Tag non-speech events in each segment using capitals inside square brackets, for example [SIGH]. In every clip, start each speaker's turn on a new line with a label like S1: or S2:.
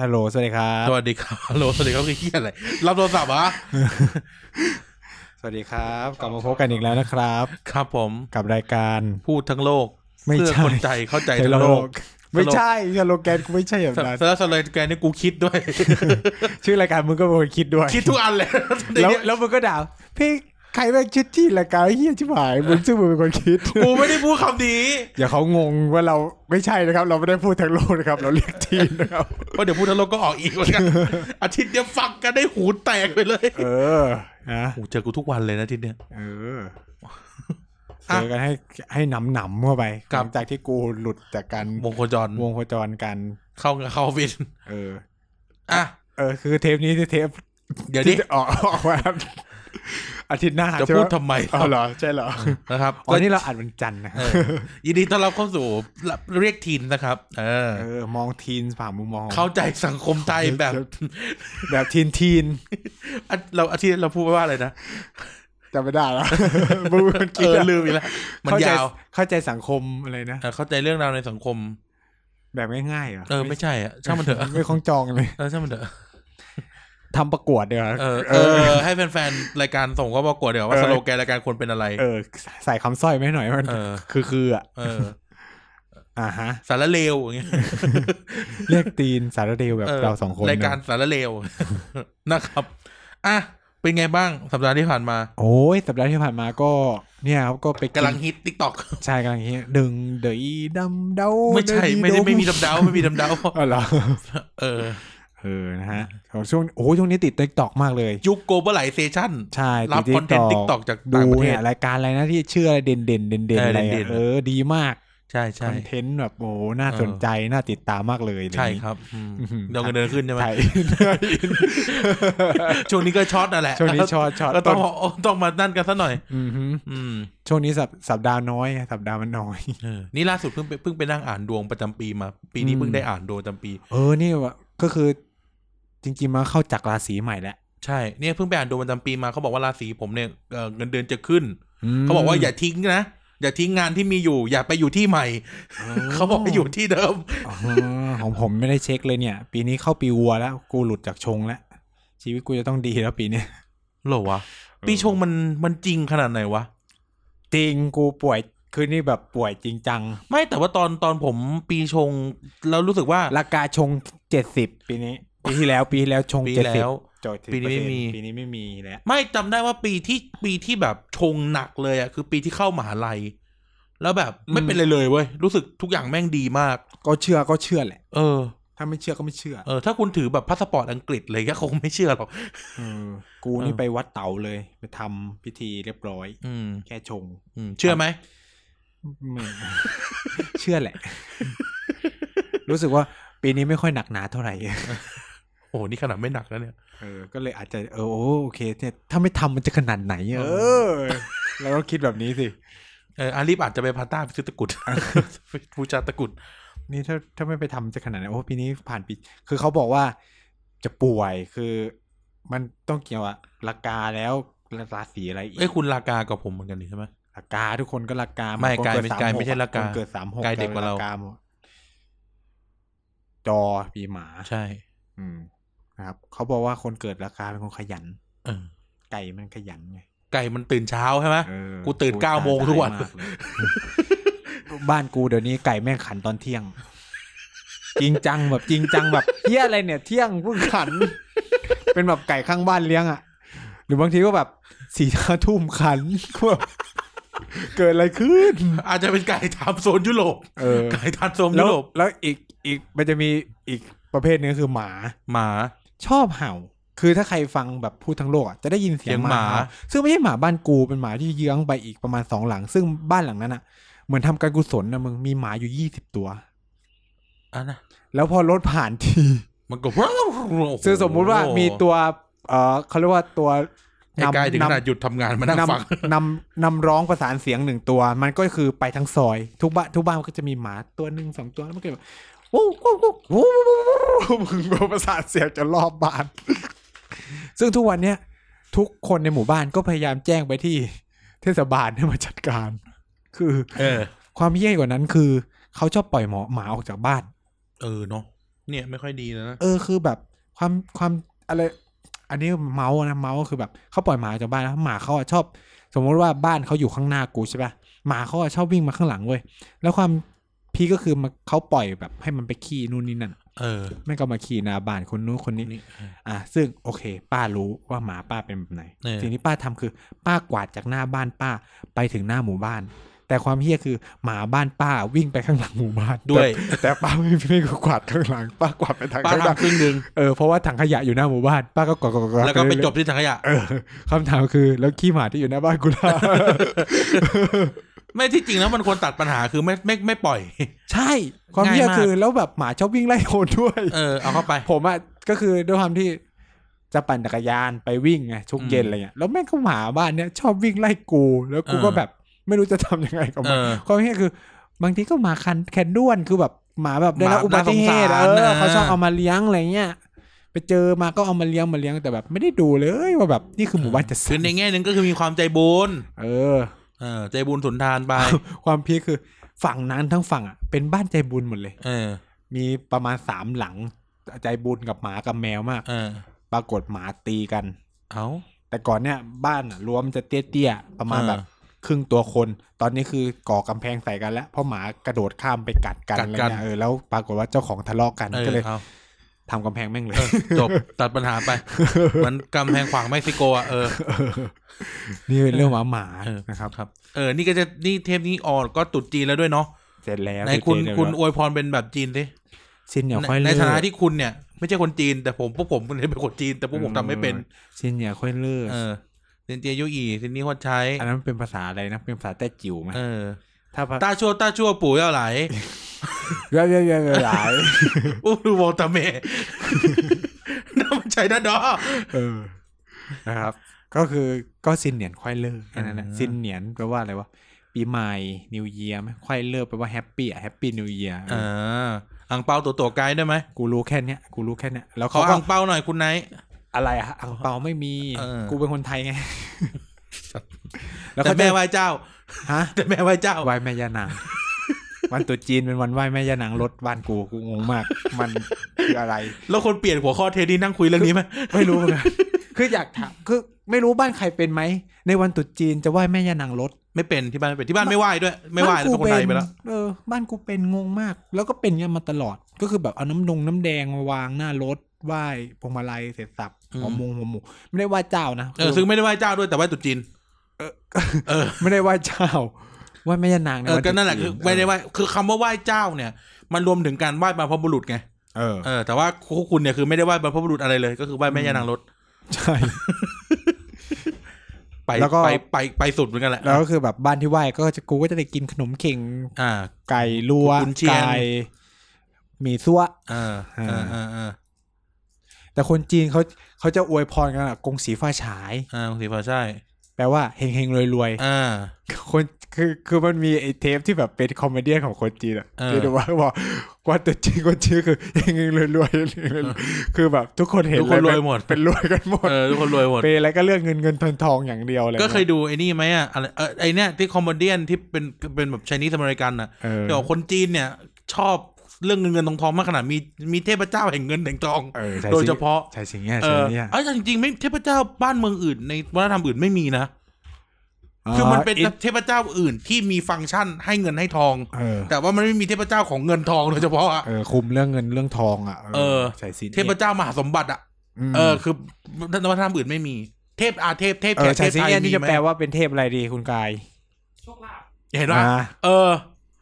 S1: ฮัลโหลสวัสดีครับ
S2: สวัสดีครับ [LAUGHS] ฮัลโหลสวัสดีครับคือเฮียอะไร รับโทรศัพท์เหรอะ
S1: สวัสดีครับ กลับมาพบกันอีกแล้วนะครับ
S2: ครับผม
S1: กับรายการ
S2: พูดทั้งโลก
S1: ไม่ใช่
S2: เพื่อคนใจเข้าใจทั้งโลก
S1: ไม่ใช่สโลแกนกูไม่ใช่แบบ
S2: สำห [LAUGHS]
S1: นั้น
S2: รับสโลแกนนี่กูคิดด้วย [LAUGHS]
S1: ชื่อรายการมึงก็เป็นคนคิดด้วย
S2: คิดทุกอันเลย [LAUGHS]
S1: แล้วแล้วมึงก็ด่าพี่ใครแม่งคิดที่รายการเฮียชิบหายมึงซึ่งมึงเป็นคน
S2: [LAUGHS]
S1: คิด
S2: กูไม่ได้พูดคำนี้
S1: อย่าเขางงว่าเราไม่ใช่นะครับ เราไม่ได้พูดทั้งโลกนะครับ เราเรียกทีมนะครับ
S2: เพราะเดี๋ยวพูดทั้งโลกก็ออกอีกเหมือน
S1: [LAUGHS]
S2: กันอาทิตย์เดียวฟังกันได้หูแตกไปเลย
S1: เออนะ
S2: โอ้เจอกูทุกวันเลยนะอาทิตย์เนี้ย
S1: เออ
S2: อ่ะ
S1: เจอกันให้ให้หนำหนำๆเข้าไป
S2: ครั
S1: ห
S2: บ
S1: ลังจากที่กูหลุดจากการ
S2: วงโคจร
S1: วงโคจรกัน
S2: เข้ากับเข้าวิน
S1: เออ
S2: อ่ะ
S1: เออคือเทปนี้คือเทป
S2: เดี๋ยว
S1: ที่
S2: นี้
S1: จะอ [LAUGHS] อกออกมาอาทิตย์หน้า
S2: จะ
S1: ใช่
S2: พู
S1: ป
S2: ดทำไม
S1: อ๋อเหรอใช่เหรอ
S2: นะครับ
S1: อ๋อนี่เราอัดวันจันทร์นะ
S2: เออยินดีต้อนรับเข้าสู่เรียกทีนนะครับ เออ
S1: เออมองทีนผ่านมุมมอง
S2: เข้าใจสังคมไทยแบบ
S1: แบบทีนทีน
S2: อ่ะเราอาทิตย์เราพูดว่าอะไรนะ
S1: จำไม่ได้
S2: [LAUGHS]
S1: แล้วมึงมัน
S2: เอ
S1: คิด
S2: อ
S1: อะ
S2: ลืมอีกแล้วมัน
S1: เข้าใจ
S2: ยาว
S1: เข้าใจสังคมอะไรนะ
S2: เออเข้าใจเรื่องราวในสังคม
S1: แบบง่ายๆเหรอ
S2: เออไม่ใช่อะช่างมันเถอะ
S1: ไม่คล้องจองเลย
S2: เออช่างมันเถอะ
S1: ทำประกวดเดี๋ยวา
S2: เออ
S1: เอ
S2: เอ
S1: อ
S2: อ ให้แฟนๆ รายการส่งเข้าประกวดเดี๋ยวว่า
S1: เออ
S2: สโลแกนรายการควรเป็นอะไร
S1: เออ ใส่คำสร้อยไหมหน่อยมัน
S2: เออ
S1: คือคืออ่ะ
S2: เออ
S1: อ่าฮะ
S2: สารเลวอย่างเงี้ย
S1: เรียกตีนสารเดวแบบ
S2: อ
S1: เราสองคน
S2: รายการ
S1: นะ
S2: สารเลว [LAUGHS] นะครับ อ่ะ เป็นไงบ้างสัปดาห์ที่ผ่านมา
S1: โอ้ยสัปดาห์ที่ผ่านมาก็เนี่ยครับก็ไปน
S2: กำลังฮิตติ๊กต็อก
S1: ใช่กำลังคิดดึงเดยดำเดา
S2: ไม่ใช่ ไม่ได้ไม่มี
S1: ด
S2: ดำเดาไม่มีดำเดา
S1: ำอ๋อเหรอ
S2: เออ
S1: เออนะฮะของช่วงโอ้ยช่วงนี้ติดติ๊กตอกมากเลย
S2: ยุคโกลบอลไลเซชัน
S1: ใช่
S2: รับคอนเทนต์ติ๊กต็อกจาก
S1: ดู
S2: ต่างประเท
S1: เนี่
S2: ศ
S1: ยรายการอะไรนะที่ชื่ออะไรเด่นเด่นเด่นเด่น
S2: เออ
S1: อะไร
S2: เด่
S1: อะ
S2: นๆ
S1: เออดีมาก
S2: ใช่ใช่
S1: คอนเทนต์แบบโอ้โหน่า
S2: เออ
S1: สนใจน่าติดตามมากเลยอะ
S2: ใช่
S1: ไอย่าง
S2: ค
S1: งี้
S2: รับอืม
S1: อื้อหือ
S2: เดี๋ยวเงินเดือนขึ้นใช่ไหม
S1: ไทย
S2: [LAUGHS] ช่วงนี้ก็ช็อตนั่นแหละ
S1: [LAUGHS] ช่วงนี้ชอตชอต
S2: ก็ต้
S1: ต้
S2: อน งต้องมานั่นกันซะหน่อย
S1: อือหือ
S2: อืม
S1: ช่วงนี้สัปสัปดาห์น้อยอะสัปดาห์มันน้อย
S2: เออนี่ล่าสุดเพิ่งไปเพิ่งไปนั่งอ่านดวงประจำปีมา ปีนี้
S1: อืม
S2: เพิ่งได้อ่านดวงประจำปี
S1: เออนี่ว่ะก็คือ จริง ๆมาเข้าจากราศีใหม่แล้ว
S2: ใช่เนี่ยเพิ่งไปอ่านดวงประจำปีมาเขาบอกว่าราศีผมเนี่ยเอ่อเงินเดือนจะขึ้น
S1: ม
S2: เขาบอกว่าอย่าทิ้งนะ อย่าทิ้งงานที่มีอยู่ อย่าไปอยู่ที่ใหม่ เขาบอกให้อยู่ที่เดิม
S1: อ๋อของผมไม่ได้เช็คเลยเนี่ย ปีนี้เข้าปีวัวแล้ว กูหลุดจากชงแล้ว ชีวิตกูจะต้องดีแล้วปีเนี้ย
S2: เหรอวะ ปีชงมันมันจริงขนาดไหนวะ
S1: จริงกูป่วยคือนี่แบบป่วยจริงจัง
S2: ไม่แต่ว่าตอนตอนผมปีชงแล้วรู้สึกว่า
S1: ราคาชงเจ็ดสิบปีนี้ ปีที่แล้วปีที่แล้วชง
S2: ปี
S1: เจ็ดสิบ
S2: แล้ว
S1: จอย
S2: ปีนี้ไม่มี
S1: ปีนี้ไม่มีแล้ว
S2: ไม่จำได้ว่าปีที่ปีที่แบบชงหนักเลยอะคือปีที่เข้ามหาลัย แล้วแบบไม่เป็นไรเลยเว้ยรู้สึกทุกอย่างแม่งดีมาก
S1: ก็เชื่อก็เชื่อแหละ
S2: เออ
S1: ถ้าไม่เชื่อก็ไม่เชื่อ
S2: เออถ้าคุณถือแบบพาสปอร์ตอังกฤษเลยก็คงไม่เชื่อหรอก
S1: เออกูนี่
S2: เออ
S1: ไปวัดเต๋าเลย ไปทำพิธีเรียบร้อย
S2: อืม
S1: แค่ชง
S2: อืมเชื่อไหม
S1: ไม่เชื่อแหละ รู้สึกว่าปีนี้ไม่ค่อยหนักหนาเท่าไหร่
S2: โอ้โหนี่ขนาดไม่หนักแล้วเนี่ย
S1: เออ ก็เลยอาจจะเออโอโอเคเนี่ยถ้าไม่ทำมันจะขนาดไหนอะ
S2: เอ
S1: เออ เราก็คิดแบบนี้สิ
S2: เอออารีบอาจจะไปพาต้าไปซื้อตะกรุด [LAUGHS] ไปบูชาตะกรุด
S1: นี่ถ้าถ้าไม่ไปทำจะขนาดไหนโอ้ปีนี้ผ่านปี คือเขาบอกว่าจะป่วยคือมันต้องเกี่ยวอะลากาแล้วราศีอะไรอีก
S2: เอ้ยคุณลากากับผมเหมือนกันนี่ใช่ไหม
S1: ลากาทุกคนก็ลากา
S2: ไม่
S1: บงคน
S2: กายไม่
S1: เด
S2: กาย
S1: 36
S2: ไม่ใช่ลา
S1: บ
S2: กา
S1: งคนเกิดสามหก
S2: กายเด็กกว่าเรา
S1: หมดจอปีหมา
S2: ใช่
S1: อืมนะครับเขาบอกว่าคนเกิดลากาเป็นคนขยัน
S2: เออ
S1: ไก่มันขยันไง
S2: ไก่มันตื่นเช้าใช่ไหม
S1: เออ
S2: กูตื่นเก้าโมงทุกวัน
S1: ตายมากเลย [LAUGHS] บ้านกูเดี๋ยวนี้ไก่แม่งขันตอนเที่ย [LAUGHS] ง จริงจังแบบจริงจังแบบเที่ยอะไรเนี่ย เที่ยงเพิ่งขัน เป็นแบบไก่ข้างบ้านเลี้ยงอ่ะ หรือบางทีก็แบบสี่ห้าทุ่มขัน [LAUGHS] ก็แบบเกิดอะไรขึ้น
S2: อาจจะเป็นไก่ทามโซนยุโรป
S1: เออ
S2: ไก่ทามโซน
S1: แล้
S2: ยุ
S1: ว
S2: โรป
S1: แล้วอีกอีกมันจะมีอีกประเภทหนึงคือหมา
S2: หมา
S1: ชอบเห่า คือถ้าใครฟังแบบพูดทั้งโลกอ่ะจะได้ยินเสียง
S2: เสียง
S1: ห
S2: ห
S1: มา
S2: มา
S1: เห่าซึ่งไม่ใช่หมาบ้านกูเป็นหมาที่เยื้องไปอีกประมาณสองหลัง ซึ่งบ้านหลังนั้นอ่ะ เหมือนทำการกุศลนะมึงมีหมาอยู่ยี่สิบตัว
S2: อ่ะนะ
S1: แล้วพอรถผ่านที
S2: มันก็ว้าวโอ้โห
S1: ซึ่งสมมุติว่ามีตัว เออเขาเรียกว่าตัว
S2: ไอ้ไก่ถึงขนาดหยุดทำงานมานั่ง
S1: น
S2: ฟัง
S1: ำนำนำร้องประสานเสียงหนึ่งตัว มันก็คือไปทั้งซอย ทุกบ้านทุกบ้านมันก็จะมีหมาตัวหนึ่งสองตัวแล้วมันก็แบบวู้วู้วู้วู้วู้วู้วู้มึงแบบประสานเสียงจนรอบบ้าน ซึ่งทุกวันเนี้ยทุกคนในหมู่บ้านก็พยายามแจ้งไปที่เทศบาลให้มาจัดการ คือ
S2: เออ
S1: ความเหี้ย่กว่านั้นคือ เขาชอบปล่อยหมอหมาออกจากบ้าน
S2: เออเนาะ เนี่ยไม่ค่อยดีแล้วนะ
S1: เออคือแบบความความอะไรอันนี้เมาส์นะเมาส์คือแบบเขาปล่อยหมาออกจากบ้านแล้วหมาเขาอะชอบ สมมติว่าบ้านเขาอยู่ข้างหน้ากูใช่ปะหมาเขาอะชอบวิ่งมาข้างหลังเว้ยแล้วความพีคก็คือมันเขาปล่อยแบบให้มันไปขี่นู่นนี่นั่น
S2: เออ
S1: ไม่งก็มาขี่หนาบ้านคนนู้นคนนี้
S2: นี่เออ
S1: อ่ะซึ่งโอเค ป้ารู้ว่าหมาป้าเป็นแบบไหน
S2: เออ
S1: สิ่งที่ป้าทำคือ ป้ากวาดจากหน้าบ้านป้าไปถึงหน้าหมู่บ้าน แต่ความเฮี้ยคือหมาบ้านป้าวิ่งไปข้างหลังหมู่บ้าน
S2: ด้วย
S1: แต่แต่ป้าไม่ไม่กวาดข้างหลัง ป้ากวาดไปทาง
S2: ป้า
S1: ข้างหน้า
S2: ทำครึ่งหนึ่ง
S1: เออเพราะว่าถังขยะอยู่หน้าหมู่บ้าน ป้าก็กวาดกวาดวาด
S2: แล้วก็ไป
S1: เรื่อยๆ
S2: จบที่ถังขยะ
S1: เออคำถามคือแล้วขี้หมาที่อยู่หน้าบ้านกูล่ะ
S2: ไม่ที่จริงแล้วมันควรตัดปัญหาคือไม่ไม่ไม่ปล่อย
S1: ใช่ความเฮี้ย
S2: ง่ายมาก
S1: คือแล้วแบบหมาชอบวิ่งไล่โหนด้วย
S2: เออเอาเข้าไป
S1: ผมอ่ะก็คือด้วยความที่จะปั่นจักรยานไปวิ่งไงทุกเย็นอะไรเงี้ยแล้วแม่งก็หมาบ้านเนี้ยชอบวิ่งไล่กู แล้วกู
S2: เออ
S1: ก็แบบไม่รู้จะทำยังไงกับมัน
S2: เออ
S1: ความเฮี้ยคือบางทีก็หมาคันแคนด้วนคือแบบหมาแบบได้รับ
S2: หมา
S1: อุบัติเหตุ
S2: น่าสงสาร
S1: เออ
S2: นะ
S1: เขาชอบเอามาเลี้ยงอะไรเงี้ยไปเจอมาก็เอามาเลี้ยงมาเลี้ยงแต่แบบไม่ได้ดูเลยว่าแบบนี่คือหมู่บ้านจัดสร
S2: คือใน
S1: ร
S2: แง่หนึ่งก็คือมีความใจบุญ
S1: เออ
S2: เออใจบุญสุนทานไป
S1: ความพีคคือฝั่งนั้นทั้งฝั่งอ่ะเป็นบ้านใจบุญหมดเลย
S2: เออ
S1: มีประมาณสามหลังใจบุญกับหมากับแมวมาก
S2: เออ
S1: ปรากฏหมาตีกัน
S2: เอา
S1: แต่ก่อนเนี่ยบ้านอะรั้วมันจะเตี้ยๆประมาณแบบ
S2: เออ
S1: ครึ่งตัวคน ตอนนี้คือก่อกำแพงใส่กันแล้วเพราะหมากระโดดข้ามไปกัดกัน
S2: กัด
S1: อะไร
S2: กัน
S1: เงี้ยเออแล้วปรากฏว่าเจ้าของทะเลาะกัน
S2: เออ
S1: ก็เลย
S2: เอา
S1: ทำกำแพงแม่งเล
S2: เอย อจบตัดปัญหาไปเหมันกำแพงขวางเม็กซิโกอ่ะเออ
S1: นี่เป็นเรื่องหมาหมา
S2: เออ
S1: นะครับ
S2: ครับเออนี่ก็จะนี่เทปนี้ออนก็ตรุดจีนแล้วด้วยเนาะ
S1: เสร็จแล้ว
S2: ไหนคุณ
S1: เดี๋ยว
S2: คุณ
S1: เดี๋ยว
S2: อวยพรเป็นแบบจีนสิ
S1: สิ้นอย่าค่อย
S2: ใน
S1: เลิก
S2: ฐานะที่คุณเนี่ย ไม่ใช่คนจีน แต่ผมพวกผมเป็นคนจีน แต่พวกผมทำไม่เป็น
S1: สิ้นอย่าค่อยเลิก
S2: เออเซนเจียยุอีเซนนี่ฮวดใช้
S1: อันนั้นเป็นภาษาอะไรนะเป็นภาษาแต้จิ๋วไหม
S2: เออ
S1: ถ้าภาษา
S2: ต้าชั่วต้าชั่วปู่เย่า
S1: [LAUGHS]
S2: ไหล
S1: เยอะๆๆๆหลาย
S2: อู้ดูวอลตาเม [LAUGHS] น่ามันใช้นะดอ
S1: เออนะครับ ก็คือก็สิ้นเหนียนค่อยเลิกแค่นั้นแหละ
S2: อ่า
S1: สิ้นเหนียนแปลว่าอะไรวะปีใหม่นิวเยียร์ไหมค่อยเลิกแปลว่าแฮปปี้อะแฮปปี้นิวเยียร์
S2: เอออ่างเปาตัวตัวไกด์ได้ไหม
S1: กูรู้แค่เนี้ยกูรู้แค่เนี้ยแล้ว
S2: ขอ
S1: เขาก็
S2: อ่างเปาหน่อยคุณไนท์
S1: อะไรอะอังเปาไม่มี
S2: เออ
S1: กูเป็นคนไทยไง แล้ว
S2: แต่
S1: เขาจะ
S2: แม่ไหว้เจ้า
S1: ฮะ
S2: แต่แม่ไหว้เจ้า
S1: ไหว้แม่ย่านาง วันตรุษจีนเป็นวันไหว้แม่ย่านางรถบ้านกูกูงงมาก มันคืออะไร
S2: แล้วคนเปลี่ยนหัวข้อเทดี้นั่งคุยเรื่อ
S1: [LAUGHS]
S2: งนี้ไหม
S1: ไม่รู้เหมือนกันคืออยากถามคือไม่รู้บ้านใครเป็นไหมในวันตรุษจีนจะไหว้แม่ย่านางรถ
S2: ไม่เป็นที่บ้านไม่เป็นที่บ้านไม่ไหว้ด้วย ไม่ไหว้
S1: บ้าน
S2: แล้วเป็นคนไทยไปแล้ว
S1: เออบ้านกูเป็นงงมาก แล้วก็เป็นกันมาตลอด ก็คือแบบเอาน้ำดงน้ำแดงมาวางหน้ารถไหว้พวงมาลัยเสร็จสับหัว
S2: อืม
S1: มงหัวหมูไม่ได้ไหว้เจ้านะ
S2: เออซึ่งไม่ได้ไหว้เจ้าด้วยแต่ไหว้ตรุษจีน เออ
S1: ไม่ได้ไหว้เจ้าไหว้แม่ย่านางใน
S2: เออ
S1: วัน
S2: ก็นั่นแหละ
S1: ตรุษจี
S2: คือไม่ได้ไหว้คือคำว่าไหว้เจ้าเนี่ย มันรวมถึงการไหว้บรรพบุรุษไง
S1: เออ
S2: เออแต่ว่าพวกคุณเนี่ยคือไม่ได้ไหว้บรรพบุรุษอะไรเลย ก็คือไหว้แม่ย่านางรถ
S1: ใช่
S2: ไป
S1: แล้วก็
S2: ไปไปไปสุดเหมือนกันแหละ
S1: แล้วก็คือแบบบ้านที่ไหว้ก็จะกูก็จะได้กินขนมเข่ง
S2: อ่า
S1: ไก่ลว
S2: กุนเชียง
S1: ไก่หมี่ซั่ว
S2: เออเออเออเออ
S1: แต่คนจีนเขาเขาจะอวยพรกันอะกงสีฟ้าฉาย
S2: เออคุณสีพอใช่
S1: แปลว่าเฮงเฮงรวยรวย
S2: อ่า
S1: ๆคนคือคือมันมีไอ้เทปที่แบบเป็นคอมเมเดี้ของคนจีนอะ
S2: เออ
S1: ที่ดูว่าบอกว่าแตัวจีนคนจีนคือเฮงเฮงรวยรวยๆคือแบบทุกคนเห็น
S2: ทุกคนรวยหมด
S1: เป็นรวยกันหมด
S2: เออทุกคนรวยหมด
S1: เป็นอะไรก็เรื่องเงินเงินทองทองอย่างเดียวอะไร
S2: ก็เคยดูไอ้นี่ไหมอ่ะอะไรเออไอเนี่ยที่คอมเมเดี้ที่เป็นเป็นแบบชนีสอเมริกันอ่ะ
S1: เออ
S2: ที่บอกคนจีนเนี่ย ชอบเรื่องเงินเงินทองทองมากขนาดมีมีเทพเจ้าแห่งเงินแห่งทอง
S1: เออใช่
S2: โดยเฉพาะ
S1: ใช่สิ่งเนี้ย
S2: เอ
S1: ใช่
S2: อ
S1: สิ่งเนี้ย
S2: เอยแต่จริงๆไม่เทพเจ้าบ้านเมืองอื่นในวัฒนธรรมอื่นไม่มีนะคือมันเป็นเทพเจ้าอื่นที่มีฟังก์ชันให้เงินให้ทอง
S1: เออ
S2: แต่ว่ามันไม่มีเทพเจ้าของเงินทองโดยเฉพาะอะ
S1: เออคุมเรื่องเงินเรื่องทองอ่ะ
S2: เออ
S1: ใช่สิ่งนี้ย
S2: เทพเจ้ามหาสมบัติอ่ะ
S1: ม
S2: เออคือวัฒนธรรมอื่นไม่มี เทพอาเทพเทพ
S1: เอ
S2: แข
S1: อก
S2: เท
S1: ใช่
S2: พ
S1: สิ่ง
S2: ไทย
S1: เนี้ย
S2: มี
S1: นี่จะ
S2: ไหม
S1: แปลว่าเป็นเทพอะไรดีคุณกาย
S2: เห็นว่า
S1: อ่
S2: เออ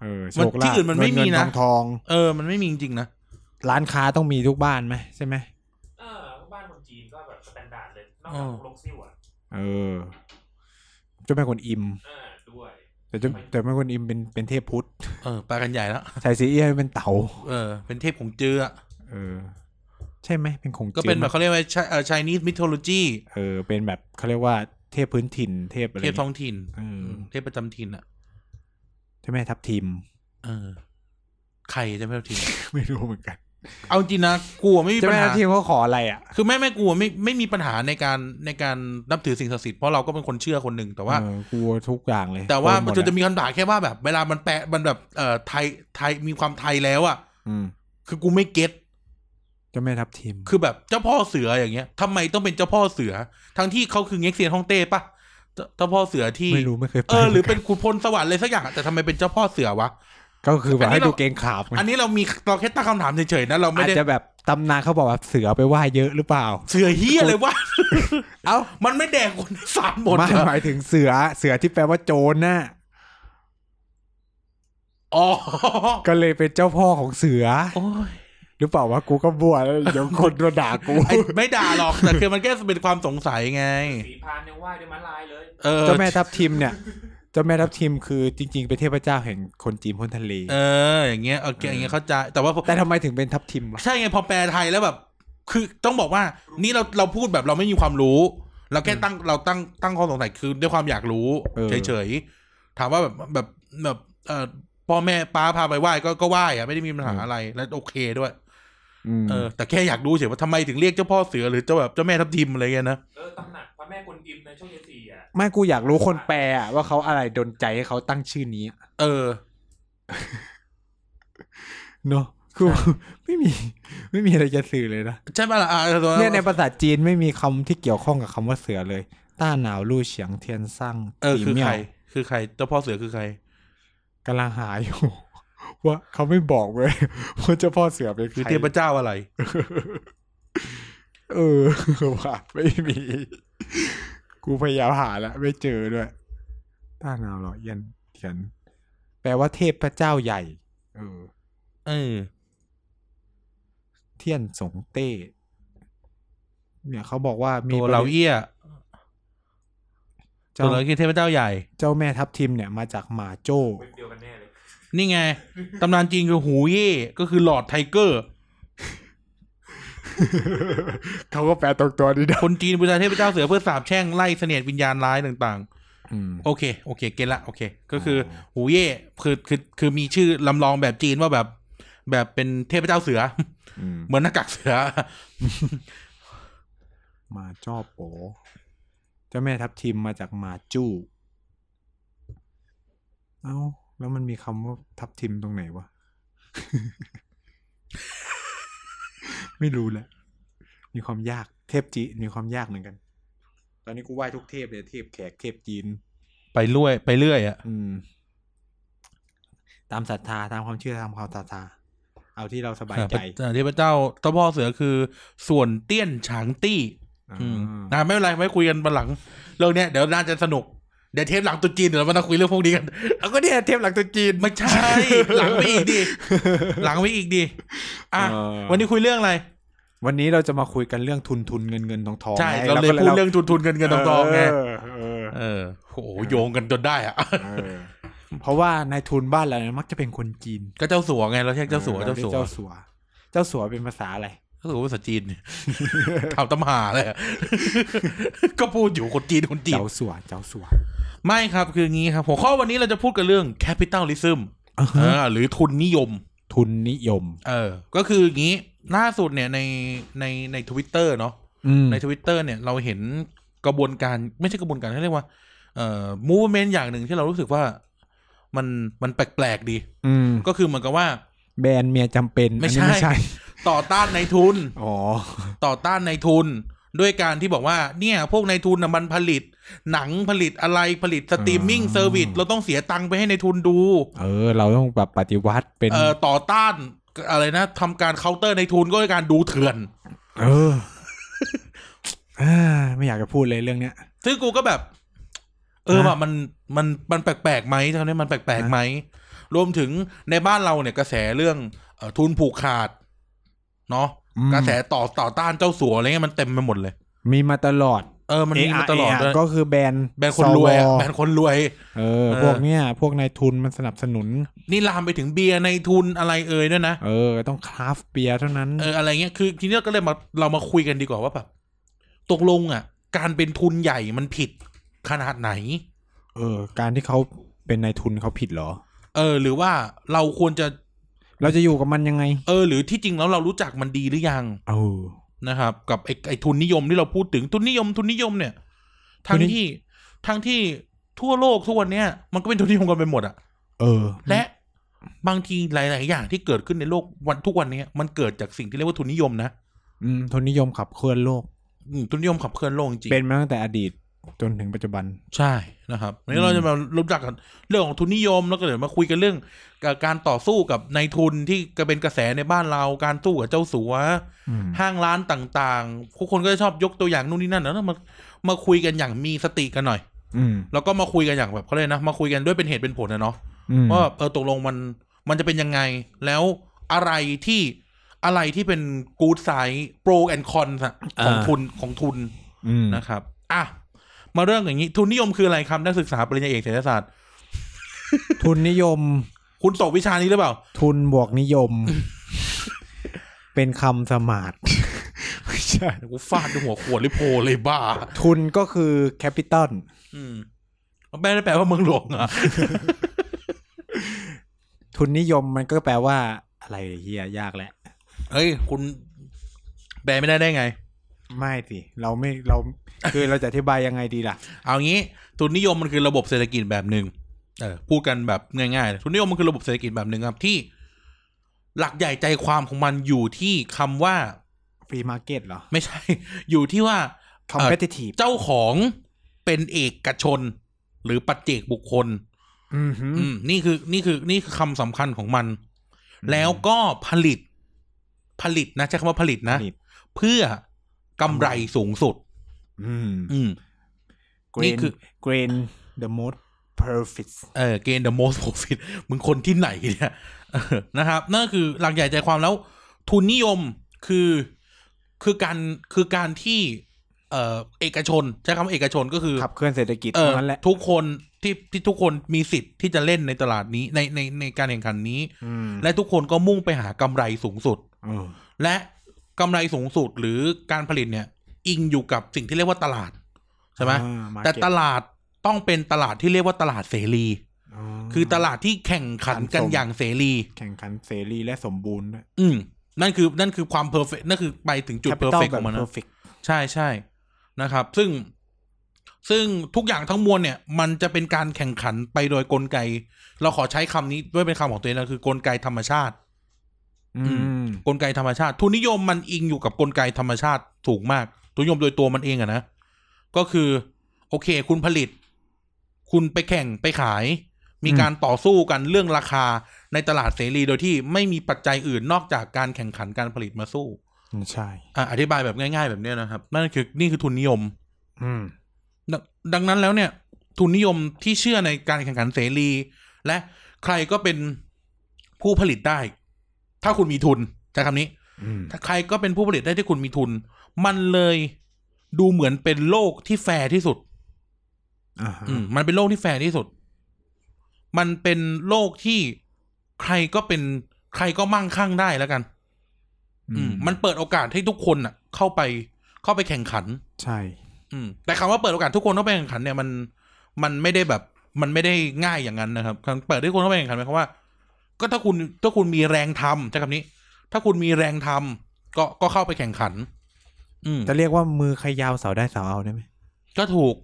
S1: เออโชค
S2: มัน
S1: ลาภ
S2: ที่อื่นมันไม่มีนะ
S1: เงิทองทอง
S2: เออ มันไม่มีจริงๆนะ
S1: ร้านค้าต้องมีทุกบ้านไหมใช่ไหม
S3: เออบ้านคนจีนก็แบบสแตนดาร์ดเลย นอกจากลกซิ่วอ่ะ
S1: เออเจ้าแม่กวนอิม
S3: เออด้วย
S1: แต่เจ้าแต่แม่กวนอิมเป็นเป็นเทพพุทธ
S2: เออไปกันใหญ่แล้ว
S1: ใช่สิเอี้ยเป็นเต๋า
S2: เออ เป็นเทพของเจืออะ
S1: เออ ใช่ไหมเป็นของ
S2: ก็เป็น
S1: จี
S2: แบบเขาเรียกว่าชายนิสมิทโลจี
S1: เออ เป็นแบบเขาเรียกว่าเทพพื้นถิ่น เทพอะไร
S2: เทพท้องถิ่น
S1: เออ
S2: เทพประจำถิ่นอ่ะ
S1: เจ้าแม่ทับทิม
S2: เออใครจะไม่เอาทิ้ง
S1: ไม่รู้เหมือนกัน
S2: เอาจริงนะกลัวไม่มี
S1: เจ้า
S2: ปัญ
S1: แม่
S2: หา
S1: ทัพทิมเขาขออะไรอ่ะ
S2: คือแม่แม่กลัวไม่ไม่มีปัญหาในการในการนับถือสิ่งศักดิ์สิทธิ์เพราะเราก็เป็นคนเชื่อคนหนึ่งแต่ว่า
S1: เออกูทุกอย่างเลย
S2: แต่ว่า
S1: โดห
S2: มัน
S1: ด
S2: จะมีคำถามแค่ว่าแบบ เวลามันแปะมันแบบเอ่อไทยไทยมีความไทยแล้วอ่ะ
S1: อืม
S2: คือกูไม่เก็ต
S1: เจ้าแม่ทับทิม
S2: คือแบบเจ้าพ่อเสืออย่างเงี้ยทำไมต้องเป็นเจ้าพ่อเสือ ทั้งที่เขาคือเง็กเซียนฮ่องเต้ปะเจ้าเจ้าพ่อเสือที่
S1: ไม่รู้ไม่เคยไป
S2: เออหรือเป็นขุนพลสวรรค์เลยสักอย่างอะแต่ทำไมเป็นเจ้าพ่อเสือวะ
S1: ก็คือแบบ
S2: อันนี้
S1: ให้
S2: เรา
S1: ดูเกรงขามไง
S2: อันนี้เรามีเราแค่ตั้งคำถามเฉยๆนะเราไม่
S1: อาจ
S2: ได้
S1: จะแบบตำนานเขาบอกว่าเสือไปไหว้เยอะหรือเปล่า
S2: เสือเฮียเลยว่า
S1: เอ้า
S2: มันไม่แดกคนในสารหมด
S1: ไม่
S2: เหรอ
S1: หมายถึงเสือเสือที่แปลว่าโจรน่ะ
S2: อ๋อ
S1: ก็เลยเป็นเจ้าพ่อของเสือ
S2: โอ้ย
S1: หรือเปล่าว่ากูก็บวชแล้วเดี๋ยวคนมาด่ากู
S2: ไอ้ไม่ด่าหรอกแต่คือมันแค่เป็นความสงสัยไง
S3: สีพานยังไหว้ด้วยมันลายเลย
S2: เออ
S1: เจ้าแม่ทับทิมเนี่ย เจ้าแม่ทับทิมคือจริง ๆ เป็นเทพเจ้าแห่งคนจีนพ้นทะเล
S2: เอออย่างเงี้ยโอเคอย่างเงี้ยเข้าใจแต่ว่า
S1: แต่ทำไมถึงเป็นทับทิมวะ
S2: ใช่ไงพอแปลไทยแล้วแบบ คือต้องบอกว่า นี่เราเราพูดแบบเราไม่มีความรู้ เราแค่ตั้งเราตั้งตั้งข้อสงสัยคือด้วยความอยากรู้เฉยๆถามว่าแบบแบบแบบเออพ่อแม่ป้าพาไปไหว้ก็ก็ไหว้อะไม่ได้มีปัญหาอะไรและโอเคด้วย
S1: ม
S2: เออ แต่แค่อยากรู้เฉยว่าทำไมถึงเรียกเจ้าพ่อเสือหรือเจ้าแบบเจ้าแม่ทับทิมอะไรเงี้ยนะ
S3: เออตำหนักพระแม่กุนอิมในโช่วงเยสีอ่ะ
S1: ไม่กูอยากรู้คนแปลอะว่าเขาอะไรดนใจให้เขาตั้งชื่อนี้อะ
S2: เออ
S1: เนาะคือ ไม่มี ไม่มีอะไรจะสื่อเลยนะ
S2: ใช่ไหมล่ะอ่าตัว
S1: เนี่ยในภาษาจีนไม่มีคำที่เกี่ยวข้องกับคำว่าเสือเลย ต้าหนาวลู่เฉียงเทียนซั่ง
S2: เออ
S1: ตี
S2: คือ
S1: มี่ย
S2: ใคร
S1: ว
S2: คือใครเจ้าพ่อเสือคือใคร
S1: กำลังหาอยู่ [LAUGHS] ว่าเขาไม่บอกเลยว่าเจ้าพ่อเสือเป็นใค
S2: คือ
S1: ร
S2: เทพเจ้าอะไร
S1: เอ [LAUGHS] อว่าไม่มี กูพยายามหาแล้วไม่เจอด้วย ต้าหนาวเหรอเย็นเทียน แปลว่าเทพเจ้าใหญ่ เออ
S2: เออ
S1: เทียนสงเต้ เนี่ยเขาบอกว่ามี
S2: ตัวเราเอี้ย
S1: เจ้า
S2: ตัวเราคือเทพเจ้าใหญ่
S1: เจ้าแม่ทับทิมเนี่ยมาจากหมาโจ้ [LAUGHS]
S3: เว็บเดียวกันแน่เลย
S2: นี่ไง ตำนานจีนคือหูเย่ก็คือหลอดไทเกอร์
S1: เขาก็แปลตรงตัวดีเด้อ
S2: คนจีนบูชาเทพเจ้าเสือเพื่อสาบแช่งไล่เสนียดวิญญาณร้ายต่าง
S1: ม
S2: ๆ โอเค โอเค เก็ตละโอเค ก็คืออ
S1: อ
S2: หูเย่คือคือคือมีชื่อลำลองแบบจีนว่าแบบ แบบเป็นเทพเจ้าเสือ [LAUGHS]
S1: อืม
S2: เหมือนหน้ากากเสือ
S1: หมาจ้อโป เจ้าแม่ทับทิมมาจากหมาจู้ เอ้า แล้วมันมีคำว่าทับทิมตรงไหนวะ [LAUGHS] ไม่รู้แหละ มีความยาก เทพจีมีความยากเหมือนกัน ตอนนี้กูไหว้ทุกเทพเลยเทพแขกเทพจีน
S2: ไปเรื่อยไปเรื่อยอ่ะ
S1: อืม ตามศรัทธาตามความเชื่อตามความศรัทธา เอาที่เราสบายใจ
S2: เออเทพเจ้าเจ้าพ่อเสือคือส่วนเตี้ยนฉางตี้ [LAUGHS] อืม
S1: อ่า
S2: นะไม่เป็นไรไม่คุยกันวันหลัง เรื่องเนี้ยเดี๋ยวน่าจะสนุก เดี๋ยวเทปหลังตุ๊จีนเดี๋ยวเรามานั่งคุยเรื่องพวกนี้กัน
S1: เอาก็เนี่ยเทพหลักตัวจีน
S2: ไม่ใช่ หลังไปอีกดิ หลังไปอีกดิ [LAUGHS] อ่ะ
S1: เออ
S2: วันนี้คุยเรื่องอะไร
S1: วันนี้เราจะมาคุยกันเรื่องทุนทุนเงินเงินทองทอง
S2: ใช่
S1: ไง
S2: เราเลยพูดเรื่องทุนทุนๆเงินเงินทองทองๆไง
S1: เออเออ
S2: เออโอ้โหโยงกันจนได้อ่ะ
S1: เออ เพราะว่านายทุนบ้านเราเนี่ยมักจะเป็นคนจีน
S2: ก็เจ้าสัวไง เราเรียกเจ้าสัว
S1: ออ
S2: เจ้าสัว
S1: เจ้าสัว เจ้าสัวเป็นภาษาอะไร
S2: เจ้าสัวภาษาจีนถามตำหาเลยอะ [LAUGHS] ก็พูดอยู่คนจีนคนจีน
S1: เจ้าสัว เจ้าสัว
S2: ไม่ครับคืองี้ครับหัวข้อวันนี้เราจะพูดกันเรื่อง capitalism
S1: อ่าฮะ
S2: เออหรือทุนนิยม
S1: ทุนนิยม
S2: เออ ก็คืออย่างนี้ล่าสุดเนี่ยในในในทวิตเตอร์เนาะ
S1: อืม
S2: ในทวิตเตอร์เนี่ยเราเห็นกระบวนการไม่ใช่กระบวนการเขาเรียกว่าเอ่อ movement อย่างหนึ่งที่เรารู้สึกว่า มันมันแปลกๆดี
S1: อืม
S2: ก็คือเหมือนกับว่า
S1: แบรนด์เมียจำเป็น
S2: ไม่
S1: อัน
S2: ใช่
S1: นี้ไม่ใช่
S2: ต่อต้านในทุน
S1: อ๋อ
S2: ต่อต้านในทุน ด้วยการที่บอกว่า เนี่ย พวกในทุนน่ะมันผลิต หนังผลิตอะไรผลิตสตรีมมิ่งเซอร์วิสเราต้องเสียตังค์ไปให้ในทุนดู
S1: เออ เราต้องแบบปฏิวัติเป็น
S2: เอ่อต่อต้านอะไรนะทำการเคาน์เตอร์ในทุนก็ด้วยการดูเถื่อน
S1: เออ อ่าไม่อยากจะพูดเลยเรื่องเนี้ย
S2: ซึ่งกูก็แบบ เออ
S1: นะ
S2: ว่ามันมันมันแปลกๆไหมเท่านี้มันแปลกๆไหม รวมถึงในบ้านเราเนี่ยกระแสเรื่องเออทุนผูกขาด เนาะ
S1: อืม
S2: กระแสต่อต่อต้านเจ้าสัวอะไรเงี้ยมันเต็มไปหมดเลย
S1: มีมาตลอด
S2: เออมันมีมา
S1: เะะ
S2: ตลอด
S1: เะ
S2: เลย
S1: อะก็คือแบรนด์
S2: แบรนด์คนรวยอะ
S1: ส
S2: แบรนด์คนรวย
S1: เออ
S2: เออ
S1: พวกเนี้ย พวกนายทุนมันสนับสนุน
S2: นี่ลามไปถึงเบียร์ในทุนอะไรเอ่ยด้วยนะ
S1: เออ ต้องคราฟเบียร์เท่านั้น
S2: เอออะไรเงี้ยคือทีนี้เราก็เลยมาเรามาคุยกันดีกว่าว่าแบบตกลงอ่ะ การเป็นทุนใหญ่มันผิดขนาดไหน
S1: เออ การที่เขาเป็นนายทุนเขาผิดเหรอ
S2: เออ หรือว่าเราควรจะ
S1: เราจะอยู่กับมันยังไง
S2: เออ หรือที่จริงแล้วเรารู้จักมันดีหรือยัง
S1: เออ
S2: นะครับ กับไอ้ไอ้ทุนนิยมที่เราพูดถึงทุนนิยม ทุนนิยมเนี่ยทั้
S1: ทุ
S2: ง
S1: นนิ
S2: ที่ทั้งที่ทั่วโลกทุกวันเนี้ยมันก็เป็นทุนนิยมกันไปหมดอะ
S1: เออ
S2: และ บางทีหลาย ๆ อย่างที่เกิดขึ้นในโลกวันทุกวันเนี้ยมันเกิดจากสิ่งที่เรียกว่าทุนนิยมนะ
S1: อืมทุนนิยมขับเคลื่อนโลก
S2: อืมทุนนิยมขับเคลื่อนโลกจริงๆ
S1: เป็นมาตั้งแต่อดีตจนถึงปัจจุบัน
S2: ใช่นะครับวัน
S1: อื
S2: นี้
S1: ม
S2: เราจะมารู้จักกันเรื่องของทุนนิยมแล้วก็เดี๋ยวมาคุยกันเรื่องกับการต่อสู้กับนายทุนที่ก็เป็นกระแสในบ้านเราการสู้กับเจ้าสัว
S1: อืม
S2: ห้างร้านต่างๆผู้คนก็จะชอบยกตัวอย่างนู่นนี่นั่นแล้วมามาคุยกันอย่างมีสติกันหน่อย
S1: อืม
S2: แล้วก็มาคุยกันอย่างแบบเขาเลยกนะ มาคุยกันด้วยเป็นเหตุเป็นผลนะเนาะ
S1: อืม
S2: ว่าเออตกลงมันมันจะเป็นยังไง แล้วอะไรที่อะไรที่เป็นกูดไซด์โปรแอนคอนของทุนของทุน
S1: อืม
S2: นะครับ อ่ะ มาเรื่องอย่างนี้ ทุนนิยมคืออะไรครับ นักศึกษาปริญญาเอกเศรษฐศาสตร์
S1: ทุนนิยม
S2: คุณตกวิชานี้หรือเปล่า
S1: ทุนบวกนิย [LAUGHS] ม เป็นคำสมาร์ทไม่ใช่
S2: กูฟาดด้วยหัวขวดลิโพเลยบ้า
S1: ทุนก็คือแคปิตอล
S2: อืมมันไม่ได้แปลว่าเมืองหลวงอ่ะ
S1: ทุนนิยมมันก็แปลว่า อะไรเฮียยากแหละ
S2: เฮ้ย คุณ แปลไม่ได้ได้ไง
S1: ไม่สิเราไม่
S2: [LAUGHS]
S1: เราคือเราจะอธิบายยังไงดีล่ะ
S2: เอางี้ ทุนนิยมมันคือระบบเศรษฐกิจแบบหนึ่งเออพูดกันแบบง่ายๆเลยทุนนิยมมันคือระบบเศรษฐกิจแบบหนึ่งครับที่ หลักใหญ่ใจความของมันอยู่ที่คำว่า
S1: ฟรีมาร์เก็ตเหรอ
S2: ไม่ใช่ [LAUGHS] อยู่ที่ว่า
S1: competitive
S2: เจ้าของเป็นเอกชน หรือปัจเจกบุคคล
S1: อืมหือ
S2: อืมนี่คือนี่คือนี่คือคำสำคัญของมัน
S1: อืม
S2: แล้วก็ผลิตผลิตนะใช้คำว่าผลิตนะ
S1: ผลิต
S2: เพื่อกำไรสูงสุด
S1: อืม
S2: อืม นี่
S1: green
S2: คือ
S1: green the most perfect
S2: เออเกณฑ์ the most [LAUGHS] profit มึงคนที่ไหนเนี่ยเออนะครับ นั่นก็คือหลักใหญ่ใจความแล้ว ทุนนิยมคือคือการคือการที่เอ่อเอกชน ใช้คำว่าเอกชนก็คือ
S1: ขับเคลื่อนเศรษฐกิจ
S2: เออ
S1: เท่านั้นแหละ
S2: ทุกคนที่ที่ทุกคนมีสิทธิ์ที่จะเล่นในตลาดนี้ในในในการแข่งขันนี้
S1: อืม
S2: และทุกคนก็มุ่งไปหากำไรสูงสุด
S1: เออ
S2: และกำไรสูงสุดหรือการผลิตเนี่ย อิงอยู่กับสิ่งที่เรียกว่าตลาดใช่ไหม
S1: อ่า market
S2: แต่ตลาดต้องเป็นตลาดที่เรียกว่าตลาดเสรี คือตลาดที่แข่งขันกั
S1: ขั
S2: น
S1: นสม
S2: อย่างเสรี
S1: แข่งขันเสรีและสมบูรณ์ด้วย
S2: อืมนั่นคือนั่นคือความเพอร์เฟนั่นคือไปถึงจุดเพอร์
S1: Capital
S2: เฟกของมัน
S1: แบบ
S2: นะ
S1: perfect
S2: ใช่ใช่นะครับ ซึ่งซึ่งทุกอย่างทั้งมวลเนี่ย มันจะเป็นการแข่งขันไปโดยกลไก เราขอใช้คำนี้ด้วยเป็นคำของตัวเองนะคือกลไกธรรมชาติ
S1: อืม
S2: กลไกธรรมชาติ ทุนนิยมมันอิงอยู่กับกลไกธรรมชาติสูงมาก ทุนนิยมโดยตัวมันเองอะนะ ก็คือ โอเค คุณผลิต คุณไปแข่งไปขาย มี
S1: อืม
S2: การต่อสู้กันเรื่องราคาในตลาดเสรีโดยที่ไม่มีปัจจัยอื่นนอกจากการแข่งขันการผลิตมาสู้
S1: ใช่
S2: อ่ะอธิบายแบบง่าย ๆ แบบเนี้ยนะครับ นั่นคือนี่คือทุนนิยม
S1: อืม
S2: ดงดังนั้นแล้วเนี่ย ทุนนิยมที่เชื่อในการแข่งขันเสรี และใครก็เป็นผู้ผลิตได้ ถ้าคุณมีทุนใช้คำนี้
S1: อืม
S2: ถ้าใครก็เป็นผู้ผลิตได้ที่คุณมีทุน มันเลยดูเหมือนเป็นโลกที่แฟร์ที่สุด
S1: อ่าฮะ
S2: อืมมันเป็นโลกที่แฟร์ที่สุด มันเป็นโลกที่ใครก็เป็นใครก็มั่งคั่งได้แล้วกัน อืม มันเปิดโอกาสให้ทุกคนอ่ะ เข้าไปเข้าไปแข่งขัน
S1: ใช่
S2: อืมแต่คำว่าเปิดโอกาสทุกคนเข้าไปแข่งขันเนี่ยมันมันไม่ได้แบบมันไม่ได้ง่ายอย่างนั้นนะครับการเปิดให้คนเข้าไปแข่งขันหมายความว่า ก็ถ้าคุณถ้าคุณมีแรงทำใช้คำนี้ ถ้าคุณมีแรงทำก็ก็เข้าไปแข่งขัน อืม
S1: จะเรียกว่ามือใครยาวเสาได้เสาเอาได้ไหม
S2: ก็ถูก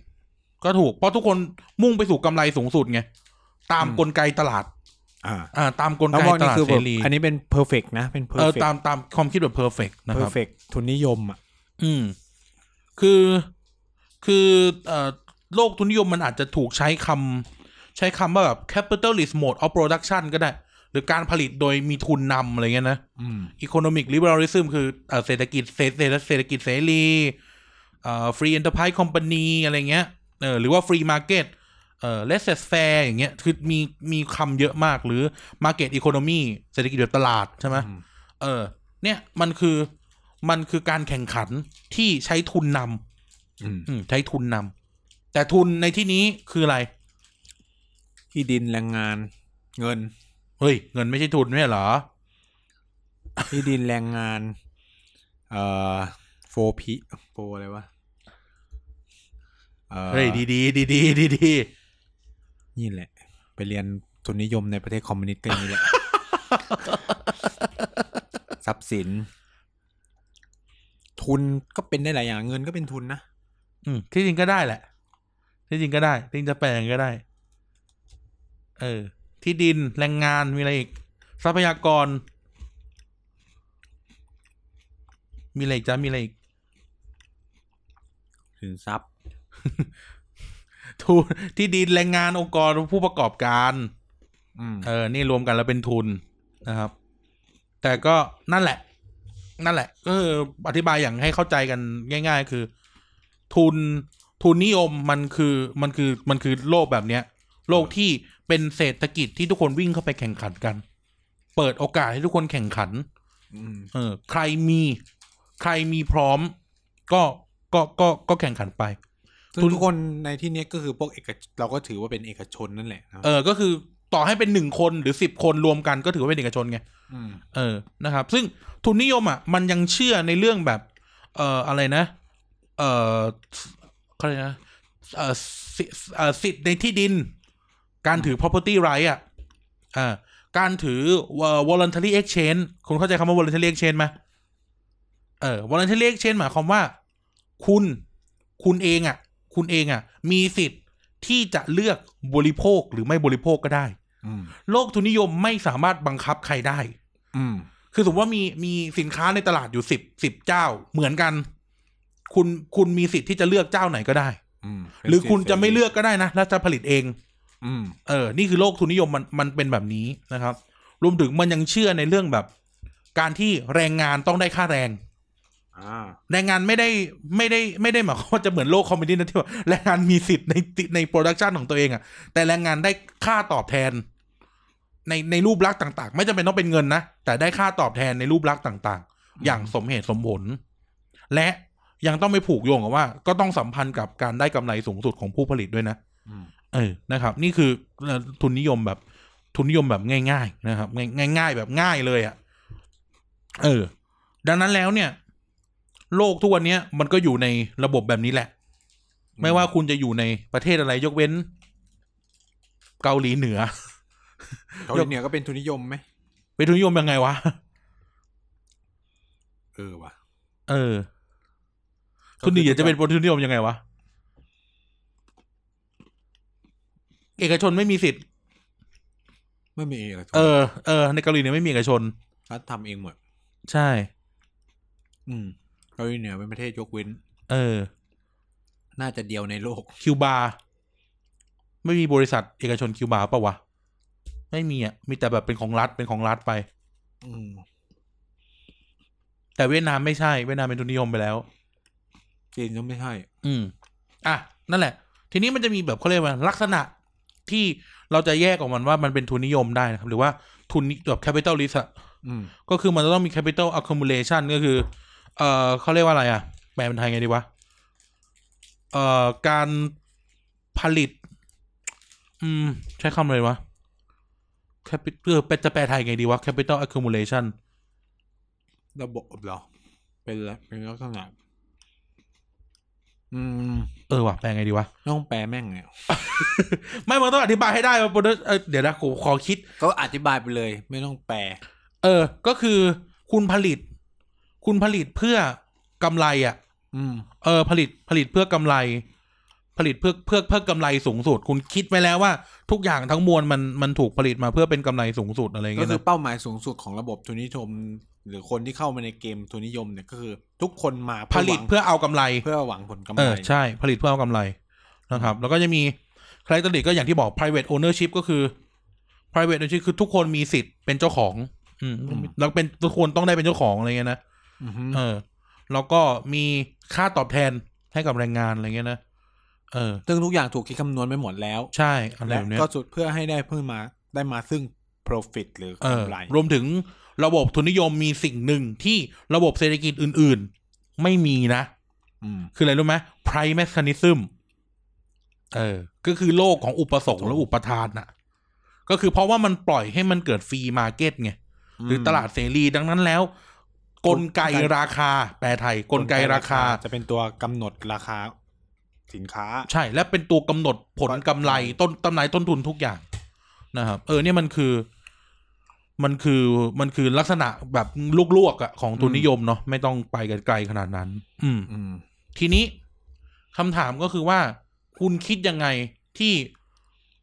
S2: ก็ถูก เพราะทุกคนมุ่งไปสู่กำไรสูงสุดไงตาม
S1: อืม
S2: กลไกตลาด
S1: อ่า
S2: อ่า ตามกล
S1: แล้ว
S2: ไก
S1: บอก
S2: ต
S1: นี่
S2: ลาด
S1: คือ
S2: เส
S1: แบบ
S2: รี
S1: อันนี้เป็น perfect นะ เป็น
S2: เออ
S1: perfect
S2: ตามตามความคิดแบบ perfect นะครับ
S1: perfect ทุนนิยมอ่ะ
S2: อืม คือคือเอ่อโลกทุนนิยมมันอาจจะถูกใช้คำใช้คำว่าแบบ capitalist mode of production ก็ได้ หรือการผลิตโดยมีทุนนำอะไรเงี้ยนะ
S1: อืม
S2: economic liberalism คือเอ่อเศรษฐกิจเศรษฐเศรษฐกิจเสรีเอ่อ free enterprise company อะไรเงี้ยเออหรือว่า free market เอ่อ less fair อย่างเงี้ยคือมีมีคำเยอะมากหรือ market economy เศรษฐกิจแบบตลาดใช่ไหม
S1: อืม
S2: เออ เนี่ยมันคือมันคือการแข่งขันที่ใช้ทุนนำ
S1: อืม
S2: อืมใช้ทุนนำแต่ทุนในที่นี้คืออะไร
S1: ที่ดินแรงงาน เงิน
S2: เฮ้ย เงินไม่ใช่ทุนไม่ใช่เหรอ
S1: ที่ดินแรงงาน เอ่อโฟพีโฟอะไรวะอ่อ
S2: เฮ้ย ดีดีดีดีดีดี
S1: นี่แหละ ไปเรียนทุนนิยมในประเทศคอมมิวนิสต์ก็อย่างนี้แหละ
S2: [LAUGHS]
S1: ทรัพย์สิน ทุนก็เป็นได้หลายอย่าง เงินก็เป็นทุนนะ
S2: อืมที่จริงก็ได้แหละ ที่จริงก็ได้ที่จริงจะแปลงก็ได้ เออ ที่ดินแรงงานมีอะไรอีก ทรัพยากร มีอะไรอีกจ้ามีอะไรอีก [LAUGHS]
S4: สินทรัพย์
S2: ทุนที่ดินแรงงานองค์กรผู้ประกอบการ
S1: อืม
S2: เออ นี่รวมกันแล้วเป็นทุนนะครับ แต่ก็นั่นแหละ นั่นแหละ ก็คืออธิบายอย่างให้เข้าใจกันง่าย ๆ คือ ทุนทุนนิยมมันคือมันคือมันคือโลกแบบเนี้ย โลกที่เป็นเศรษฐกิจที่ทุกคนวิ่งเข้าไปแข่งขันกัน เปิดโอกาสให้ทุกคนแข่งขัน
S1: อืม
S2: เออ ใครมี ใครมีพร้อม ก็ก็ก็ก็แข่งขันไป
S1: ซึ่ง
S2: ทุน
S1: ทุกคนในที่เนี้ยก็คือพวกเอกชเราก็ถือว่าเป็นเอกชนนั่นแหละนะ
S2: เออ ก็คือต่อให้เป็นหนึ่งคนหรือสิบคนรวมกันก็ถือว่าเป็นเอกชนไง
S1: ม
S2: เออ นะครับ ซึ่งทุนนิยมอ่ะ มันยังเชื่อในเรื่องแบบ เอ่อ อะไรนะ เอ่อเขาเรียกนะ เอ่อสิเอ่อสิทธิ์ในที่ดิน การถือ property right อ่ะ อ่า การถือเอ่อ voluntary exchange คุณเข้าใจคำว่า voluntary exchange ไหมเออ voluntary exchange หมายความว่า คุณ คุณเองอ่ะ คุณเองอ่ะ มีสิทธิ์ที่จะเลือกบริโภคหรือไม่บริโภคก็ได้
S1: อืม
S2: โลกทุนนิยมไม่สามารถบังคับใครได้
S1: อืม
S2: คือสมมติว่ามีมีสินค้าในตลาดอยู่สิบสิบเจ้าเหมือนกัน คุณคุณมีสิทธิ์ที่จะเลือกเจ้าไหนก็ได้
S1: อืม
S2: หรือคุณจะไม่เลือกก็ได้นะแล้วจะผลิตเอง
S1: อืม
S2: เออ นี่คือโลกทุนนิยมมันมันเป็นแบบนี้นะครับ รวมถึงมันยังเชื่อในเรื่องแบบ การที่แรงงานต้องได้ค่าแรง
S1: อ่า
S2: แรงงานไม่ได้ไม่ได้ไม่ได้หมายความว่าจะเหมือนโลกคอมมิวนิสต์นะที่ว่าแรงงานมีสิทธิ์ในในโปรดักชันของตัวเองอะแต่แรงงานได้ค่าตอบแทน ในในรูปลักษณ์ต่าง ๆ ไม่จำเป็นต้องเป็นเงินนะ แต่ได้ค่าตอบแทนในรูปลักษณ์ต่าง ๆ อย่างสมเหตุสมผล และยังต้องไม่ผูกโยงกับว่า ก็ต้องสัมพันธ์กับการได้กำไรสูงสุดของผู้ผลิตด้วยนะ
S1: อืม
S2: เออนะครับ นี่คือเอ่อทุนนิยมแบบทุนนิยมแบบง่าย ๆ นะครับ ง่ายง่ายๆแบบง่ายเลยอะ่ะเออ ดังนั้นแล้วเนี่ย โลกทุกวันเนี้ยมันก็อยู่ในระบบแบบนี้แหละ ไม่ว่าคุณจะอยู่ในประเทศอะไรยกเว้น เกาหลีเหนือ
S1: เกาหลีเหนือก็เป็นทุนนิยมไหม
S2: เป็นทุนนิยมยังไงวะ
S1: เออว่ะ
S2: เออ ทุนนิยมจะเป็นทุนนิยมยังไงวะ เอกชนไม่มีสิทธิ์
S1: ไม่มีอะไร
S2: เออ เออ ในเกาหลีเหนี่ยไม่มีเอกชน
S1: รัฐทำเองหมด
S2: ใช่
S1: อืมเกาหลีเหนือเป็นประเทศยกเว้น
S2: เออ
S1: น่าจะเดียวในโลก
S2: คิวบา ไม่มีบริษัทเอกชนคิวบาปะวะ ไม่มีอ่ะ มีแต่แบบเป็นของรัฐ เป็นของรัฐไป
S1: อืม
S2: แต่เวียดนามไม่ใช่ เวียดนามเป็นทุนนิยมไปแล้ว
S1: จีนก็ไม่ใช่
S2: อืม อ่ะ นั่นแหละ ทีนี้มันจะมีแบบเขาเรียกว่าลักษณะที่เราจะแยกออกมันว่ามันเป็นทุนนิยมได้นะครับ หรือว่าทุนนิแบบ capital risk อะ
S1: อืม
S2: ก็คือมันจะต้องมี capital accumulation ก็คือ เอ่อเขาเรียกว่าอะไรอ่ะ แปลเป็นไทยไงดีวะ เอ่อ การผลิต อืม ใช้คำอะไรวะ capital เออเป็นจะแปลไทยไงดีวะ capital accumulation
S1: ระบบเหรอ เป็นละเป็นลักษณะ อืม
S2: เออว่ะ แปลไงดีวะ
S1: ต้องแปลแม่งเนี่ย
S2: ไม่มันต้องอธิบายให้ได้ว่า product เออเดี๋ยวนะกูขอคิด
S1: ก็อธิบายไปเลย ไม่ต้องแปล
S2: เออ ก็คือคุณผลิต คุณผลิตเพื่อกำไรอ่ะ
S1: อืม
S2: เออผลิตผลิตเพื่อกำไร ผลิตเพื่อเพื่อเพื่อกำไรสูงสุด คุณคิดไว้แล้วว่า ทุกอย่างทั้งมวลมันมันถูกผลิตมาเพื่อเป็นกำไรสูงสุดอะไรอย่าง
S1: ก็
S2: เงี้ย
S1: คือ
S2: นะ
S1: เป้าหมายสูงสุดของระบบทุนนิยม หรือคนที่เข้ามาในเกมทุนนิยมเนี่ยก็คือ ทุกคนมา
S2: ผ
S1: เพื่อห
S2: ลิ
S1: วั
S2: ต
S1: ง
S2: เพื่อเอากำไร
S1: เพื่อหวังผลกำ
S2: เอ
S1: ไร
S2: อใช่ผลิตเพื่อเอากำไรนะครับ แล้วก็จะมีคลาสติกก็อย่างที่บอก private ownership ก็คือ private ownership คือทุกคนมีสิทธิ์เป็นเจ้าของ อืมแล้วเป็นทุกคนต้องได้เป็นเจ้าของอะไรเงี้ยนะ
S1: อือฮึ
S2: เออ แล้วก็มีค่าตอบแทนให้กับแรงงานอะไรเงี้ยนะ เออ
S1: ซึ่งทุกอย่างถูกคิดคำนวณไปหมดแล้ว
S2: ใช่อะไร
S1: และ
S2: แบบเนี้ย
S1: ก็สุดเพื่อให้ได้เพิ่มมาได้มาซึ่ง profit หรือ
S2: เออก
S1: ำไร
S2: รวมถึงระบบทุนนิยมมีสิ่งหนึ่งที่ระบบเศรษฐกิจอื่นๆ ไม่มีนะ
S1: ม
S2: คืออะไรรู้ไหม price mechanism เออ ก็คือโลกของอุปสงค์และอุปทานน่ะ ก็คือเพราะว่ามันปล่อยให้มันเกิดฟรีมาร์เก็ตไง หรือตลาดเสรีดังนั้นแล้ว กลไกราคา แปลไทย กลไกราคา
S1: จะเป็นตัวกำหนดราคาสินค้า
S2: ใช่และเป็นตัวกำหนดผลกำไรต้นตำไหนต้นทุนทุกอย่างนะครับ เออเนี่ยมันคือ มันคือมันคือลักษณะแบบลวกๆอะของทุนนิยมเนาะไม่ต้องไปกันไกลขนาดนั้น อืม
S1: อืม
S2: ทีนี้คำถามก็คือว่า คุณคิดยังไงที่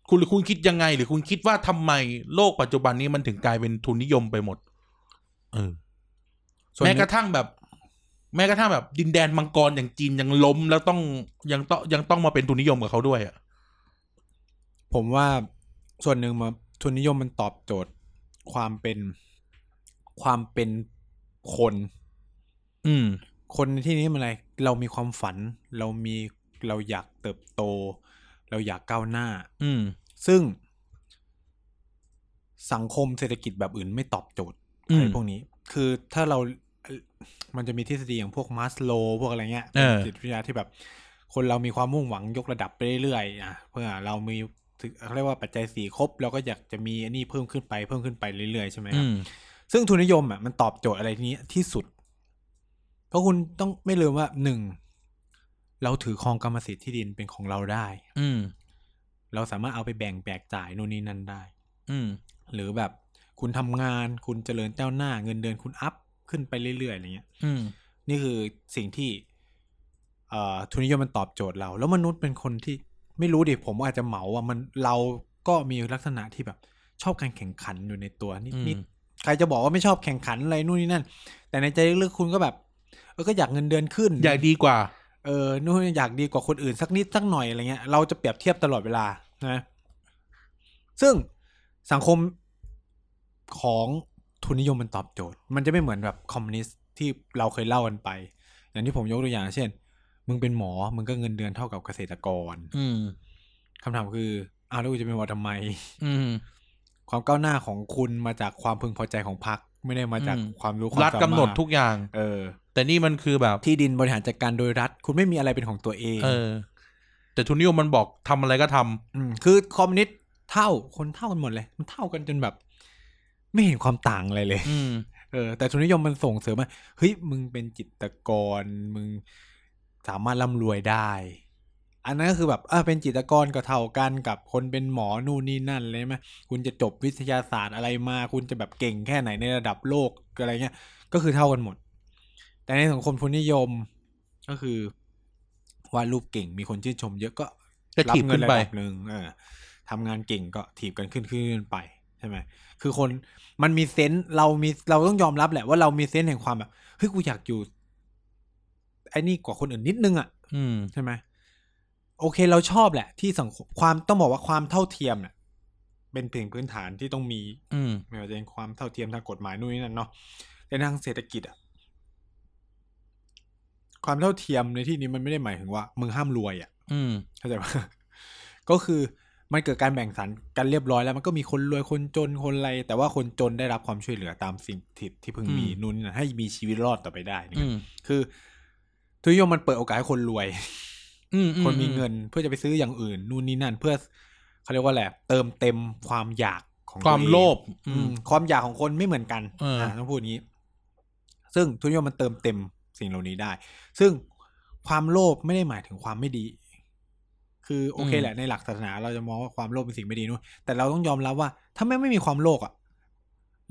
S2: คุณหรือคุณคิดยังไง หรือคุณคิดว่าทำไมโลกปัจจุบันนี้มันถึงกลายเป็นทุนนิยมไปหมด เออ
S1: ส่วน
S2: แม้กระทั่งแบบ แม้กระทั่งแบบ ดินแดนมังกรอย่างจีนยังล้มแล้วต้องยังต้องยังต้องมาเป็นทุนนิยมกับเขาด้วยอ่ะ
S1: ผมว่าส่วนหนึ่งมาทุนนิยมมันตอบโจทย์ ความเป็นความเป็นคน
S2: อืม
S1: คนในที่นี้มันอะไร เรามีความฝัน เรามีเราอยากเติบโต เราอยากก้าวหน้า
S2: อืม
S1: ซึ่ง สังคมเศรษฐกิจแบบอื่นไม่ตอบโจทย์
S2: อืม
S1: อะไรพวกนี้ คือถ้าเราเอ่อมันจะมีทฤษฎีอย่างพวกมาสโลว์พวกอะไรเงี้ย
S2: เออ
S1: จิตวิทยาที่แบบ คนเรามีความมุ่งหวังยกระดับไปเรื่อยๆอ่ะเพื่อเรามีถึงเขาเรียกว่าปัจจัยสี่ครบเราก็อยากจะมีอันนี้เพิ่มขึ้นไปเพิ่มขึ้นไปเรื่อยๆใช่ไหมค
S2: อื
S1: รับ
S2: ม
S1: ซึ่งทุนนิยมอ่ะมันตอบโจทย์อะไรนี้ที่สุด เพราะคุณต้องไม่ลืมว่าหนึ่งเราถือครองกรรมสิทธิ์ที่ดินเป็นของเราได้
S2: อืม
S1: เราสามารถเอาไปแบ่งแบกจ่ายนู่นนี่นั่นได้
S2: อืม
S1: หรือแบบคุณทำงานคุณเจริญเจ้าวหน้าเงินเดือนคุณอัพขึ้นไปเรื่อยๆอะไรเงี้ย
S2: อืม
S1: นี่คือสิ่งที่เอ่อทุนนิยมมันตอบโจทย์เรา แล้วมนุษย์เป็นคนที่ไม่รู้ดิผมอาจจะเหมาว่ามันเราก็มีลักษณะที่แบบชอบการแข่งขันอยู่ในตัวนิด
S2: อืม
S1: นิดใครจะบอกว่าไม่ชอบแข่งขันอะไรนู่นนี่นั่น แต่ในใจลึกๆคุณก็แบบเออก็อยากเงินเดือนขึ้น
S2: ใหญ่ดีกว่า
S1: เออนู่นอยากดีกว่าคนอื่นสักนิดสักหน่อยอะไรเงี้ยเราจะเปรียบเทียบตลอดเวลานะซึ่งสังคมของทุนนิยมมันตอบโจทย์ มันจะไม่เหมือนแบบคอมมิวนิสต์ที่เราเคยเล่ากันไป อย่างที่ผมยกตัวอย่าง เช่น มึงเป็นหมอ มึงก็เงินเดือนเท่ากับเกษตรกร
S2: อืม
S1: คำถามคืออ้าวแล้วกูจะเป็นหมอทำไม
S2: อืม
S1: ความก้าวหน้าของคุณมาจากความพึงพอใจของพรรคไม่ได้มาจาก
S2: อืม
S1: ความรู้ความ
S2: รัฐ
S1: สามารถ
S2: กำหนดทุกอย่าง
S1: เออ
S2: แต่นี่มันคือแบบ
S1: ที่ดินบริหารจัดการโดยรัฐ คุณไม่มีอะไรเป็นของตัวเอง
S2: เออ แต่ทุนนิยมมันบอกทำอะไรก็ทำ
S1: มคือคอมมิวนิสต์เท่าคนเท่ากันหมดเลย มันเท่ากันจนแบบ ไม่เห็นความต่างอะไรเลย
S2: อืม
S1: เออแต่ทุนนิยมมันส่งเสริมว่าเฮ้ยมึงเป็นจิตรกร มึงสามารถร่ำรวยได้ อันนั้นก็คือแบบอ่ะเป็นจิตรกรก็เท่ากันกับคนเป็นหมอนู่นนี่นั่นเลยไหมคุณจะจบวิทยาศาสตร์อะไรมา คุณจะแบบเก่งแค่ไหนในระดับโลกอะไรเงี้ย ก็คือเท่ากันหมด แต่ในสังคมทุนนิยมก็คือวาดรูปเก่งมีคนชื่นชม เยอะก็
S2: ก็ถีบขึ้นไป
S1: ระดับหนึ่งเออทำงานเก่งก็ถีบกันขึ้นขึ้นไปใช่ไหม คือคนมันมีเซนส์เรามีเราต้องยอมรับแหละว่าเรามีเซนส์แห่งความแบบเฮ้ยกูอยากอยู่ไอ้นี่กว่าคนอื่นนิดนึงอะ่ะ
S2: อืม
S1: ใช่ไหมโอเคเราชอบแหละ ที่สังคมความต้องบอกว่าความเท่าเทียมเนี่ยเป็นเพียงพื้นฐานที่ต้องมี
S2: อืม
S1: ไม่ว่าจะเป็นความเท่าเทียมทางกฎหมายนู่นนี่นั่นเนาะแต่ทางเศรษฐกิจอะความเท่าเทียมในที่นี้มันไม่ได้หมายถึงว่ามึงห้ามรวยอ่ะ
S2: อืม
S1: เข้าใจปะ [LAUGHS] ก็คือมันเกิดการแบ่งสรรกันเรียบร้อยแล้วมันก็มีคนรวยคนจนคนอะไร แต่ว่าคนจนได้รับความช่วยเหลือตามสิ่งที่ที่พึงมี
S2: อืม
S1: นู่นนนให้มีชีวิตรอดต่อไปได้นะค
S2: อื
S1: รับ
S2: ม
S1: คือทุนนิยมมันเปิดโอกาสให้คนรวย
S2: อืม
S1: คนมีเงินเพื่อจะไปซื้ออย่างอื่น นู่นนี่นั่น เพื่อเขาเรียกว่าแหละไรเติมเต็มความอยากของ
S2: ควา
S1: ตั
S2: ม
S1: วเอง
S2: โลภ
S1: อื
S2: อื
S1: ม
S2: ม
S1: ความอยากของคนไม่เหมือนกัน
S2: เอออ่
S1: ต้องพูดอย่างนี้ ซึ่งทุนนิยมมันเติมเต็มสิ่งเหล่านี้ได้ ซึ่งความโลภไม่ได้หมายถึงความไม่ดี คือโอเคแหละในหลักศาสนาเราจะมองว่าความโลภเป็นสิ่งไม่ดีนู่นแต่เราต้องยอมรับว่า ถ้าแม่งไม่มีความโลภอ่ะ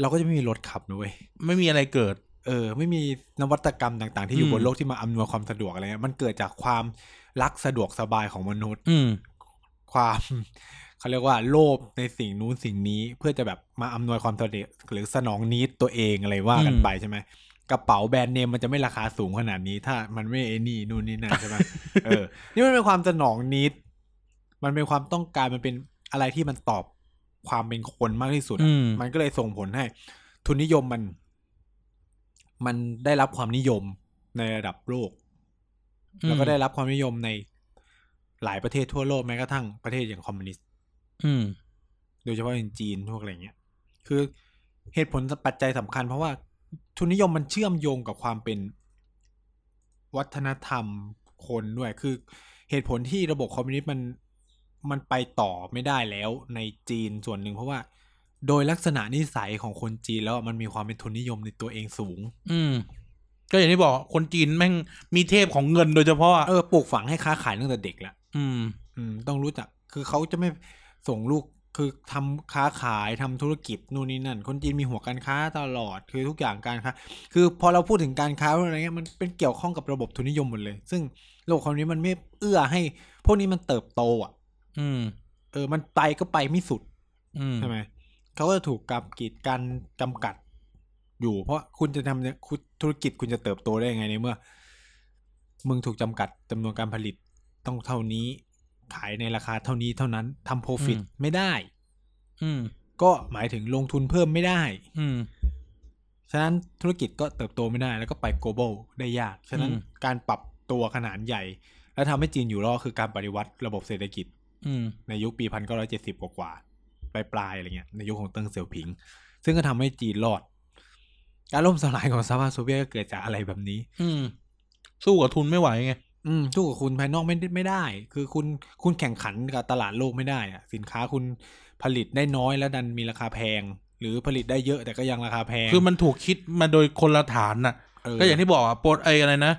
S1: เราก็จะไม่มีรถขับนะเว้ย
S2: ไม่มีอะไรเกิด
S1: เออไม่มีนวัตกรรมต่าง ๆ ที่อยู่
S2: อืม
S1: บนโลกที่มาอำนวยความสะดวกอะไรเงี้ยมันเกิดจากความรักสะดวกสบายของมนุษย์
S2: อืม
S1: ความ [LAUGHS] เขาเรียกว่าโลภในสิ่งนู้นสิ่งนี้เพื่อจะแบบมาอำนวยความสะดวกหรือสนองนี้ตัวเองอะไรว่ากัน
S2: อืม
S1: ไปใช่ไหมกระเป๋าแบรนด์เนมมันจะไม่ราคาสูงขนาดนี้ ถ้ามันไม่ไอ้นี่นู่นนี่นั่นใช่ไหม เออ นี่มันเป็นความสนองนิด มันเป็นความต้องการมันเป็นอะไรที่มันตอบความเป็นคนมากที่สุดอะ
S2: อืม
S1: มันก็เลยส่งผลให้ ทุนนิยมมัน มันได้รับความนิยมในระดับโลก
S2: อืม
S1: แล้วก็ได้รับความนิยมในหลายประเทศทั่วโลกแม้กระทั่งประเทศอย่างคอมมิวนิสต์
S2: อืม
S1: โดยเฉพาะอย่างจีนพวกอะไรเงี้ย คือเหตุผลปัจจัยสำคัญเพราะว่าทุนนิยมมันเชื่อมโยงกับความเป็นวัฒนธรรมคนด้วย คือเหตุผลที่ระบบคอมมิวนิสต์มันมันไปต่อไม่ได้แล้วในจีนส่วนหนึ่งเพราะว่า โดยลักษณะนิสัยของคนจีนแล้วอะมันมีความเป็นทุนนิยมในตัวเองสูง
S2: อืม ก็อย่างที่บอกคนจีนแม่งมีเทพของเงินโดยเฉพาะอะ
S1: เออปลูกฝังให้ค้าขายตั้งแต่เด็กแล้ว
S2: อืม
S1: อืมต้องรู้จัก คือเขาจะไม่ส่งลูก คือทำค้าขายทำธุรกิจนู่นนี่นั่น คนจีนมีหัวการค้าตลอด คือทุกอย่างการค้า คือพอเราพูดถึงการค้าอะไรเงี้ย มันเป็นเกี่ยวข้องกับระบบทุนนิยมหมดเลย ซึ่งโลกความนี้มันไม่เอื้อให้ พวกนี้มันเติบโตอ่ะ
S2: อืม
S1: เออมันไปก็ไปไม่สุด
S2: อืม
S1: ใช่ไหมเขาก็จะถูกกับกีดกันจำกัดอยู่ เพราะคุณจะทำเนี่ยคุณธุรกิจคุณจะเติบโตได้ยังไงในเมื่อ มึงถูกจำกัดจำนวนการผลิตต้องเท่านี้ ขายในราคาเท่านี้เท่านั้นทำโปรฟิตไม่ได้
S2: อืม
S1: ก็หมายถึงลงทุนเพิ่มไม่ได้
S2: อืม
S1: ฉะนั้นธุรกิจก็เติบโตไม่ได้แล้วก็ไป global ได้ยาก ฉะนั้น
S2: อืม
S1: การปรับตัวขนาดใหญ่ และทำให้จีนอยู่รอดคือการปฏิวัติระบบเศรษฐกิจ
S2: อืม
S1: ในยุคปี 1970 กว่ากว่าปลายปลายๆอะไรเงี้ยในยุคของเติ้งเสี่ยวผิง ซึ่งก็ทำให้จีนรอด การล่มสลายของสหภาพโซเวียตก็เกิดจากอะไรแบบนี้
S2: อืม สู้กับทุนไม่ไหวไง
S1: อืมสู้กับคุณภายนอกไม่ได้ไม่ได้ คือคุณคุณแข่งขันกับตลาดโลกไม่ได้อะสินค้าคุณผลิตได้น้อยแล้วดันมีราคาแพง หรือผลิตได้เยอะแต่ก็ยังราคาแพง
S2: คือมันถูกคิดมาโดยคนละฐานน่ะ
S1: เ
S2: ก็อย่างที่บอกอะโปรดไออะไรนะ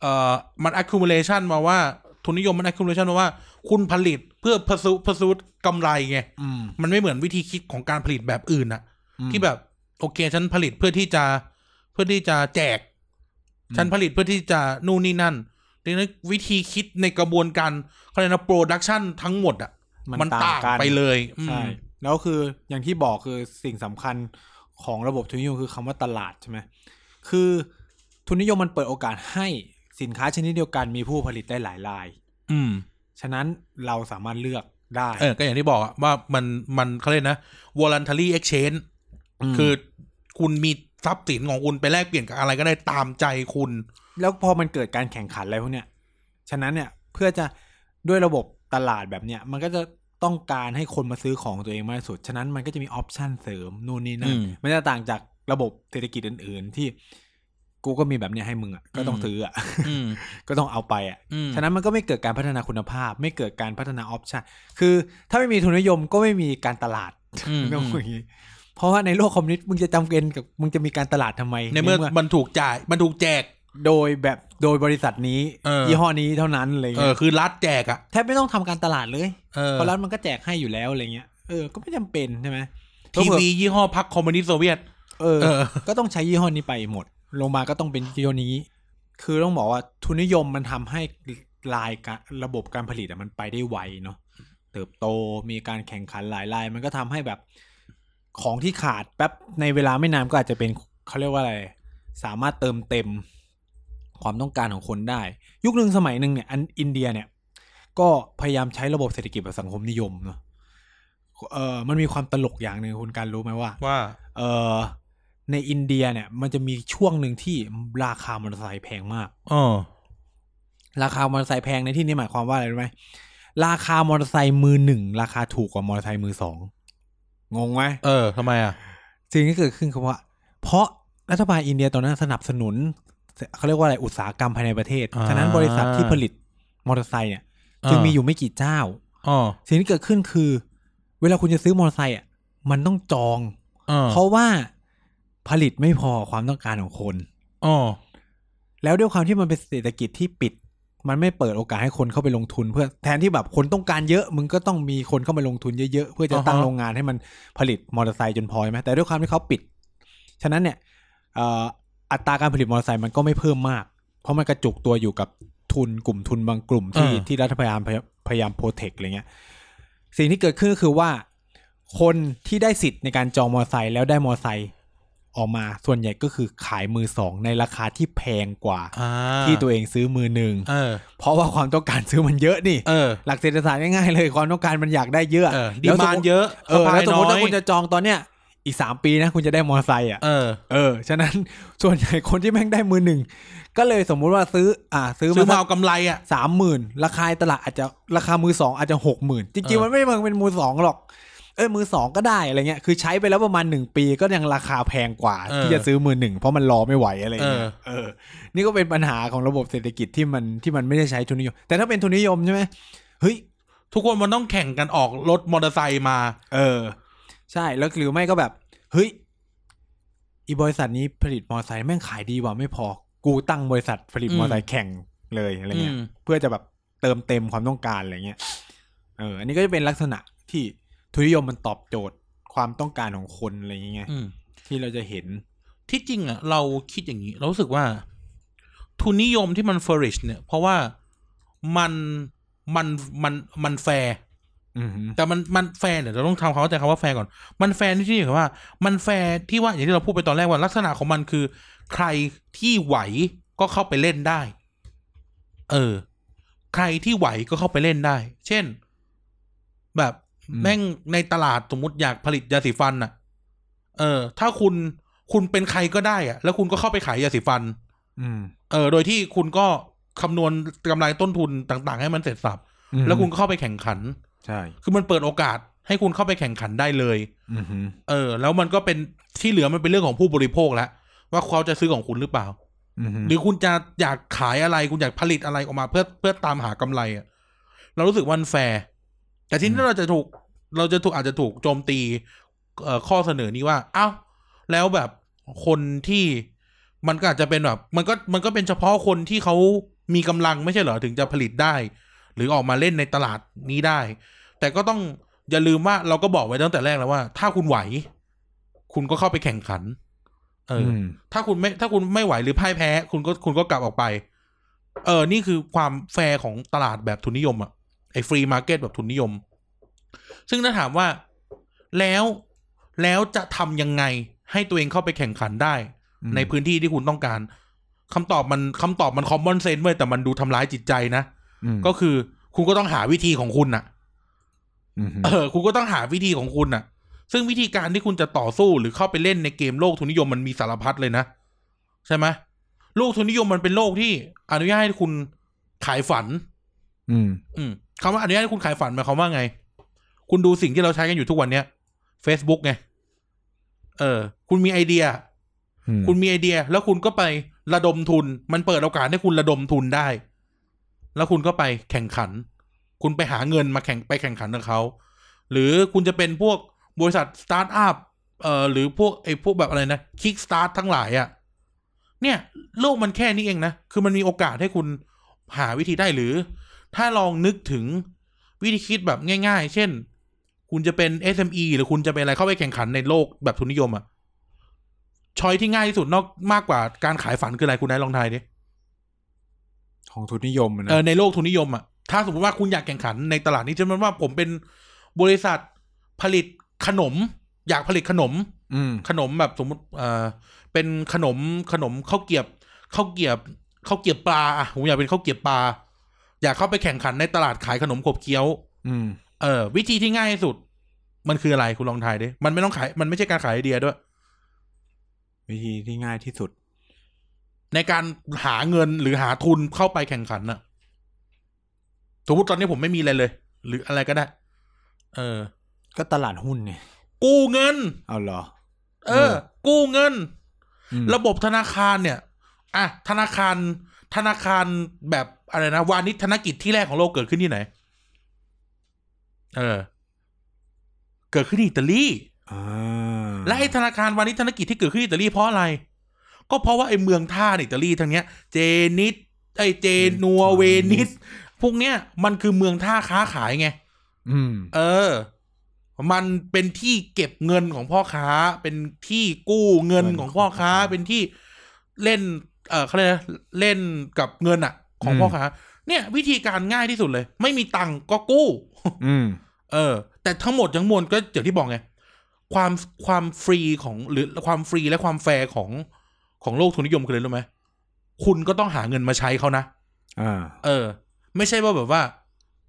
S2: เอ่อ มัน accumulation มาว่า ทุนนิยมมัน accumulation มาว่า คุณผลิตเพื่อ pursue pursue กำไรไง
S1: อืม
S2: มันไม่เหมือนวิธีคิดของการผลิตแบบอื่นน่ะ
S1: อืม
S2: ที่แบบโอเค ฉันผลิตเพื่อที่จะเพื่อที่จะแจก
S1: อืม
S2: ฉันผลิตเพื่อที่จะนู่นนี่นั่นดังนั้นวิธีคิดในกระบวนการเขาเรียกนะโปรดักชันทั้งหมดอ่ะ
S1: มันต่างกัน
S2: ไปเลยอืม
S1: ใช่แล้วคืออย่างที่บอกคือสิ่งสำคัญของระบบทุนนิยมคือคำว่าตลาดใช่ไหมคือทุนนิยมมันเปิดโอกาสให้สินค้าชนิดเดียวกันมีผู้ผลิตได้หลายราย
S2: อืม
S1: ฉะนั้นเราสามารถเลือกได้
S2: เออก็อย่างที่บอกอะว่ามันมันเขาเรียกนะ voluntary exchange
S1: ม
S2: คือคุณมีทรัพย์สินของคุณไปแลกเปลี่ยนกับอะไรก็ได้ตามใจคุณ
S1: แล้วพอมันเกิดการแข่งขันอะไรพวกเนี้ยฉะนั้นเนี่ยเพื่อจะด้วยระบบตลาดแบบเนี้ยมันก็จะต้องการให้คนมาซื้อของตัวเองมากที่สุด ฉะนั้นมันก็จะมีออปชันเสริมนู่นนี่นั่น
S2: อืม
S1: มันจะต่างจากระบบเศรษฐกิจอื่น ๆ ที่กูก็มีแบบเนี้ยให้มึงอ่ะก็ต้องซื้ออ่ะ
S2: อืม
S1: ก็ต้องเอาไปอ่ะ
S2: อืม
S1: ฉะนั้นมันก็ไม่เกิดการพัฒนาคุณภาพ ไม่เกิดการพัฒนาออปชันคือถ้าไม่มีทุนนิยมก็ไม่มีการตลาด
S2: อืม
S1: ก็อย่างนี้เพราะว่าในโลกคอมมิวนิสต์มึงจะจำเป็นกับมึงจะมีการตลาดทำไม
S2: ในเมื่อมันถูกจ่ายมันถูกแจก
S1: โดยแบบโดยบริษัทนี้
S2: เออ
S1: ยี่ห้อนี้เท่านั้นอะไร
S2: เอ
S1: เงี้
S2: อย คือรัฐแจกอ่ะ
S1: แทบไม่ต้องทำการตลาดเลย
S2: เออ
S1: เพราะรัฐมันก็แจกให้อยู่แล้วอะไรเงี้ยเออก็ไม่จำเป็นใช่ไหม
S2: ทีวียี่ห้อพรรคคอมมิวนิสต์โซเวียต
S1: เออ
S2: เออ
S1: [LAUGHS] ก็ต้องใช้ยี่ห้อนี้ไปหมด ลงมาก็ต้องเป็นยี่ห้อนี้ คือต้องบอกว่าทุนนิยมมันทำให้ลายการระบบการผลิตอะมันไปได้ไวเนาะ เติบโต มีการแข่งขันหลายราย มันก็ทำให้แบบของที่ขาดแป๊บในเวลาไม่นานก็อาจจะเป็นเขาเรียกว่าอะไร สามารถเติมเต็มความต้องการของคนได้ ยุคหนึ่งสมัยหนึ่งเนี่ยอันอินเดียเนี่ย ก็พยายามใช้ระบบเศรษฐกิจแบบสังคมนิยมเนาะ เออมันมีความตลกอย่างหนึ่งคุณการรู้ไหมว่า
S2: ว่า
S1: เอ่อในอินเดียเนี่ยมันจะมีช่วงหนึ่งที่ราคามอเตอร์ไซค์แพงมาก
S2: เออ
S1: ราคามอเตอร์ไซค์แพงในที่นี้หมายความว่าอะไรรู้ไหมราคามอเตอร์ไซค์มือหนึ่งราคาถูกกว่ามอเตอร์ไซค์มือสองงงไหม
S2: เออทำไมอ่ะ
S1: สิ่งที่เกิดขึ้นคือว่า เพราะรัฐบาลอินเดียตอนนั้นสนับสนุนเขาเรียกว่าอะไรอุตสาหกรรมภายในประเทศ
S2: อ่า
S1: ฉะนั้นบริษัทที่ผลิตมอเตอร์ไซค์เนี่ยจึงมีอยู่ไม่กี่เจ้า
S2: อ๋อ
S1: สิ่งที่เกิดขึ้นคือ เวลาคุณจะซื้อมอเตอร์ไซค์อ่ะมันต้องจอง
S2: อ๋อ
S1: เพราะว่าผลิตไม่พอความต้องการของคน
S2: อ๋อ
S1: แล้วด้วยความที่มันเป็นเศรษฐกิจที่ปิด มันไม่เปิดโอกาสให้คนเข้าไปลงทุน เพื่อแทนที่แบบคนต้องการเยอะ มึงก็ต้องมีคนเข้ามาลงทุนเยอะๆ เพื่อจะตั้งโรงงานให้มันผลิตมอเตอร์ไซค์จนพอใช่ไหมแต่ด้วยความที่เขาปิด ฉะนั้นเนี่ยเอ่ออัตราการผลิตมอเตอร์ไซค์มันก็ไม่เพิ่มมาก เพราะมันกระจุกตัวอยู่กับทุนกลุ่มทุนบางกลุ่มที่ที่รัฐพยายามพยายามโปรเทคอะไรเงี้ย สิ่งที่เกิดขึ้นก็คือว่า คนที่ได้สิทธิ์ในการจองมอเตอร์ไซค์แล้วได้มอเตอร์ไซค์ออกมาส่วนใหญ่ก็คือขายมือสองในราคาที่แพงกว่า
S2: อ่า
S1: ที่ตัวเองซื้อมือหนึ่ง
S2: เออ
S1: เพราะว่าความต้องการซื้อมันเยอะนี่
S2: เออ
S1: หลักเศรษฐศาสตร์ง่ายๆเลยความต้องการมันอยากได้เยอะ
S2: เออดี
S1: แล้วส
S2: มาน
S1: ติ
S2: เยอะ
S1: เออแล้วสมมติ
S2: น้
S1: ถ้า
S2: อย
S1: คุณจะจองตอนเนี้ยอีกสามปีนะ คุณจะได้มอไซค์อ่ะ
S2: เออ
S1: เออฉะนั้น ส่วนใหญ่คนที่แม่งได้มือหนึ่ง ก็เลยสมมุติว่าซื้ออ่าซื้อ
S2: ซื้อมา
S1: มา
S2: เอากำไรอ่ะ
S1: สามหมื่นราคาตลาดอาจจะราคามือสองอาจจะหกหมื่นจ
S2: เอ
S1: ริง
S2: อ
S1: ๆมันไม่ได้มันเป็นมือสองหรอกเออมือสองก็ได้อะไรเงี้ยคือใช้ไปแล้วประมาณหนึ่งปีก็ยังราคาแพงกว่า ที่จะซื้อมือหนึ่งเพราะมันรอไม่ไหวอะไร
S2: เอ
S1: เงี้ย
S2: อ
S1: เออ นี่ก็เป็นปัญหาของระบบเศรษฐกิจที่มันที่มันไม่ได้ใช้ทุนนิยม แต่ถ้าเป็นทุนนิยมใช่ไหมเฮ้ย
S2: ทุกคนมันต้องแข่งกันออกรถมอเตอร์ไซค์มา
S1: เออ ใช่ แล้วหรือไม่ก็แบบ เฮ้ย อีบริษัทนี้ผลิตมอไซค์แม่งขายดีว่ะไม่พอ กูตั้งบริษัทผลิต
S2: อืม
S1: มอไซค์แข่งเลยอะไรเงี้ย
S2: ม
S1: เพื่อจะแบบเติมเต็มความต้องการอะไรเงี้ย เออ อันนี้ก็จะเป็นลักษณะที่ทุนนิยมมันตอบโจทย์ความต้องการของคนอะไรเงี้ย
S2: อืม
S1: ที่เราจะเห็น
S2: ที่จริงอ่ะ เราคิดอย่างนี้ เรารู้สึกว่า ทุนนิยมที่มันเฟอริชเนี่ย เพราะว่ามันมันมันมันแฟร์
S1: อือหือ
S2: แต่มันมันแฟร์เดี๋ยวเราต้องทำความเข้าใจคำว่าแฟร์ก่อน มันแฟร์ที่ที่คือว่า มันแฟร์ที่ว่าอย่างที่เราพูดไปตอนแรกว่าลักษณะของมันคือ ใครที่ไหวก็เข้าไปเล่นได้ เออ ใครที่ไหวก็เข้าไปเล่นได้ เช่น แบบแม่งในตลาดสมมติอยากผลิตยาสีฟันน่ะ เออ ถ้าคุณคุณเป็นใครก็ได้อะแล้วคุณก็เข้าไปขายยาสีฟัน
S1: อืม
S2: เออ โดยที่คุณก็คำนวณกำไรต้นทุนต่าง ๆ ให้มันเสร็จสับ
S1: อืม
S2: แล้วคุณก็เข้าไปแข่งขัน
S1: ใช่
S2: คือมันเปิดโอกาสให้คุณเข้าไปแข่งขันได้เลย
S1: อือหือ
S2: เออ แล้วมันก็เป็นที่เหลือมันเป็นเรื่องของผู้บริโภคแล้วว่าเขาจะซื้อของคุณหรือเปล่า
S1: อือหือ
S2: หรือคุณจะอยากขายอะไร คุณอยากผลิตอะไรออกมาเพื่อเพื่อตามหากำไรอะเรารู้สึกวันแฟร์แต่ทีนี้เราจะถูกเราจะถูกอาจจะถูกโจมตีเอ่อข้อเสนอนี้ว่า เอ้า แล้วแบบคนที่มันก็อาจจะเป็นแบบ มันก็มันก็เป็นเฉพาะคนที่เขามีกำลังไม่ใช่เหรอถึงจะผลิตได้ หรือออกมาเล่นในตลาดนี้ได้ แต่ก็ต้องอย่าลืมว่าเราก็บอกไว้ตั้งแต่แรกแล้วว่า ถ้าคุณไหว คุณก็เข้าไปแข่งขัน เอออ
S1: ม
S2: ถ้าคุณไม่ถ้าคุณไม่ไหวหรือพ่ายแพ้ คุณก็คุณก็กลับออกไป เออ นี่คือความแฟร์ของตลาดแบบทุนนิยมอะไอ้ฟรีมาร์เก็ตแบบทุนนิยม ซึ่งถ้าถามว่าแล้วแล้วจะทำยังไงให้ตัวเองเข้าไปแข่งขันได้ ในพื้นที่ที่คุณต้องการคำตอบมันคำตอบมันคอมมอนเซน s e เว้ยแต่มันดูทำร้ายจิตใจนะ
S1: อืม
S2: ก็คือคุณก็ต้องหาวิธีของคุณน่ะ
S1: อือหือ
S2: เออคุณก็ต้องหาวิธีของคุณน่ะ ซึ่งวิธีการที่คุณจะต่อสู้หรือเข้าไปเล่นในเกมโลกทุนนิยมมันมีสารพัดเลยนะ ใช่ไหมโลกทุนนิยมมันเป็นโลกที่อนุญาตให้คุณขายฝัน
S1: อืม
S2: อืมคำว่าอนุญาตให้คุณขายฝันหมายความว่าไง คุณดูสิ่งที่เราใช้กันอยู่ทุกวันเนี้ย Facebook ไงเออ คุณมีไอเดีย
S1: อืม
S2: คุณมีไอเดีย แล้วคุณก็ไประดมทุน มันเปิดโอกาสให้คุณระดมทุนได้ แล้วคุณก็ไปแข่งขัน คุณไปหาเงินมาแข่งไปแข่งขันกับเขา หรือคุณจะเป็นพวกบริษัทสตาร์ทอัพเอ่อหรือพวกไอ้พวกแบบอะไรนะคิกสตาร์ททั้งหลายอะ่ะ เนี่ย โลกมันแค่นี้เองนะ คือมันมีโอกาสให้คุณหาวิธีได้หรือ ถ้าลองนึกถึงวิธีคิดแบบง่าย ๆ เช่น คุณจะเป็น SME หรือคุณจะเป็นอะไรเข้าไปแข่งขันในโลกแบบทุนนิยมอ่ะ ช้อยที่ง่ายที่สุดนอกมากกว่าการขายฝันคืออะไรคุณนายลองทายดิ
S1: ของทุนนิยมอะนะ
S2: เออในโลกทุนนิยมอ่ะถ้าสมมติว่าคุณอยากแข่งขันในตลาดนี้เช่นว่าผมเป็นบริษัทผลิตขนม อยากผลิตขนม
S1: อืม
S2: ขนมแบบสมมติเออเป็นขนมขนมข้าวเกรียบข้าวเกรียบข้าวเกรียบปลาอ่ะผมอยากเป็นข้าวเกรียบปลาอยากเข้าไปแข่งขันในตลาดขายขนมขบเคี้ยว
S1: อืม
S2: เออวิธีที่ง่ายที่สุด มันคืออะไรคุณลองทายดิมันไม่ต้องขายมันไม่ใช่การขายไอเดียด้วย
S1: วิธีที่ง่ายที่สุด
S2: ในการหาเงินหรือหาทุนเข้าไปแข่งขันน่ะ สมมติตอนนี้ผมไม่มีอะไรเลย หรืออะไรก็ได้ เออ
S1: ก็ตลาดหุ้นเนี่ย
S2: กู้เงิน
S1: เอาเหรอ
S2: เอ
S1: เอ
S2: อ
S1: อ
S2: กู้เงิน
S1: อืม
S2: ระบบธนาคารเนี่ย อ่ะ ธนาคาร ธนาคารแบบอะไรนะ วานิชธนกิจที่แรกของโลกเกิดขึ้นที่ไหน เออ เกิดขึ้นที่อิตาลี
S1: อ่า
S2: และไอ้ธนาคารวานิชธนกิจที่เกิดขึ้นที่อิตาลีเพราะอะไร ก็เพราะว่าไอ้เมืองท่าในอิตาลีทางเนี้ย เจนิสไอ้เจนัวเวนิสพวกเนี้ยมันคือเมืองท่าค้าขายไง
S1: อืม
S2: เออ มันเป็นที่เก็บเงินของพ่อค้า เป็นที่กู้เงินของพ่อค้า
S1: เงินของพ่อค้า
S2: เป็นที่เล่น เออเขาเรียกอะไรนะเล่นกับเงินอะของ
S1: อืม
S2: พ่อค้า เนี่ยวิธีการง่ายที่สุดเลย ไม่มีตังค์ก็กู้
S1: อืม
S2: เออ แต่ทั้งหมดทั้งมวลก็อย่างที่บอกไง ความความฟรีของหรือความฟรีและความแฟร์ของของโลกทุนนิยมคืออะไรรู้ไหมคุณก็ต้องหาเงินมาใช้เขานะ
S1: อ่า
S2: เออ ไม่ใช่ว่าแบบว่า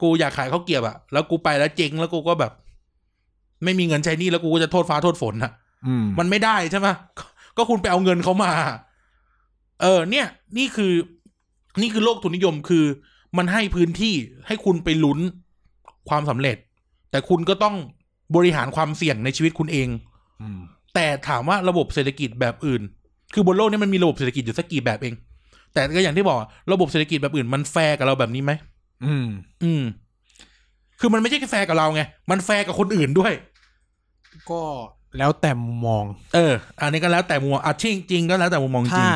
S2: กูอยากขายข้าวเกรียบอะแล้วกูไปแล้วเจ๊งแล้วกูก็แบบ ไม่มีเงินใช้หนี่แล้วกูก็จะโทษฟ้าโทษฝนอะ
S1: อืม
S2: มันไม่ได้ใช่ไหมก็ก็คุณไปเอาเงินเขามา เออ เนี่ย นี่คือ นี่คือโลกทุนนิยมคือ มันให้พื้นที่ให้คุณไปลุ้นความสำเร็จ แต่คุณก็ต้องบริหารความเสี่ยงในชีวิตคุณเอง
S1: อืม
S2: แต่ถามว่าระบบเศรษฐกิจแบบอื่น คือบนโลกนี้มันมีระบบเศรษฐกิจอยู่สักกี่แบบเอง แต่ก็อย่างที่บอกอะระบบเศรษฐกิจแบบอื่น มันแฟร์กับเราแบบนี้ไหม
S1: อืม
S2: อืม คือมันไม่ใช่แค่แฟร์กับเราไง มันแฟร์กับคนอื่นด้วย
S1: ก็แล้วแต่มุมมอง
S2: เออ อันนี้ก็แล้วแต่มุมมองอ่ะจริงจริงๆก็แล้วแต่มุมมองจริ
S1: ถ้า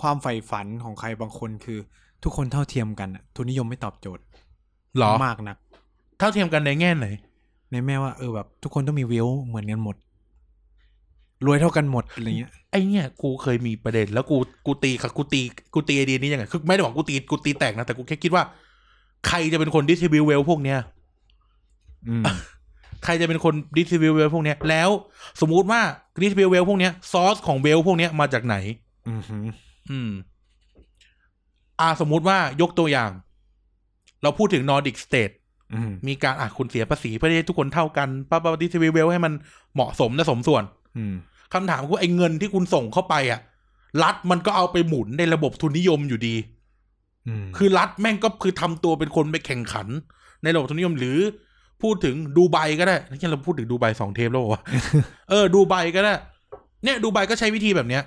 S1: ง ความใฝ่ฝันของใครบางคนคือ ทุกคนเท่าเทียมกันอะทุนนิยมไม่ตอบโจทย์
S2: หรอ
S1: มากนัก
S2: เท่าเทียมกันในแง่ไหน
S1: ในแม่ว่าเออแบบทุกคนต้องมีวิวเหมือนกันหมด รวยเท่ากันหมดอะไรเงี้ย
S2: ไอเนี่ย กูเคยมีประเด็น แล้วกูกูตีค่ะกูตีกูตีไอเดียนี้ยังไง คือไม่ได้บอกกูตีกูตีแตกนะ แต่กูแค่คิดว่า ใครจะเป็นคนดิสทริบิวเวลพวกเนี้ย
S1: อืม
S2: ใครจะเป็นคนดิสทริบิวเวลพวกเนี้ยแล้วสมมุติว่าดิสทริบิวเวลพวกเนี้ยซอสของเวลพวกเนี้ยมาจากไหน
S1: อือหือ
S2: อืม อ่าสมมุติว่ายกตัวอย่าง เราพูดถึงนอร์ดิกสเตท
S1: อือหือ
S2: มีการอ่ะคุณเสียภาษีเพื่อให้ทุกคนเท่ากันป้าป้าดิสทริบิวเวลให้มันเหมาะสมและสมส่วน
S1: อืม
S2: คำถามคือไอ้เงินที่คุณส่งเข้าไปอ่ะ รัฐมันก็เอาไปหมุนในระบบทุนนิยมอยู่ดี
S1: อืม
S2: คือรัฐแม่งก็คือทำตัวเป็นคนไปแข่งขัน ในระบบทุนนิยมหรือพูดถึงดูไบก็ได้นี่เราพูดถึงดูไบสองเทปแล้วเหรอ
S1: [LAUGHS]
S2: วะ เออดูไบก็ได้ เนี่ยดูไบก็ใช้วิธีแบบเนี้ย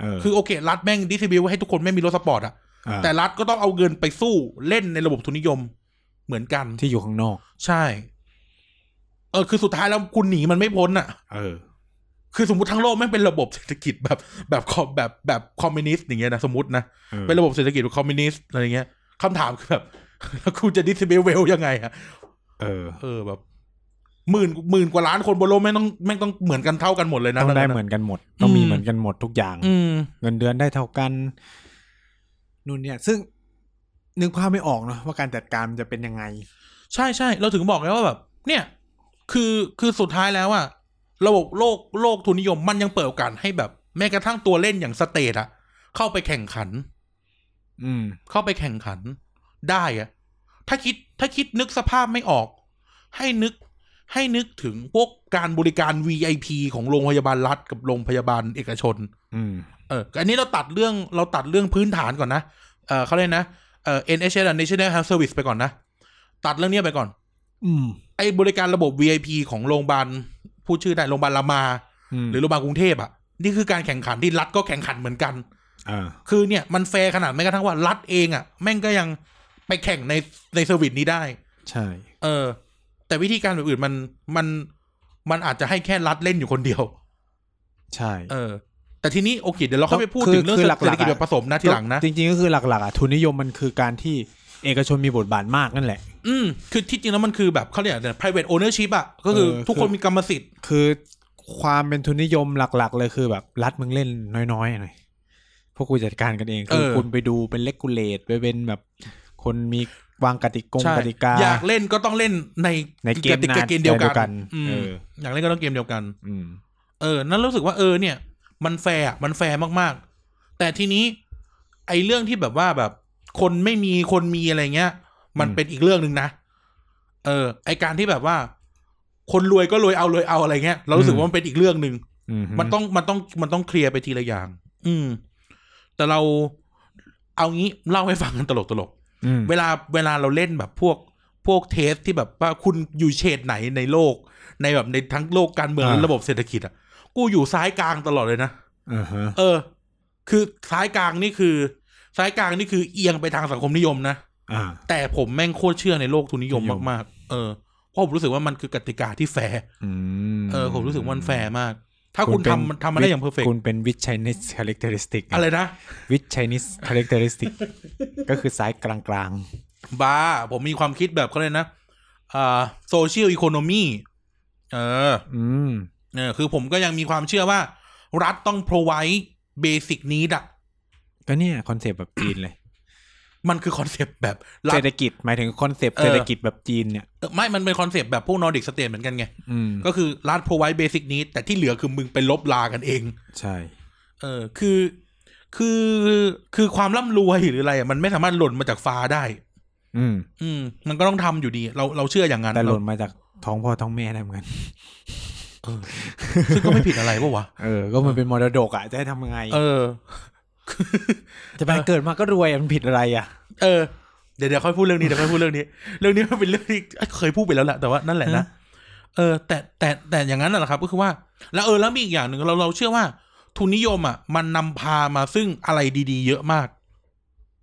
S1: เออ
S2: คือโอเค รัฐแม่งดิสบิวให้ทุกคนไม่งมีรถสปอร์ตอ่ะ
S1: อ่า
S2: แต่รัฐก็ต้องเอาเงินไปสู้เล่นในระบบทุนนิยมเหมือนกัน
S1: ที่อยู่ข้างนอก
S2: ใช่ เออ คือสุดท้ายแล้วคุณหนีมันไม่พ้นอ่ะ
S1: เออ
S2: คือสมมติทั้งโลกไม่งเป็นระบบเศรษฐกิจแบบแบบคอมแบบแบบคอมมิวนิสต์อย่างเงี้ยนะสมมตินะ
S1: เออ
S2: เป็นระบบเศรษฐกิจแบบคอมมิวนิสต์อะไรเงี้ยคำถามคือแบบ [LAUGHS] แล้วคุณจะดิสเบลเวลยังไงอะ
S1: เออ
S2: เออแบบหมื่นหมื่นกว่าล้านคนบนโลกแม่งต้องแม่งต้องเหมือนกันเท่ากันหมดเลยนะ
S1: ต้องได้
S2: ตนนั้นะ
S1: เหมือนกันหมด ต้องมีเหมือนกันหมดทุกอย่าง
S2: อืม
S1: เงินเดือนได้เท่ากันนู่นเนี่ย ซึ่งนึกภาพไม่ออกเนาะว่าการจัดการมันจะเป็นยังไง
S2: ใช่ใช่เราถึงบอกแล้วว่าแบบ เนี่ย คือคือสุดท้ายแล้วอะระบบโลกโลกทุนนิยมมันยังเปิดโอกาสให้แบบ แม้กระทั่งตัวเล่นอย่างสเตทอะเข้าไปแข่งขัน
S1: อืม
S2: เข้าไปแข่งขันได้อะถ้าคิดถ้าคิดนึกสภาพไม่ออก ให้นึกให้นึกถึงพวกการบริการ VIP ของโรงพยาบาลรัฐกับโรงพยาบาลเอกชน
S1: อืม
S2: เออ อันนี้เราตัดเรื่องเราตัดเรื่องพื้นฐานก่อนนะ เออเขาเรียกนะ เออ NHS อะ National Health Service ไปก่อนนะ ตัดเรื่องเนี้ยไปก่อน
S1: อืม
S2: ไอ้บริการระบบ VIP ของโรงพยาบาลพูดชื่อได้โรงพยาบาลรามา หรือโรงพยาบาลกรุงเทพอ่ะ นี่คือการแข่งขันที่รัฐก็แข่งขันเหมือนกัน
S1: อ่า
S2: คือเนี่ยมันแฟร์ขนาดแม้กระทั่งว่ารัฐเองอะ่ะ แม่งก็ยังไปแข่งในในเซอร์วิสนี้ได้
S1: ใช่
S2: เออ แต่วิธีการแบบอื่นมันมันมันอาจจะให้แค่รัฐเล่นอยู่คนเดียว
S1: ใช่
S2: เออ แต่ทีนี้โอเคเดี๋ยวเราค่อยไปพูด
S1: คือ
S2: ถึงเรื่อง
S1: คือ
S2: เศ
S1: หลักๆ
S2: รษฐกิจ
S1: อะ
S2: แบบผสมนะทีหลังนะ
S1: จริงๆก็คือหลักๆอ่ะทุนนิยมมันคือการที่เอกชนมีบทบาทมากนั่นแหละ
S2: อืมคือที่จริงแล้วมันคือแบบเขาเรียกอะไร private ownership อ่ะก็คือ
S1: เออ
S2: ทุกคน
S1: คือ
S2: มีกรรมสิทธิ์
S1: คือความเป็นทุนนิยมหลัก ๆ เลยคือแบบ รัฐมึงเล่นน้อยๆหน่อยพวกกูจัดการกันเองคือ
S2: เออ
S1: คุณไปดูเป็นเลกูเลตไปเป็นแบบ คนมีวางกติกง
S2: ใช่
S1: กติกา
S2: อยากเล่นก็ต้องเล่นใน
S1: ในเกม
S2: ติกา
S1: นั้น
S2: เกมเดียว
S1: เดียวกั
S2: กัน นอืม
S1: เออ
S2: อยากเล่นก็ต้องเกมเดียวกัน
S1: อืม
S2: เออ นั่นรู้สึกว่าเออเนี่ย มันแฟร์อะมันแฟร์มากๆ แต่ทีนี้ ไอ้เรื่องที่แบบว่าแบบ คนไม่มีคนมีอะไรเงี้ย มัน
S1: อืม
S2: เป็นอีกเรื่องหนึ่งนะ เออ ไอการที่แบบว่า คนรวยก็รวยเอารวยเอาอะไรเงี้ย เรารู้สึกว่ามันเป็นอีกเรื่องหนึ่ง
S1: อืฮึ
S2: มันต้องมันต้องมันต้องเคลียร์ไปทีละอย่าง อืม แต่เราเอางี้เล่าให้ฟังกันตลกตลก
S1: อืม
S2: ๆเวลาเวลาเราเล่นแบบพวกพวกเทสที่แบบว่าคุณอยู่เฉดไหนในโลก ในแบบในทั้งโลกการเมืองและระบบเศรษฐกิจอ่ะ กูอยู่ซ้ายกลางตลอดเลยนะ
S1: อ่าฮะ
S2: เออ คือซ้ายกลางนี่คือ ซ้ายกลางนี่คือเอียงไปทางสังคมนิยมนะ
S1: อ่า
S2: แต่ผมแม่งโคตรเชื่อในโลกทุนนิยม
S1: นิยม
S2: มากๆ เออ เพราะผมรู้สึกว่ามันคือกติกาที่แฟร์
S1: อืม
S2: เออ ผมรู้สึกว่ามันแฟร์มาก ถ้าคุณ
S1: เป็น
S2: ทำมันทำมันได้อย่างเพอร์เฟก
S1: คุณเป็นวิชไชนิสคาแรคเตอริสติก
S2: อะไรนะ
S1: วิชไชนิสคาแรคเตอริสติก [LAUGHS] ก็คือสายกลาง
S2: บ้า ผมมีความคิดแบบเขาเลยกนะ อ่า โซเชียลอีโคโนมี เออ
S1: ๆ อืม
S2: เออ คือผมก็ยังมีความเชื่อว่า รัฐต้อง provide basic need อะ
S1: ก็เนี่ยคอนเซปต์แบบจีนเลย
S2: มันคือคอนเซปต์แบบรั
S1: เศร
S2: ฐ
S1: ษฐกิจหมายถึงคอนเซปต์
S2: เออ
S1: เศรษฐกิจแบบจีนเนี่ย
S2: เออไม่ มันเป็นคอนเซปต์แบบพวก Nordic State เหมือนกันไง
S1: อืม
S2: ก็คือรัฐ provide basic need แต่ที่เหลือคือมึงไปลบลากันเอง
S1: ใช่
S2: เออ คือ คือ คือความร่ำรวยหรืออะไรอะมันไม่สามารถหล่นมาจากฟ้าได้
S1: อืม
S2: อืม มันก็ต้องทำอยู่ดี เรา เราเชื่ออย่างนั้น
S1: แต่หล่นมาจากท้องพ่อท้องแม่ได้เหมือนกัน
S2: เออซึ่งก็ไม่ผิดอะไรปะ
S1: [LAUGHS]
S2: วะ
S1: เออ ก็มันเป็นมรดกอ่ะ จะให้ทำยังไง
S2: เออ
S1: จะไปเกิดมาก็รวยอะมันผิดอะไรอ่ะ
S2: เออเดี๋ยวเดี๋ยวค่อยพูดเรื่องนี้เดี๋ยวค่อยพูดเรื่องนี้ เรื่องนี้มันเป็นเรื่องที่เอ้ยเคยพูดไปแล้วแหละแต่ว่านั่นแหละนะเออ แต่แต่แต่อย่างนั้นน่ะแหละครับ ก็คือว่า แล้วเออแล้วมีอีกอย่างหนึ่งเราเราเชื่อว่า ทุนนิยมอ่ะ มันนำพามาซึ่งอะไรดี ๆ เยอะมาก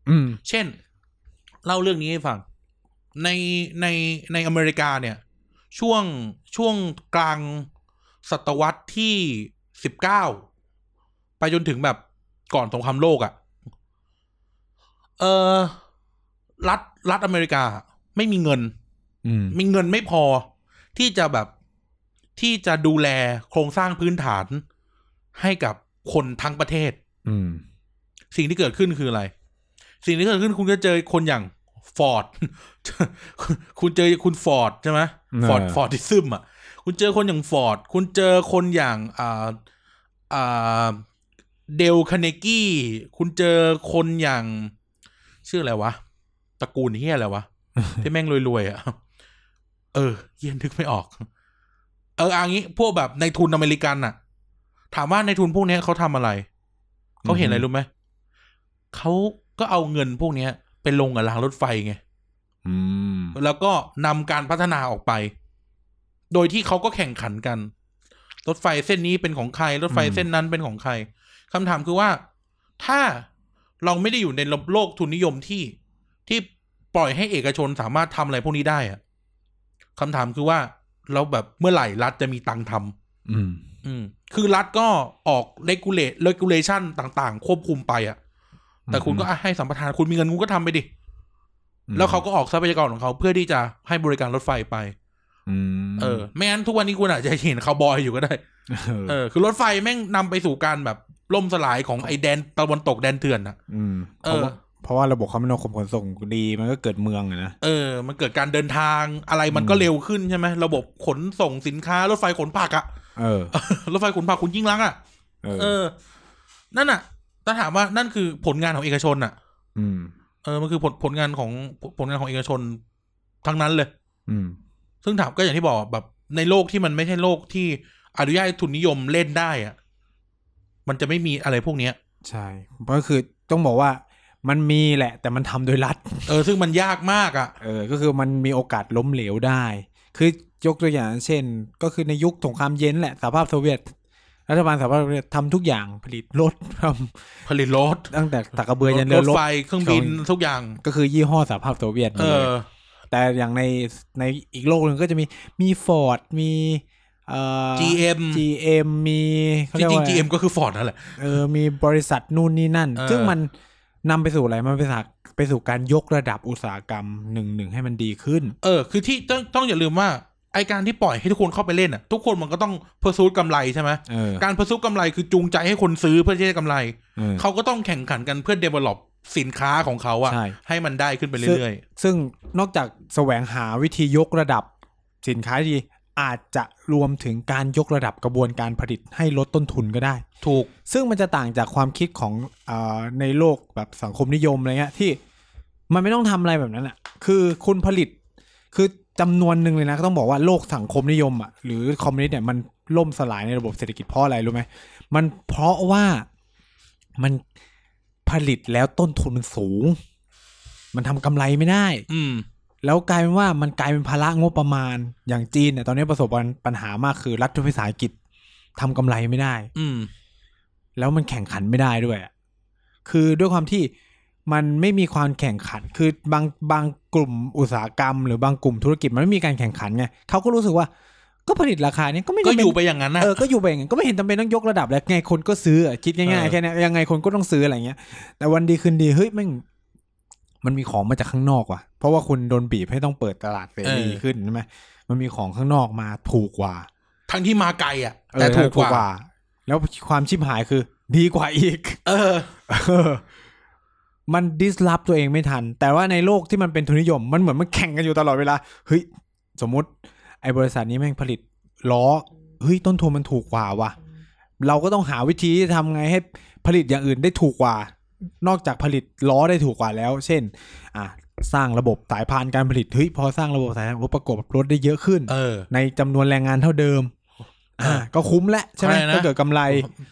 S1: อืม
S2: เช่น เล่าเรื่องนี้ให้ฟัง ในในในอเมริกาเนี่ย ช่วงช่วงกลางศตวรรษที่สิบเก้าไปจนถึงแบบก่อนสงครามโลกอะ่ะ เออรัฐรัฐอเมริกาไม่มีเงิน
S1: อืม
S2: มีเงินไม่พอที่จะแบบที่จะดูแลโครงสร้างพื้นฐานให้กับคนทั้งประเทศ
S1: อืม
S2: สิ่งที่เกิดขึ้นคืออะไร สิ่ง [LAUGHS] ที่เกิดขึ้นคุณก็เจอคนอย่างฟอร์ด คุณเจอคุณฟอร์ดใช่ไหม ฟอร์ดฟอร์ดิซึมอ่ะ คุณเจอคนอย่างฟอร์ด คุณเจอคนอย่างอ่าอ่าเดลคาเนกี้ คุณเจอคนอย่าง ชื่ออะไรวะ ตระกูลเฮียอะไรวะ [LAUGHS] ที่แม่งรวยๆอ่ะ เออเฮียนึกไม่ออก เออเอันนี้พวกแบบในทุนอเมริกันน่ะ ถามว่าในทุนพวกเนี้ยเขาทำอะไร เขาเห็นอะไรรู้ไหม เขาก็เอาเงินพวกเนี้ยไปลงกับรางรถไฟไง
S1: อืม
S2: แล้วก็นำการพัฒนาออกไป โดยที่เขาก็แข่งขันกัน รถไฟเส้นนี้เป็นของใคร รถไฟเส้นนั้นเป็นของใครคำถามคือว่า ถ้าเราไม่ได้อยู่ในโลกทุนนิยมที่ที่ปล่อยให้เอกชนสามารถทำอะไรพวกนี้ได้อะคำถามคือว่าเราแบบเมื่อไหร่รัฐจะมีตังค์ทำ
S1: อืม
S2: อืมคือรัฐก็ออกเลกูเลตเลกูเลชันต่าง ๆ ควบคุมไปอะแต่คุณก็อ่ะให้สัมปทานคุณมีเงินคุณก็ทำไปดิ
S1: อืม
S2: แล้วเขาก็ออกทรัพยากรของเขาเพื่อที่จะให้บริการรถไฟไป
S1: อืม
S2: เออ ไม่งั้นทุกวันนี้คุณอาจจะเห็นคาวบอยอยู่ก็ได้
S1: เอ
S2: เอ
S1: อ
S2: อ คือรถไฟแม่งนำไปสู่การแบบล่มสลายของไอแดนตะวันตกแดนเถื่อนอะ
S1: อืมเพ
S2: เอ
S1: ราะ
S2: อ
S1: ว่าเพราะว่าระบบคมนาคมขนส่งดีมันก็เกิดเมืองอะนะ
S2: เออ มันเกิดการเดินทางอะไรมันก็
S1: อืม
S2: เร็วขึ้นใช่ไหม ระบบขนส่งสินค้ารถไฟขนผัก
S1: [LAUGHS]
S2: อะ
S1: เออ
S2: รถไฟขนผักคุณยิ่งรักษณ์อะ
S1: เอ
S2: เอ
S1: อ
S2: อ นั่นน่ะ ถ้าถามว่านั่นคือผลงานของเอกชนน่ะ
S1: อืม
S2: เออ มันคือผลผลงานของผลผลงานของเอกชนทั้งนั้นเลย
S1: อืม
S2: ซึ่งถามก็อย่างที่บอกแบบในโลกที่มันไม่ใช่โลกที่อนุญาตให้ทุนนิยมเล่นได้อะมันจะไม่มีอะไรพวกเนี้ย
S1: ใช่ ก็คือต้องบอกว่ามันมีแหละ แต่มันทำโดยรัฐ
S2: เออ ซึ่งมันยากมากอะ
S1: เออ ก็คือมันมีโอกาสล้มเหลวได้ คือยกตัวอย่างเช่น ก็คือในยุคสงครามเย็นแหละสหภาพโซเวียต รัฐบาลสหภาพโซเวียตทำทุกอย่างผลิตรถ [LAUGHS] ท
S2: ผลิตรถ
S1: ำตั้งแต่ตักกระเบือยันเรื
S2: ร
S1: อ
S2: ถ
S1: รบ
S2: ไฟเครื่องบิน
S1: เครื่องบิน
S2: ทุกอย่าง
S1: ก็คือยี่ห้อสหภาพโซเวียตหม
S2: เอ
S1: ดเลย
S2: อ
S1: แต่อย่างในในอีกโลกหนึ่งก็จะมีมีฟอร์ดมีเอ่อ
S2: GM
S1: GM มีเขา
S2: จ
S1: เยก
S2: ริง
S1: ว่า
S2: ๆ GM ก็คือฟอร์ดนั่นแหละ
S1: เออมีบริษัทนู่นนี่นั่น
S2: เออ
S1: ซึ่งมันนำไปสู่อะไรมันไปสู่ไปสู่การยกระดับอุตสาหกรรมหนึ่งหนึ่งให้มันดีขึ้น
S2: เออ คือที่ต้องต้องอย่าลืมว่าไอการที่ปล่อยให้ทุกคนเข้าไปเล่นอะทุกคนมันก็ต้องเพอร์ซูดกำไรใช่ไหม
S1: เออ
S2: การประสบกำไรคือจูงใจให้คนซื้อเพื่อที่จะกำไร
S1: เออ
S2: เขาก็ต้องแข่งขันกันเพื่อ develop สินค้าของเขาอะ
S1: ใช่
S2: ให้มันได้ขึ้นไป
S1: ซึ่ง
S2: เรื่อย
S1: ซึ่งนอกจากแสวงหาวิธียกระดับสินค้าดีอาจจะรวมถึงการยกระดับกระบวนการผลิตให้ลดต้นทุนก็ได้
S2: ๆ ถูก
S1: ซึ่งมันจะต่างจากความคิดของเออในโลกแบบสังคมนิยมอะไรเงี้ยที่มันไม่ต้องทำอะไรแบบนั้นอะ่ะ คือคุณผลิตคือจำนวนหนึ่งเลยนะก็ต้องบอกว่าโลกสังคมนิยมอะ่ะหรือคอมมิวนิสต์เนี่ยมันล่มสลายในระบบเศรษฐกิจเพราะอะไรรู้ไหมมันเพราะว่ามันผลิตแล้วต้นทุนมันสูง มันทำกำไรไม่ได้
S2: อืม
S1: แล้วกลายเป็นว่ามันกลายเป็นภาระงบประมาณอย่างจีนเนี่ยตอนนี้ประสบปัญหามากคือรัฐวิสาหกิจทำกำไรไม่ได้
S2: อืม
S1: แล้วมันแข่งขันไม่ได้ด้วยอะคือด้วยความที่มันไม่มีความแข่งขัน คือบางบางกลุ่มอุตสาหกรรม หรือบางกลุ่มธุรกิจมันไม่มีการแข่งขันไงเขาก็รู้สึกว่า ก็ผลิตราคานี้ก็ไม่
S2: ก็
S1: จำ
S2: อ
S1: เป็น
S2: ยู่ไปอย่างนั้นนะ
S1: เออ ก็อยู่ไปอย่างนั้นก็ไม่เห็นจำเป็นต้องยกระดับแล้วไงคนก็ซื้ออะคิด
S2: เอ
S1: ง่าย
S2: อ
S1: ๆแค่เนี้ยยังไงคนก็ต้องซื้ออะไรเงี้ย แต่วันดีคืนดีเฮ้ยแมันมันมีของมาจากข้างนอกว่ะ เพราะว่าคุณโดนบีบให้ต้องเปิดตลาดเสรีขึ้นใช่ไหมมันมีของข้างนอกมาถูกกว่า
S2: ทั้งที่มาไกลอะ
S1: เออ
S2: แต่ถูกกว่า
S1: แล้วความชิบหายคือ ดีกว่าอีก
S2: เออ
S1: เออ [LAUGHS] มันดิสลอฟตัวเองไม่ทัน แต่ว่าในโลกที่มันเป็นทุนนิยม มันเหมือนมันแข่งกันอยู่ตลอดเวลา เฮ้ย สมมติไอ้บริษัทนี้แม่งผลิตล้อ เฮ้ย ต้นทุนมันถูกกว่าว่ะ เราก็ต้องหาวิธีที่ทำไงให้ผลิตอย่างอื่นได้ถูกกว่า นอกจากผลิตล้อได้ถูกกว่าแล้ว เช่น อ่ะสร้างระบบสายพานการผลิต เฮ้ย พอสร้างระบบสายพานประกอบรถได้เยอะขึ้น
S2: เออ
S1: ในจำนวนแรงงานเท่าเดิม อ่า ก็คุ้มแล้วใช่ไหม
S2: ใช่นะ
S1: ก็เกิดกำไร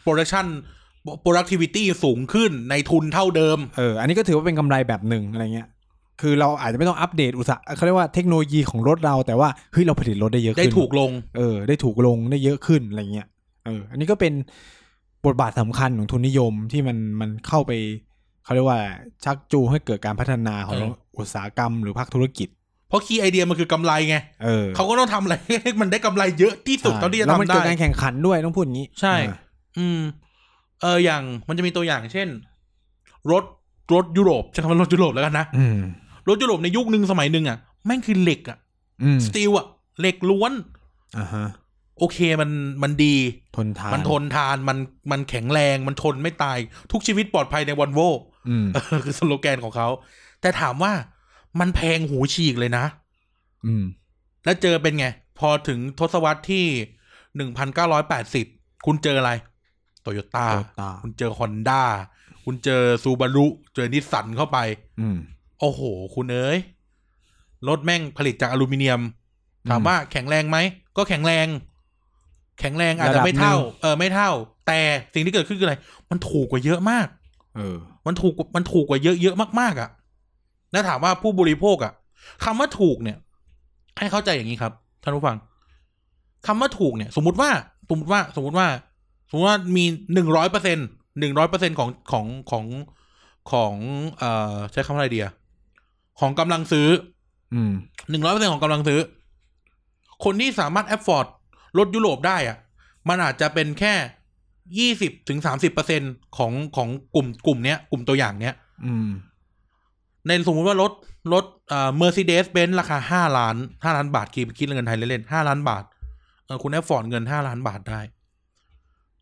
S2: โปรดักชัน productivity สูงขึ้นในทุนเท่าเดิม
S1: เออ อันนี้ก็ถือว่าเป็นกำไรแบบหนึ่งอะไรเงี้ย คือเราอาจจะไม่ต้องอัปเดตอุตสาหเขาเรียกว่าเทคโนโลยีของรถเราแต่ว่าเฮ้ยเราผลิตรถได้เยอะขึ้น
S2: ได้ถูกลง
S1: เออ ได้ถูกลงได้เยอะขึ้นอะไรเงี้ย เออ อันนี้ก็เป็นบทบาทสำคัญของทุนนิยมที่มันมันเข้าไปเขาเรียกว่าชักจูงให้เกิดการพัฒนาของ
S2: เออ
S1: อุตสาหกรรมหรือภาคธุรกิจ
S2: เพราะคีย์ไอเดียมันคือกำไรไง
S1: เออ
S2: เขาก็ต้องทำอะไรให้มันได้กำไรเยอะที่สุดเท่าที่จะ
S1: แล้วมัน
S2: ทำได้
S1: เกิดการแข่งขันด้วยต้องพูดอย่างนี้
S2: ใช่
S1: อ่า
S2: อืม เออ อย่างมันจะมีตัวอย่างเช่น รถรถยุโรปใช้คำว่ารถยุโรปแล้วกันนะ
S1: อืม
S2: รถยุโรปในยุคหนึ่งสมัยหนึ่งอ่ะแม่งคือเหล็กอ่ะ
S1: อืม
S2: สตีลอ่ะเหล็กล้วน
S1: อ่าฮะ
S2: โอเคมันมันดี
S1: ทนทาน
S2: มันทนทานมันมันแข็งแรงมันทนไม่ตาย ทุกชีวิตปลอดภัยในวันโว
S1: อืม
S2: [LAUGHS] คือสโลแกนของเขา แต่ถามว่ามันแพงหูฉีกเลยนะ
S1: อืม
S2: แล้วเจอเป็นไง พอถึงทศวรรษที่หนึ่งพันเก้าร้อยแปดสิบคุณเจออะไรโตโยต้า
S1: Toyota
S2: คุณเจอฮอนด้าคุณเจอซูบารุเจอนิสสันเข้าไป
S1: อืม
S2: โอ้โห คุณเอ๋ยรถแม่งผลิตจากอลูมิเนียม ถาม
S1: อืม
S2: ว่าแข็งแรงไหม ก็แข็งแรง แข็งแรงอาจจะไม่
S1: ระดับหนึ่ง
S2: เท่า เออไม่เท่า แต่สิ่งที่เกิดขึ้นคืออะไร มันถูกกว่าเยอะมาก
S1: เออ
S2: มันถูกกว่ามันถูกกว่าเยอะเยอะๆมาก ๆอะ่ะ แล้วถามว่าผู้บริโภคอะ่ะคำว่าถูกเนี่ย ให้เข้าใจอย่างนี้ครับท่านผู้ฟังคำว่าถูกเนี่ย สมมติว่าสมมติว่า สมมติว่า สมมติว่ามีหนึ่งร้อยเปอร์เซ็นหนึ่งร้อยเปอร์เซ็นของของของของเอ่อใช้คำว่าอะไรเดียของกำลังซื้อ
S1: อืม
S2: หนึ่งร้อยเปอร์เซ็นของกำลังซื้อ คนที่สามารถแอฟฟอร์ดรถยุโรปได้อะ่ะ มันอาจจะเป็นแค่ยี่สิบถึงสามสิบเปอร์เซ็นของของกลุ่มกลุ่มเนี้ยกลุ่มตัวอย่างเนี้ย
S1: อืม
S2: ในสมมุติว่ารถรถเอ่อ Mercedes Benz ราคาห้าล้านห้าล้านบาทคิดคิดเป็นเงินไทยเล่นๆห้าล้านบาทเออคุณได้ฟอร์ดเงินห้าล้านบาทได้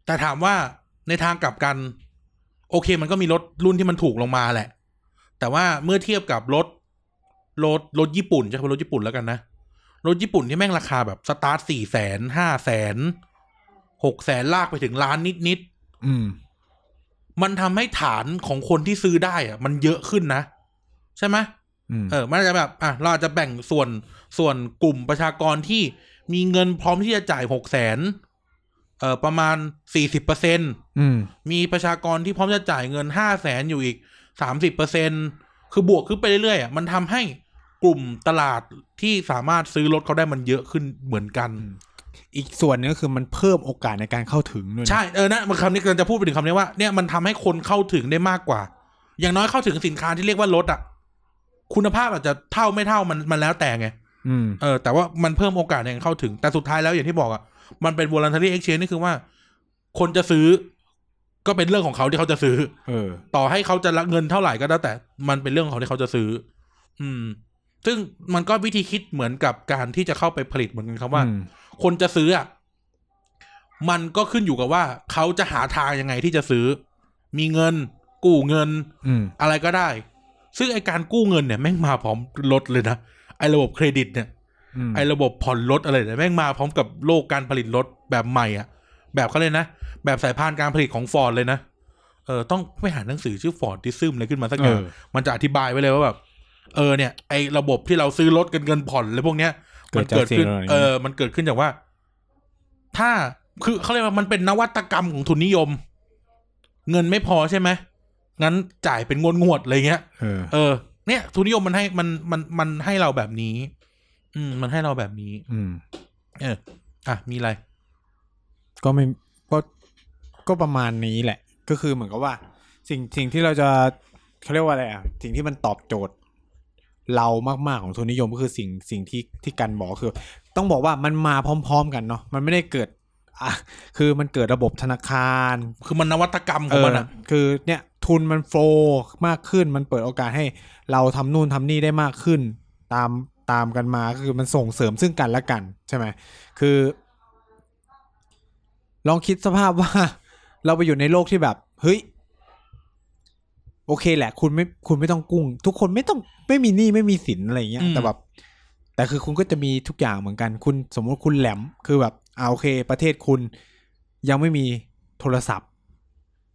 S2: แต่ถามว่าในทางกลับกัน โอเคมันก็มีรถรุ่นที่มันถูกลงมาแหละ แต่ว่าเมื่อเทียบกับรถรถรถญี่ปุ่นใช่ไหมรถญี่ปุ่นแล้วกันนะ รถญี่ปุ่นที่แม่งราคาแบบสตาร์ทสี่แสนห้าแสนหกแสนลากไปถึงล้านนิด
S1: อืม
S2: ๆมันทำให้ฐานของคนที่ซื้อได้อะมันเยอะขึ้นนะ ใช่ไหม
S1: อืม
S2: เออมันอาจจะแบบอ่ะเราอาจจะแบ่งส่วนส่วนกลุ่มประชากรที่มีเงินพร้อมที่จะจ่ายหกแสนเอ่อประมาณสี่สิบเปอร์เซ็น
S1: อืม
S2: มีประชากรที่พร้อมจะจ่ายเงินห้าแสนอยู่อีกสามสิบเปอร์เซ็นคือบวกขึ้นไปเรื่อยๆอ่ะมันทำให้กลุ่มตลาดที่สามารถซื้อรถเขาได้มันเยอะขึ้นเหมือนกัน
S1: อืม อีกส่วนหนึงก็คือมันเพิ่มโอกาสในการเข้าถึงด้วยนะ
S2: ใช่เออนะมันคำนี้กำลังจะพูดไปถึงคำนี้ว่าเนี่ยมันทำให้คนเข้าถึงได้มากกว่า อย่างน้อยเข้าถึงสินค้าที่เรียกว่ารถอ่ะคุณภาพอาจจะเท่าไม่เท่ามันมันแล้วแต่ไง
S1: อืม
S2: เออแต่ว่ามันเพิ่มโอกาสในการเข้าถึง แต่สุดท้ายแล้วอย่างที่บอกอะ่ะ มันเป็น voluntary exchange นี่คือว่า คนจะซื้อ ก็เป็นเรื่องของเขาที่เขาจะซื้อ
S1: เออ
S2: ต่อให้เขาจะรับเงินเท่าไหร่ก็แล้วแต่มันเป็นเรื่องของเขาที่เขาจะซื้อ อืม ซึ่งมันก็วิธีคิดเหมือนกับการที่จะเข้าไปผลิตเหมือนกันครับว่า
S1: อืม
S2: คนจะซื้ออ่ะมันก็ขึ้นอยู่กับว่าเขาจะหาทางยังไงที่จะซื้อ มีเงิน กู้เงิน
S1: อืม
S2: อะไรก็ได้ ซึ่งไอการกู้เงินเนี่ยแม่งมาพร้อมลดเลยนะไอระบบเครดิตเนี่ย
S1: อืม
S2: ไอ้ระบบผ่อนรถอะไรเนี่ยแม่งมาพร้อมกับโลกการผลิตรถแบบใหม่อ่ะ แบบเขาเลยนะ แบบสายพานการผลิตของฟอร์ดเลยนะ เออ ต้องไปหาหนังสือชื่อฟอร์ดที่ซึมอะไรขึ้นมาสักอย่าง
S1: เออ
S2: มันจะอธิบายไว้เลยว่าแบบ เออเนี่ย ไอ้ระบบที่เราซื้อรถกันเงินผ่อนอะไรพวกเนี้ย มัเกิดขึ้น เออ มันเกิดขึ้นจากว่า ถ้าคือเขาเรียกว่ามันเป็นนวัตกรรมของทุนนิยม เงินไม่พอใช่ไหมงั้นจ่ายเป็นงวดงวดๆอะไรเงี้ย
S1: เออ
S2: เออ เนี่ยทุนนิยมมันให้มันมันมันให้เราแบบนี้ อืม มันให้เราแบบนี้
S1: อืม
S2: เออ อ่ะ มีอะไร
S1: ก็ไม่ก็ก็ประมาณนี้แหละ ก็คือเหมือนกับว่า สิ่งสิ่งที่เราจะเขาเรียกว่าอะไรอ่ะสิ่งที่มันตอบโจทย์ เรามากๆของทุนนิยมก็คือสิ่งสิ่งที่ที่กันบอกคือ ต้องบอกว่ามันมาพร้อม ๆ กันเนาะมันไม่ได้เกิดอ่ะคือมันเกิดระบบธนาคาร
S2: คือมันนวัตกรรมข
S1: เอ
S2: อง
S1: อ
S2: มันอ่ะ
S1: คือเนี่ยทุนมันโฟล์มากขึ้น มันเปิดโอกาสให้เราทำนู่นทำนี่ได้มากขึ้น ตามตามกันมาก็คือมันส่งเสริมซึ่งกันและกันใช่ไหมคือ ลองคิดสภาพว่า [LAUGHS] เราไปอยู่ในโลกที่แบบ เฮ้ย โอเคแหละ คุณไม่คุณไม่ต้องกุ้ง ทุกคนไม่ต้องไม่มีหนี้ไม่มีสินอะไรอย่างเงี้ย
S2: อืม
S1: แต่แบบ แต่คือคุณก็จะมีทุกอย่างเหมือนกัน คุณสมมติคุณแหลมคือแบบอ่าโอเค ประเทศคุณยังไม่มีโทรศัพท์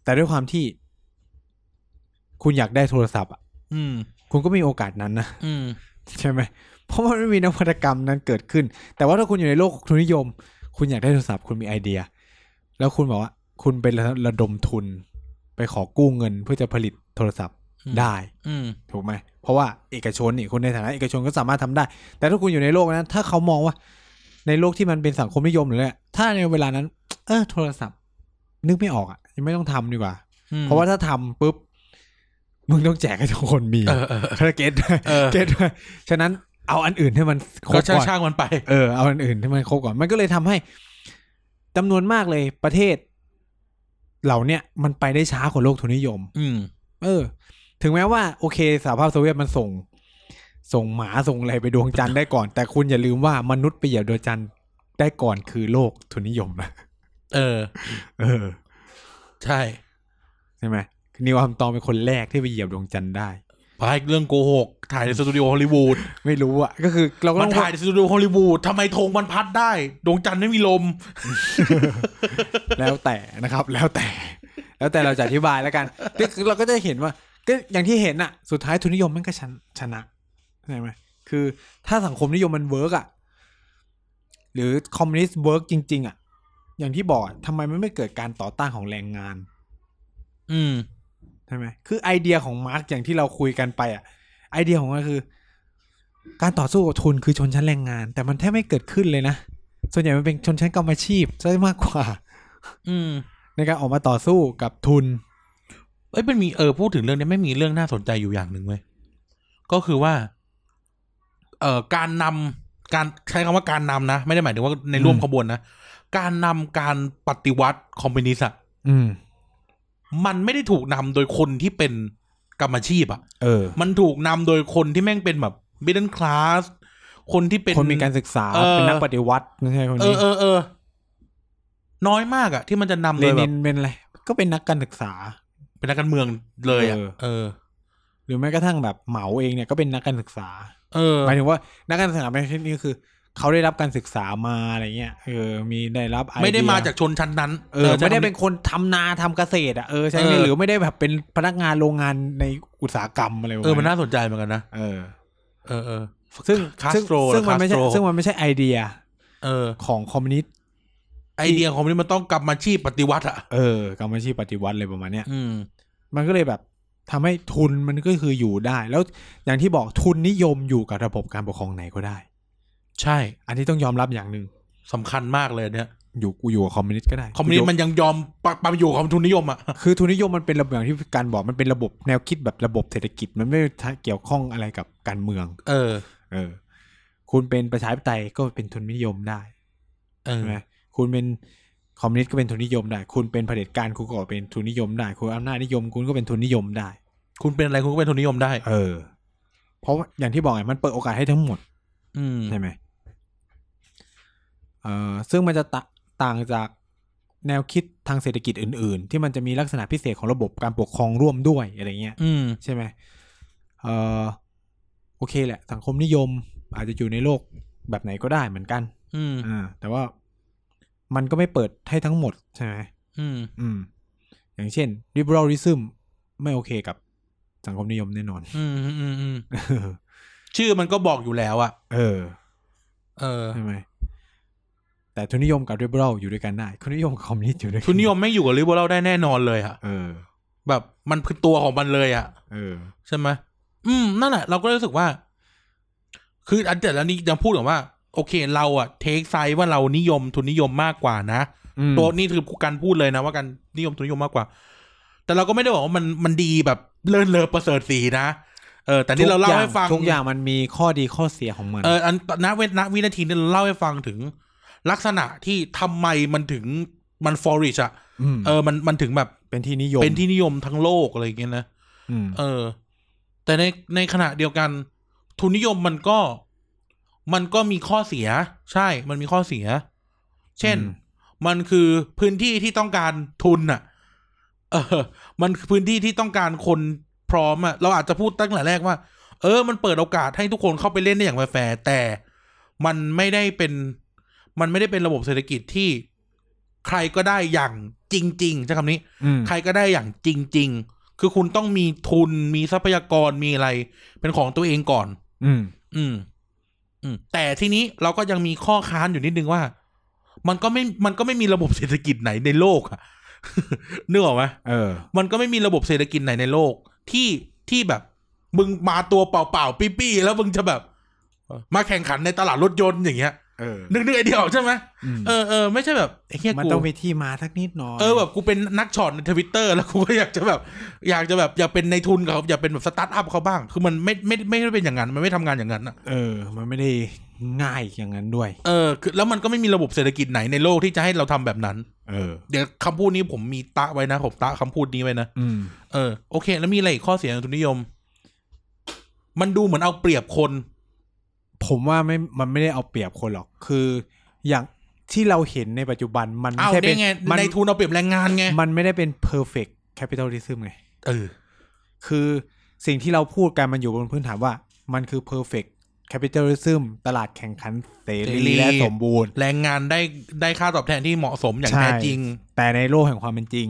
S1: แต่ด้วยความที่ คุณอยากได้โทรศัพท์อะ
S2: อืม
S1: คุณก็มีโอกาสนั้นนะ
S2: อืม
S1: ใช่ไหม เพราะมันไม่มีนวัตกรรมนั้นเกิดขึ้น แต่ว่าถ้าคุณอยู่ในโลกทุนนิยม คุณอยากได้โทรศัพท์คุณมีไอเดีย แล้วคุณบอกว่า คุณไประระดมทุน ไปขอกู้เงินเพื่อจะผลิตโทรศัพท์
S2: อืม
S1: ได้
S2: อืม
S1: ถูกไหม เพราะว่าเอกชนนี่คุณในฐานะเอกชนก็สามารถทำได้ แต่ถ้าคุณอยู่ในโลกนั้น ถ้าเขามองว่า ในโลกที่มันเป็นสังคมนิยมหรืออะไรถ้าในเวลานั้น เออโทรศัพท์ นึกไม่ออกอ่ะยังไม่ต้องทำดีกว่า
S2: อืม
S1: เพราะว่าถ้าทำปุ๊บมึงต้องแจกให้ทุกคนมี
S2: เออเออ
S1: ถ้าเก็ต
S2: เออ
S1: เก็ตฉะนั้นเอาอันอื่นให้มันคร
S2: ก็
S1: บก่อน
S2: ช่างๆมันไป
S1: เออเอาอันอื่นให้มันครบก่อน มันก็เลยทำให้จำนวนมากเลยประเทศ เหล่าเนี้ยมันไปได้ช้ากว่าโลกทุนนิยม
S2: อืม
S1: เออ ถึงแม้ว่า โอเคสหภาพโซเวียตมันส่ง ส่งหมาส่งอะไรไปดวงจันทร์ได้ก่อน แต่คุณอย่าลืมว่ามนุษย์ไปเหยียบดวงจันทร์ได้ก่อนคือโลกทุนนิยมนะ
S2: เออ
S1: เออ
S2: ใช่
S1: ใช่ไหมนิวอัมตองเป็นคนแรกที่ไปเหยียบดวงจันทร์ได้
S2: พายเรื่องโกหกถ่ายในสตูดิโอฮอลลีวูด
S1: ไม่รู้อ่ะ ก็คือเราก็
S2: มั
S1: ต้
S2: น
S1: อง
S2: ถ่ายในสตูดิโอฮอลลีวูดทำไมธงมันพัดได้ ดวงจันทร์ไม่มีลม
S1: แล้วแต่นะครับ แล้วแต่ แล้วแต่เราจะอธิบายแล้วกันคือเราก็จะเห็นว่าก็อย่างที่เห็นอ่ะ สุดท้ายทุนนิยมมันก็ชนะชนะเข้าใช่ไหมคือถ้าสังคมนิยมมันเวิร์กอ่ะ หรือคอมมิวนิสต์เวิร์กจริง ๆ อ่ะ อย่างที่บอกอะทำไมมันไม่เกิดการต่อต้านของแรงงาน
S2: อืม
S1: ใช่ไหมคือไอเดียของมาร์กอย่างที่เราคุยกันไปอ่ะ ไอเดียของมันคือ การต่อสู้กับทุนคือชนชั้นแรงงาน แต่มันแทบไม่เกิดขึ้นเลยนะ ส่วนใหญ่มันเป็นชนชั้นกรรมอาชีพซะมากกว่า
S2: อืม
S1: ในการออกมาต่อสู้กับทุน
S2: เอ้ยมันมีเออพูดถึงเรื่องนี้ไม่มีเรื่องน่าสนใจอยู่อย่างหนึ่งเว้ยก็คือว่า เอ่อการนำการใช้คำว่าการนำนะ ไม่ได้หมายถึงว่าในร่วม
S1: อืม
S2: ขบวนนะการนำการปฏิวัติคอมมิวนิสต์อะ
S1: อืม
S2: มันไม่ได้ถูกนำโดยคนที่เป็นกรรมอาชีพอะ
S1: เออ
S2: มันถูกนำโดยคนที่แม่งเป็นแบบ middle class คนที่เป็น
S1: คนมีการศึกษา
S2: เออ
S1: เป็นนักปฏิวัติไม่ใช่คน
S2: เอ
S1: นี้
S2: อเออเออน้อยมากอะที่มันจะนำโด
S1: เลย
S2: แบ
S1: นิ
S2: บ
S1: นเป็นอะไร ก็เป็นนักการศึกษา
S2: เป็นนักการเมืองเลยอะ
S1: เออ
S2: เออ
S1: หรือแม้กระทั่งแบบเหมาเองเนี่ยก็เป็นนักการศึกษา
S2: เออ
S1: หมายถึงว่านักการศึกษาในที่นี้คือ เขาได้รับการศึกษามาอะไรเงี้ย เออ มีได้รับอเย
S2: ไม่ได้มาจากชนชั้นนั้น
S1: เออ
S2: ใช้
S1: ไม่ได้
S2: คำ
S1: เป็นคนทำนาทำเกษตรอ่ะเออใช่ไหม
S2: เออ
S1: หรือไม่ได้แบบเป็นพนักงานโรงงานในอุตสาหกรรมอะไรประ
S2: เออ มั
S1: มา
S2: น
S1: ณ
S2: น่าสนใจเหมือนกันนะ
S1: เออ
S2: เออเออ
S1: ซึ่ง
S2: คาส
S1: ซึ่ง
S2: โตร
S1: ซึ่งมันไม่ใช่
S2: คาสโตร
S1: ซึ่งมันไม่ใช่ไอเดีย
S2: เออ
S1: ของคอมมิวนิสต์
S2: ไอเดียของมันมันต้องกลับมาชีพปฏิวัติอ่ะ
S1: เออกรรมอาชีพปฏิวัติเลยประมาณเนี้ย
S2: อืม
S1: มันก็เลยแบบทำให้ทุนมันก็คืออยู่ได้ แล้วอย่างที่บอกทุนนิยมอยู่กับระบบการปกครองไหนก็ได้
S2: ใช่
S1: อันนี้ต้องยอมรับอย่างหนึ่ง
S2: สำคัญมากเลยเนี่ย
S1: อยู่กูอยู่กับคอมมิวนิสต์ก็ได้
S2: คอมมิวนิสต์มันยังยอมปะปะอยู่ของทุนนิยมอ่ะ
S1: คือทุนนิยมมันเป็นระบบอย่างที่การบอกมันเป็นระบบแนวคิดแบบระบบเศรษฐกิจมันไม่ได้เกี่ยวข้องอะไรกับการเมือง
S2: เออ
S1: เออ คุณเป็นประชาธิปไตยก็เป็นทุนนิยมได้
S2: เออ
S1: ใช่ไหมคุณเป็นคอมมิวนิสต์ก็เป็นทุนนิยมได้ คุณเป็นเผด็จการคุณก็เป็นทุนนิยมได้ คุณอำนาจนิยมคุณก็เป็นทุนนิยมได้
S2: คุณเป็นอะไรคุณก็เป็นทุนนิยมได้
S1: เออ เพราะว่าอย่างที่บอกไงมันเปิดโอกาสให้ทั้งหมด
S2: อืม
S1: ใช่ไหมเออซึ่งมันจะตะต่างจากแนวคิดทางเศรษฐกิจอื่น ๆ ที่มันจะมีลักษณะพิเศษของระบบการปกครองร่วมด้วยอะไรเงี้ย
S2: อืม
S1: ใช่ไหมเออโอเคแหละ สังคมนิยมอาจจะอยู่ในโลกแบบไหนก็ได้เหมือนกัน
S2: อืม
S1: อ่า แต่ว่ามันก็ไม่เปิดให้ทั้งหมดใช่ไหม
S2: อืม
S1: อืม อย่างเช่น liberalism ไม่โอเคกับสังคมนิยมแน่นอน [LAUGHS]
S2: อืมอืมอืมชื่อมันก็บอกอยู่แล้วอ่ะ
S1: เออ
S2: เออ
S1: ใช่ไหม แต่ทุนนิยมกับ liberal อยู่ด้วยกันได้ ทุนนิยมกับคอมมิวนิสต์อยู่ด้วยกั
S2: ทุนนิยมไม่อยู่กับลิเบอรัลได้แน่นอนเลยอ่ะ
S1: เออ
S2: แบบมันคือตัวของมันเลยอ่ะ
S1: เออ
S2: ใช่ไหมอืม นั่นแหละ เราก็รู้สึกว่า คืออันเดียวแล้วนี้ยังพูดถึงว่า โอเค เราอะเทคไซด์ว่าเรานิยมทุนนิยมมากกว่านะ
S1: อืม
S2: ตัวนี่คือการพูดเลยนะว่าการนิยมทุนนิยมมากกว่า แต่เราก็ไม่ได้บอกว่ามันมันดีแบบเลิศเลอประเสริฐสีนะ เออ แต่นี่เราเล่าให้ฟัง
S1: ทุกอย่างมันมีข้อดีข้อเสียของมัน
S2: เอออันณเวณวินาทีนี้เราเล่าให้ฟังถึง ลักษณะที่ทำไมมันถึงมันฟอริชอะ
S1: อืม
S2: เออ มันมันถึงแบบ
S1: เป็นที่นิยม
S2: เป็นที่นิยมทั้งโลกอะไรอย่างเงี้ยนะ
S1: อืม
S2: เออ แต่ในในขณะเดียวกัน ทุนนิยมมันก็ มันก็มีข้อเสีย ใช่ มันมีข้อเสีย เช่น
S1: อืม
S2: มันคือพื้นที่ที่ต้องการทุนน่ะ เออ มันคือพื้นที่ที่ต้องการคนพร้อมอ่ะ เราอาจจะพูดตั้งแต่แรกว่า เออ มันเปิดโอกาสให้ทุกคนเข้าไปเล่นได้อย่างแฟร์ๆแต่มันไม่ได้เป็น มันไม่ได้เป็นระบบเศรษฐกิจที่ใครก็ได้อย่างจริงๆใช้คำนี้
S1: อืม
S2: ใครก็ได้อย่างจริง ๆ คือคุณต้องมีทุน มีทรัพยากร มีอะไร เป็นของตัวเองก่อน
S1: อืม
S2: อืม อืม แต่ทีนี้เราก็ยังมีข้อค้านอยู่นิดนึงว่า มันก็ไม่ มันก็ไม่มีระบบเศรษฐกิจไหนในโลกอะ [LAUGHS] นึกออกไหม
S1: เออ
S2: มันก็ไม่มีระบบเศรษฐกิจไหนในโลก ที่ที่แบบ มึงมาตัวเปล่าๆปี้ๆแล้วมึงจะแบบ มาแข่งขันในตลาดรถยนต์อย่างเงี้ย
S1: เออ
S2: นึกนึกไอเดียออกใช่ไหม
S1: อืม
S2: เออเออไม่ใช่แบบไอ้เหี้ย
S1: มัน
S2: กู
S1: ต้องมีที่มาสักนิดหน่อย
S2: เออแบบกูเป็นนักช็อตในทวิตเตอร์แล้วกูก็อยากจะแบบ อยากจะแบบอยากเป็นในทุนกับเขาอยากเป็นแบบสตาร์ทอัพเขาบ้าง คือมันไม่ไม่ไม่ได้เป็นอย่างนั้นมันไม่ทำงานอย่างนั้นอะ
S1: เออ มันไม่ได้ง่ายอย่างนั้นด้วย
S2: เออคือแล้วมันก็ไม่มีระบบเศรษฐกิจไหนในโลกที่จะให้เราทำแบบนั้น
S1: เออ
S2: เดี๋ยวคำพูดนี้ผมมีตะไว้นะผมตะคำพูดนี้ไว้นะ
S1: อืม
S2: เออโอเค แล้วมีอะไรอีกข้อเสียของทุนนิยม มันดูเหมือนเอาเปรียบคน
S1: ผมว่าไม่ มันไม่ได้เอาเปรียบคนหรอก คือ อย่างที่เราเห็นในปัจจุบันมันไม่
S2: เอา
S1: ใช่เป็
S2: ได้
S1: น
S2: ไง
S1: มัน
S2: ในทุนเอาเปรียบแรงงานไง
S1: มันไม่ได้เป็น perfect capitalism ไง
S2: เออ
S1: คือ สิ่งที่เราพูดกันมันอยู่บนพื้นฐานว่า มันคือ perfect capitalism ตลาดแข่งขันเส
S2: เสรี
S1: รีและสมบูรณ์
S2: แรงงานได้ได้ค่าตอบแทนที่เหมาะสมอย่าง
S1: ใช่
S2: แท้จริง
S1: แต่ในโลกแห่งความเป็นจริง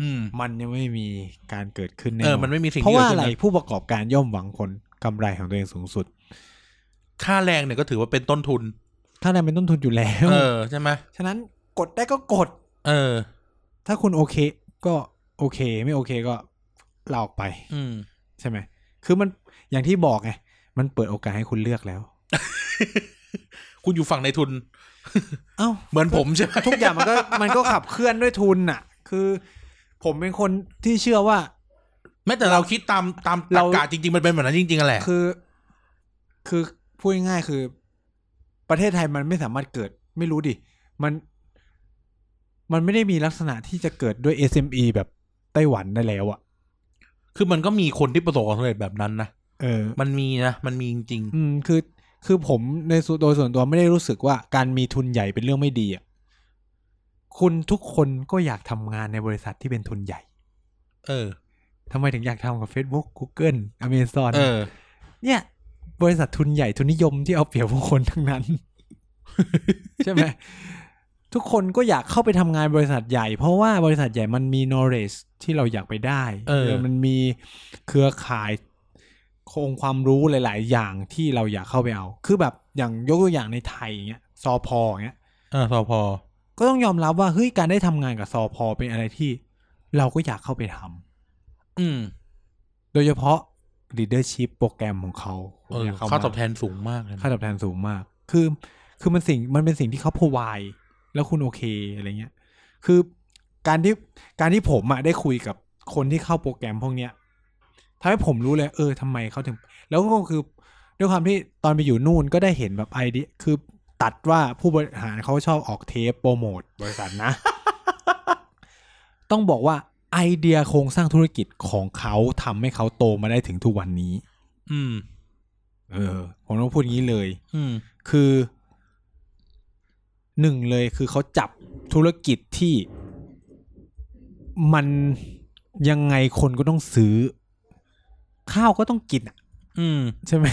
S2: อืม
S1: มันยังไม่มีการเกิดขึ้นแน่
S2: เออมันไม่มีสิ่งที่
S1: เพราะว่า
S2: เกิด
S1: อะ
S2: ขึ้น
S1: ไร
S2: นะ
S1: ผู้ประกอบการย่อมหวังผลกำไรของตัวเองสูงสุด
S2: ค่าแรงเนี่ยก็ถือว่าเป็นต้นทุน
S1: ถ้าแรงเป็นต้นทุนอยู่แล้ว
S2: เออใช่ไหม
S1: ฉะนั้นกดได้ก็กด
S2: เออ
S1: ถ้าคุณโอเคก็โอเค ไม่โอเคก็ลาออกไป
S2: อืม
S1: ใช่ไหม คือมันอย่างที่บอกไง มันเปิดโอกาสให้คุณเลือกแล้ว
S2: คุณอยู่ฝั่งในทุน
S1: เอ้า
S2: เหมือนผมใช่ไหม
S1: ทุกอย่างมันก็ มันก็ขับเคลื่อนด้วยทุนน่ะ คือผมเป็นคนที่เชื่อว่า
S2: แม้แต่เราคิดตามตามตร
S1: เรา
S2: รกะจริง ๆ มันเป็นแบบนั้นจริงๆอะแหละ
S1: คือ คือพูดง่ายๆคือ ประเทศไทยมันไม่สามารถเกิด ไม่รู้ดิ มัน มันไม่ได้มีลักษณะที่จะเกิดด้วย SME แบบไต้หวันได้แล้วอะ
S2: คือมันก็มีคนที่ประสบความสำเร็จแบบนั้นนะ
S1: เออ
S2: มันมีนะ มันมีจริง
S1: อืมคือคือผมในส่วนโดยส่วนตัวไม่ได้รู้สึกว่าการมีทุนใหญ่เป็นเรื่องไม่ดีอ่ะคุณทุกคนก็อยากทำงานในบริษัทที่เป็นทุนใหญ่
S2: ๆ เออ
S1: ทำไมถึงอยากทำกับ Facebook Google Amazon
S2: เออ
S1: เนี่ย บริษัททุนใหญ่ทุนนิยมที่เอาเปรียบผู้คนทั้ง
S2: [LAUGHS]
S1: นั้น ใช่ไหมทุกคนก็อยากเข้าไปทำงานบริษัทใหญ่ เพราะว่าบริษัทใหญ่มันมี knowledge ที่เราอยากไปได้
S2: เออ
S1: มันมีเครือข่ายโครงความรู้หลาย ๆ อย่างที่เราอยากเข้าไปเอา คือแบบอย่างยกตัวอย่างในไทยอย่างเงี้ยซอพออย่างเงี้ย
S2: เออสพอ
S1: ก็ต้องยอมรับว่าเฮ้ยการได้ทำงานกับซอพอเป็นอะไรที่ เราก็อยากเข้าไปทำ
S2: อืม
S1: โดยเฉพาะ leadership โปรแกรมของเขา
S2: เออ
S1: ยกข้ม
S2: ค่าตอบแทนสูงมากเลยนะ
S1: ค่าตอบแทนสูงมาก คือ คือมันสิ่ง มันเป็นสิ่งที่เขา provide แล้วคุณโอเคอะไรเงี้ย คือการที่ การที่ผมอะได้คุยกับคนที่เข้าโปรแกรมพวกเนี้ยทำให้ผมรู้เลย เออทำไมเขาถึง แล้วก็คือ ด้วยความที่ตอนไปอยู่นู่นก็ได้เห็นแบบไอเดีย คือตัดว่าผู้บริหารเขาชอบออกเทปโปรโมทบริษัทนะ [LAUGHS] ต้องบอกว่าไอเดียโครงสร้างธุรกิจของเขาทำให้เขาโตมาได้ถึงทุกวันนี้
S2: อืม
S1: เออ ผมต้องพูดงี้เลย
S2: อืม
S1: คือหนึ่งเลยคือเขาจับธุรกิจที่มันยังไงคนก็ต้องซื้อ ข้าวก็ต้องกินอะ
S2: อืม
S1: ใช่ไหม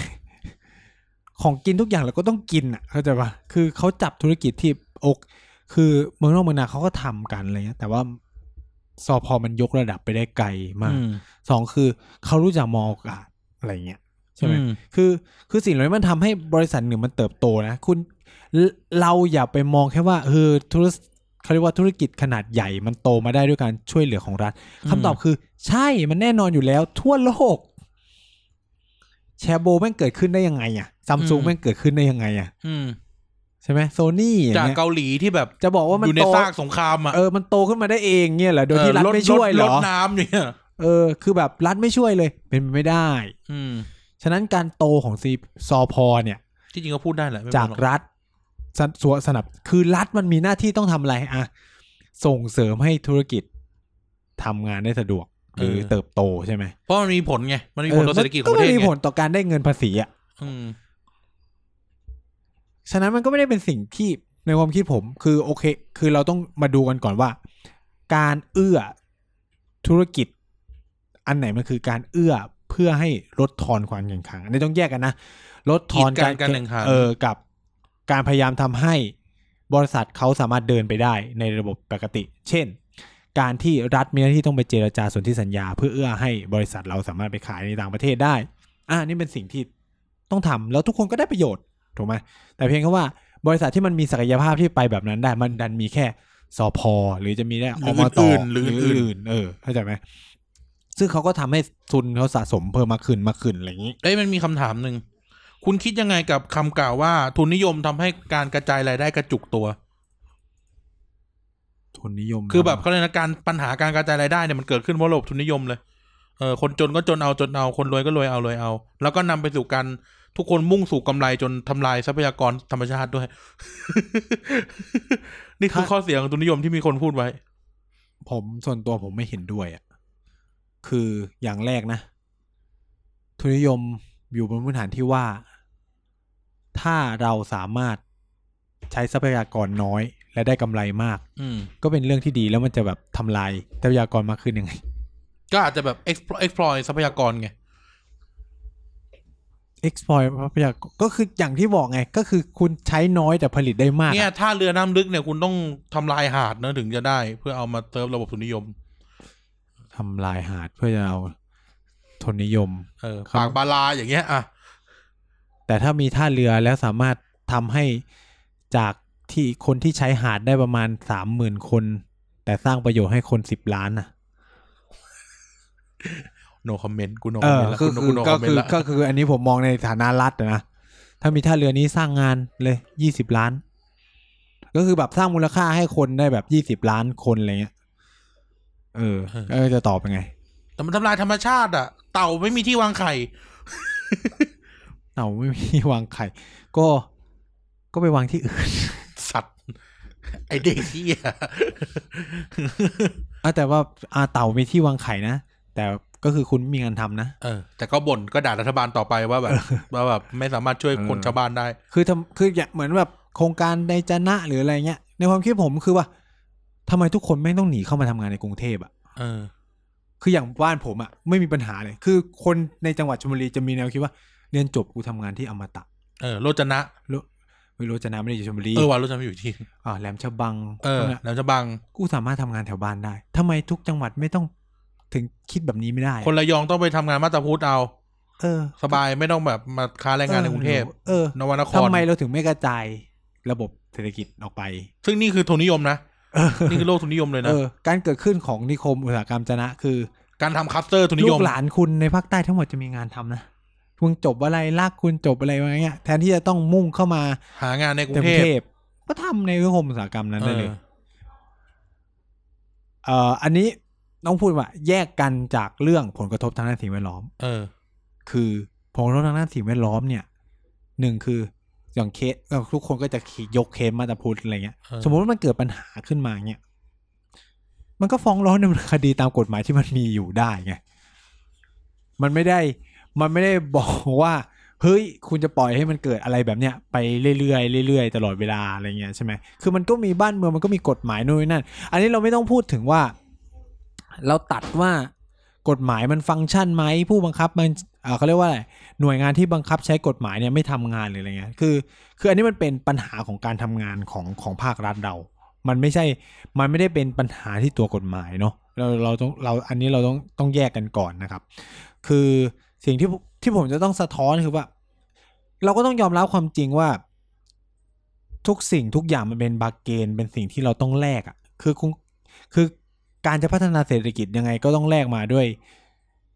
S1: ของกินทุกอย่างเราก็ต้องกินอ่ะเข้าใจปะคือเขาจับธุรกิจที่อก คือเมืองนอกเมืองนาเขาก็ทำกันอะไรเงี้ยแต่ว่าซอพอมันยกระดับไปได้ไกลมาก
S2: อืม
S1: สองคือเขารู้จักมองโอกาสอะไรเงี้ยใช่ไหม
S2: อื
S1: คือคือสิ่งเหล่านี้มันทำให้บริษัทหนึ่งมันเติบโตนะ คุณเรเราอย่าไปมองแค่ว่าเออธุรเขาเรียกว่าธุรกิจขนาดใหญ่มันโตมาได้ด้วยการช่วยเหลือของรัฐคำตอบคือใช่มันแน่นอนอยู่แล้ว ทั่วโลก แชร์โบแม่งเกิดขึ้นได้ยังไงอะซัมซุงแม่งเกิดขึ้นได้ยังไงอะ
S2: อืม
S1: ใช่ไหมโซนี่อย่าง
S2: จาก
S1: เงี้ย
S2: เกาหลีที่แบบ
S1: จะบอกว่ามัน
S2: อยู่ใน
S1: โต
S2: ซากสงครามอ่ะ
S1: เออมันโตขึ้นมาได้เองเนี่ยเหรอโดยที่รัฐ
S2: เออ
S1: ไม่ช่วยเหร
S2: ลด
S1: อ
S2: ลดน้ำเนี่ย
S1: เออคือแบบรัฐไม่ช่วยเลย เป็นไปไม่ได้
S2: อืม
S1: ฉะนั้นการโตของซีซอพอเนี่ย
S2: ที่จริงก็พูดได้แหละไม่เป็น
S1: จาก
S2: ไรหรอ
S1: รัฐสนสวนสนับคือรัฐมันมีหน้าที่ต้องทำอะไรอะส่งเสริมให้ธุรกิจทำงานได้สะดวก หรือเติบโตใช่ไหม
S2: เพราะมันมีผลไง มันมีผลต่อเศรษฐกิจขอ
S1: ก็
S2: งประเทศ
S1: มี
S2: ไง
S1: ผลต่อการได้เงินภาษีอ่ะ
S2: อืม
S1: ฉะนั้นมันก็ไม่ได้เป็นสิ่งที่ในความคิดผม คือโอเค คือเราต้องมาดูกันก่อนว่า การเอื้อธุรกิจ อันไหนมันคือการเอื้อเพื่อให้ลดทอนความแข่งขันอันนี้ต้องแยกกันนะลดทอน
S2: กีดกันการแข่งขัน
S1: เออกับการพยายามทำให้บริษัทเขาสามารถเดินไปได้ในระบบปกติ เช่น การที่รัฐมีหน้าที่ต้องไปเจรจาสนธิสัญญา เพื่อเอื้อให้บริษัทเราสามารถไปขายในต่างประเทศได้ อ่านี่เป็นสิ่งที่ต้องทำแล้วทุกคนก็ได้ประโยชน์ถูกไหมแต่เพียงแค่ว่าบริษัทที่มันมีศักยภาพที่ไปแบบนั้นได้มันดันมีแค่สอพอหรือจะมีได้อมต
S2: หรืออื่นๆหรืออื่น
S1: นๆเออเข้าใจไหม ซึ่งเขาก็ทำให้ทุนเขาสะสมเพิ่มมากขึ้นมากขึ้นอะไรอย่างนี้
S2: เอ้ยมันมีคำถามหนึ่ง คุณคิดยังไงกับคำกล่าวว่า ทุนนิยมทำให้การกระจายรายได้กระจุกตัว
S1: ทุนนิยม
S2: คือแบบเขาเลยกนะการปัญหาการกระจายรายได้เนี่ยมันเกิดขึ้นเพราะระบบทุนนิยมเลย เออคนจนก็จนเอาจนเอาคนรวยก็รวยเอารวยเอา แล้วก็นำไปสู่การทุกคนมุ่งสู่กำไรจนทำลายทรัพยากรธรรมชาติด้วย [LAUGHS] นี่คือข้อเสียของทุนนิยมที่มีคนพูดไว้
S1: ผมส่วนตัวผมไม่เห็นด้วยอ่ะคืออย่างแรกนะ ทุนนิยมอยู่บนพื้นฐานที่ว่า ถ้าเราสามารถใช้ทรัพยากรน้อย และได้กำไรมาก
S2: อืม
S1: ก็เป็นเรื่องที่ดีแล้วมันจะแบบทำลายทรัพยากรมากขึ้นยังไง
S2: ก็อาจจะแบบ exploit exploit ทรัพยากรไง
S1: exploit ทรัพยากรก็คืออย่างที่บอกไง ก็คือคุณใช้น้อยแต่ผลิตได้มาก
S2: เนี่ยถ้าเรือน้ำลึกเนี่ยคุณต้องทำลายหาดนะถึงจะได้ เพื่อเอามาเติมระบบทุนนิยม
S1: ทำลายหาดเพื่อจะเอาทนนิยม
S2: เออ
S1: ครับ
S2: ปากบาลาอย่างเงี้ยอ่ะ
S1: แต่ถ้ามีท่าเรือแล้วสามารถทำให้จากที่คนที่ใช้หาดได้ประมาณสามหมื่นคน แต่สร้างประโยชน์ให้คนสิบล้านน่ะ
S2: โนคอมเมนต์กูโนค
S1: เออ
S2: อมเมนต์ละ
S1: คือ
S2: กู
S1: คือ
S2: โน
S1: ก็
S2: คอมเมน
S1: คือ
S2: ต์ละ
S1: ก็คืออันนี้ผมมองในฐานะรัฐอะนะ ถ้ามีท่าเรือนี้สร้างงานเลยยี่สิบล้าน ก็คือแบบสร้างมูลค่าให้คนได้แบบยี่สิบ20 ล้านคนอะไรเงี้ยเออเออจะตอบยังไง
S2: แต่มันทำลายธรรมชาติอ่ะ เต่าไม่มีที่วางไข่
S1: เอา [LAUGHS] ไม่มีวางไข่ก็ก็ไปวางที่อื่น [LAUGHS]
S2: สัตว์ [LAUGHS] ไอเด็กที่อ่ะ
S1: อ่ะแต่ว่าอาเต่ามีที่วางไข่นะ แต่ก็คือคุณไม่มีงานทำนะ
S2: เออ แต่ก็บ่นก็ด่ารัฐบาลต่อไป
S1: [LAUGHS]
S2: ว่าแบบว่าแบบไม่สามารถช่วยคน
S1: เออ
S2: ชาวบ้านได้
S1: คือทำคืออย่างเหมือนแบบโครงการในจะนะหรืออะไรเงี้ย ในความคิดผมคือว่าทำไมทุกคนไม่งต้องหนีเข้ามาทำงานในกรุงเทพอะ
S2: เออ
S1: คืออย่างบ้านผมอะไม่มีปัญหาเลย คือคนในจังหวัดชลบุรีจะมีแนวคิดว่าเรียนจบกูทำงานที่อมตะ
S2: เออโรจนะ
S1: แล้วไม่รู้จะนะไม่ได้อยู่ชลบุรี
S2: เออว่าโรจนะไม่อยู่อีกที่
S1: อ่าแหลมฉบัง
S2: เออ
S1: พวกนั้น
S2: แล้วจะบัง
S1: กูสามารถทำงานแถวบ้านได้ทำไมทุกจังหวัดไม่ต้องถึงคิดแบบนี้ไม่ได้อะ
S2: คนระยองต้องไปทำงานมาตาพุธเอา
S1: เออ
S2: สบายไม่ต้องแบบมาค้าแรงงานในกรุงเทพ
S1: เออ
S2: นวนคร
S1: ทำไมเราถึงไม่กระจายระบบเศรษฐกิจออกไป
S2: ซึ่งนี่คือทุนนิยมนะ
S1: เออ
S2: นี่คือโลกทุนนิยมเลย
S1: เอ
S2: นะ
S1: อการเกิดขึ้นของนิคมอุตสาหกรรมจะนะคือ
S2: การทำคัสเตอร์ทุนนิ
S1: ลู
S2: ยม
S1: กหลานคุณในภาคใต้ทั้งหมดจะมีงานทำนะคุณจบอะไรลากคุณจบอะไรมาเงี้ยแทนที่จะต้องมุ่งเข้ามา
S2: หางานในกรุ
S1: แต่
S2: ง
S1: กรุง
S2: เทพ
S1: เทพก็ทำในนิคมอุตสาหกรรมนั้นได้เลย
S2: เออ
S1: เอ่ออันนี้ต้องพูดว่า แยกกันจากเรื่องผลกระทบทางด้านสิ่งแวดล้อม
S2: เออ
S1: คือผลกระทบทางด้านสิ่งแวดล้อมเนี่ยหนึ่งคืออย่างเคสเอ่อทุกคนก็จะยกเคสมาตาพุทธอะไรเงี้ย
S2: เออ
S1: สมมติว่ามันเกิดปัญหาขึ้นมาเนี่ยมันก็ฟ้องร้องดำเนินคดีตามกฎหมายที่มันมีอยู่ได้ไงมันไม่ได้ มันไม่ได้บอกว่า เฮ้ย คุณจะปล่อยให้มันเกิดอะไรแบบเนี้ยไปเรื่อยๆเรื่อยๆตลอดเวลาอะไรเงี้ยใช่ไหมคือมันก็มีบ้านเมืองมันก็มีกฎหมายนู่นนนั่น อันนี้เราไม่ต้องพูดถึงว่า เราตัดว่ากฎหมายมันฟังก์ชันไหมผู้บังคับมันอ่าเขาเรียกว่าอะไรหน่วยงานที่บังคับใช้กฎหมายเนี่ยไม่ทำงานหรืออะไรเงี้ยคือ คืออันนี้มันเป็นปัญหาของการทำงานของของภาครัฐเรา มันไม่ใช่ มันไม่ได้เป็นปัญหาที่ตัวกฎหมายเนาะ เราเราต้องเราอันนี้เราต้องต้องแยกกันก่อนนะครับ คือสิ่งที่ผมที่ผมจะต้องสะท้อนคือว่า เราก็ต้องยอมรับความจริงว่า ทุกสิ่งทุกอย่างมันเป็นบาร์เกนเป็นสิ่งที่เราต้องแลกอะ่ะ คือคุณคือการจะพัฒนาเศรษฐกิจยังไงก็ต้องแลกมาด้วย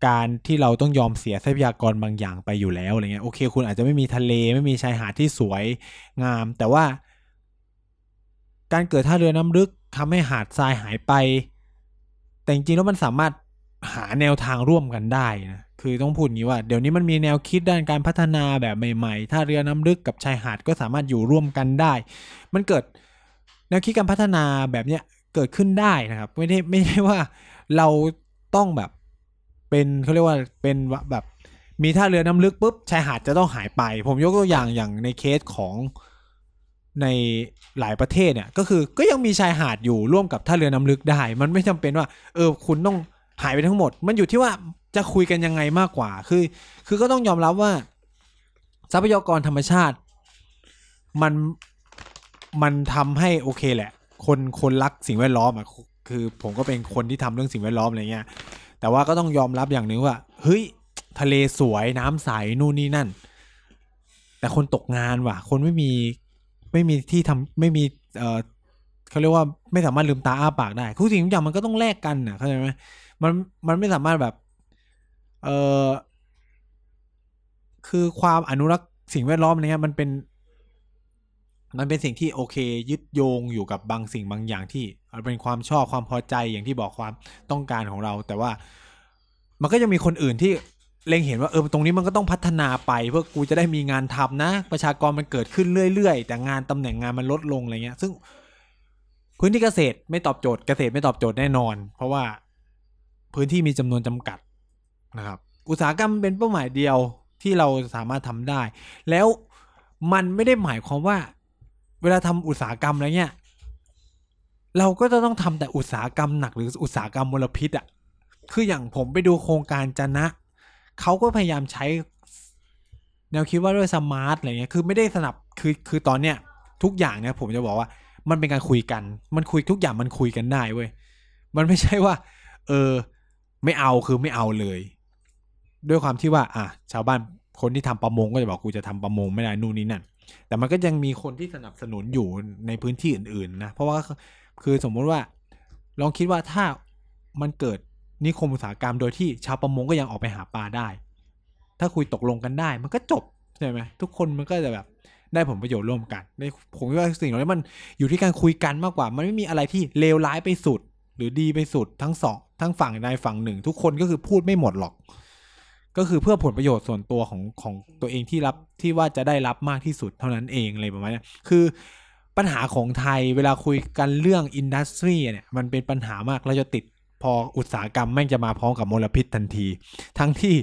S1: การที่เราต้องยอมเสียทรัพยากรบางอย่างไปอยู่แล้วอะไรเงี้ยโอเค คุณอาจจะไม่มีทะเลไม่มีชายหาดที่สวย งามแต่ว่า การเกิดท่าเรือน้ำลึกทำให้หาดทรายหายไป แต่จริงๆแล้วมันสามารถหาแนวทางร่วมกันได้นะคือต้องพูดอย่างนี้ว่าเดี๋ยวนี้มันมีแนวคิดด้านการพัฒนาแบบใหม่ๆท่าเรือน้ำลึกกับชายหาดก็สามารถอยู่ร่วมกันได้ มันเกิดแนวคิดการพัฒนาแบบเนี้ยเกิดขึ้นได้นะครับไม่ได้ไม่ใช่ว่าเราต้องแบบเป็นเขาเรียกว่าเป็นแบบมีท่าเรือน้ำลึกปุ๊บชายหาดจะต้องหายไป ผมยกตัวอย่างอย่างในเคสของในหลายประเทศเนี่ยก็คือก็ยังมีชายหาดอยู่ร่วมกับท่าเรือน้ำลึกได้ มันไม่จำเป็นว่า เออคุณต้องหายไปทั้งหมด มันอยู่ที่ว่าจะคุยกันยังไงมากกว่า คือ คือก็ต้องยอมรับว่า ทรัพยากรธรรมชาติ มันมันทำให้โอเคแหละ คนคนรักสิ่งแวดล้อมอ่ะคือผมก็เป็นคนที่ทำเรื่องสิ่งแวดล้อมอะไรเงี้ย แต่ว่าก็ต้องยอมรับอย่างหนึ่งว่า เฮ้ย ทะเลสวยน้ำใสนู่นนี่นั่น แต่คนตกงานว่ะ คนไม่มีไม่มีที่ทำไม่มีเออเขาเรียกว่าไม่สามารถลืมตาอ้าปากได้ทุกสิ่งทุกอย่างมันก็ต้องแลกกันนะเข้าใจไหมมันมันไม่สามารถแบบ เออคือความอนุรักษ์สิ่งแวดล้อมอะไรเงี้ยมันเป็น มันเป็นสิ่งที่โอเค ยึดโยงอยู่กับบางสิ่งบางอย่างที่เป็นความชอบความพอใจอย่างที่บอกความต้องการของเรา แต่ว่ามันก็ยังมีคนอื่นที่เล็งเห็นว่าเออตรงนี้มันก็ต้องพัฒนาไปเพื่อกูจะได้มีงานทำนะ ประชากรมันเกิดขึ้นเรื่อยๆ แต่งานตำแหน่งงานมันลดลงอะไรเงี้ย ซึ่ง พื้นที่เกษตรไม่ตอบโจทย์เกษตรไม่ตอบโจทย์แน่นอน เพราะว่าพื้นที่มีจำนวนจำกัดนะครับ อุตสาหกรรมเป็นเป้าหมายเดียวที่เราสามารถทำได้ แล้วมันไม่ได้หมายความว่า เวลาทำอุตสาหกรรมอะไรเงี้ยเราก็จะต้องทำแต่อุตสาหกรรมหนักหรืออุตสาหกรรมมลพิษอะ่ะคืออย่างผมไปดูโครงการจะนะเขาก็พยายามใช้ แนวคิดว่าด้วยสมาร์ทอะไรเงี้ยคือไม่ได้สนับคือคือตอนเนี้ยทุกอย่างเนี่ยผมจะบอกว่ามันเป็นการคุยกัน มันคุยทุกอย่างมันคุยกันได้เว้ยมันไม่ใช่ว่า เออ ไม่เอาคือไม่เอาเลย ด้วยความที่ว่า อ่ะชาวบ้านคนที่ทำประมงก็จะบอกกูจะทำประมงไม่ได้นู่นนี่นั่น แต่มันก็ยังมีคนที่สนับสนุนอยู่ในพื้นที่อื่นๆ นะ เพราะว่าคือสมมุติว่า ลองคิดว่าถ้ามันเกิดนิคมอุตสาหกรรมโดยที่ชาวประมงก็ยังออกไปหาปลาได้ ถ้าคุยตกลงกันได้ มันก็จบใช่ไหมทุกคนมันก็จะแบบได้ผลประโยชน์ร่วมกันในผมคิดว่าสิ่งเหล่านี้มันอยู่ที่การคุยกันมากกว่า มันไม่มีอะไรที่เลวร้ายไปสุด หรือดีไปสุดทั้งสองทั้งฝั่งใดฝั่งหนึ่ง ทุกคนก็คือพูดไม่หมดหรอก ก็คือเพื่อผลประโยชน์ส่วนตัวของของตัวเองที่รับที่ว่าจะได้รับมากที่สุดเท่านั้นเองอะไรประมาณเนี้ยคือปัญหาของไทยเวลาคุยกันเรื่องอินดัสทรีเนี่ยมันเป็นปัญหามากเราจะติดพออุตสาหกรรมแม่งจะมาพร้อมกับมลพิษทันที ทั้งที่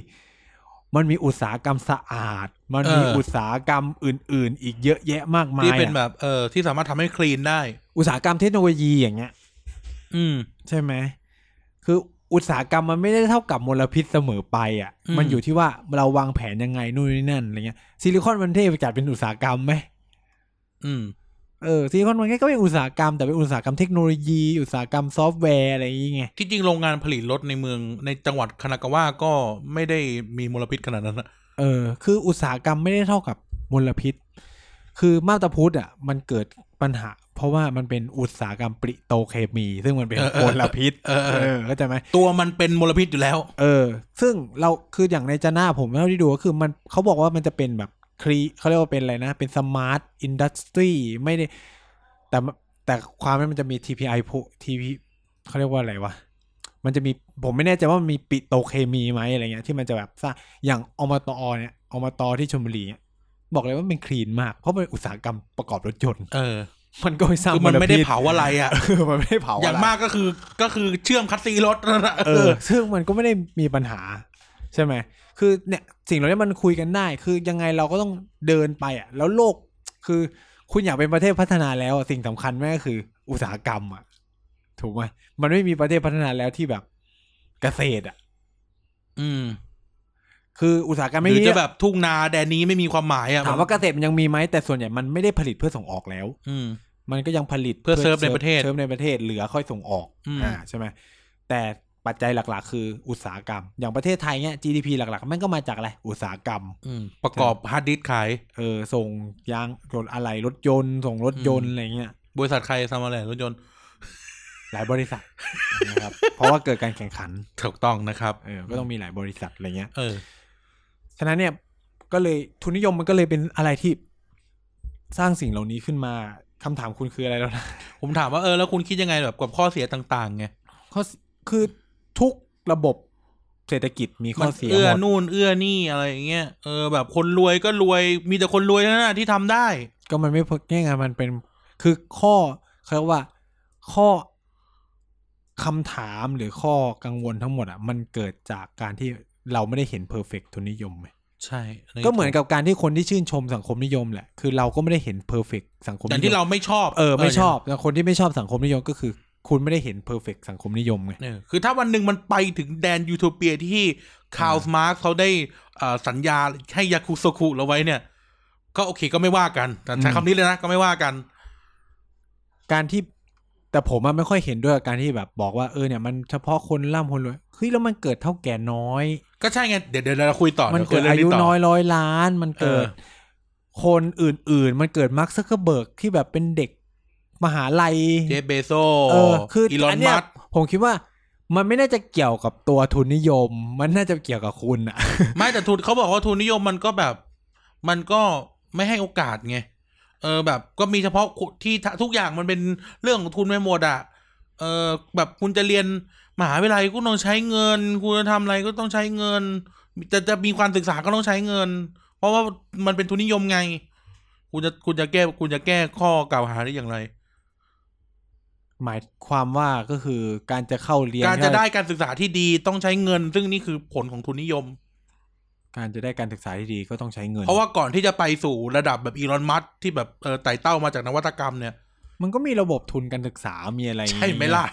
S1: มันมีอุตสาหกรรมสะอาด มันมี
S2: เอออุ
S1: อุตสาหกรรมอื่น ๆ อีกเยอะแยะมากมาย
S2: ที่เป็น
S1: อะ
S2: แบบเออที่สามารถทำให้คลีนได้
S1: อุตสาหกรรมเทคโนโลยีอย่างเงี้ย
S2: อืม
S1: ใช่ไหม คืออุตสาหกรรมมันไม่ได้เท่ากับมลพิษเสมอไปอ่ะ
S2: อืม
S1: มันอยู่ที่ว่าเราวางแผนยังไงนู่นนี่นั่นอะไรเงี้ย ซิลิคอนมันเทไปจัดเป็นอุตสาหกรรมไหม
S2: อืม
S1: เออ ซิลิคอนมันก็เป็นอุตสาหกรรม แต่เป็นอุตสาหกรรมเทคโนโลยี อุตสาหกรรมซอฟต์แวร์อะไรอย่างเงี้ย
S2: ที่จริงโรงงานผลิตรถในเมืองในจังหวัดคานากาวะก็ไม่ได้มีมลพิษขนาดนั้นนะ
S1: เออ คืออุตสาหกรรมไม่ได้เท่ากับมลพิษ คือมาบตาพุธอ่ะ มันเกิดปัญหา เพราะว่ามันเป็นอุตสาหกรรมปริโตรเคมี ซึ่งมันเป็นมลพิษ
S2: เออ
S1: เอ
S2: เออ
S1: อเข้าใจไหม
S2: ตัวมันเป็นมลพิษอยู่แล้ว
S1: เออ ซึ่งเราคืออย่างในจาน่าผมเท่าที่ดูก็คือมันเขาบอกว่ามันจะเป็นแบบครีเขาเรียกว่าเป็นอะไรนะ เป็นสมาร์ทอินดัสทรีไม่ได้ แต่แต่ความที่มันจะมี TPI พวก TP เขาเรียกว่าอะไรวะ มันจะมีผมไม่แน่ใจว่ามันมีปิโตรเคมีไหมอะไรเงี้ยที่มันจะแบบสร้างอย่างอมตอเนี่ยอมตอที่ชลบุรีเนี่ยบอกเลยว่ามันเป็นคลีนมาก เพราะมันเป็นอุตสาหกรรมประกอบรถยนต์
S2: เออ
S1: มันก็ไม่สร้าง
S2: คือมันไม่ได้
S1: ลพิษ
S2: เผาอะไรอ่ะ
S1: เออมันไม่ได้เผาะไร
S2: อย่างมากก็คือก็คือเชื่อมคัดซีรถนั่นแหละ
S1: เออซึ่งมันก็ไม่ได้มีปัญหา ใช่ไหม คือเนี่ยสิ่งเหล่านี้มันคุยกันได้ คือยังไงเราก็ต้องเดินไปอ่ะ แล้วโลก คือคุณอยากเป็นประเทศพัฒนาแล้วอะสิ่งสำคัญแม่งก็คือ อุตสาหกรรมอ่ะ ถูกไหมมันไม่มีประเทศพัฒนาแล้วที่แบบเกษตรอ่ะ
S2: อืม
S1: คืออุตสาหกรรม
S2: ห
S1: ไม่
S2: รือ
S1: มี
S2: จะแบบทุ่งนาแดนนี้ไม่มีความหมายอ่ะ
S1: ถามว่าเกษตรมันยังมีไหมแต่ส่วนใหญ่มันไม่ได้ผลิตเพื่อส่งออกแล้ว
S2: อืม
S1: มันก็ยังผลิต
S2: เพื่อเซิร์ฟในประเทศ
S1: เซิร์ฟในประเทศเหลือค่อยส่งออก
S2: อืม
S1: ใช่ไหมแต่ปัจจัยหลักๆ คืออุตสาหกรรม อย่างประเทศไทยเนี่ย GDP หลักๆมันก็มาจากอะไร อุตสาหกรรม
S2: อืมประกอบฮาร์ดดิสก์ขาย
S1: เออส่งยางรถอะไรรถยนต์ ส่งรถยนต์อะไรเงี้ย
S2: บริษัทใครทำอะไรรถยนต์
S1: หลายบริษัท นะครับเพราะว่าเกิดการแข่งขัน
S2: ถูกต้องนะครับ
S1: เออก็ต้องมีหลายบริษัทอะไรเงี้ย
S2: เออ
S1: ฉะนั้นเนี่ยก็เลยทุนนิยมมันก็เลยเป็นอะไรที่สร้างสิ่งเหล่านี้ขึ้นมาคำถามคุณคืออะไรแล้วนะ
S2: ผมถามว่าเออแล้วคุณคิดยังไงแบบกับข้อเสียต่างๆไง
S1: ข้อเสียคือทุกระบบเศรษฐกิจมีข้
S2: มั
S1: อน เสีย
S2: เอื้อ
S1: หมด
S2: นู่นเอื้อนี่อะไรอย่างเงี้ยเออแบบคนรวยก็รวยมีแต่คนรวยเท่านั้นนะที่ทำได้
S1: ก็มันไม่พ้นง่ายๆมันเป็นคือข้อเขาเรียกว่าข้อคำถามหรือข้อกังวลทั้งหมดอ่ะมันเกิดจากการที่เราไม่ได้เห็นเพอร์เฟกทุนนิยมไง
S2: ใช่
S1: ก็เหมือนกับการที่คนที่ชื่นชมสังคมนิยมแหละคือเราก็ไม่ได้เห็นเพอร์เฟกสังคมนิยม
S2: อย่างที่เราไม่ชอบ
S1: เออไม่ชอบแต่คนที่ไม่ชอบสังคมนิยมก็คือ คุณไม่ได้เห็นเพอร์เฟกสังคมนิยมไง
S2: เออคือถ้าวันหนึ่งมันไปถึงแดนยูโทเปียที่คาร์ลมาร์กเขาได้เอ่อสัญญาให้ยาคุโซคุเราไว้เนี่ย ก็โอเคก็ไม่ว่ากันแต่ใช้
S1: อืม
S2: คำนี้เลยนะก็ไม่ว่ากัน
S1: การที่แต่ผมอะไม่ค่อยเห็นด้วยกับการที่แบบบอกว่าเออเนี่ยมันเฉพาะคนร่ำคนรวยเฮ้ยแล้วมันเกิดเท่าแก่น้อย
S2: ก็ใช่ไงเดี๋ยวเดี๋ยวเราคุยต่อ
S1: มัน
S2: ดี๋วคุ
S1: เกิดอายุ
S2: รื่งต่
S1: น้อยร้อยล้านมันเกิด
S2: เออ
S1: คนอื่นๆ มันเกิดมาร์คซักเคอร์เบิร์กที่แบบเป็นเด็กมหาลัย
S2: เจฟเบโซ
S1: เออคือ
S2: อีลอ
S1: อั
S2: น
S1: นเนี้
S2: มั
S1: ย
S2: สก์
S1: ผมคิดว่ามันไม่น่าจะเกี่ยวกับตัวทุนนิยม มันน่าจะเกี่ยวกับคุณอะ [LAUGHS]
S2: ไม่แต่ทุนเขาบอกว่าทุนนิยมมันก็แบบ มันก็ไม่ให้โอกาสไงเออแบบก็มีเฉพาะที่ทุกอย่างมันเป็นเรื่องของทุนไม่หมดอะเออแบบคุณจะเรียนมหาวิทยาลัยก็ต้องใช้เงิน คุณจะทำอะไรก็ต้องใช้เงิน จะจะมีความศึกษาก็ต้องใช้เงิน เพราะว่ามันเป็นทุนนิยมไง คุณจะคุณจะแก้คุณจะแก้ข้อกล่าวหาได้อย่างไร
S1: หมายความว่าก็คือการจะเข้าเรียน
S2: การจะได้การศึกษาที่ดีต้องใช้เงิน ซึ่งนี่คือผลของทุนนิยม
S1: การจะได้การศึกษาที่ดีก็ต้องใช้เงิน
S2: เพราะว่าก่อนที่จะไปสู่ระดับแบบอีลอนมัสก์ที่แบบเออไต่เต้ามาจากนวัตกรรมเนี่ย
S1: มันก็มีระบบทุนการศึกษา มีอะไรอย่าง
S2: ใช่
S1: งี้
S2: ไหมล่ะ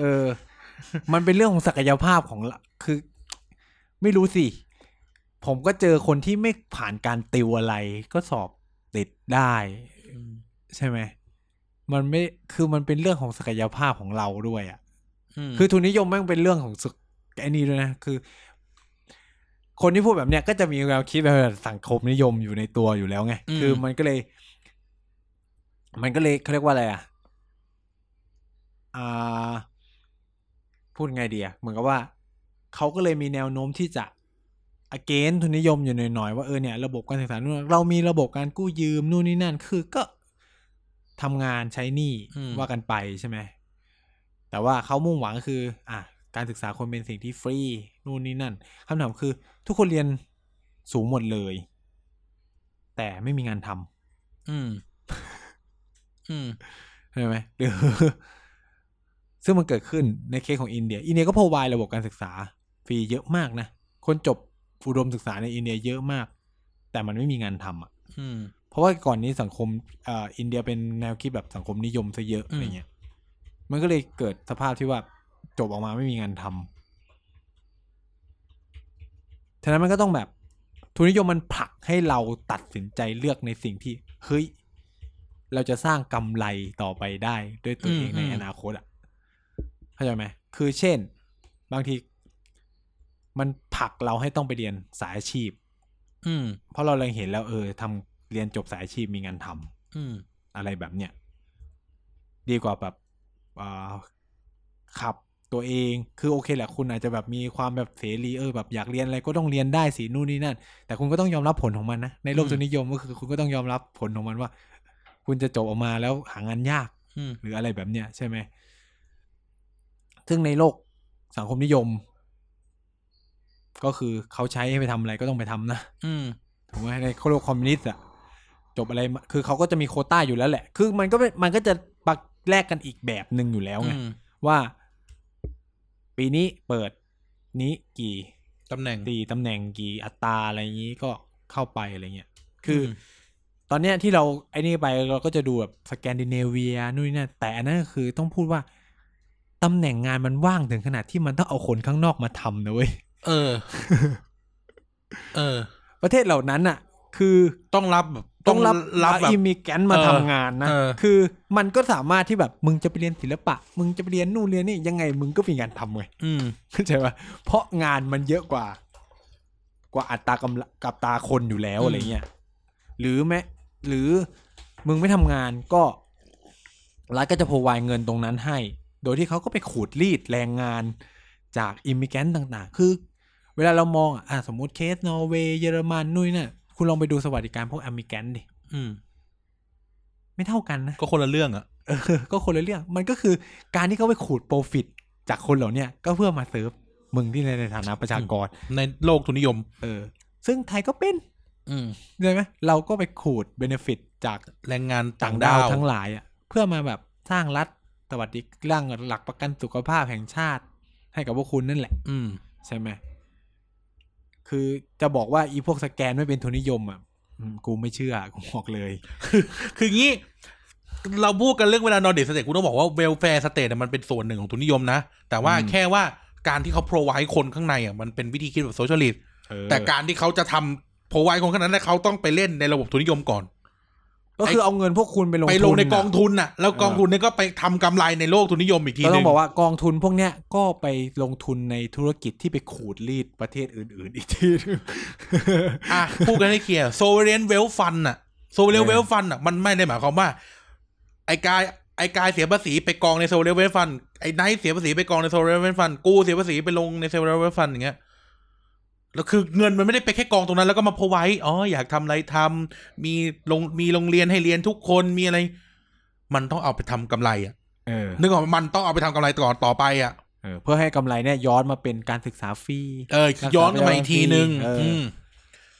S1: เออ มันเป็นเรื่องของศักยภาพของละคือ ไม่รู้สิ ผมก็เจอคนที่ไม่ผ่านการติวอะไรก็สอบติดได้ ใช่ไหม มันไม่คือมันเป็นเรื่องของศักยภาพของเราด้วยอะ่ะ
S2: ม
S1: คือทุนนิยมแม่งเป็นเรื่องของสึกไอ้นี่ด้วยนะ คือ คนที่พูดแบบเนี้ยก็จะมีแนวคิดแบบสังคมนิยมอยู่ในตัวอยู่แล้วไง คือมันก็เลย มันก็เลยเขาเรียกว่าอะไรอ่ะ อ่า พูดไงดีอ่ะ เหมือนกับว่า เขาก็เลยมีแนวโน้มที่จะ against ทุนนิยมอยู่หน่อยๆว่าเออเนี่ยระบบการศึกษานู่นเรามีระบบการกู้ยืมนู่นนี่นั่น คือก็ทำงานใช้หนี้
S2: อืม
S1: ว่ากันไปใช่ไหม แต่ว่าเขามุ่งหวังคือ อ่ะการศึกษาควรเป็นสิ่งที่ฟรีนู่นนี่นั่นคำถามคือ ทุกคนเรียนสูงหมดเลย แต่ไม่มีงานทำ
S2: อืม อืม
S1: ใช่ไหมหรือ [LAUGHS] ซึ่งมันเกิดขึ้นในเคสของอินเดีย อินเดียก็พรวายระบบการศึกษา ฟรีเยอะมากนะ คนจบอุดมศึกษาในอินเดียเยอะมาก แต่มันไม่มีงานทำอ่ะ
S2: อืม
S1: เพราะว่าก่อนนี้สังคมเอ่ออินเดียเป็นแนวคิดแบบสังคมนิยมซะเยอะ
S2: อืม
S1: อะไรเงี้ย มันก็เลยเกิดสภาพที่ว่าจบออกมาไม่มีงานทำฉะนั้นมันก็ต้องแบบ ทุนนิยมมันผลักให้เราตัดสินใจเลือกในสิ่งที่ เฮ้ย เราจะสร้างกำไรต่อไปได้ด้วยตัวเองในอนาคตอ่ะ เข้าใจไหม คือเช่น บางที มันผลักเราให้ต้องไปเรียนสายอาชีพ
S2: อืม
S1: เพราะเราเล็งเห็นแล้วเออทำเรียนจบสายอาชีพมีงานทำ
S2: อืม
S1: อะไรแบบเนี้ยดีกว่าแบบอ่าขับตัวเองคือโอเคแหละคุณอาจจะแบบมีความแบบเสรีเออแบบอยากเรียนอะไรก็ต้องเรียนได้สินู่นนี่นั่น แต่คุณก็ต้องยอมรับผลของมันนะในโลก
S2: อืม
S1: ทุนนิยมก็คือคุณก็ต้องยอมรับผลของมันว่า คุณจะจบออกมาแล้วหางานยาก
S2: อืม
S1: หรืออะไรแบบเนี้ยใช่ไหม ซึ่งในโลกสังคมนิยม ก็คือเขาใช้ให้ไปทำอะไรก็ต้องไปทำนะ
S2: อืม
S1: ถูกไหมในโลกคอมมิวนิสต์อะจบอะไรมาคือเขาก็จะมีโควต้าอยู่แล้วแหละ คือมันก็เป็นมันก็จะปักแลกกันอีกแบบหนึ่งอยู่แล้วไง
S2: อืม
S1: ว่า ปีนี้เปิดนี้กี่
S2: ตำแหน่ง
S1: ตีตำแหน่งกี่อัตราอะไรอย่างนี้ก็เข้าไปอะไรเงี้ยคืออ
S2: ม
S1: ตอนเนี้ยที่เราไอ้นี่ไปเราก็จะดูแบบสแกนดิเนเวียนู่นนี่นั่นแต่อันนั้นก็คือต้องพูดว่าตำแหน่งงานมันว่างถึงขนาดที่มันต้องเอาคนข้างนอกมาทำนะเว้ย
S2: เออ เออ
S1: ประเทศเหล่านั้นอะคือ
S2: ต้องรับแบบ
S1: ต้องรับ
S2: รั
S1: รั
S2: บบ แบบ
S1: อิมิแกนมา
S2: เออ
S1: ทำงานนะ
S2: เออ
S1: คือมันก็สามารถที่แบบมึงจะไปเรียนศิลปะ มึงจะไปเรียนนู่นเรียนนี่ยังไงมึงก็มีงาน [LAUGHS] ทำเว้ย
S2: อืม
S1: เข้าใจปะเพราะงานมันเยอะกว่า กว่าอัตรากำลังกับตาคนอยู่แล้ว
S2: อืม
S1: อะไรเงี้ยหรือแม้หรือมึงไม่ทำงานก็รัฐก็จะพรวายเงินตรงนั้นให้ โดยที่เขาก็ไปขูดรีดแรงงานจากอิมิแกนต่างๆ คือ เวลาเรามองอะอ่ะสมมติเคสนอร์เวย์เยอรมันนู่นนน่ะคุณลองไปดูสวัสดิการพวกอิมิแกนดิ
S2: อืม
S1: ไม่เท่ากันนะ [LAUGHS]
S2: ก็คนละเรื่องอ่ะ
S1: เออ ก็คนละเรื่อง มันก็คือการที่เขาไปขูดโปรฟิตจากคนเหล่าเนี้ยก็เพื่อมาเซิร์ฟมึงที่ในในฐานะประชากร
S2: ในโลกทุนนิยม
S1: เออ ซึ่งไทยก็เป็น
S2: อืม
S1: ใช่ไหมเราก็ไปขูดเบนฟิตจาก
S2: แรงงานต่า
S1: ต่างง
S2: ดา
S1: ดาว วทั้งหลายอ่ะ เพื่อมาแบบสร้างรัฐสวัสดิร่างหลักประกันสุขภาพแห่งชาติ ให้กับพวกคุณนั่นแหละ
S2: อืม
S1: ใช่ไหม คือจะบอกว่าอีพวกสแกนไม่เป็นทุนนิยมอ่ะอืมกูไม่เชื่อกูบอกเลย
S2: คืองี้ เราพูดกันเรื่องเวลานอนเด s สเต e กูต้องบอกว่าเวลแฟร์สเต e มันเป็นส่วนหนึ่งของทุนนิยมนะ แต่ว่า
S1: อืม
S2: แค่ว่าการที่เขาโปรไว e คนข้างในอ่ะมันเป็นวิธีคิดแบบโซเชียลิสต์
S1: เออ
S2: แต่การที่เขาจะทำโปรไว e คนข้างนั้นนะเขาต้องไปเล่นในระบบทุนนิยมก่อน
S1: ก็คือเอาเงินพวกคุณไปลง
S2: ไปลงใน
S1: ทุะ
S2: กองทุนน่ะ แล้วกองทุนเนี่ยก็ไปทำกำไรในโลกทุนนิยมอีกทีห
S1: ก็ต้
S2: นึ
S1: อง
S2: ง
S1: บอกว่ากองทุนพวกเนี้ยก็ไปลงทุนในธุรกิจที่ไปขูดรีดประเทศอื่น ๆ อีกทีหนึ่ง
S2: อ่ะพูดกันให้เคลียร์โซเวเรนเวลฟันน่ะโซเวเรน
S1: เออ
S2: เวลฟันน่ะมันไม่ได้หมายความว่า ไอ้กายไอ้กายเสียภาษีไปกองในโซเวเรนเวลฟันไอ้ไนท์เสียภาษีไปกองในโซเวเรนเวลฟันกูเสียภาษีไปลงในโซเวเรนเวลฟันอย่างเงี้ยแล้วคือเงินมันไม่ได้ไปแค่กองตรงนั้นแล้วก็มาพไว้อ๋ออยากทำอะไรทำมีลงมีโรงเรียนให้เรียนทุกคนมีอะไร มันต้องเอาไปทำกำไรอ่ะ
S1: เออ
S2: นึกออกไหมมันต้องเอาไปทำกำไรต่อต่อไปอ่ะ
S1: เออ เพื่อให้กำไรเนี่ยย้อนมาเป็นการศึกษาฟรี
S2: เออย้อนกลับมาอีกทีนึง
S1: เอออื
S2: ม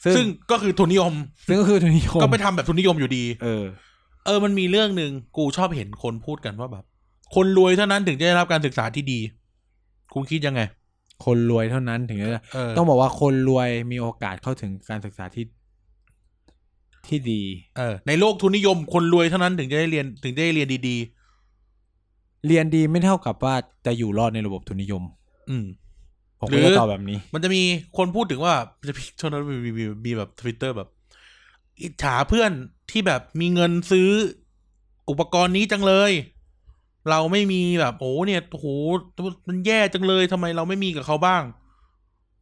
S1: ซึ่
S2: ซึ่
S1: ง
S2: งก็คือทุนนิยม
S1: ซึ่งก็คือทุนนิยม
S2: ก็ไปทำแบบทุนนิยมอยู่ดี
S1: เออ
S2: เออมันมีเรื่องหนึ่งกูชอบเห็นคนพูดกันว่าแบบ คนรวยเท่านั้นถึงจะได้รับการศึกษาที่ดี คุณคิดยังไง
S1: คนรวยเท่านั้นถึงจะ
S2: เออ
S1: ต้องบอกว่าคนรวยมีโอกาสเข้าถึงการศึกษาที่ที่ดี
S2: เออในโลกทุนนิยม คนรวยเท่านั้นถึงจะได้เรียนถึงจะได้เรียนดี
S1: เรียนดีไม่เท่ากับว่าจะอยู่รอดในระบบทุนนิยม
S2: ๆ อืม
S1: ผม
S2: หรื
S1: ก็
S2: อ
S1: จะตอบแบบนี้
S2: มันจะมีคนพูดถึงว่าจะมีช่วงนั้นมีมีมีแบบทวิตเตอร์แบบ อิจฉาเพื่อนที่แบบมีเงินซื้ออุปกรณ์นี้จังเลย เราไม่มีแบบ โอ้เนี่ยโอ้โหมันแย่จังเลยทำไมเราไม่มีกับเขาบ้าง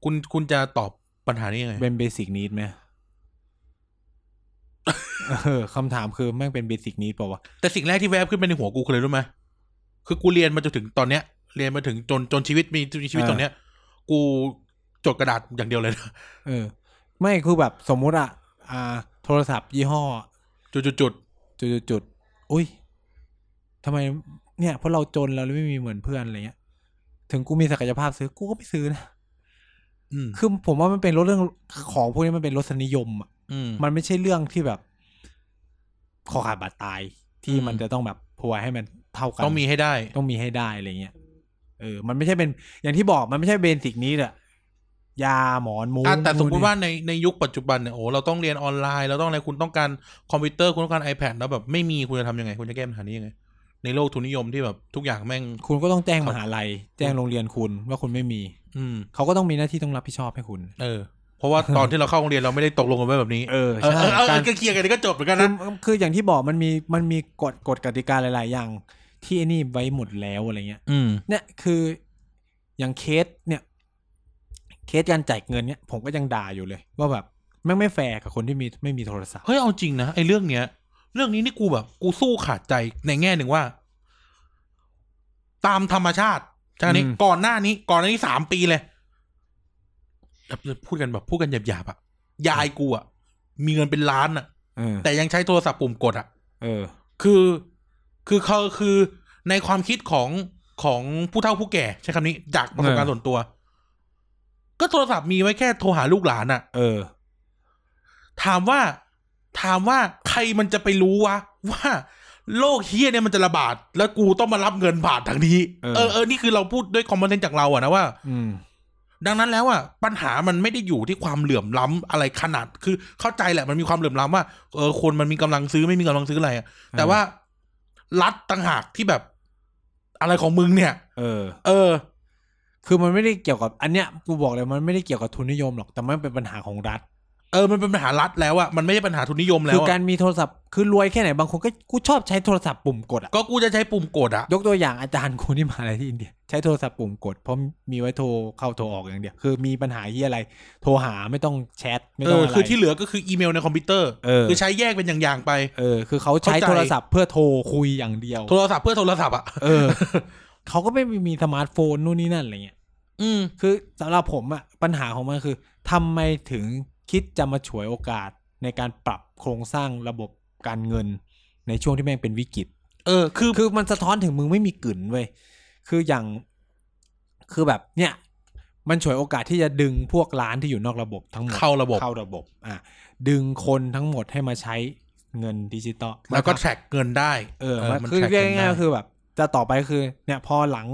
S2: คุณคุณจะตอบปัญหานี้ยังไง
S1: เป็นเบสิกนิดไหม เออคำถามคือแม่งเป็นเบสิกนิดเปล่าวะ
S2: แต่สิ่งแรกที่แวบขึ้นไปในหัวกูคืออะไรรู้ไหมคือกูเรียนมาจนถึงตอนเนี้ย เรียนมาถึงจนจนชีวิตมีมีชีวิต
S1: เออ
S2: ตอนเนี้ย กูจดกระดาษอย่างเดียวเลยนะ
S1: เออ ไม่คือแบบสมมุติอะอ่า โทรศัพท์ยี่ห้อ
S2: จุดจุดจุด
S1: จุดจุดจุดอุ้ยทำไม เนี่ยเพราะเราจนเราเลยไม่มีเหมือนเพื่อนอะไรเงี้ย ถึงกูมีศักยภาพซื้อ กูก็ไม่ซื้อนะ
S2: อืม
S1: คือผมว่ามันเป็นรถเรื่องของพวกนี้มันเป็นรสนิยมอะ
S2: อืม
S1: มันไม่ใช่เรื่องที่แบบคอขาดบาดตายที่
S2: อืม
S1: มันจะต้องแบบพวยให้มันเท่ากัน
S2: ต้องมีให้ได้
S1: ต้องมีให้ได้อะไรเงี้ยเออ มันไม่ใช่เป็นอย่างที่บอกมันไม่ใช่เบสิกนี้แหละยาหมอนมุ้ง
S2: อ่ะแต่สมมติว่าในในยุคปัจจุบันเนี่ยโอ้เราต้องเรียนออนไลน์เราต้องอะไรคุณต้องการคอมพิวเตอร์คุณต้องการ iPad แล้วแบบไม่มีคุณจะทำยังไง คุณจะแก้ปัญหานี้ยังไง ในโลกทุนนิยมที่แบบทุกอย่างแม่ง
S1: คุณก็ต้องแจ้ง
S2: ครั
S1: ม
S2: บ
S1: หาลัย แจ้งโรงเรียนคุณว่าคุณไม่มี
S2: อืม
S1: เขาก็ต้องมีหน้าที่ต้องรับผิดชอบให้คุณ
S2: เออ เพราะว่าตอนที่เราเข้าโรงเรียนเราไม่ได้ตกลงกันไว้แบบนี้
S1: เออ
S2: เออ
S1: ใช่
S2: เออเออ
S1: การ
S2: ก็เคลียร์กันก็จบเหมือนกัน
S1: คือ
S2: นะ
S1: คืออย่างที่บอกมันมีมันมีกฎกฎกติกาหลาย ๆ อย่าง ที่ไอ้นี่ไว้หมดแล้วอะไรเงี้ย
S2: อืม
S1: เนี่ยคืออย่างเคสเนี่ย เคสการจ่ายเงินเนี่ย ผมก็ยังด่าอยู่เลย ว่าแบบแม่งไม่แฟร์กับคนที่มีไม่มีโทรศัพท์
S2: เฮ้ยเอาจริงนะไอ้เรื่องเนี้ย เรื่องนี้นี่กูแบบ กูสู้ขาดใจในแง่หนึ่งว่า ตามธรรมชาติจากนี้
S1: อืม
S2: ก่อนหน้านี้ ก่อนหน้านี้สามปีเลยแล้วพูดกันแบบพูดกันหยาบๆอะยายกูอะมีเงินเป็นล้านอะ
S1: เออ
S2: แต่ยังใช้โทรศัพท์ปุ่มกดอะ
S1: เออ
S2: คือ คือเขาคือในความคิดของของผู้เฒ่าผู้แก่ใช้คำนี้จากประสบการณ์
S1: เออ
S2: ส่วนตัว ก็โทรศัพท์มีไว้แค่โทรหาลูกหลานอะ
S1: เออ
S2: ถามว่าถามว่าใครมันจะไปรู้วะ ว่าโรคเฮี้ยเนี่ยมันจะระบาด แล้วกูต้องมารับเงินบาททางนี้
S1: เออ
S2: เออเออนี่คือเราพูดด้วยคอมเมนต์จากเราอะนะว่า
S1: อืม
S2: ดังนั้นแล้วอะปัญหามันไม่ได้อยู่ที่ความเหลื่อมล้ำอะไรขนาดคือเข้าใจแหละมันมีความเหลื่อมล้ำว่าเออคนมันมีกำลังซื้อไม่มีกำลังซื้ออะไรอะแต่ว่ารัฐต่างหากที่แบบ อะไรของมึงเนี่ย
S1: เออ
S2: เออ
S1: คือมันไม่ได้เกี่ยวกับ อันเนี้ยกูบอกเลยมันไม่ได้เกี่ยวกับทุนนิยมหรอกแต่มันเป็นปัญหาของรัฐ
S2: เออมันเป็นปัญหารัฐแล้วอะมันไม่ใช่ปัญหาทุนนิยมแล้
S1: คือ
S2: วอะ
S1: การมีโทรศัพท์คือรวยแค่ไหนบางคนก็กูชอบใช้โทรศัพท์ปุ่มกดอะ
S2: ก็กูจะใช้ปุ่มกดอะ
S1: ยกตัวอย่างอาจารย์กูที่มาอะไรที่อินเดียใช้โทรศัพท์ปุ่มกด เพราะมีไว้โทรเข้าโทรออกอย่างเดียวคือมีปัญหาที่อะไร โทรหาไม่ต้องแชทไม่
S2: เอ
S1: ต้อง
S2: อ
S1: อะไร
S2: คือที่เหลือก็คืออีเมลในคอมพิวเตอร์
S1: เออ
S2: คือใช้แยกเป็นอย่างๆไป
S1: เออ คือเขาใช้
S2: เข้าใจ
S1: โทรศัพท์เพื่อโทรคุยอย่างเดียว
S2: โทรศัพท์เพื่อโทรศัพท์อ่ะ
S1: เออ เขาก็ไม่มีสมาร์ทโฟนนู่นนี่นั่นอะไรเงี้ย
S2: อืม
S1: คือสำหรับผมอะปัญหาของมันคือทำไมถึงคิดจะมาฉวยโอกาสในการปรับโครงสร้างระบบการเงินในช่วงที่แม่งเป็นวิกฤต
S2: เออ คือ
S1: คือมันสะท้อนถึงมึงไม่มีกลิ่นเว้ย คืออย่างคือแบบเนี่ย มันฉวยโอกาสที่จะดึงพวกร้านที่อยู่นอกระบบทั้งหมด
S2: เข้าระบบ
S1: เข้าระบบ อ่ะดึงคนทั้งหมดให้มาใช้เงินดิจิตอล
S2: แล้วก็แทร็กเงินได้
S1: เออมันคือ
S2: track
S1: เรียก
S2: งินได้
S1: ง่ายๆก็คือแบบ จะต่อไปคือ เนี่ยพอหลัง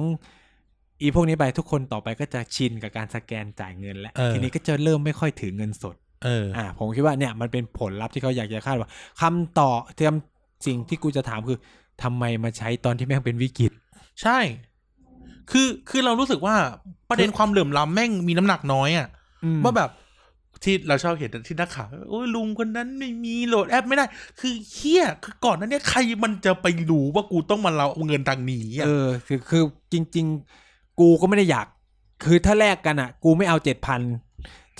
S1: อีพวกนี้ไปทุกคนต่อไปก็จะชินกับการสแกนจ่ายเงินแล้ว ทีนี้ก็จะเริ่มไม่ค่อยถือเงินสด
S2: เออ
S1: อ่า ผมคิดว่าเนี่ยมันเป็นผลลัพธ์ที่เขาอยากจะคาดหว่าคำต่อเตรียมสิ่งที่กูจะถามคือทำไมมาใช้ตอนที่แม่งเป็นวิกฤต
S2: ใช่ คือ คือเรารู้สึกว่าประเด็นความเหลื่อมล้ำแม่งมีน้ำหนักน้อยอ่ะ ว่าแบบ ที่เราชอบเห็นที่นักข่าวโอ้ยลุงคนนั้นไม่มีโหลดแอปไม่ได้ คือเฮี้ย คือก่อนหนั้นเนี่ยใครมันจะไปรู้ว่ากูต้องมาเราเอาเงินทางนี้อ่ะ
S1: เออคือคือจริง ๆ กูก็ไม่ได้อยาก คือถ้าแลกกันอ่ะ กูไม่เอาเจ็ดพัน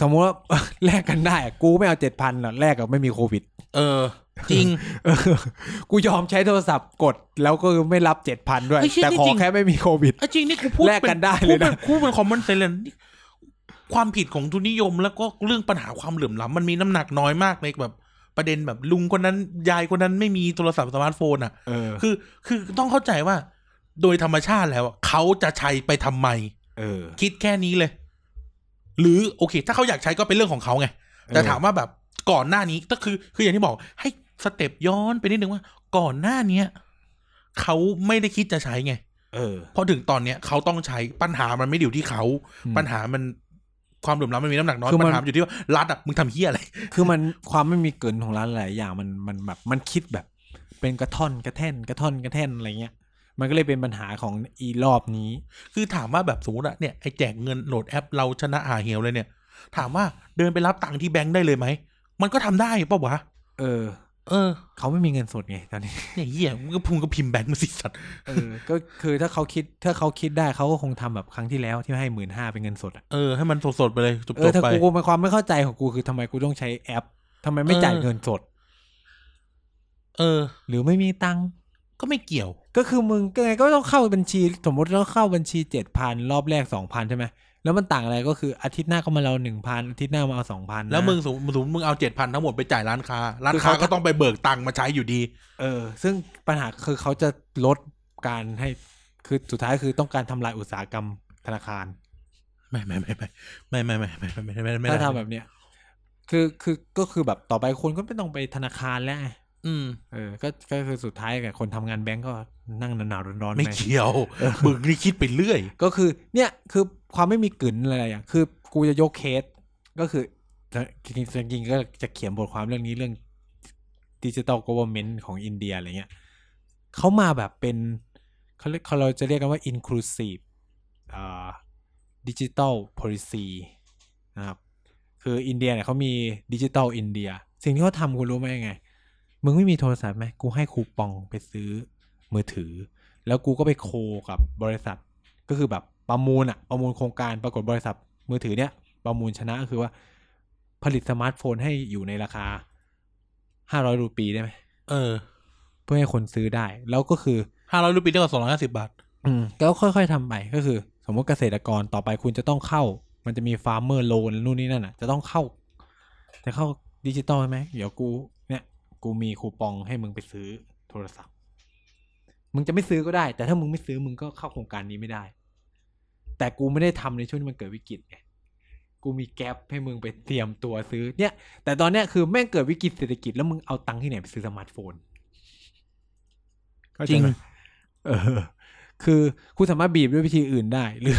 S1: สมมติว่า [LAUGHS] แลกกันได้อะกูไม่เอาเจ็ดพันหรอกแลกกับไม่มีโควิด [LAUGHS]
S2: เออ จริง
S1: เออกูยอมใช้โทรศัพท์กดแล้วก็ไม่รับเจ็ดพันด้วย
S2: เฮ้ยเชี่ย
S1: แต่ขอ
S2: จริงๆ
S1: แค่ไม่มีโควิด
S2: ไอ้จริงนี่กูพูด
S1: แลกกันได้เลยนะ
S2: กูเป็นคอมมอนเซนเลยนี่ความผิดของทุนนิยมแล้วก็เรื่องปัญหาความเหลื่อมล้ำมันมีน้ำหนักน้อยมากในแบบ ประเด็นแบบลุงคนนั้น ยายคนนั้นไม่มีโทรศัพท์สมาร์ทโฟนอ่ะ
S1: เออ
S2: คือคือต้องเข้าใจว่า โดยธรรมชาติแล้วอะเขาจะใช้ไปทำไม
S1: เออ
S2: คิดแค่นี้เลย หรือโอเค ถ้าเขาอยากใช้ก็เป็นเรื่องของเขาไง แต่
S1: เออ
S2: ถามว่าแบบก่อนหน้านี้ก็คือคืออย่างที่บอก ให้สเต็ปย้อนไปนิดนึงว่า ก่อนหน้าเนี้ยเขาไม่ได้คิดจะใช้ไง
S1: เออ
S2: พอถึงตอนเนี้ยเขาต้องใช้ปัญหามันไม่ได้อยู่ที่เขา
S1: อืม
S2: ปัญหามันความเหลื่อมล้ำมันมีน้ำหนักน้อย
S1: คือมัน
S2: ปัญหามันอยู่ที่ว่ารัฐอ่ะมึงทำเฮี้ยอะไร
S1: คือมันความไม่มีเกินของร้านหลายอย่างมันมันแบบมันคิดแบบ เป็นกระท่อนกระแท่นกระท่อนกระแท่นอะไรเงี้ย มันก็เลยเป็นปัญหาของอีรอบนี้
S2: คือถามว่าแบบสมมติอะเนี่ยไอแจกเงินโหลดแอปเราชนะอาเหียวเลยเนี่ย ถามว่าเดินไปรับตังค์ที่แบงค์ได้เลยไหม มันก็ทำได้ปะวะ
S1: เออ
S2: เออ
S1: เขาไม่มีเงินสดไงตอนนี้
S2: เนี่ยเหี้ยมึงก็พุงก็พิมพ์แบงค์มาสิสัตว์
S1: เออ [LAUGHS] ก็คือถ้าเขาคิดถ้าเขาคิดได้เขาก็คงทำแบบครั้งที่แล้วที่ให้หมื่นห้าเป็นเงินสดอะ
S2: เออให้มันสดๆไปเลยจบ
S1: เออ
S2: ๆ
S1: ถ้า
S2: ไป
S1: กูกูเป็นความไม่เข้าใจของกูคือทำไมกูต้องใช้แอปทำไมไม่
S2: เออ
S1: จ่ายเงินสด
S2: เออ
S1: หรือไม่มีตังค์
S2: ก็ไม่เกี่ยว
S1: ก็คือมึงก็ไงก็ต้องเข้าบัญชี สมมติต้องเข้าบัญชีเจ็ดพันรอบแรกสองพันใช่ไหมแล้วมันต่างอะไรก็คืออาทิตย์หน้าก็มาเราหนึ่งพันอาทิตย์หน้ามาเอาสองพัน
S2: แล้วมึงสมมติสมมติมึงเอาเจ็ดพันทั้งหมดไปจ่ายร้านค้า ร้าน
S1: คือ
S2: ค้า
S1: เขา
S2: ก็ต้องไปเบิกตังค์มาใช้อยู่ดี
S1: เออ ซึ่งปัญหาคือเขาจะลดการให้คือสุดท้ายคือต้องการทำลายอุตสาหกรรมธนาคาร
S2: ไม่ไม่ไม่ไม่ไม่ไม่ไม่ไม่ไม่ไม่ไม่ไม่
S1: ถ้า
S2: ไม่
S1: ทำแบบเนี้ยคือคือก็คือแบบต่อไปคนก็ไม่ต้องไปธนาคารแล้วไง
S2: อืม
S1: เออก็ก็คือสุดท้ายกับคนทำงานแบงก์ก็นั่งหนาวๆร้อนๆ
S2: ไม่
S1: ป
S2: เกี่ยวมึงนี่คิดไปเรื่อย
S1: ก็คือเนี่ยคือความไม่มีกลืนอะไรอย่างคือกูจะยกเคสก็คือจริงๆจริงๆก็จะเขียนบทความเรื่องนี้เรื่องดิจิตอลก o เ e อร์เมนต์ของอินเดียอะไรเงี้ยเขามาแบบเป็นเขาเรียกเขาเราจะเรียกกันว่า inclusive อ่า digital policy นะครับ คืออินเดียเนี่ยเขามีดิจิตอลอินเดีย สิ่งที่เขาทำคุณรู้ไหมยังไง มึงไม่มีโทรศัพท์ไหมกูให้คูปองไปซื้อมือถือ แล้วกูก็ไปโคกับบริษัท ก็คือแบบประมูลอะประมูลโครงการปรากฏบริษัทมือถือเนี่ย ประมูลชนะก็คือว่า ผลิตสมาร์ทโฟนให้อยู่ในราคาห้าร้อยรูปีได้ไหม
S2: เออ
S1: เพื่อให้คนซื้อได้ แล้วก็คือ
S2: ห้าร้อยรูปีเท่ากับสองร้อยห้าสิบบาท
S1: อืมก็ค่อยๆทำไปก็คือ สมมติเกษตรกรต่อไปคุณจะต้องเข้า มันจะมีฟาร์มเมอร์โลนนู่นนี่นั่นอ่ะ จะต้องเข้า จะเข้าดิจิตอลใช่ไหมเดี๋ยวกู เนี่ย กูมีคูปองให้มึงไปซื้อโทรศัพท์ มึงจะไม่ซื้อก็ได้ แต่ถ้ามึงไม่ซื้อมึงก็เข้าโครงการนี้ไม่ได้ แต่กูไม่ได้ทำในช่วงที่มันเกิดวิกฤตไงกูมีแก๊ปให้มึงไปเตรียมตัวซื้อ เนี่ย แต่ตอนเนี้ยคือแม่งเกิดวิกฤตเศรษฐกิจแล้วมึงเอาตังค์ที่ไหนไปซื้อสมาร์ทโฟนเข้าใไหม
S2: จริง
S1: เออ คือคุณสามารถบีบด้วยวิธีอื่นได้ หรือ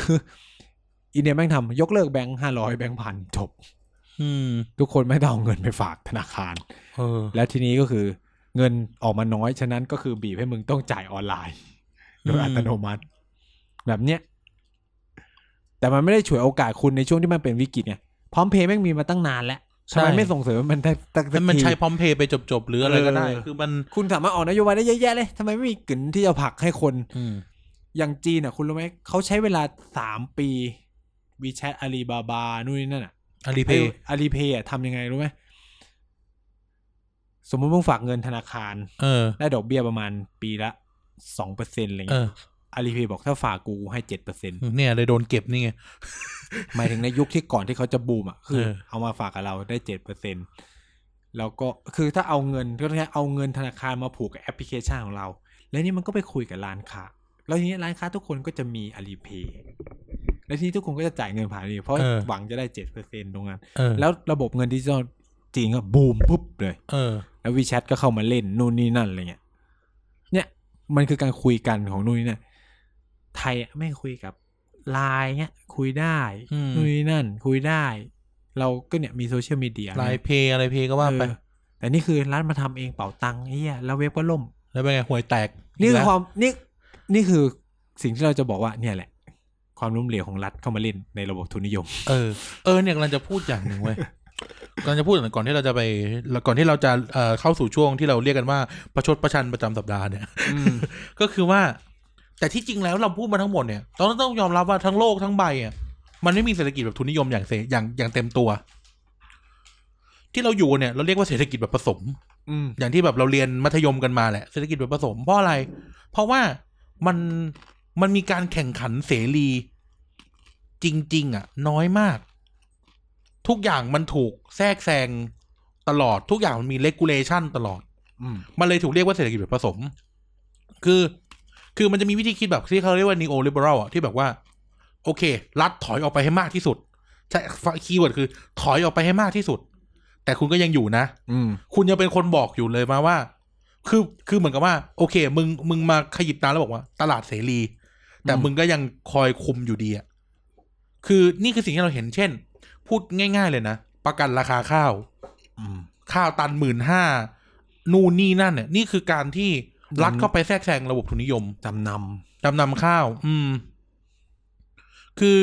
S1: อินเดียแม่งทำยกเลิกแบงค์ห้าร้อยแบงค์พันจบ
S2: อืม
S1: ทุกคนไม่ต้องเอาเงินไปฝากธนาคาร
S2: เออ
S1: แล้วทีนี้ก็คือเงินออกมาน้อย ฉะนั้นก็คือบีบให้มึงต้องจ่ายออนไลน์ โดย
S2: อืม
S1: อัตโนมัติ แบบเนี้ยแต่มันไม่ได้ฉวยโอกาสคุณในช่วงที่มันเป็นวิกฤตไงพร้อมเพย์แม่งมีมาตั้งนานแล้วทำไมไม่ส่งเสริมให้มันได้ตั้งสัก
S2: แล้วมัน
S1: ที
S2: ใช้พร้อมเพย์ไปจบๆ หรืออะไรก็ได้
S1: เออ
S2: คือมัน
S1: คุณสามารถออกนโยบายได้เยอะแยะเลยทำไมไม่มีกึ่นที่จะผลักให้คน
S2: อืม
S1: อย่างจีนอ่ะ คุณรู้ไหมเขาใช้เวลาสามปีวีแชทอาลีบาบานู่นนี่นั่นอ่ะ
S2: อลีเพย์
S1: อาลีเพย์อ่ะทำยังไงรู้ไหมสมมติมึงฝากเงินธนาคาร
S2: เออ
S1: ได้ดอกเบี้ยประมาณปีละสองเปอร์เซ็นต์อะไร
S2: เอ
S1: เงี้
S2: อย
S1: อาลีเพย์บอกถ้าฝากกูให้เจ็ดเปอร์เซ็นต์
S2: เนี่ยเลยโดนเก็บนี่ไง
S1: หมายถึงในยุคที่ก่อนที่เขาจะบูมอ่ะคือ
S2: เออ
S1: เอามาฝากกับเราได้เจ็ดเปอร์เซ็นต์แล้วก็คือถ้าเอาเงินก็แค่เอาเงินธนาคารมาผูกกับแอปพลิเคชันของเรา แล้วนี่มันก็ไปคุยกับร้านค้า แล้วทีนี้ร้านค้าทุกคนก็จะมีอาลีเพย์แล้วทีนี้ทุกคนก็จะจ่ายเงินผ่านอาลีเพราะ
S2: เออ
S1: หวังจะได้เจ็ดเปอร์เซ็นต์ตรงนั้น
S2: เออ
S1: แล้วระบบเงินดิจิตอลจีนก็บูมปุ๊บเลย
S2: เออ
S1: แล้ววีแชทก็เข้ามาเล่นนู่นนี่นั่นอะไรเงี้ย เนี่ยมันคือการคุยกันของนู่นนี่นั่นไทยอะไม่คุยกับไลน์เงี้ย คุยได้
S2: อืม
S1: นู่นนี่นั่น คุยได้ เราก็เนี่ยมีโซเชียลมีเดีย
S2: ไลน์เพย์อะไรเพย์ก็ว่าไป
S1: เออแต่นี่คือร้านมาทำเองเป่าตังค์ไอ้เหี้ยแล้วเว็บก็ล่ม
S2: แล้วเป็นไงหวยแตก
S1: นี่คือ
S2: แล้ว
S1: ความนี่นี่คือสิ่งที่เราจะบอกว่าเนี่ยแหละ ความล้มเหลวของรัฐเข้ามาเล่นในระบบทุนนิยม
S2: เออ เออ เนี่ยกำลังจะพูดอย่างหนึ่งเว้ย [LAUGHS] กำลังจะพูดก่อนที่เราจะไป ก่อนที่เราจะเอ่อเข้าสู่ช่วงที่เราเรียกกันว่า ประชดประชันประจำสัปดาห์เนี่ย ก็คือว่า แต่ที่จริงแล้วเราพูดมาทั้งหมดเนี่ยต้องต้องยอมรับว่าทั้งโลกทั้งใบอ่ะมันไม่มีเศรษฐกิจแบบทุนนิยมอย่างเสอย่างอย่างเต็มตัว ที่เราอยู่เนี่ยเราเรียกว่าเศรษฐกิจแบบผสม
S1: อืม
S2: อย่างที่แบบเราเรียนมัธยมกันมาแหละเศรษฐกิจแบบผสมเพราะอะไร เพราะว่ามันมันมีการแข่งขันเสรีจริง ๆ อ่ะ น้อยมาก ทุกอย่างมันถูกแทรกแซงตลอดทุกอย่างมันมีเลกูเลชันตลอด
S1: อืม
S2: มันเลยถูกเรียกว่าเศรษฐกิจแบบผสม คือ คือมันจะมีวิธีคิดแบบที่เขาเรียกว่า neo liberal อ่ะ ที่แบบว่า โอเค รัฐถอยออกไปให้มากที่สุด ใช่คีย์เวิร์ดคือ ถอยออกไปให้มากที่สุด แต่คุณก็ยังอยู่นะ
S1: อืม
S2: คุณยังเป็นคนบอกอยู่เลยมาว่า คือ คือเหมือนกับว่า โอเค มึง มึงมาขยิบตาแล้วบอกว่า ตลาดเสรี แต่
S1: อืม
S2: มึงก็ยังคอยคุมอยู่ดีอ่ะ คือนี่คือสิ่งที่เราเห็น เช่น พูดง่าย ๆ เลยนะ ประกันราคาข้าว
S1: อืม
S2: ข้าวตันหมื่นห้า นู่นนี่นั่นเนี่ย นี่คือการที่ รัฐก็ไปแทรกแซงระบบทุนนิยม
S1: จำน
S2: จำนำข้าว อืม คือ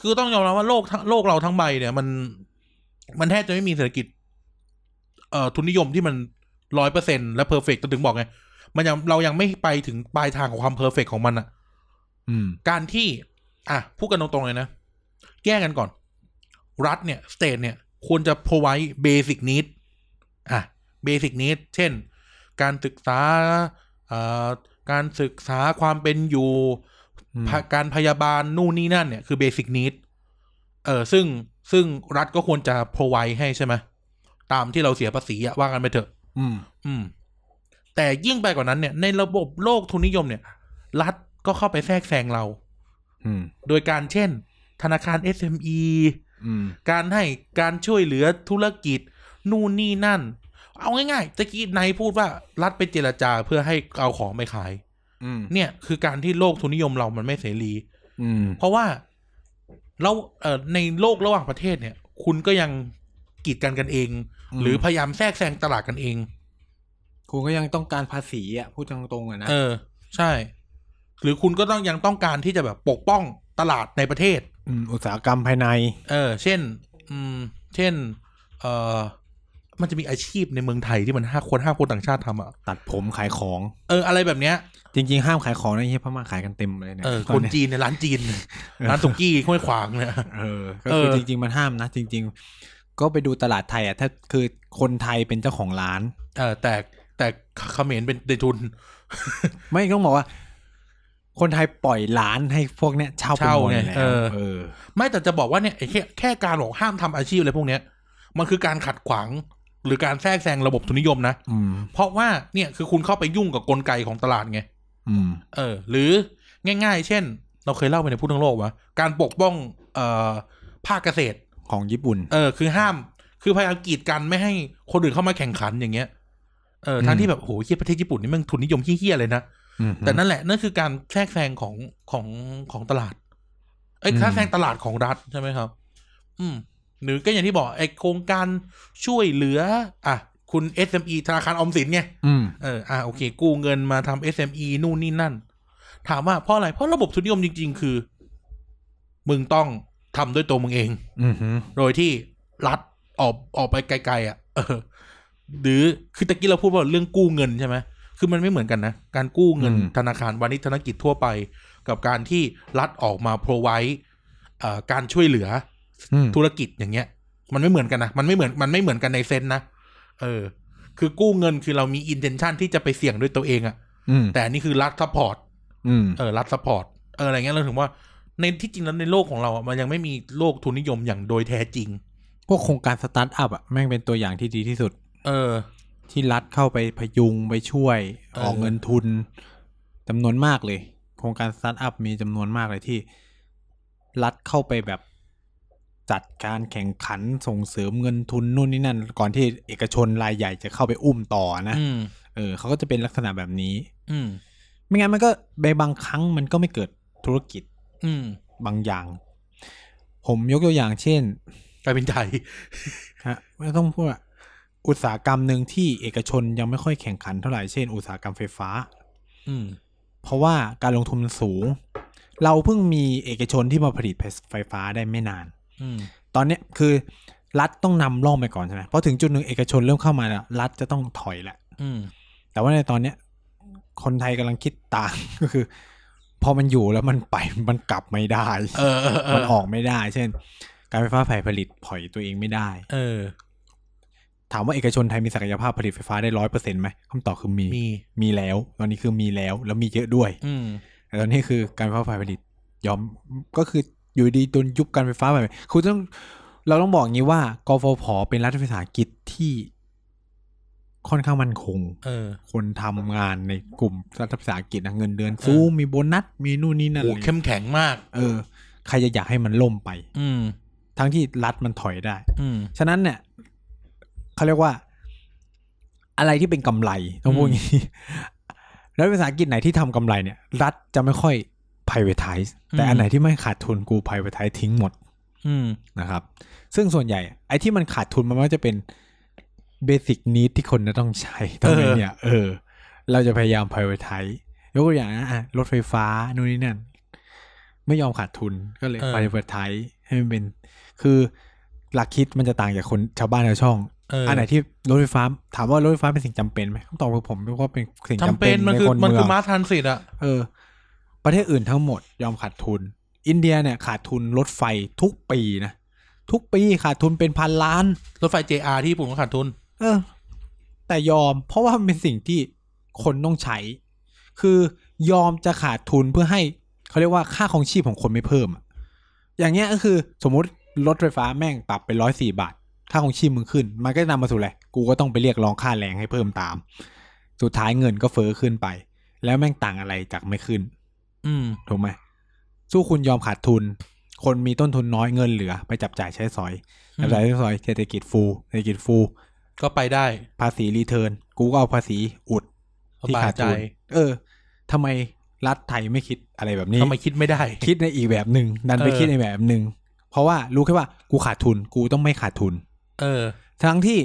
S2: คือต้องยอมรับว่าโลกทั้งโลกเราทั้งใบเนี่ย มัน มันแทบจะไม่มีเศรษฐกิจ เอ่อ ทุนนิยมที่มันร้อยเปอร์เซ็นและเพอร์เฟกต์ถึงบอกไง มันยังเรายังไม่ไปถึงปลายทางของความเพอร์เฟกต์ของมันอะ
S1: ำอืม
S2: การที่ อ่ะ พูดกันตรงๆเลยนะ แก้กันก่อน รัฐเนี่ย สเตทเนี่ย ควรจะ provide basic need อ่ะ basic need เช่น การศึกษาเอ่อการศึกษาความเป็นอยู่
S1: อืม
S2: พะการพยาบาลนู่นนี่นั่นเนี่ยคือเบสิ c นิดเออซึ่งซึ่งรัฐก็ควรจะ provide ให้ใช่ไหมตามที่เราเสียภาษีอะว่ากันไปเถอะ
S1: อืม
S2: อืม แต่ยิ่งไปกว่านั้นเนี่ย ในระบบโลกทุนนิยมเนี่ย รัฐก็เข้าไปแทรกแซงเรา
S1: อืม
S2: โดยการเช่น ธนาคาร SME
S1: อืม
S2: การให้การช่วยเหลือธุรกิจ นู่นนี่นั่น เอาง่ายๆตะกี้นายพูดว่ารัฐไปเจรจาเพื่อให้เอาของไปขาย
S1: อืม
S2: เนี่ยคือการที่โลกทุนนิยมเรามันไม่เสรี
S1: อืม
S2: เพราะว่าแล้วเอ่อในโลกระหว่างประเทศเนี่ย คุณก็ยังกีดกันกันเอง
S1: อืม
S2: หรือพยายามแทรกแซงตลาดกันเอง
S1: คุณก็ยังต้องการภาษีอ่ะ พูดตรงๆอ่ะนะ
S2: เออ ใช่ หรือคุณก็ต้องยังต้องการที่จะแบบปกป้องตลาดในประเทศ
S1: อืม อุตสาหกรรมภายใน
S2: เออ เช่น อืม เช่น เออมันจะมีอาชีพในเมืองไทยที่มันห้าคนห้าคนต่างชาติทำอ่ะ
S1: ตัดผมขายของ
S2: เอออะไรแบบเนี้ย
S1: จริง ๆ ห้ามขายของนะเฮียพม่าขายกันเต็มเลยเนี่ย
S2: เออ
S1: ต
S2: ค
S1: อน
S2: น
S1: เนี้ย
S2: จีนในยร้านจีน ร้านสุกี้ห้วยขวางเนี่ย
S1: เออ ก็คือ
S2: เออ
S1: จริง ๆ มันห้ามนะ จริง ๆ ก็ไปดูตลาดไทยอ่ะ ถ้าคือคนไทยเป็นเจ้าของร้าน
S2: เออแต่แต่เขมรเป็นเดทุน
S1: ไม่ต้องบอกว่า คนไทยปล่อยร้านให้พวกเนี้ยเช่าเป็น
S2: เช่า
S1: หมด
S2: ไง
S1: แล้ว
S2: เออ
S1: เออ
S2: ไม่แต่จะบอกว่าเนี่ยไอ้แค่แค่การบอกห้ามทำอาชีพอะไรพวกเนี้ย มันคือการขัดขวางหรือการแทรกแซงระบบทุนนิยมนะ
S1: อืม
S2: เพราะว่าเนี่ยคือคุณเข้าไปยุ่งกับกลไกของตลาดไง
S1: อืม
S2: เออ หรือง่าย ๆ เช่น เราเคยเล่าไปในพูดทั้งโลกว่าการปกป้องเอ่อภาคเกษตร
S1: ของญี่ปุ่น
S2: เออ คือห้าม คือพยายามกีดกันไม่ให้คนอื่นเข้ามาแข่งขันอย่างเงี้ยเออทั้งที่แบบโหเฮียประเทศญี่ปุ่นนี่แมันทุนนิยมเฮี้ยๆเลยนะ
S1: อืม
S2: แต่นั่นแหละนั่นคือการแทรกแซงของของของตลาด เอ้ย
S1: อืม
S2: แทรกแซงตลาดของรัฐใช่ไหมครับ อืม หรือก็อย่างที่บอกไอโครงการช่วยเหลือ อ่ะ คุณ SME ธนาคารออมสินไง
S1: อืม
S2: เออ อ่ะ โอเค กู้เงินมาทำ SME นู่นนี่นั่น ถามว่าเพราะอะไร เพราะระบบทุนนิยมจริง ๆ คือ มึงต้องทำด้วยตัวมึงเอง
S1: อืมฮึ
S2: โดยที่รัฐออกออกไปไกลๆอ่ะ [LAUGHS] เออ หรือคือตะกี้เราพูดว่าเรื่องกู้เงินใช่ไหมคือมันไม่เหมือนกันนะ การกู้เงินธนาคารวานิชธนกิจทั่วไป กับการที่รัฐออกมา provide เอ่อการช่วยเหลือ
S1: อืม
S2: ธุรกิจอย่างเงี้ย มันไม่เหมือนกันนะมันไม่เหมือนมันไม่เหมือนกันในเซนส์นะเออ คือกู้เงินคือเรามี intention ที่จะไปเสี่ยงด้วยตัวเองอะ
S1: อืม
S2: แต่อันนี่คือรัฐ support
S1: อืม
S2: เออรัฐซัพพอร์ตเอออะไรเงี้ยเราถึงว่าในที่จริงแล้วในโลกของเราอ่ะมันยังไม่มีโลกทุนนิยมอย่างโดยแท้จริง
S1: พวกโครงการสตาร์ทอัพอ่ะ แม่งเป็นตัวอย่างที่ดีที่สุด
S2: เออ
S1: ที่รัฐเข้าไปพยุงไปช่วย
S2: เออ
S1: ออกเงินทุนจำนวนมากเลย โครงการสตาร์ทอัพมีจำนวนมากเลยที่ รัฐเข้าไปแบบจัดการแข่งขันส่งเสริมเงินทุนนู่นนี่นั่น ก่อนที่เอกชนรายใหญ่จะเข้าไปอุ้มต่อนะ
S2: อืม
S1: เออเขาก็จะเป็นลักษณะแบบนี้
S2: อืม
S1: ไม่งั้นมันก็ในบางครั้งมันก็ไม่เกิดธุรกิจ
S2: อืม
S1: บางอย่าง ผมยกตัวอย่างเช่น
S2: กลายเป็นใจ
S1: ฮะไม่ต้องพูดว่าอุตสาหกรรมหนึ่งที่เอกชนยังไม่ค่อยแข่งขันเท่าไหร่เช่นอุตสาหกรรมไฟฟ้า
S2: อืม
S1: เพราะว่าการลงทุนมันสูง เราเพิ่งมีเอกชนที่มาผลิตไฟฟ้าได้ไม่นาน
S2: อืม
S1: ตอนเนี้ยคือรัฐต้องนำร่องไปก่อนใช่ไหมเพราะถึงจุดหนึ่งเอกชนเริ่มเข้ามาแล้วรัฐจะต้องถอยแหละ
S2: อืม
S1: แต่ว่าในตอนเนี้ยคนไทยกำลังคิดต่าง [LAUGHS] ก็คือ พอมันอยู่แล้วมันไปมันกลับไม่ได้
S2: เออ เออ เอ
S1: มันอ
S2: อ
S1: อกไม่ได้ เช่น การไฟฟ้าฝ่ายผลิตถอยตัวเองไม่ได้
S2: เออ
S1: ถามว่าเอกชนไทยมีศักยภาพผลิตไฟฟ้าได้ร้อยเปอร์เซ็นต์ไหมคำตอบคือมี
S2: มี
S1: มีแล้ว ตอนนี้คือมีแล้วแล้วมีเยอะด้วย
S2: อืม
S1: แต่ตอนนี้คือการไฟฟ้าฝ่ายผลิตยอมก็คืออยู่ดีโดนยุบการไฟฟ้าฝ่ายผลิตคุณต้องเราต้องบอกอย่างนี้ว่ากฟผเป็นรัฐวิสาหกิจที่ค่อนข้างมั่นคง
S2: เออ
S1: คนทำงานในกลุ่มรัฐวิสาหกิจนะเงินเดือนสูงมีโบนัสมีนู่นนี่นั่น
S2: โห
S1: อะไร
S2: เข้มแข็งมาก
S1: เออ ใครจะอยากให้มันล่มไป
S2: อืม
S1: ทั้งที่รัฐมันถอยได้
S2: อืม
S1: ฉะนั้นเนี่ยเขาเรียกว่า อะไรที่เป็นกำไรต้องพูดอย่างนี้แล้วภาษาอังกฤษไหนที่ทำกำไรเนี่ย รัฐจะไม่ค่อย privatize แต่
S2: อืม
S1: อันไหนที่ไม่ขาดทุนกู privatize ทิ้งหมด
S2: อืม
S1: นะครับ ซึ่งส่วนใหญ่ ไอ้ที่มันขาดทุนมันมักจะเป็น basic need ที่คนจะต้องใช้ตรงนี้เนี่ย เออ เราจะพยายาม prioritize ยกตัวอย่างนะอ่ะรถไฟฟ้านู่นนี่นั่น ไม่ยอมขาดทุนก็เลย
S2: เออ
S1: prioritize ให้มันเป็น คือหลักคิดมันจะต่างจากคนชาวบ้านชาวช่อง
S2: เอออั
S1: อันไหนที่รถไฟฟ้า ถามว่ารถไฟฟ้าเป็นสิ่งจำเป็นไหมคำตอบของผมว่าเป็นสิ่งจำ
S2: จำ
S1: เป็
S2: เป็นนมัน
S1: ใน
S2: คือ
S1: คน
S2: มัน
S1: เมื
S2: คือ
S1: อง
S2: มาทันสิทธิ์อะ
S1: เออ ประเทศอื่นทั้งหมดยอมขาดทุน อินเดียเนี่ยขาดทุนรถไฟทุกปีนะทุกปีขาดทุนเป็นพันล้าน
S2: รถไฟ JR ที่ญี่ปุ่นก็ขาดทุน
S1: เออ แต่ยอมเพราะว่ามันเป็นสิ่งที่คนต้องใช้ คือยอมจะขาดทุนเพื่อให้เขาเรียกว่าค่าของชีพของคนไม่เพิ่มอะอย่างเงี้ยก็คือสมมุติรถไฟฟ้าแม่งปรับไปร้อยสี่บาท ค่าของชีพมึงขึ้น มันก็จะนำมาสู่อะไรกูก็ต้องไปเรียกร้องค่าแรงให้เพิ่มตาม สุดท้ายเงินก็เฟ้อขึ้นไป แล้วแม่งต่างอะไรจากไม่ขึ้น
S2: อืม
S1: ถูกไหมสู้คุณยอมขาดทุน คนมีต้นทุนน้อยเงินเหลือ ไปจับจ่ายใช้สอย
S2: อืม
S1: จับจ่ายใช้สอยเศรษฐกิจฟูเศรษฐกิจฟู
S2: ก็ไปได้
S1: ภาษีรีเทิร์นกูก็เอาภาษีอุด
S2: ส
S1: ที่
S2: บาย
S1: ขาด
S2: ใจ
S1: ทุนเออทำไมรัฐไทยไม่คิดอะไรแบบนี้
S2: ทำไมคิดไม่ได้
S1: คิดในอีกแบบหนึ่งดันไป
S2: เออ
S1: คิดในแบบหนึ่งเพราะว่ารู้แค่ว่ากูขาดทุน กูต้องไม่ขาดทุน
S2: เออ
S1: ทั้งที่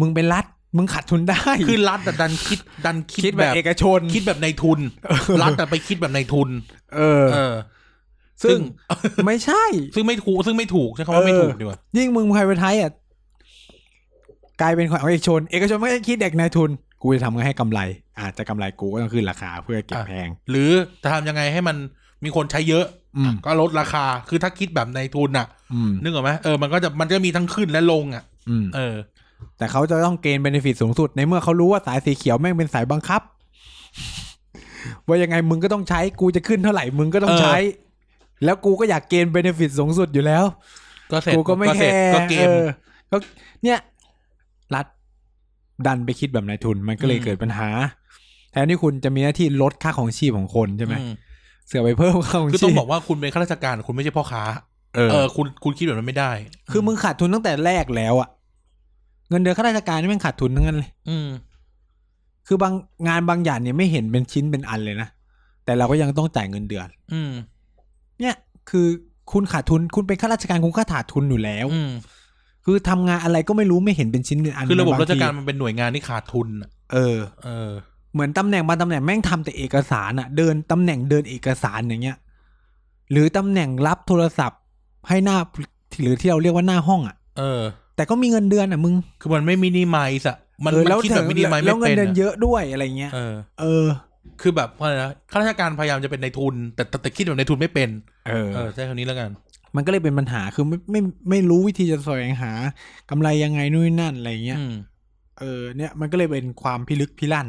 S1: มึงเป็นรัฐมึงขาดทุนได้
S2: คือรัฐอะดันคิดดันคิ
S1: คิ
S2: ด
S1: ด
S2: แบ
S1: แบบ
S2: บ
S1: เอกชน
S2: คิดแบบในทุนรัฐแต่ไปคิดแบบในทุน
S1: เออ
S2: เออ
S1: ซึ่ง
S2: ซึ่
S1: ไม่ใช่
S2: ซึ่งไม่ถูกซึ่งไม่ถูกใช่คำว่าไม่
S1: เออ
S2: ถูกดีกว่า
S1: ยิ่งมึงใครไปไทยอ่ะกลายเป็นของเอกชน เอกชนไม่ได้คิดเด็กนายทุน กูจะทำไงให้กำไร อาจจะกำไรกูก็ต้องขึ้นราคาเพื่อเก็บ
S2: อ่ะ
S1: แพง
S2: หรือจะทำยังไงให้มันมีคนใช้เยอะ
S1: อืม
S2: ก็ลดราคา คือถ้าคิดแบบในทุนน่ะ
S1: อืม
S2: นึกออกไหมเออ มันก็จะมันจะมีทั้งขึ้นและลงอ่ะ
S1: อืม
S2: เออ
S1: แต่เขาจะต้องเกณฑ์เบนฟิตสูงสุดในเมื่อเขารู้ว่าสายสีเขียวแม่งเป็นสายบังคับ ว่ายังไงมึงก็ต้องใช้กูจะขึ้นเท่าไหร่มึงก็ต้องใช้ แล้วกูก็อยากเกณฑ์เบนฟิตสูงสุดอยู่แล้ว
S2: ก็เสร็จ
S1: กูก็ไม่แค
S2: เสร็จ
S1: ร์
S2: ก็เกม
S1: ออก็เนี่ยรัฐดันไปคิดแบบนายทุนมันก็เลย
S2: อืม
S1: เกิดปัญหาแทนที่คุณจะมีหน้าที่ลดค่าของชีพของคนใช่ไหม
S2: อื
S1: เสือไปเพิ่มค่าของชีพ
S2: คือต้องบอกว่าคุณเป็นข้าราชการคุณไม่ใช่พ่อค้า
S1: เออ
S2: เออ คุณคุณคิดแบบนั้นไม่ได้
S1: คือมึงขาดทุนตั้งแต่แรกแล้วอะเงินเดือนข้าราชการนี่แม่งขาดทุนทั้งนั้นเลย
S2: อืม
S1: คือบางงานบางอย่างเนี่ยไม่เห็นเป็นชิ้นเป็นอันเลยนะ แต่เราก็ยังต้องจ่ายเงินเดือน
S2: อืม
S1: เนี่ยคือคุณขาดทุนคุณเป็นข้าราชการคุณก็ขาดทุนอยู่แล้ว
S2: อืม
S1: คือทำงานอะไรก็ไม่รู้ไม่เห็นเป็นชิ้นเป็นอัน
S2: คือระบบ
S1: ใน
S2: ราชการ
S1: ที
S2: มันเป็นหน่วยงานที่ขาดทุนน่ะ
S1: เออ
S2: เออ
S1: เหมือนตำแหน่งมางตำแหน่งแม่งทำแต่เอกสารอะเดินตำแหน่งเดินเอกสารอย่างเงี้ย หรือตำแหน่งรับโทรศัพท์ให้หน้าหรือที่เราเรียกว่าหน้าห้องอะ
S2: เออ
S1: แต่ก็มีเงินเดือนอะมึง
S2: คือมันไม่มินิไมซ์อะมัน
S1: เออ
S2: มัน
S1: แล้ว
S2: คิดแบบมินิไมซ์
S1: แล้
S2: ไม่
S1: วเงิน
S2: เป็น
S1: เดือน
S2: อะ
S1: เยอะด้วยอะไรเงี้ย
S2: เออ
S1: เออ
S2: คือแบบว่าอะไรนะข้าราชการพยายามจะเป็นในทุน แต่แต่แต่คิดแบบในทุนไม่เป็น
S1: เออ
S2: เออใช้คำนี้แล้วกัน
S1: มันก็เลยเป็นปัญหาคือไม่ไม่ไม่รู้วิธีจะแสวงหากำไรยังไงนู่นนนั่นอะไรเงี้ย
S2: อืม
S1: เออเนี่ยมันก็เลยเป็นความพิลึกพิลั่น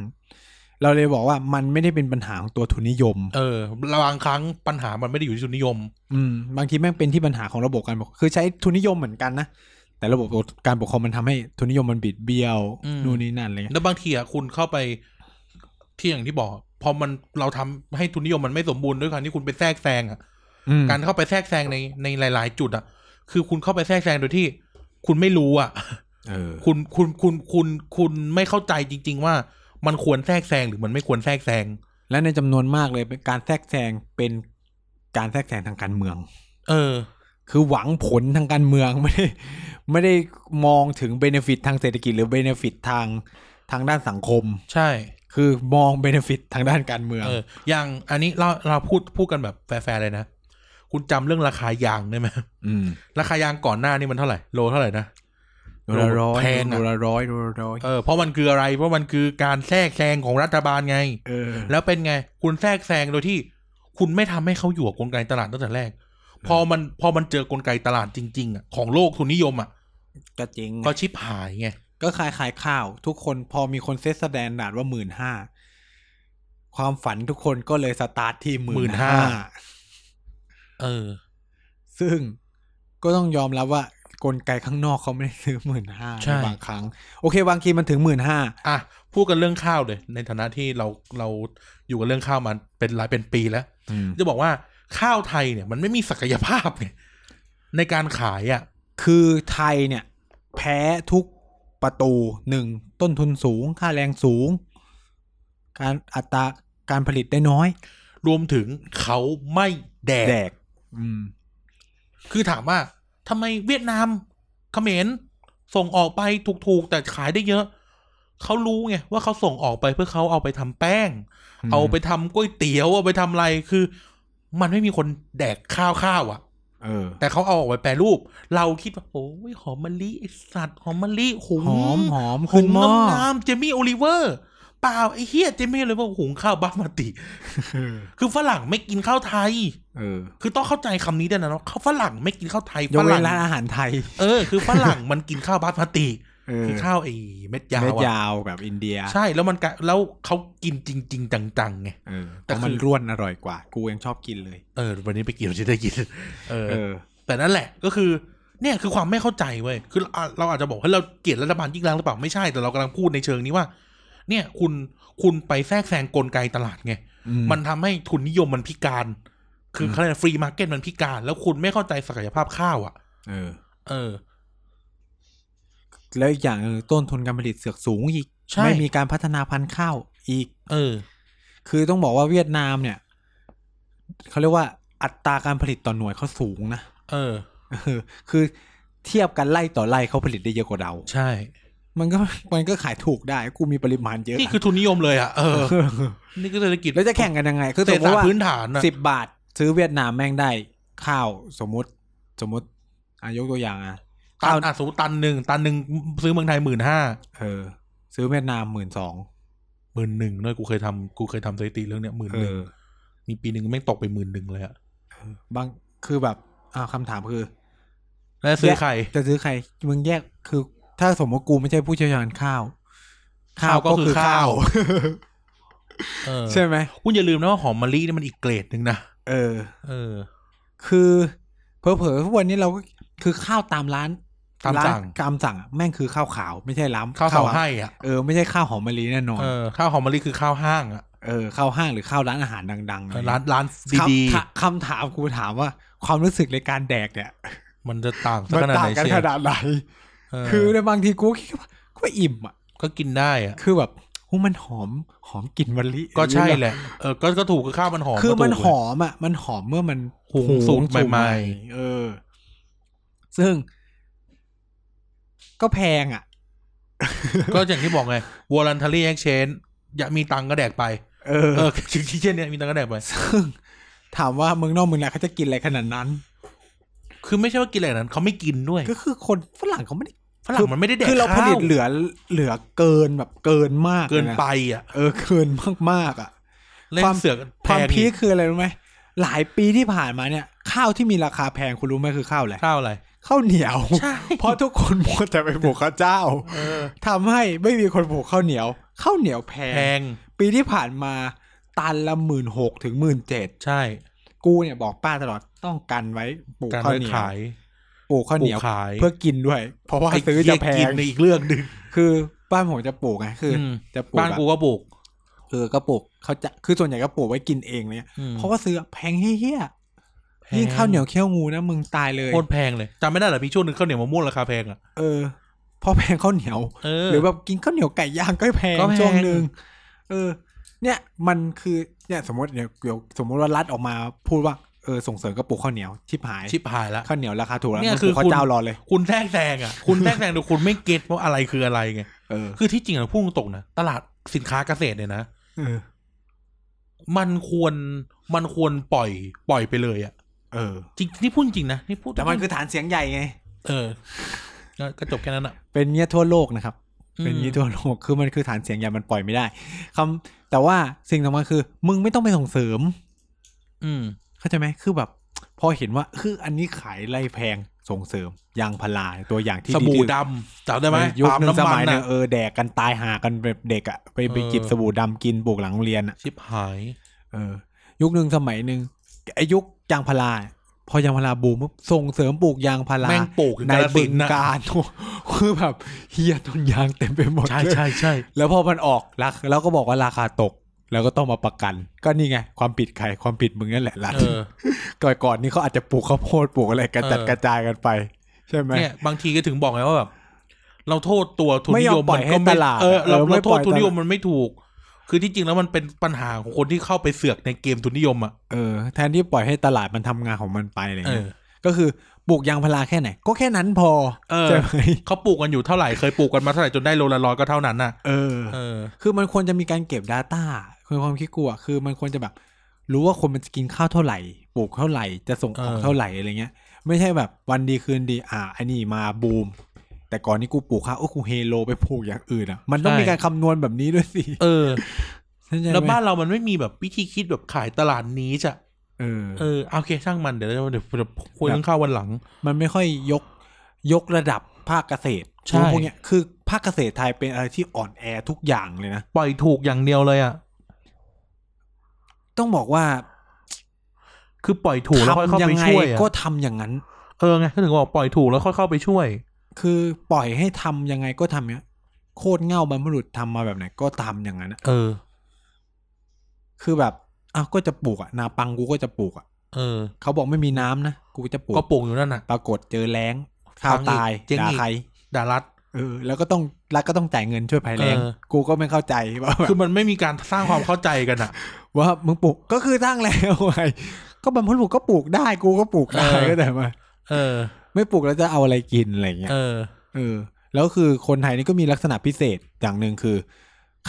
S1: เราเลยบอกว่ามันไม่ได้เป็นปัญหาของตัวทุนนิยม
S2: เออระบางครั้งปัญหามันไม่ได้อยู่ที่ทุนนิยม
S1: อืมบางทีแม่งเป็นที่ปัญหาของระบบการปกครองคือใช้ทุนนิยมเหมือนกันนะ แต่ระบบการปกครองมันทำให้ทุนนิยมมันบิดเบี้ยว
S2: อืม
S1: นู่นนี่นั่นอะไรเงี้ย
S2: แล้วบางทีอ่ะคุณเข้าไปที่อย่างที่บอก พอมันเราทำให้ทุนนิยมมันไม่สมบูรณ์ด้วยการที่คุณไปแทรกแซงอ่ะ
S1: อืม
S2: การเข้าไปแทรกแซงในในหลาย ๆ จุดอ่ะ คือคุณเข้าไปแทรกแซงโดยที่ คุณไม่รู้อ่ะ
S1: เออ
S2: คุณคุณคุณคุณคุณไม่เข้าใจจริง ๆ ว่ามันควรแทรกแซงหรือมันไม่ควรแทรกแซง
S1: และในจำนวนมากเลยเป็นการแทรกแซงเป็นการแทรกแซงทางการเมือง
S2: เออ
S1: คือหวังผลทางการเมือง [LAUGHS] ไม่ได้ไม่ได้มองถึงเบนฟิตทางเศรษฐกิจหรือเบนฟิตทางทางด้านสังคม
S2: ใช่
S1: คือมองเบนฟิตทางด้านการเมือง
S2: เออ อย่างอันนี้เราเราพูดพูดกันแบบแฟร์ๆเลยนะ คุณจำเรื่องราคายางได้ไหม
S1: อืม
S2: ราคายางก่อนหน้านี่มันเท่าไหร่โลเท่าไหร่นะ
S1: โดละร้อย
S2: แพงอะ
S1: โดละร้อยโดละร้อย
S2: เออเพราะมันคืออะไร เพราะมันคือการแทรกแซงของรัฐบาลไง
S1: เออ
S2: แล้วเป็นไง คุณแทรกแซงโดยที่ คุณไม่ทำให้เขาอยู่กับกลไกตลาดตั้งแต่แรก พอมันพอมันเจอกลไกตลาดจริงๆอ่ะของโลกทุนนิยมอ่ะ
S1: ก็จริง
S2: ก็ชิบหายไง
S1: ก็ขายขายข้าว ทุกคนพอมีคนเซตสแตนดาร์ดว่าหมื่นห้าความฝันทุกคนก็เลยสตาร์ทที่หมื่นห้า
S2: 15,000 เออ
S1: ซึ่งก็ต้องยอมรับว่ากลไกข้างนอกเขาไม่ได้ซื้อหมื่นห้า
S2: ใช่
S1: บางครั้ง โอเค บางทีมันถึงหมื่นห้า
S2: อ่ะพูดกันเรื่องข้าวเลย ในฐานะที่เราเราอยู่กับเรื่องข้าวมาเป็นหลายเป็นปีแล้ว จะบอกว่าข้าวไทยเนี่ย มันไม่มีศักยภาพไงในการขายอ่ะ
S1: คือไทยเนี่ย แพ้ทุกประตูหนึ่งต้นทุนสูง ค่าแรงสูง การอัตราการผลิตได้น้อย
S2: รวมถึงเขาไม่แดก
S1: แดก อืม
S2: คือถามว่าทำไมเวียดนามเขมรส่งออกไปถูกๆ แต่ขายได้เยอะ เขารู้ไงว่าเขาส่งออกไปเพื่อเขาเอาไปทำแป้ง
S1: ม
S2: เอาไปทำก๋วยเตี๋ยวเอาไปทำอะไรคือ มันไม่มีคนแดกข้าวข้าวอ่ะ
S1: เออ
S2: แต่เขาเอาออกไปแปรรูป เราคิดว่าโอ้ยหอมมะลิไอ้สัตว์หอมมะลิหุง
S1: หอมหอมขึ้นหม้อ
S2: หุงน้ำน้ำเจมี่โอลิเวอร์เปล่าไอ้เฮียเจมี่เลยว่าหุงข้าวบาสมาติ
S1: เออ
S2: คือฝรั่งไม่กินข้าวไทย
S1: เออ
S2: คือต้องเข้าใจคำนี้ด้วยนะเนาะเขาฝรั่งไม่กินข้าวไทย
S1: ย
S2: ฝ
S1: กเว้
S2: รั่
S1: น
S2: ง
S1: ร้านอาหารไทย
S2: เออคือฝรั่งมันกินข้าวบาสมาติ
S1: เออ
S2: คือข้าวไอ้เม็ดยาว
S1: เม็ด
S2: อะ
S1: ยาวแบบอินเดีย
S2: ใช่แล้วมันกะแล้วเขากินจริง ๆ จังๆไง
S1: เออ
S2: แต่
S1: แต่มัน
S2: คือ
S1: ร่วนอร่อยกว่า กูยังชอบกินเลย
S2: เออวันนี้ไปกินเราจะได้กินเออ
S1: เออ
S2: แต่นั่นแหละก็คือเนี่ยคือความไม่เข้าใจเว้ยคือเราเราอาจจะบอกว่าเราเกลียดรัฐบาลยิ่งรักษณ์หรือเปล่าไม่ใช่แต่เรากำลังพูดในเชิงนี้ว่า เนี่ยคุณคุณไปแทรกแซงกลไกตลาดไงมันทำให้ทุนนิยมมันพิการ คือ
S1: ม
S2: เขาเรียกฟรีมาร์เก็ตมันพิการ แล้วคุณไม่เข้าใจศักยภาพข้าวอ่ะ
S1: เออ
S2: เออ
S1: แล้วอีกอย่างคือต้นทุนการผลิตเสือกสูงอีก
S2: ใช่
S1: ไม่มีการพัฒนาพันธุ์ข้าวอีก
S2: เออ
S1: คือต้องบอกว่าเวียดนามเนี่ยเขาเรียกว่าอัตราการผลิตต่อหน่วยเขาสูงนะ [LAUGHS]
S2: เออ
S1: เออคือเทียบกันไล่ต่อไล่เขาผลิตได้เยอะกว่าเรา
S2: ใช่
S1: มันก็ [LAUGHS] มันก็ขายถูกได้ กูมีปริมาณเยอะ
S2: นี่คือทุนนิยมเลยอ่ะเออ
S1: เออ
S2: นี่คือเศรษฐกิจ
S1: แล้วจะแข่งกันยังไง คือ
S2: เศ
S1: สม
S2: ร
S1: ม
S2: ษฐ
S1: ติว่า
S2: พื้นฐานนะ
S1: สิบบาท ซื้อเวียดนามแม่งได้ข้าวสมมติสมมติอายกตัวอย่างอ่ะ
S2: ตั
S1: ข้าวน
S2: อ่ะสมมติตันหนึ่งตันหนึ่งซื้อเมืองไทยหมื่นห้า
S1: เออ ซื้อเวียดนามหมื่นสอง
S2: หมื่นหนึ่งเนอะกูเคยทำกูเคยทำสถิติเรื่องเนี้ยหมื่น
S1: เอ
S2: หนึ่ง
S1: อ
S2: มีปีหนึ่งแม่งตกไปหมื่นหนึ่งเลยอะ
S1: บางคือแบบอ่าคำถามคือ
S2: แล้วซื้อใคร
S1: จะซื้อใครมึงแยกคือ ถ้าสมมติกูไม่ใช่ผู้เชี่ยวชาญข้าว
S2: ข้าวก็คือข้าว เออ
S1: ใช่ไหม
S2: คุณอย่าลืมนะว่าหอมมะลินี่มันอีกเกรดหนึ่งนะ
S1: เออ
S2: เออ
S1: คือเผลอๆทุกวันนี้เราก็คือข้าวตามร้าน
S2: ตามสั่ง
S1: ร้นตามสั่งอะแม่งคือข้าวขาวไม่ใช่ร้าน
S2: ข้าวเสาให้อ่ะ
S1: เออไม่ใช่ข้าวหอมมะลิแน่นอน
S2: เออ ข้าวหอมมะลิคือข้าวห้างอ่ะ
S1: เออข้าวห้างหรือข้าวร้านอาหารดังๆ
S2: เออร้านร้าน
S1: คำ
S2: ดี
S1: คำคำถามกูถามว่า ความรู้สึกในการแดกเนี่ย
S2: ๆ มันจะต่างสัก
S1: มัน
S2: ขนาด
S1: ต่า
S2: ไห
S1: ง
S2: น
S1: กัน
S2: เชีย
S1: ข
S2: ว
S1: นาดไหน
S2: เออ
S1: คือในบางทีกูก็คิดว่าก็อิ่มอ่ะ
S2: ก็กินได้อ่ะ
S1: คือแบบหูมันหอมหอมกลิ่นมะลิ
S2: ก็ใช่แหละ เออ ก็ก็ถูกคือข้าวมันหอม
S1: คือ
S2: ก็ถูก
S1: มันห
S2: เลย
S1: อมอ่ะ มันหอมเมื่อมัน
S2: หุงสูตรใหม่
S1: ๆเออ ซึ่ง ก็แพงอ่ะ
S2: ก็อย่างที่บอกไง voluntary exchange อยากมีตังค์ก็แดกไป
S1: เออ
S2: เออคือเช่นเนี้ยมีตังค์ก็แดกไป
S1: ซึ่ง ถามว่าเมืองนอกเมืองนาเขาจะกินอะไรขนาดนั้น
S2: คือไม่ใช่ว่ากินอะไรนั้นเขาไม่กินด้วย
S1: ก็คือคนฝรั่งเขาไม่ได้
S2: ฝรั่งมันไม่ได้แดก
S1: คือเราผ
S2: ข้าว
S1: ลิตเหลือเหลือเกินแบบเกินมาก
S2: เกิน
S1: ลยะ
S2: ไปอ่ะ
S1: เออ เกินมากๆอ่ะ
S2: เล่น
S1: ความ
S2: เสือก
S1: ค
S2: แพ
S1: วาม
S2: ง
S1: พีค
S2: อีก
S1: คืออะไรรู้ไหมหลายปีที่ผ่านมาเนี่ย ข้าวที่มีราคาแพงคุณรู้ไหมคือข้าวอะไร
S2: ข้าวอะไร
S1: ข้าวเหนียว
S2: ใช่
S1: เพราะทุกคนมัวแต่ไปปลูกข้าวเจ้า
S2: เออ
S1: ทำให้ไม่มีคนปลูกข้าวเหนียวข้าวเหนียวแพ
S2: แพ
S1: ง
S2: ง
S1: ปีที่ผ่านมาตันละหมื่นหกถึงหมื่นเจ็ด
S2: ใช่
S1: กูเนี่ยบอกป้าตลอดต้องกันไว้ปลูก
S2: การ
S1: ข้าว
S2: เลิก
S1: เหนียว
S2: ขาย
S1: ปลูกข้าวเห
S2: ปลู
S1: นีย
S2: ก
S1: ว
S2: ขาย
S1: เพื่อกินด้วย เพราะว่า
S2: ไ
S1: ซื้อ
S2: เหี้
S1: จะ
S2: ย
S1: แพ
S2: กิน
S1: ง
S2: ในอีกเรื่องหนึ่ง
S1: คือบ้านผมจะปลูกไงคืออ
S2: ม
S1: จะปลูก
S2: บ้าน
S1: แบบ
S2: กูก็ปลูก
S1: เออก็ปลูกเขาจะคือส่วนใหญ่ก็ปลูกไว้กินเองเนี่ย
S2: อืม
S1: เพราะว่าซื้อแพงเฮี้ย
S2: แพ
S1: ๆยิ่งข้าวเหนียวเขี้ยวงูนะมึงตายเลย
S2: โคตรแพงเลยจำไม่ได้เหรอพี่ช่วงหนึ่งข้าวเหนียวมะม่วงราคาแพงอ่ะ
S1: เออเพราะแพงข้าวเหนียว
S2: เห
S1: รือแบบกินข้าวเหนียวไก่ย่างก็แพง
S2: ก็แพง
S1: ช่วงหนึ่งเออ เนี่ยมันคือเนี่ยสมมติเดี๋ยวเดี๋ยวสมมติว่ารัฐออกมาพูดว่าเออส่งเสริมกระปลูกข้าวเหนียวชิบหาย
S2: ชิบหายละ
S1: ข้าวเหนียวราคาถูกแล้ว
S2: เนี่ย
S1: มึง
S2: คื
S1: ปลู
S2: อก
S1: ข้า
S2: คุ
S1: ว
S2: ณ
S1: เจ้ารอเลย
S2: คุณแทรกแซงอ่ะ คุณแทรกแซงแต่ [LAUGHS] คุณไม่เก็ตว่าอะไรคืออะไรไง
S1: เออ
S2: คือที่จริงอ่ะพุ่งตรงๆนะตลาดสินค้าเกษตรเนี่ยนะ
S1: เออ
S2: มันควรมันควรปล่อยปล่อยไปเลยอ่ะ
S1: เออ
S2: จริงนี่พูดจริงนะนี่พูด
S1: แต่มันคือฐานเสียงใหญ่ไง
S2: เออก็จบแค่นั้นอ่ะ
S1: เป็นเงี้ยทั่วโลกนะครับ เป็น
S2: อืม
S1: เงี้ยทั่วโลกคือมันคือฐานเสียงใหญ่มันปล่อยไม่ได้คำแต่ว่าสิ่งสำคัญคือ มึงไม่ต้องไปส่งเสริม
S2: อืม
S1: เข้าใจไหมคือแบบ พอเห็นว่าคืออันนี้ขายไรแพงส่งเสริมยางพาราตัวอย่างที่
S2: ส
S1: ดี
S2: บู่
S1: ที่
S2: ดำจำได้ไหม
S1: ยุค
S2: ปาล์ม
S1: หนึงส
S2: น้ำมั
S1: มันยหนึ
S2: น่ะ
S1: งเออแดกกันตายหากันแบบเด็กอะไปไป
S2: เออ
S1: จิบสบู่ดำกินปลูกหลังโรงเรียนอะ
S2: ชิบหาย
S1: เออ ยุคหนึ่งสมัยหนึ่งไอ้ยุคยางพาราพอยางพาราบูมปุ๊บส่งเสริมปลูกยางพารา
S2: แม่งปลูกอยู่
S1: ใน
S2: กาฬ
S1: บึ
S2: สิ
S1: ง
S2: นธุ์น่ะ
S1: การโอ้โหคือแบบเฮียต้นยางเต็มไปหมด
S2: ใช่
S1: เลย
S2: ใช่ใช่
S1: แล้วพอมันออกราคาแล้วก็บอกว่าราคาตก แล้วก็ต้องมาประกัน ก็นี่ไง ความผิดใครความผิดมึงนั่นแหละรัฐ
S2: เออ
S1: ก่อนก่อนนี้เขาอาจจะปลูกข้าวโพดปลูกอะไรกระจัด
S2: เออ
S1: กระจายกันไป ใช่ไหม
S2: เนี่ยบางทีก็ถึงบอกไงว่าแบบเราโทษตัวทุน
S1: ไม่
S2: นิ
S1: ยอม
S2: ยม
S1: ปล่
S2: มั
S1: อย
S2: นก็
S1: ให้
S2: ไม่
S1: ตลาด
S2: เออ
S1: เออ
S2: เรา
S1: ไม่ป
S2: เราโท
S1: ล่
S2: ษ
S1: อย
S2: ทุนนิย
S1: ต
S2: ม
S1: ลาด
S2: มันไม่ถูก คือที่จริงแล้วมันเป็นปัญหาของคนที่เข้าไปเสือกในเกมทุนนิยมอ่ะ
S1: เออแทนที่ปล่อยให้ตลาดมันทำงานของมันไปอะไร
S2: เอ
S1: เงี้ย
S2: อ
S1: ก็คือ ปลูกยางพาราแค่ไหน ก็แค่นั้นพอ
S2: เออ
S1: ใช่ไหม
S2: เขาปลูกกันอยู่เท่าไหร่เคยปลูกกันมาเท่าไหร่จนได้โลละร้อยก็เท่านั้นน่ะ
S1: เออ
S2: เออ
S1: คือมันควรจะมีการเก็บ Data คือความคิดกูอะคือมันควรจะแบบ รู้ว่าคนมันจะกินข้าวเท่าไหร่ ปลูกเท่าไหร่ จะส่งออก
S2: เออ
S1: เท่าไหร่อะไรเงี้ย ไม่ใช่แบบวันดีคืนดี อ่าไอ้นี่มาบูม แต่ก่อนนี่กูปลูกข้าวโอ้กูเฮโลไปปลูกอย่างอื่นอะมันต้องมีการคำนวณแบบนี้ด้วยสิ
S2: เออ
S1: เข้ใจไหม
S2: แล้วบ้านเรามันไม่มีแบบวิธีคิดแบบขายตลาดนี้จ้ะ
S1: เออ
S2: เออโอเคช่างมันเดี๋ยวเดี๋ยวเดี๋ยวเดี๋ยวคุยเรื่องข้าววันหลัง
S1: มันไม่ค่อยยกยกระดับภาคเกษตร
S2: ใช่
S1: พวกเนี้ยคือภาคเกษตรไทยเป็นอะไรที่อ่อนแอทุกอย่างเลยนะ
S2: ปล่อยถูกอย่างเดียวเลยอ่ะ
S1: ต้องบอกว่า
S2: คือปล่อยถูกแล้วค่อยเข้า
S1: ทำยั
S2: ไป
S1: ไง
S2: ช่วยอะ
S1: ก็ทำอย่างนั้น
S2: เออไงก็ถึงบอกปล่อยถูกแล้วค่อยเข้าไปช่วย
S1: คือปล่อยให้ทำยังไงก็ทำเนี้ยโคตรเง่าบรรพบุรุษทำมาแบบไหนก็ทำอย่างนั้นอะ
S2: เออ
S1: คือแบบอ้าวก็จะปลูกอะนาปังกูก็จะปลูกอะ
S2: เออ
S1: เขาบอกไม่มีน้ำนะกูจะปลูก
S2: ก็ปลูกอยู่นั่นน่ะ
S1: ปรากฏเจอแล้งข้าว
S2: พังอีก
S1: ตาย
S2: เจ๊ง
S1: ด่า
S2: อีก
S1: ใคร
S2: ดารัด
S1: เออ แล้วก็ต้องรัฐก็ต้องจ่ายเงินช่วยภัยแล้ง
S2: เออ
S1: กูก็ไม่เข้าใจว่าแบบ
S2: คือมันไม่มีการสร้างความเข้าใจกันอ่ะ
S1: ว่ามึงปลูกก็คือตั้งแล้วไง [LAUGHS] ก็บรรพบุรุษก็ปลูกได้กูก็ปลูกได้
S2: เออ
S1: ก็แต่มา
S2: เออ
S1: ไม่ปลูกแล้วจะเอาอะไรกินอะไรเงี้ย
S2: เออ
S1: เออ แล้วคือคนไทยนี่ก็มีลักษณะพิเศษอย่างหนึ่งคือ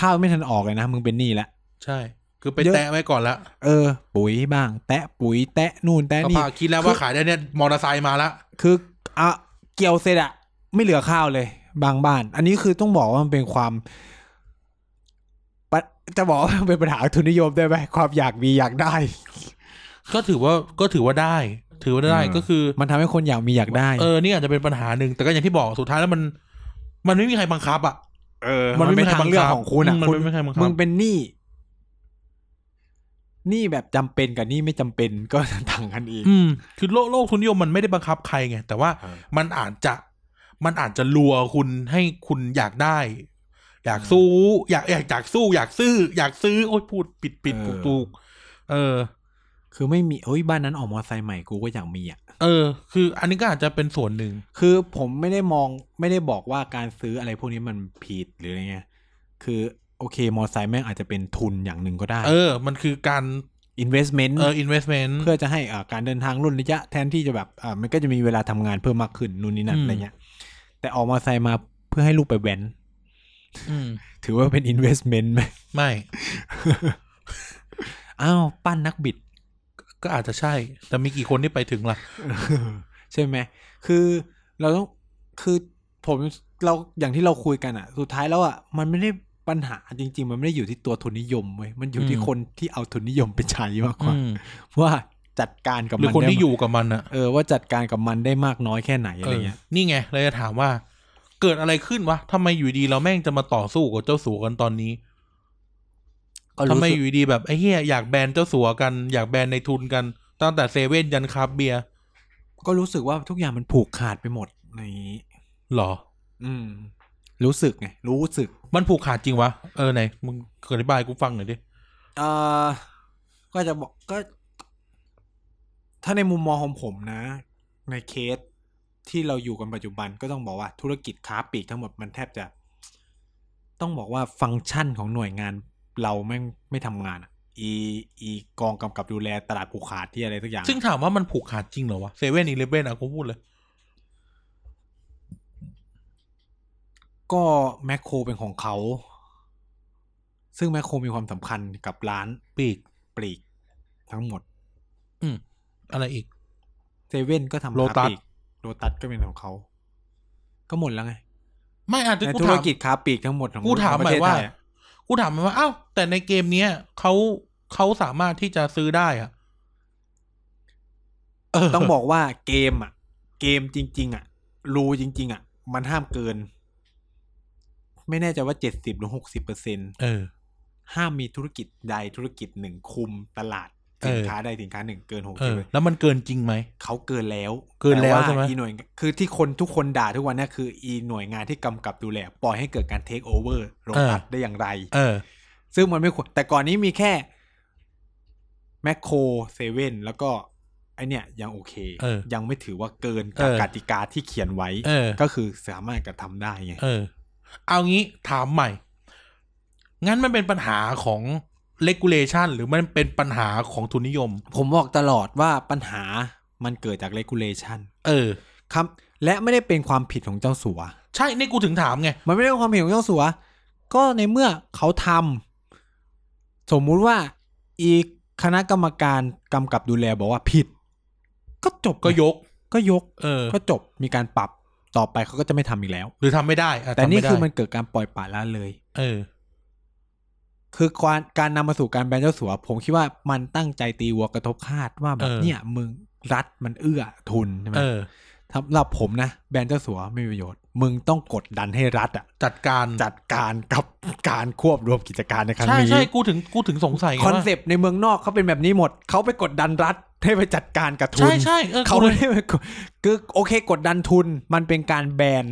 S1: ข้าวไม่ทันออกเลยนะมึงเป็นหนี้ละ
S2: ใช่ คือไป
S1: เยอะ
S2: แตะไว้ก่อนละ
S1: เออ ปุ๋ยบ้าง แตะปุ๋ยแตะนู่นแตะ
S2: ก็
S1: นี่
S2: พาคิดแล้วว่าขายได้เนี่ย มอเตอร์ไซค์มาละ
S1: คืออ่ะเกี่ยวเสร็จอะไม่เหลือข้าวเลย บางบ้าน อันนี้คือต้องบอกว่ามันเป็นความปะจะบอกว่ามันเป็นปัญหาทุนนิยมได้ไหมความอยากมีอยากได้
S2: ก็ถือว่าก็ถือว่าได้ ถือว่าได้
S1: เออ
S2: ก็คือ
S1: มันทำให้คนอยากมีอยากได้
S2: เออนี่อาจจะเป็นปัญหาหนึ่งแต่ก็อย่างที่บอกสุดท้ายแล้วมัน มันไม่มีใครบังคับอ่ะ
S1: เออมั
S2: มั
S1: น น
S2: ไม่
S1: ไม่
S2: มี
S1: ทางเลือกของคุณอะ
S2: มัน
S1: คุณ
S2: ไม่มีใครบังคั
S1: มึ
S2: บ
S1: งเป็นหนี้หนี้แบบจำเป็นกับหนี้ไม่จำเป็น [LAUGHS] ก็ ต่างกันอีก
S2: อืมคือโลกโลกทุนนิยมมันไม่ได้บังคับใครไงแต่ว่า
S1: เออ
S2: มันอาจจะมันอาจจะลัวคุณให้คุณอยากได้ อยากสู้ อยากอยากอยากสู้ อยากซื้อ อยากซื้อโอ้ยพูดปิดปิด
S1: เออ
S2: ถูกถูกเออ
S1: คือไม่มีเอ้ยบ้านนั้นออกมอเตอร์ไซค์ใหม่กูก็อยากมีอ่ะ
S2: เออ คือ อันนี้ก็อาจจะเป็นส่วนหนึ่ง
S1: คือผมไม่ได้มองไม่ได้บอกว่าการซื้ออะไรพวกนี้มันผิดหรืออะไรเงี้ย คือโอเค มอเตอร์ไซค์แม่งอาจจะเป็นทุนอย่างหนึ่งก็ได้
S2: เออ มันคือการ
S1: investment
S2: เออ investment
S1: เพื่อจะให้อ่าการเดินทางรุ่นระยะแทนที่จะแบบอ่ามันก็จะมีเวลาทำงานเพิ่มมากขึ้นนู่นนี่นั่น
S2: อืม
S1: อะไรเงี้ย แต่ออกมอเตอร์ไซค์มาเพื่อให้ลูกไปแว้น
S2: ม
S1: ถือว่าเป็น [LAUGHS] investment ไหม
S2: ไม่
S1: อ้าวปั้นนักบิด
S2: ก็อาจจะใช่ แต่มีกี่คนที่ไปถึงล่ะ
S1: ใช่ไหม คือเราต้อง คือผมเราอย่างที่เราคุยกันอะสุดท้ายแล้วอะมันไม่ได้ปัญหาจริง ๆ มันไม่ได้อยู่ที่ตัวทุนนิยมเว้ย มันอยู่ที่
S2: อืม
S1: คนที่เอาทุนนิยมไปใช้มากกว่า
S2: อืม
S1: ว่าจัดการกับ
S2: หรือ
S1: มัน
S2: คนที่
S1: ได้
S2: อยู่กับมันอะ
S1: เออว่าจัดการกับมันได้มากน้อยแค่ไหนอะไรเงี้ย
S2: เออนี่ไงเลยจะถามว่า เกิดอะไรขึ้นวะทำไมอยู่ดีเราแม่งจะมาต่อสู้กับเจ้าสัวกันตอนนี้
S1: ก็
S2: ทำ
S1: รู้
S2: ไม
S1: สึ
S2: อก ยู่ดีแบบไอ้เหี้ยอยากแบนเจ้าสัวกัน อยากแบนในทุนกัน ตั้งแต่เซเว่นยันคราฟเบียร์
S1: ก็รู้สึกว่าทุกอย่างมันผูกขาดไปหมดในนี้
S2: หรอ
S1: อืม รู้สึกไง รู้สึก
S2: มันผูกขาดจริงวะ เออไหนมึงอธิบายให้กูฟังหน่อยดิ
S1: เอ่อก็จะบอกก็ ถ้าในมุมมองของผมนะ ในเคสที่เราอยู่กันปัจจุบันก็ต้องบอกว่าธุรกิจค้าปลีกทั้งหมดมันแทบจะ ต้องบอกว่าฟังก์ชันของหน่วยงาน เราไม่งไม่ทำงานอะอีอีกองกำกับดูแลตลาดผูกขาดที่อะไรสักอย่าง
S2: ซึ่งถามว่ามันผูกขาดจริงเหรอวะเซเว่นอีเลเว่นอะกูพูดเลย
S1: ก็แมคโครเป็นของเขา ซึ่งแมคโครมีความสำคัญกับร้าน
S2: ปีก
S1: ปลีกทั้งหมด
S2: อืม อะไรอีก
S1: เซเว่นก็ทำค้า
S2: Lotus
S1: ปลีกโลตัสก็เป็นของเขา ก็หมดแล้วไง
S2: ไม่อาจจะ
S1: ใน
S2: กู
S1: ธุร
S2: ถาม
S1: กิจค้าปลีกทั้งหมดของ
S2: กูถาม
S1: ของป
S2: หมา
S1: ระเท
S2: ย
S1: ศ
S2: ว่า
S1: ไทยอะ
S2: กูถามหมายว่า อ้าว แต่ในเกมเนี้ยเขาเขาสามารถที่จะซื้อได้อะเ
S1: ต้องบอกว่าเกมอ่ะ เกมจริง ๆ อ่ะ รูจริง ๆ อ่ะ มันห้ามเกิน ไม่แน่ใจว่าเจ็ดสิบหรือหกสิบเปอร์เซ็น
S2: เออ
S1: ห้ามมีธุรกิจใดธุรกิจหนึ่งคุมตลาด
S2: เออ
S1: สินค้าใดสินค้าหนึ่งเกินหก
S2: เอ
S1: สิบ
S2: อ แล้วมันเกินจริงไหม
S1: เขาเกินแล้ว
S2: เกินแล้ว
S1: ต่า
S2: ใช่ไหม
S1: อีหน่วยคือที่คนทุกคนด่าทุกวันเนี่ยคืออีหน่วยงานที่กำกับดูแลปล่อยให้เกิดการเทคโอเวอร์โรงตัดได้อย่างไร
S2: เออ
S1: ซึ่งมันไม่ควรแต่ก่อนนี้มีแค่แมคโครเซเว่นแล้วก็ไอเนี่ยยังโอเค
S2: เออ
S1: ยังไม่ถือว่าเกินกบ
S2: เออ
S1: กติกาที่เขียนไว้
S2: เออ
S1: ก็คือสามารถกระทำได้ไง
S2: เออ เอางี้ถามใหม่ งั้นมันเป็นปัญหาของ regulation หรือมันเป็นปัญหาของทุนนิยม
S1: ผมบอกตลอดว่าปัญหา มันเกิดจาก regulation
S2: เออ
S1: ครับ และไม่ได้เป็นความผิดของเจ้าสัว
S2: ใช่นี่กูถึงถามไง
S1: มันไม่ได้เป็นความผิดของเจ้าสัว ก็ในเมื่อเขาทำสมมุติว่าอีกคณะกรรมการกำกับดูแลบอกว่าผิด ก็จบ
S2: ก็ยก
S1: ก็ยก
S2: เออ
S1: ก็จบมีการปรับต่อไปเขาก็จะไม่ทำอีกแล้ว
S2: หรือทำไม่ได้อะ
S1: แต่
S2: ทำ
S1: นี่
S2: ไได้
S1: คือมันเกิดการปล่อยปละละเลย
S2: เออ
S1: คือการการนำมาสู่การแบนเจ้าสัว ผมคิดว่ามันตั้งใจตีวัวกระทบคาดว่าแบบ
S2: เออ
S1: เนี่ยมึงรัฐมันเอื้อทุนใช่ไหม
S2: เออ
S1: สำหรับผมนะแบนเจ้าสัวไม่มีประโยชน์ มึงต้องกดดันให้รัฐอะ
S2: จัดการ
S1: จัดการกับการควบรวมกิจการในครั้ง
S2: ใช่
S1: นี้
S2: ใช่กูถึงกูถึงสงสัยไง
S1: คอน
S2: ว่า
S1: เซปต์ในเมืองนอกเขาเป็นแบบนี้หมดเขาไปกดดันรัฐให้ไปจัดการกับทุน
S2: ใช่ใช่ออ
S1: เขา
S2: กูล
S1: ไม่
S2: ย
S1: ได้ไป [LAUGHS] กดคือโอเคกดดันทุนมันเป็นการแบน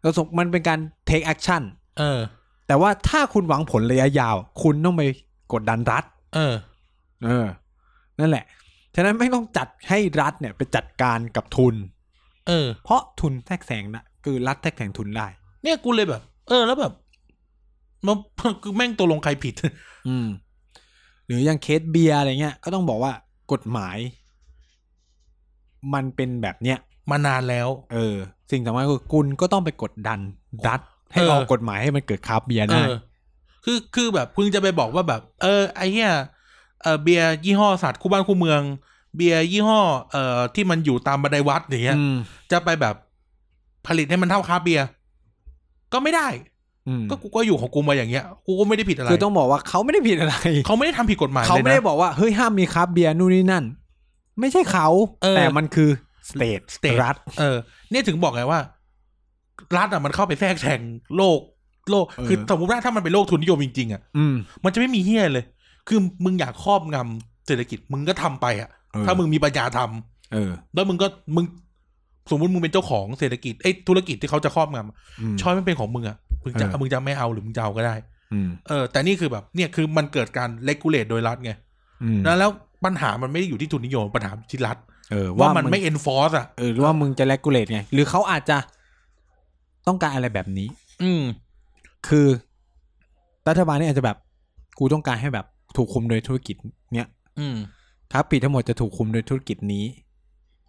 S1: เราส่งมันเป็นการ take action
S2: เออ
S1: แต่ว่าถ้าคุณหวังผลระยะยาว คุณต้องไปกดดันรัฐ
S2: เออ
S1: เออ นั่นแหละ ฉะนั้นไม่ต้องจัดให้รัฐเนี่ยไปจัดการกับทุน
S2: เออ
S1: เพราะทุนแทรกแซงนะคือรัฐแทรกแซงทุนได้
S2: เนี่ยกูเลยแบบ เออ แล้วแบบ [LAUGHS] มันคือแม่งตัวลงใครผิด [LAUGHS]
S1: อืม หรืออย่างเคสเบียร์อะไรเงี้ย ก็ต้องบอกว่ากฎหมาย มันเป็นแบบเนี้ย
S2: มานานแล้ว
S1: เออ สิ่งสำคัญคือคุณก็ต้องไปกดดันรัฐ ให้
S2: เออ
S1: ออกกฎหมายให้มันเกิดคราฟต์เบียร์
S2: เอ
S1: ได้
S2: อ คือคือแบบเพิ่งจะไปบอกว่าแบบ เออ ไอ้เนี้ยเออเบียร์ยี่ห้อสัตว์คู่บ้านคู่เมือง เบียร์ยี่ห้อ เอ่อที่มันอยู่ตามบันไดวัดอย่างเงี้ย
S1: อืม
S2: จะไปแบบผลิตให้มันเท่าคาร์บเบียร์ก็ไม่ได้
S1: อืม
S2: ก็กูก็อยู่ของกูมาอย่างเงี้ย กูก็ไม่ได้ผิดอะไร
S1: คือต้องบอกว่าเขาไม่ได้ผิดอะไร
S2: เขาไม่ได้ทำผิดกฎหมาย
S1: เขาไม่ได้
S2: ลยนะ
S1: บอกว่า เฮ้ย ห้ามมีคราฟต์เบียร์นู่นนี่นั่น ไม่ใช่เขา
S2: เออ
S1: แต่มันคือสเตท
S2: state
S1: รัฐ
S2: เออ เนี่ยถึงบอกไงว่า รัฐอ่ะมันเข้าไปแทรกแซงโลก โลก
S1: เออ
S2: คือสมมติว่าถ้ามันเป็นโลกทุนนิยมจริงๆอ่ะ
S1: อืม
S2: มันจะไม่มีเฮี้ยเลย คือมึงอยากครอบงำเศรษฐกิจมึงก็ทำไปอ่ะ
S1: เออ
S2: ถ้ามึงมีปัญญาทำ
S1: เออ
S2: แล้วมึงก็มึง สมมติมึงเป็นเจ้าของเศรษฐกิจเอ้ยธุรกิจที่เขาจะครอบง
S1: อืม
S2: ำช้อยไม่เป็นของมึงอ่ะ มึงจะ
S1: เออ
S2: มึงจะไม่เอาหรือมึงจะเอาก็ได้
S1: อืม
S2: เออแต่นี่คือแบบเนี่ยคือมันเกิดการเลกูเลตโดยรัฐไง
S1: อืม
S2: แล้วแล้วปัญหามันไม่ได้อยู่ที่ทุนนิยมปัญหาอยู่ที่รัฐ
S1: เออ
S2: ว่า
S1: ว่ามั
S2: มัน น
S1: ไม่
S2: ไม่ enforce อ่ะ
S1: เออว่ามึงจะเลกูเลตไง หรือเขาอาจจะต้องการอะไรแบบนี้
S2: อืม
S1: คือ รัฐบาลเนี่ยอาจจะแบบ กูต้องการให้แบบถูกคุมโดยธุรกิจ เนี้ย
S2: อืม
S1: คราฟต์ปีทั้งหมดจะถูกคุมโดยธุรกิจนี้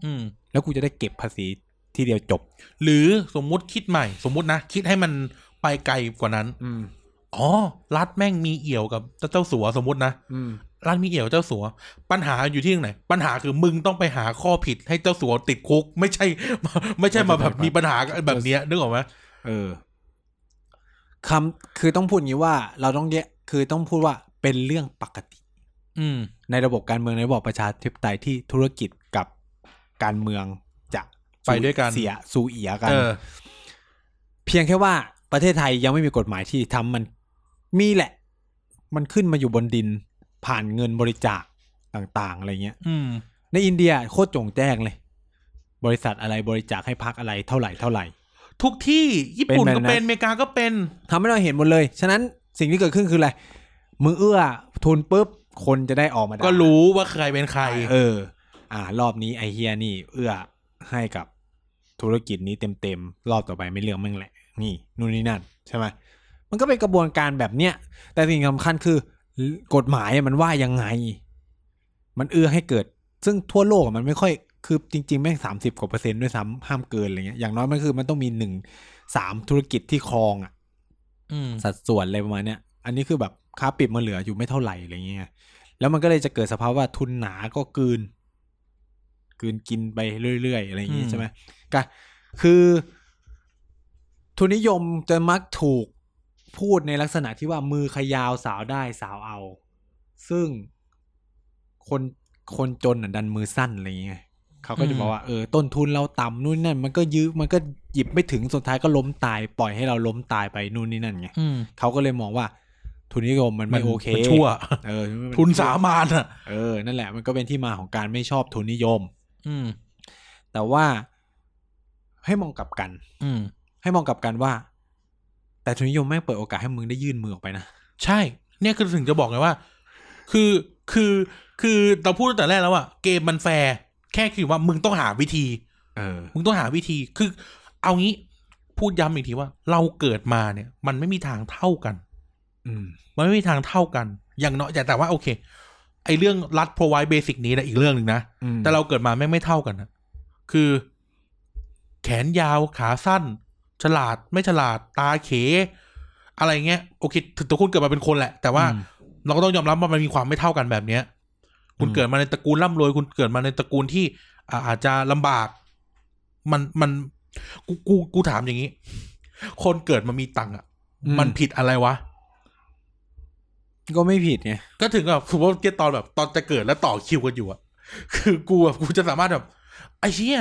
S2: อืม
S1: แล้วกูจะได้เก็บภาษีที่เดียวจบ
S2: หรือสมมุติคิดใหม่ สมมุตินะ คิดให้มันไปไกลกว่านั้น
S1: อืม
S2: อ๋อ รัฐแม่งมีเอี่ยวกับเจ้าสัวสมมตินะ
S1: อืม
S2: รัฐมีเอี่ยวกับเจ้าสัว ปัญหาอยู่ที่ตรงไหน ปัญหาคือมึงต้องไปหาข้อผิดให้เจ้าสัวติดคุก ไม่ใช่ [LAUGHS] ไม่ใช่มาแบบมีปัญหาแบบเนี้ยนึกออกไหม
S1: เออคำคือต้องพูดอย่างนี้ว่า เราต้องแยกคือต้องพูดว่าเป็นเรื่องปกติ
S2: อืม
S1: ในระบบการเมืองในระบบประชาธิปไตยที่ธุรกิจกับการเมืองจะ
S2: ไปด้วยกัน
S1: เสียสูเอียกัน
S2: เออ
S1: เพียงแค่ว่าประเทศไทยยังไม่มีกฎหมายที่ทำมันมีแหละ มันขึ้นมาอยู่บนดิน ผ่านเงินบริจาคต่างๆอะไรเงี้ย
S2: อืม
S1: ในอินเดียโคตรโจงแจ้งเลย บริษัทอะไรบริจาคให้พักอะไรเท่าไหร่เท่าไหร่
S2: ทุกที่ญี่ปุ่น
S1: เป็นแบบ
S2: ก็
S1: นั้น
S2: เป็นอเมริกาก็เป็น
S1: ทำให้เราเห็นหมดเลย ฉะนั้นสิ่งที่เกิดขึ้นคืออะไร มึงเอื้อทุนปุ๊บ คนจะได้ออกมาด่า
S2: ก็รู้ว่าใครเป็นใคร
S1: เออ อ่า รอบนี้ไอเฮียนี่ เอื้อให้กับธุรกิจนี้เต็มๆ รอบต่อไปไม่เลือกมึงแหละ นี่นู่นนี่นั่นใช่ไหมมันก็เป็นกระบวนการแบบเนี้ย แต่สิ่งสำคัญคือกฎหมายมันว่ายังไง มันเอื้อให้เกิด ซึ่งทั่วโลกมันไม่ค่อย คือจริงๆแม่งสามสิบกว่าเปอร์เซ็นต์ด้วยซ้ำห้ามเกินอะไรเงี้ย อย่างน้อยมันคือมันต้องมีหนึ่งสามธุรกิจที่ครองอ่ะ
S2: อืม
S1: สัดส่วนอะไรประมาณเนี้ย อันนี้คือแบบค้าปลีกมันเหลืออยู่ไม่เท่าไหร่อะไรเงี้ย แล้วมันก็เลยจะเกิดสภาพว่าทุนหนาก็กลืนกลืนกินไปเรื่อยๆอะไรอย่างงี้
S2: อืม
S1: ใช่ไหมก็คือทุนนิยมจะมักถูกพูดในลักษณะที่ว่ามือขยาวสาวได้สาวเอา ซึ่งคนคนจนน่ะดันมือสั้นอะไรอย่างเงี้ยเขาก็จะบอกว่าเออต้นทุนเราต่ำนู่นนั่น มันก็ยื้อมันก็หยิบไม่ถึงสุดท้ายก็ล้มตาย ปล่อยให้เราล้มตายไปนู่นนี่นั่นไง
S2: อืม
S1: เขาก็เลยมองว่า ทุนนิยมมันไม่โอเค
S2: มันชั่
S1: [LAUGHS]
S2: ว
S1: เออมั
S2: ทุนสามานอ่ะ
S1: เออ นั่นแหละ มันก็เป็นที่มาของการไม่ชอบทุนนิยม
S2: อืม
S1: แต่ว่าให้มองกลับกัน
S2: อืม
S1: ให้มองกลับกันว่า แต่ทุนนิยมแม่งเปิดโอกาสให้มึงได้ยื่นมือออกไปนะ
S2: ใช่ เนี่ยคือถึงจะบอกไงว่า คือคือคือเราพูดตั้งแต่แรกแล้วว่าเกมมันแฟร์แค่คือว่ามึงต้องหาวิธี
S1: เออ
S2: มึงต้องหาวิธีคือ เอางี้พูดย้ำอีกทีว่า เราเกิดมาเนี่ย มันไม่มีทางเท่ากัน
S1: อืม
S2: มันไม่มีทางเท่ากัน อย่างน้อยแต่แต่ว่าโอเค ไอ้เรื่องรัฐ provide basic นี้นะอีกเรื่องหนึ่งนะ
S1: อืม
S2: แต่เราเกิดมาแม่งไม่เท่ากันนะคือ แขนยาวขาสั้น ฉลาดไม่ฉลาดตาเข อะไรเงี้ยโอเคถึงตัวคุณเกิดมาเป็นคนแหละ แต่ว่า
S1: อืม
S2: เราก็ต้องยอมรับว่ามันมีความไม่เท่ากันแบบเนี้ย คุณ
S1: อืม
S2: เกิดมาในตระกูลร่ำรวย คุณเกิดมาในตระกูลที่อ่าอาจจะลำบาก มันมันกูกูกูถามอย่างนี้ คนเกิดมามีตังค์อ่ะ มันผิดอะไรวะ
S1: ก็ไม่ผิดไง
S2: ก็ถึงแบบสมมติว่าเกตตอนแบบตอนจะเกิดแล้วต่อคิวกันอยู่อะคือกูแบบกูจะสามารถแบบไอ้เชี่ย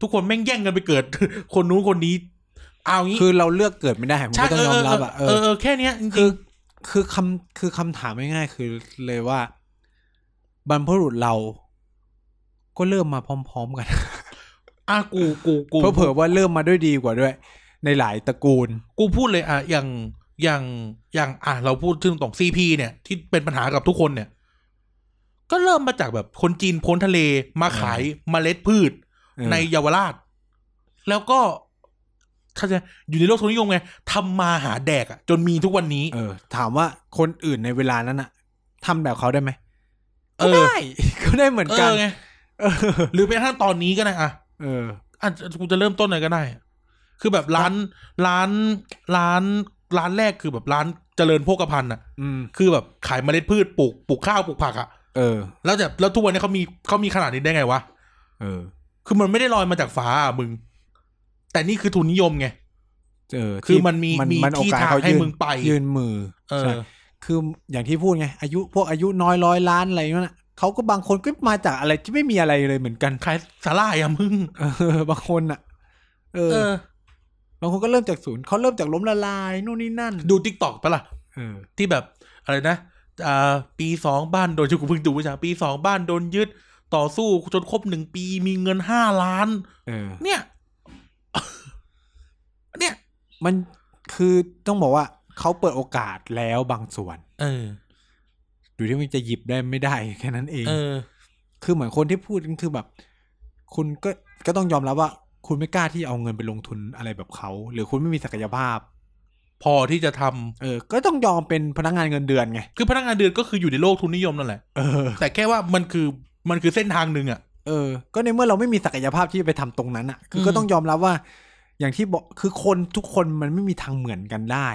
S2: ทุกคนแม่งแย่งกันไปเกิด คนนู้นคนนี้ เอางี้
S1: คือเราเลือกเกิดไม่ได้ผม
S2: ใช่
S1: ก็ต้องยอมรับอ่ะ
S2: เอ
S1: เอ
S2: อเออ
S1: อ
S2: เออแค่เนี้ยจริงๆ
S1: คือคือคำคือคำถามง่ายๆคือเลยว่า บรรพบุรุษเรา ก็เริ่มมาพร้อม ๆ กัน
S2: อ่ะกูกูกู
S1: เพราะเผื่อๆว่าเริ่มมาด้วยดีกว่าด้วย ในหลายตระกูล
S2: กูพูดเลยอ่ะอย่างอย่างอย่างอ่ะเราพูดถึงตรงซีพีเนี่ย ที่เป็นปัญหากับทุกคนเนี่ย ก็เริ่มมาจากแบบคนจีนพ้นทะเลมาขายเมล็ดพืช
S1: เออ
S2: ในเยาวราช แล้วก็เข้าใจอยู่ในโลกทุนนิยมไงทำมาหาแดกอะจนมีทุกวันนี้
S1: เออ ถามว่าคนอื่นในเวลานั้นอะทำแบบเขาได้ไหม
S2: เอ
S1: ก็
S2: อ
S1: ได้ ก็ได้เหมือน [LAUGHS]
S2: เอ
S1: กัน
S2: อไง
S1: เออ
S2: หรือแม้กระทั่งตอนนี้ก็ได้อะ
S1: เออ
S2: อาจจะกูจะเริ่มต้นหน่อยก็ได้ คือแบบร้านร้านร้านร้านแรกคือแบบร้านเจริญโภคภัณฑ์อะ
S1: อืม
S2: คือแบบขายเมล็ดพืชปลูกปลูกข้าวปลูกผักอะ
S1: เออ
S2: แล้วแบบแล้วทุกวันนี้เขามีเขามีขนาดนี้ได้ไงวะ
S1: เออ
S2: คือมันไม่ได้ลอยมาจากฟ้าอะมึง แต่นี่คือทุนนิยมไง
S1: เออ
S2: คือ
S1: ที่
S2: มันมีมี
S1: มันโอ
S2: ที่
S1: กาส
S2: ทาง
S1: เขา
S2: ให้
S1: ยื่น
S2: มึงไป
S1: ยื่นมือ
S2: เอ
S1: ใช่
S2: อ
S1: คืออย่างที่พูดไง อายุพวกอายุน้อยร้อยล้านอะไรนั่นน่ะเขาก็บางคนก็มาจากอะไรที่ไม่มีอะไรเลยเหมือนกัน
S2: ขายสาลายอะมึง
S1: เออบางคนอ่ะ เออ
S2: เออ
S1: บางคนก็เริ่มจากศูนย์เขาเริ่มจากล้มละลายนู่นนี่นั่น
S2: ดูทิกตอกปะล่ะ
S1: เออ
S2: ที่แบบอะไรนะอ่าปีสองบ้านโดน [LAUGHS] ที่กูเพิ่งดูไปจ้ะปีสองบ้านโดนยึดต่อสู้จนครบหนึ่งปีมีเงินห้าล้าน
S1: เออ
S2: เนี่ย [LAUGHS] เนี่ย
S1: มันคือต้องบอกว่าเขาเปิดโอกาสแล้วบางส่วน
S2: เออ
S1: อยู่ที่มันจะหยิบได้ไม่ได้แค่นั้นเอง
S2: เออ
S1: คือเหมือนคนที่พูดก็คือแบบ คุณก็ก็ต้องยอมรับว่า คุณไม่กล้าที่เอาเงินไปลงทุนอะไรแบบเขาหรือคุณไม่มีศักยภาพ
S2: พอที่จะทำ
S1: เออ ก็ต้องยอมเป็นพนักงานเงินเดือนไง
S2: คือพนักงานเดือนก็คืออยู่ในโลกทุนนิยมนั่นแหละ
S1: เออ
S2: แต่แค่ว่ามันคือมันคือเส้นทางหนึ่งอะ
S1: เออ ก็ในเมื่อเราไม่มีศักยภาพที่จะไปทำตรงนั้นอ่ะ คือ
S2: ม
S1: ก็ต้องยอมรับว่า อย่างที่บอก คือคนทุกคนมันไม่มีทางเหมือนกันได้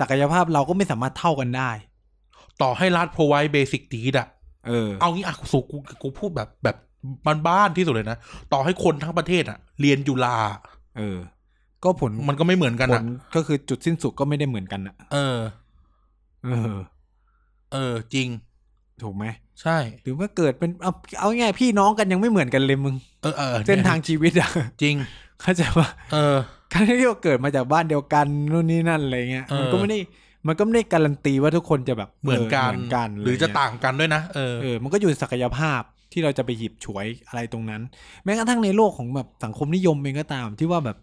S1: ศักยภาพเราก็ไม่สามารถเท่ากันได้
S2: ต่อให้รัฐ provide basic need อะ
S1: เออ
S2: เอางี้อะสูกูกูพูดแบบแบบบ้านๆที่สุดเลยนะ ต่อให้คนทั้งประเทศอะเรียนจุฬา
S1: เออ ก็ผล
S2: มันก็ไม่เหมือนกัน
S1: ผ
S2: อะ
S1: ลก็คือจุดสิ้นสุดก็ไม่ได้เหมือนกันอ่ะ
S2: เออ
S1: เออ
S2: เออ จริง
S1: ถูกไหม
S2: ใช่
S1: หรือว่าเกิดเป็น เอาเอาง่ายๆพี่น้องกันยังไม่เหมือนกันเลยมึ
S2: [LAUGHS]
S1: ง
S2: เออเออ
S1: เส้นทางชีวิตอ่ะ [LAUGHS]
S2: จริง
S1: เข้าใจปะ
S2: เออ
S1: การที่เราเกิดมาจากบ้านเดียวกันนู่นนี่นั่นอะไรเงี้ย มันก็ไม่ได้ มันก็ไม่ได้การันตีว่าทุกคนจะแบบ
S2: เหมือนกัน
S1: เหมือนกัน
S2: หรือจะ
S1: ไเงี้ย
S2: ต่างกันด้วยนะ เออ
S1: เออ มันก็อยู่ศักยภาพที่เราจะไปหยิบฉวยอะไรตรงนั้น แม้กระทั่งในโลกของแบบสังคมนิยมเองก็ตามที่ว่าแบบ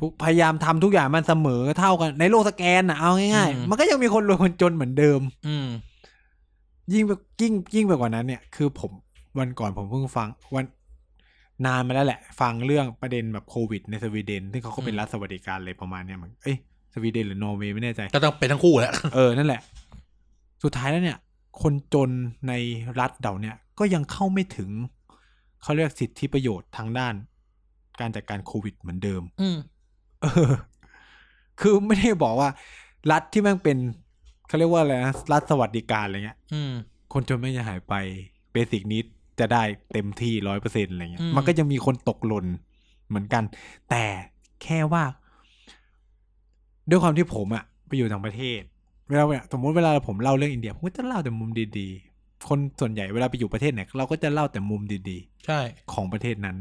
S1: ทุกพยายามทำทุกอย่างมันเสมอเท่ากัน ในโลกสแกนน่ะเอาง่าย
S2: อืม
S1: ๆ มันก็ยังมีคนรวยคนจนเหมือนเดิม
S2: อืม
S1: ยิ่งไปยิ่งยิ่งไปกว่านั้นเนี่ย คือผมวันก่อนผมเพิ่งฟังวันนานมาแล้วแหละ ฟังเรื่องประเด็นแบบโควิดในสวีเดนที่เขาก็เป็น
S2: อืม
S1: รัฐสวัสดิการเลยประมาณเนี่ยเหมือนเอ้ยสวีเดนหรือนอร์เวย์ไม่แน่ใจ
S2: ก็ต้องเป็นทั้งคู่แหละ
S1: เออ นั่นแหละ สุดท้ายแล้วเนี่ย คนจนในรัฐเดาเนี่ย ก็ยังเข้าไม่ถึง เขาเรียกสิทธิประโยชน์ทางด้าน การจัดการโควิดเหมือนเดิม [LAUGHS]
S2: อืม
S1: เออ คือไม่ได้บอกว่า รัฐที่แม่งเป็นเขาเรียกว่าอะไรนะ รัฐสวัสดิการอะไรเงี้ย
S2: อืม
S1: คนจนไม่จะหายไปเบสิกนี้จะได้เต็มที่ร้อยเปอร์เซ็นต์อะไรเงี้
S2: อื
S1: ย
S2: ม
S1: มันก็ยังมีคนตกหล่นเหมือนกัน แต่แค่ว่า ด้วยความที่ผมอะไปอยู่ต่างประเทศ เวลาเนี่ยสมมติเวลาผมเล่าเรื่องอินเดียผมก็จะเล่าแต่มุมดีๆ คนส่วนใหญ่เวลาไปอยู่ประเทศไหนเราก็จะเล่าแต่มุมดี
S2: ใช่
S1: ๆ ของประเทศนั้น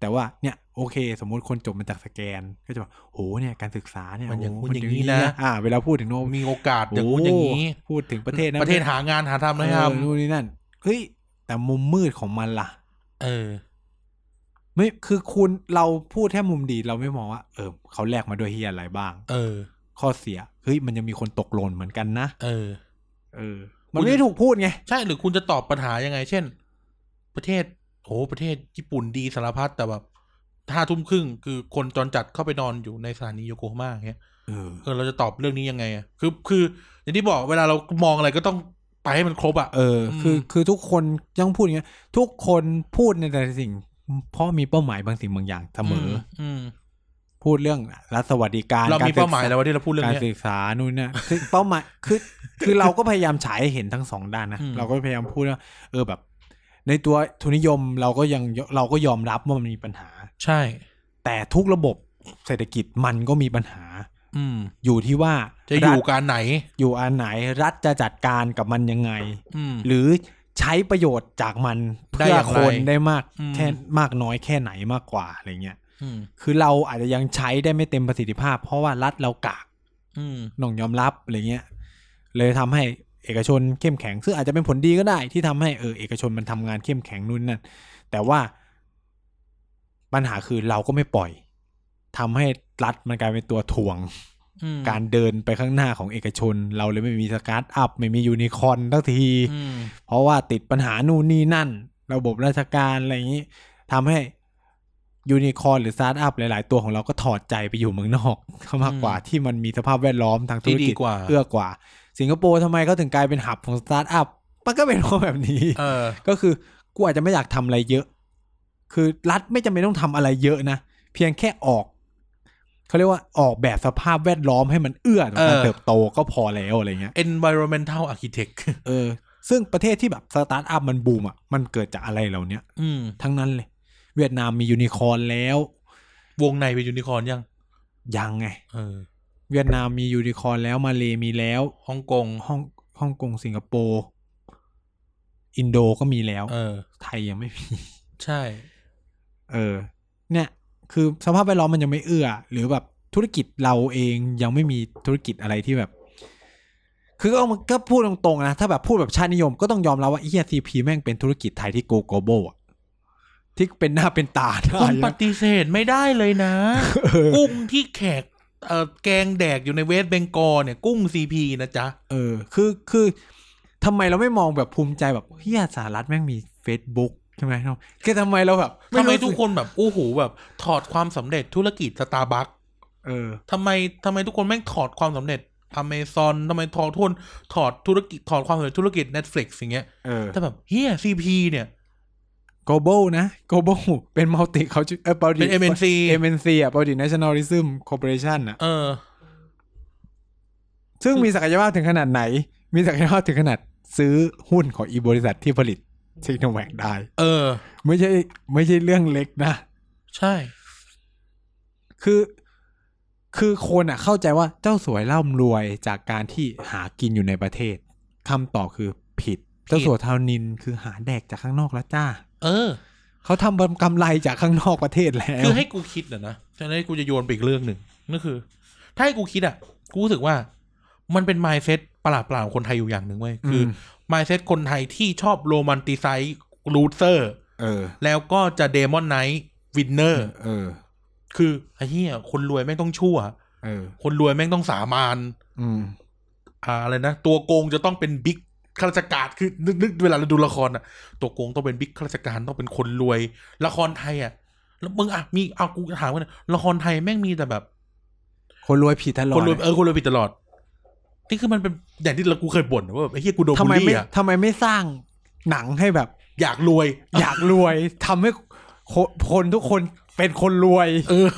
S1: แต่ว่าเนี่ยโอเค สมมติคนจบมาจากสแกน ก็จะบอกโหเนี่ยการศึกษาเนี่ย
S2: มันอย่าง
S1: โห
S2: นู้น
S1: มั
S2: อย่างนี้นะ
S1: อ่า เวลาพูดถึงโน้น
S2: มีโอกาสอย่างนู้นอย่างนี้
S1: โอ้พูดถึงประเทศนั้น
S2: ประเทศหางานหาทำนะค
S1: เอ
S2: รับ
S1: อนู่นนี่นั่น เฮ้ย แต่มุมมืดของมันล่ะ
S2: เออ
S1: ไม่คือคุณเราพูดแค่มุมดีเราไม่มองว่า เออเขาแลกมาด้วยเฮียอะไรบ้าง
S2: เออ
S1: ข้อเสีย เฮ้ย มันยังมีคนตกหล่นเหมือนกันนะ
S2: เออ
S1: เออ มันไม่ได้ถูกพูดไง
S2: ใช่หรือคุณจะตอบปัญหายังไง เช่น ประเทศโอ้ประเทศญี่ปุ่นดีสารพัดแต่แบบห้าทุ่มครึ่งคือคนจรจัดเข้าไปนอนอยู่ในสถานีโยโกฮาม่าอย่างเงี้ย
S1: เออ
S2: เออเราจะตอบเรื่องนี้ยังไงอะคือคืออย่างที่บอกเวลาเรามองอะไรก็ต้อง ไปให้มันครบอ่ะ
S1: เอออ คือ
S2: ม
S1: คือทุกคนยังพูดอย่างเงี้ยทุกคนพูดในแต่ละสิ่ง เพราะมีเป้าหมายบางสิ่งบางอย่างเสมออ
S2: อืม
S1: พูดเรื่องรัฐสวัสดิการ
S2: เรามี
S1: กศึกษ
S2: เป้าหมายแล้วว่าที่เราพูดเรื่อง
S1: การ
S2: เนี้ย
S1: ศึกษานู่นนี่คือเป้าหมาย [LAUGHS] คือคือเราก็พยายามฉายให้เห็นทั้งสองด้านนะ
S2: อืม
S1: เราก็พยายามพูดว่าเออแบบ ในตัวทุนนิยมเราก็ยังเราก็ยอมรับว่ามันมีปัญหา
S2: ใช่
S1: แต่ทุกระบบเศรษฐกิจมันก็มีปัญหา
S2: อืม
S1: อยู่ที่ว่า
S2: จะอยู่
S1: รัฐ
S2: การไหน
S1: อยู่อันไหนรัฐจะจัดการกับมันยังไง
S2: อืม
S1: หรือใช้ประโยชน์จากมัน
S2: ได้
S1: เพื่อ
S2: อย่างไร
S1: คนได้มาก
S2: อืม
S1: แค่มากน้อยแค่ไหนมากกว่าอะไรเงี้ย
S2: อืม
S1: คือเราอาจจะยังใช้ได้ไม่เต็มประสิทธิภาพ เพราะว่ารัฐเรากาก
S2: อืม
S1: น้องยอมรับอะไรเงี้ย เลยทำให้เอกชนเข้มแข็ง ซึ่งอาจจะเป็นผลดีก็ได้ ที่ทำให้เออเอกชนมันทำงานเข้มแข็งนู่นนั่น แต่ว่าปัญหาคือเราก็ไม่ปล่อยทำให้รัฐมันกลายเป็นตัวถ่วง
S2: อืม
S1: การเดินไปข้างหน้าของเอกชน เราเลยไม่มีสการ์ทอัพ ไม่มียูนิคอร์นทักที
S2: อืม
S1: เพราะว่าติดปัญหานู่นนี่นั่น ระบบราชการอะไรอย่างนี้ทำให้ยูนิคอร์นหรือสตาร์ทอัพหลาย ๆ ตัวของเราก็ถอดใจไปอยู่เมืองนอกมากกว่าที่มันมีสภาพแวดล้อมทางธุร
S2: ที่ดี
S1: กิจ
S2: กว่า
S1: เอื้อกว่า สิงคโปร์ทำไมเขาถึงกลายเป็นหับของสตาร์ทอัพมันก็เป็นเพราะแบบนี้
S2: เออ
S1: ก็คือกูอาจจะไม่อยากทำอะไรเยอะ คือรัฐไม่จำเป็นต้องทำอะไรเยอะนะ เพียงแค่ออกเขาเรียกว่าออกแบบสภาพแวดล้อมให้มันเอื้อต่อการ
S2: เออ
S1: เติบโตก็พอแล้วอะไรเงี้ย
S2: environmental architect
S1: เออ ซึ่งประเทศที่แบบสตาร์ทอัพมันบูมอ่ะ มันเกิดจากอะไรเหล่าเนี้ย
S2: อืม
S1: ทั้งนั้นเลย เวียดนามมียูนิคอร์นแล้ว
S2: วงในเป็นยูนิคอร์นยัง
S1: ยังไง
S2: เออ
S1: เวียดนามมียูนิคอร์นแล้ว มาเลมีแล้ว
S2: ฮ่องกง
S1: ฮ่องฮ่องกงสิงคโปร์อินโดก็มีแล้ว
S2: เออ
S1: ไทยยังไม่มี
S2: ใช่
S1: เออ เนี่ย คือสภาพแวดล้อมมันยังไม่เอื้อ หรือแบบธุรกิจเราเองยังไม่มีธุรกิจอะไรที่แบบ คือก็มันก็พูดตรงๆนะ ถ้าแบบพูดแบบชาตินิยมก็ต้องยอมรับว่า ERCP แม่งเป็นธุรกิจไทยที่โกโกโบอะที่เป็นหน้าเป็นตาได้
S2: คุณป
S1: นะ
S2: ฏิเสธไม่ได้เลยนะ
S1: เออ
S2: กุ้งที่แขกเอ่อแกงแดกอยู่ในเวสเบงกอลเนี่ย กุ้งซีพีนะจ๊ะ
S1: เออ คือ คือทำไมเราไม่มองแบบภูมิใจแบบเฮียสหรัฐแม่งมี Facebook ใช่ไหมน้องคือทำไมเราแบบ
S2: ทำไมทุก
S1: รู้สึ
S2: คนแบบ โอ้โห แบบ ถอดความสำเร็จธุรกิจสตาร์บัค
S1: เออ
S2: ทำไมทำไมทุกคนแม่งถอดความสำเร็จอเมซอนทำไมถอดทุนถอดธุรกิจ ถอดความสำเร็จธุรกิจ Netflix อย่างเงี้ย
S1: เออ
S2: แต่แบบเฮียซีพีเนี่ย
S1: global นะ global เป็น multi เขาเออ
S2: เป็น MNC
S1: MNC อ่ะ Body Nationalism Corporation อ่ะ
S2: เออ
S1: ซึ่งมีศักยภาพถึงขนาดไหน มีศักยภาพถึงขนาดซื้อหุ้นของอีบริษัทที่ผลิตซิโนแวคได้
S2: เออ
S1: ไม่ใช่ ไม่ใช่เรื่องเล็กนะ
S2: ใช่
S1: คือคือคนอ่ะเข้าใจว่าเจ้าสวยร่ำรวยจากการที่หากินอยู่ในประเทศคำตอบคือผิด เจ้าสัวเทานินคือหาแดกจากข้างนอกแล้วจ้า
S2: เออ
S1: เขาทำกำไรจากข้างนอกประเทศแล้ว
S2: คือให้กูคิดนะนะฉะนั้นกูจะโยนไปอีกเรื่องหนึ่งนั่นคือ ถ้าให้กูคิดอ่ะ กูรู้สึกว่า มันเป็น mindset ประหลาดๆของคนไทยอยู่อย่างหนึ่งเว้ย คือ
S1: ม
S2: mindset คนไทยที่ชอบโรแมนติไซส์ลูเซอร์
S1: เออ
S2: แล้วก็จะเดมอนไนท์วินเนอร์
S1: เออ
S2: คือไอ้เหี้ยคนรวยแม่งต้องชั่ว
S1: เออ
S2: คนรวยแม่งต้องสามาน
S1: อืม
S2: อ่าอะไรนะ ตัวโกงจะต้องเป็นบิ๊กข้าราชการคือนึกนึกเวลาเราดูละครอ่ะ ตัวโกงต้องเป็นบิ๊กข้าราชการต้องเป็นคนรวย ละครไทยอ่ะ แล้วมึงอ่ะมีเอากูถามกันอยละครไทยแม่งมีแต่แบบ
S1: คนรวยผิดตลอด
S2: คนรวยเออคนรวยผิดตลอด นี่คือมันเป็นอย่างที่เรากูเคยบ่นว่าแบบไอ้เหี้ยกูโดน
S1: ทำ
S2: บูล
S1: ไม
S2: ลี่
S1: ไม่
S2: อ่ะ
S1: ทำไมไม่สร้างหนังให้แบบ [LAUGHS]
S2: อยากรวย
S1: อยากรวยทำให้คนคนทุกคนเป็นคนรวย
S2: เออ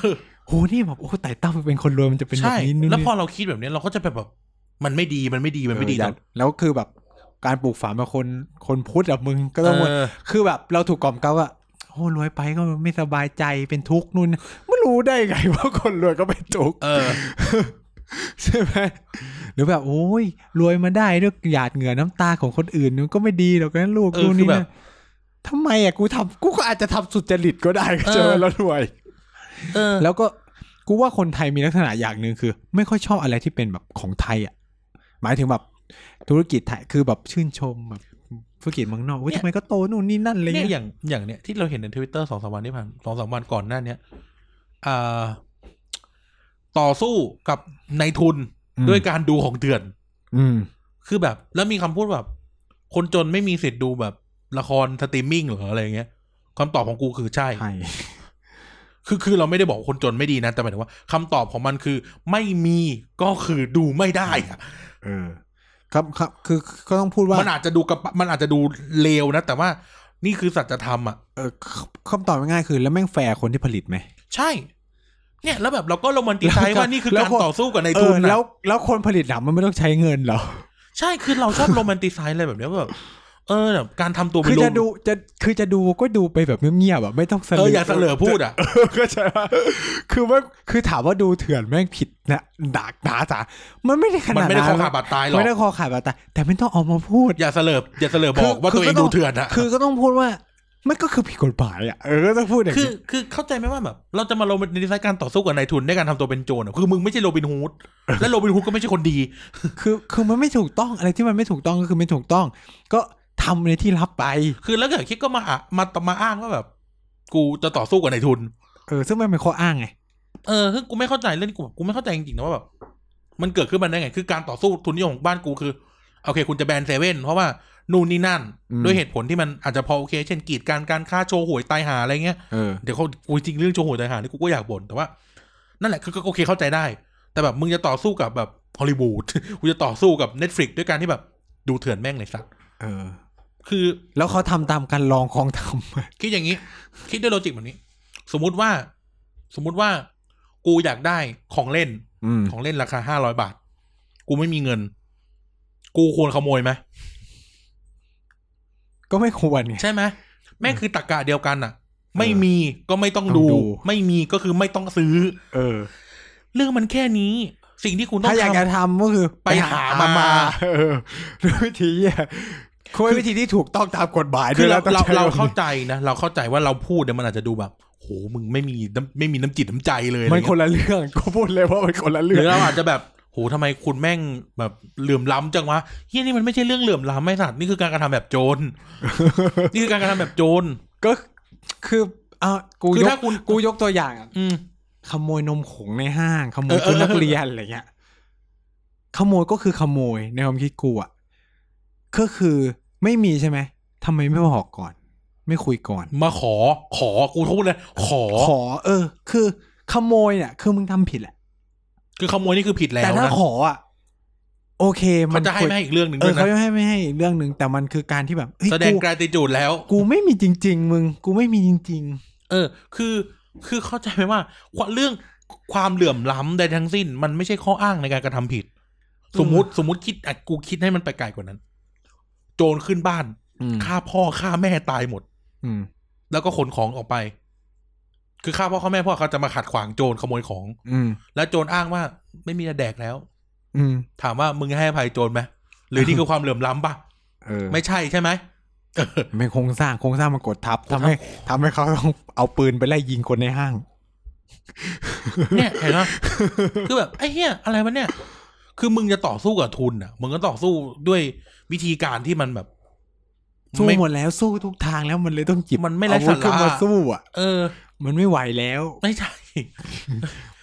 S1: โหนี่แบบโอ้ไต่เต้าไปเป็นคนรวยมันจะเป็นแบบ
S2: ใช่
S1: นี้นู่น
S2: แล้ว
S1: นี่
S2: พอเราคิดแบบเนี้ยเราก็จะแบบแบบมันไม่ดีมันไม่ดีมันไม่ดี
S1: เอออ
S2: ต
S1: ยา
S2: ล
S1: ก
S2: อด
S1: แล้วคือแบบการปลูกฝังแบบคนคนพุทธแบบมึงก็ต้อง
S2: เออ
S1: คือแบบเราถูกกล่อมเกลาว่าโอ้รวยไปก็ไม่สบายใจเป็นทุกข์นู่นไม่รู้ได้ไง [LAUGHS] ว่าคนรวยก็เป็นทุกข์
S2: เออ
S1: ใช่ไหมหรือแบบโอ้ยรวยมาได้ด้วยหยาดเหงื่อน้ำตาของคนอื่นมันก็ไม่ดีหรอกนะลูก
S2: เออ
S1: นู่น
S2: คือ
S1: นี่
S2: แบบ
S1: นะทำไมอ่ะกูทำกูก็อาจจะทำสุจริตก็ได้ [LAUGHS] ก็เจ
S2: เอ
S1: อ
S2: อ
S1: แล้วรวย
S2: เออ
S1: แล้วก็กูว่าคนไทยมีลักษณะอย่างหนึ่งคือ ไม่ค่อยชอบอะไรที่เป็นแบบของไทยอ่ะ หมายถึงแบบธุรกิจไทยคือแบบชื่นชมแบบธุรกิจเมืองนอกเว้ย
S2: เนี่ย
S1: ทำไมก็โตนู่นนี่นั่นอะไร
S2: เนี่ยอ
S1: เงี้ย
S2: ย่างอย่างเนี้ยที่เราเห็นในทวิตเตอร์สองสามวันที่ผ่านสองสามวันก่อนหน้าเนี้ยอ่าต่อสู้กับนายทุนด้วยการดูของเถื่อน
S1: อืม
S2: คือแบบ แล้วมีคำพูดแบบ คนจนไม่มีสิทธิ์ดูแบบละครสตรีมมิ่งเหรออะไรอย่างเงี้ยคำตอบของกูคือใช่
S1: ไทย
S2: คือคือเราไม่ได้บอกว่าคนจนไม่ดีนะ แต่หมายถึงว่าคำตอบของมันคือ ไม่มีก็คือดูไม่ได้อะ
S1: เออ ครับครับ คือก็ต้องพูดว่า
S2: มันอาจจะดูกระปะมันอาจจะดูเลวนะ แต่ว่านี่คือสัจธรรมอ่ะ
S1: เออคำตอบง่ายๆคือแล้วแม่งแฟร์คนที่ผลิตไหม
S2: ใช่ เนี่ยแล้วแบบเราก็โรแมนติไซ
S1: แล้ว
S2: ด์
S1: ก็
S2: ว่านี่คือ
S1: แล้
S2: กาว ร
S1: ก็
S2: ต่อสู้กับในาย
S1: เอ
S2: ทุ
S1: อน
S2: นะ
S1: แล้วแล้วคนผลิตหนังมันไม่ต้องใช้เงินเหรอ
S2: ใช่คือเราชอบโรแมนติไซด์อะไรแบบเนี้ยว่าแบบเออแบบการทำตัวเป็น
S1: คือ
S2: ลุ
S1: จะ
S2: ง
S1: ดูจะคือจะดูก็ดูไปแบบเงียบๆอ่ะไม่ต้องเสน
S2: เอ
S1: อ
S2: ออ
S1: อ
S2: ย่าเสลอพูดอ่ะ
S1: ก็ใช่ปะคือว่าคือถามว่าดูเถื่อนแม่งผิดนะดากหนาจ๋ามันไม่ได้ข
S2: มัน
S1: นาด
S2: ไม่ได้
S1: นั้
S2: ขอน ขาบาดตายหรอก
S1: ไม่ได้คอขาดบาดตาแต่ไม่ต้องเออกมาพูด
S2: อย่าเสลออย่าเสลอ
S1: คือ
S2: บอกว่า
S1: คือ
S2: ตัวเอง
S1: ก็ต้
S2: ดู
S1: อง
S2: เถื่อนอ่ะ
S1: คือก็ต้องพูดว่ามันก็คือผิดกฎหมายอ่ะเออก็ต้องพูดอย่าง
S2: คือ
S1: นี้
S2: คือเข้าใจไหมว่าแบบเราจะมาโรแมนติไซด์การต่อสู้กับนายทุนในการทำตัวเป็นโจรอะคือมึงไม่ใช่โรบินฮู
S1: [LAUGHS]
S2: ดและโรบินฮูดก็ไม่ใช่คนดี
S1: คือคือมันไม่ถูกต้องอะไรที่มันไม่ถูกต้องก็คือไม่ถูกต้อง ก็ทำในที่รับไป
S2: คือแล้วเกิดคิดก็มาอ่ะมามาอ้างว่าแบบ กูจะต่อสู้กับนายทุน
S1: เออซึ่งมันเป็นข้ออ้างไง
S2: เออคือกูไม่เข้าใจเรื่องนี้กูแบบกูไม่เข้าใจจริงๆนะว่าแบบมันเกิดขึ้นมาได้ไง คือการต่อสู้ทุนนิยมของบ้านกูคือโอเค คุณจะแบนเซเว่นเพราะว่านู่นนี่นั่น ด้วยเหตุผลที่มันอาจจะพอโอเค เช่นกีดการการค้าโชว์หวยตายหาอะไรเงี้ย
S1: เออ
S2: เดี๋ยวเขากูจริงเรื่องโชว์หวยตายหานี่กูก็อยากบ่นแต่ว่า นั่นแหละคือก็โอเคเข้าใจได้ แต่แบบมึงจะต่อสู้กับแบบฮอลลีวูด [LAUGHS] กูจะต่อสู้กับ Netflix ด้วยการที่แบบดูเถื่อนแม่งเลยสัก
S1: เออ
S2: คือ
S1: แล้วเขาทำตามการลองของท
S2: คิดอย่างนี้ คิดด้วยโลจิกแบบนี้ สมมุติว่า สมมุติว่ากูอยากได้ของเล่น
S1: ำอืม
S2: ของเล่นราคาห้าร้อยบาท กูไม่มีเงิน กูควรขโมยไหม
S1: ก็ไม่ควรไง
S2: ใช่ไหมแม่งคือตรกกะเดียวกันอะไม่มีก็ไม่ต้อง
S1: ต้
S2: ดู
S1: องดู
S2: ไม่มีก็คือไม่ต้องซื้อ
S1: เออ
S2: เรื่องมันแค่นี้ สิ่งที่คุณต้อ
S1: ถ้าง อยากจะ
S2: ทำ
S1: ทำก็คือ
S2: ไปหามา
S1: เออด้วยวิธีเนี่ยคือเป็นวิธีที่ถูกต้องตามกฎหมายด้
S2: คื
S1: วย
S2: อ
S1: แล้
S2: เรา
S1: วต้องใช้
S2: เราเรา
S1: แบบนี้
S2: เข้าใจนะเราเข้าใจว่าเราพูดเนี่ยมันอาจจะดูแบบโหมึงไม่มีน้ำไม่มีน้ำจิตน้ำใจเลยอะไร
S1: มัน
S2: เงี้ย
S1: คนละเรื่องก็พูดเลยว่ามันคนละ
S2: ห
S1: เรื่
S2: รือ อง เราอาจจะแบบโหทำไมคุณแม่งแบบเหลื่อมล้ำจังวะเฮียนี่มันไม่ใช่เรื่องเหลื่อมล้ำไม่สัตว์นี่คือการกระทำแบบโจ
S1: [LAUGHS]
S2: ร นี่คือการกระทำแบบโจร
S1: ก็คืออ่ะกู
S2: คือย
S1: ก
S2: ถ้าคุณ
S1: กูยกตัวอย่างอ่ะ
S2: อืม
S1: ขโมยนมผงในห้างขโมย
S2: เออเอ
S1: ชุ
S2: อ
S1: ดนักเรียนอะไรเงี้ยขโมยก็คือขโมยในความคิดกูอ่ะก็คือไม่มีใช่ไหมทำไมไม่บอกก่อน ไม่คุยก่อน
S2: มาขอขอกูพูดเลย ขอ
S1: ขอ เออ คือ ขโมยเนี่ยคือมึงทำผิดแหละ
S2: คือขโมยนี่คือผิดแล้ว
S1: แต่ถ้า
S2: นะ
S1: ขออ่ะโอเคมั
S2: เขา
S1: น
S2: จะให้
S1: คุย
S2: ไม่ให้อีกเรื่องหนึ่ง
S1: เอ
S2: ด้ว
S1: อย
S2: นะ
S1: เขาจะให้ไม่ให้อีกเรื่องหนึ่งแต่มันคือการที่แบบเฮ้ย
S2: แสดง
S1: กู
S2: กราติจูดแล้ว
S1: กูไม่มีจริง ๆ มึง กูไม่มีจริง
S2: เออ คือคือเข้าใจไหมว่าความเรื่องความเหลื่อมล้ำใดทั้งสิ้น มันไม่ใช่ข้ออ้างในการกระทำผิด สมมติสมมติคิดอ่ะกูคิดให้มันไปไกลกว่านั้น โจรขึ้นบ้าน
S1: ๆ อืม
S2: ฆ่าพ่อฆ่าแม่ตายหมด
S1: อืม
S2: แล้วก็ขนของออกไป คือข้าพ่อข้าแม่พ่อเขาจะมาขัดขวางโจรขโมยของ
S1: อืม
S2: แล้วโจรอ้างว่า ไม่มีจะแดกแล้ว
S1: อืม
S2: ถามว่ามึงให้อภัยโจรไหมหรือนี่คือความเหลื่อมล้ำปะ
S1: เออ
S2: ไม่ใช่ใช่ไหมเออ
S1: ไม่โครงสร้างโครงสร้างมันกดทับทำให้ทำให้เขาต้องเอาปืนไปไล่ยิงคนในห้าง
S2: เนี่ยเห็นไหมคือแบบไอ้เหี้ยอะไรวะเนี่ย คือมึงจะต่อสู้กับทุนอ่ะ มึงก็ต่อสู้ด้วยวิธีการที่มันแบบ
S1: สู้
S2: ไม่
S1: หมดแล้วสู้ทุกทางแล้วมันเลยต้องจิบ
S2: มันไม่ไร้
S1: อาวุธ
S2: สาระ
S1: ขึ้นมาสู้อ่ะ
S2: เออ
S1: มันไม่ไหวแล้ว
S2: ไม่ใช่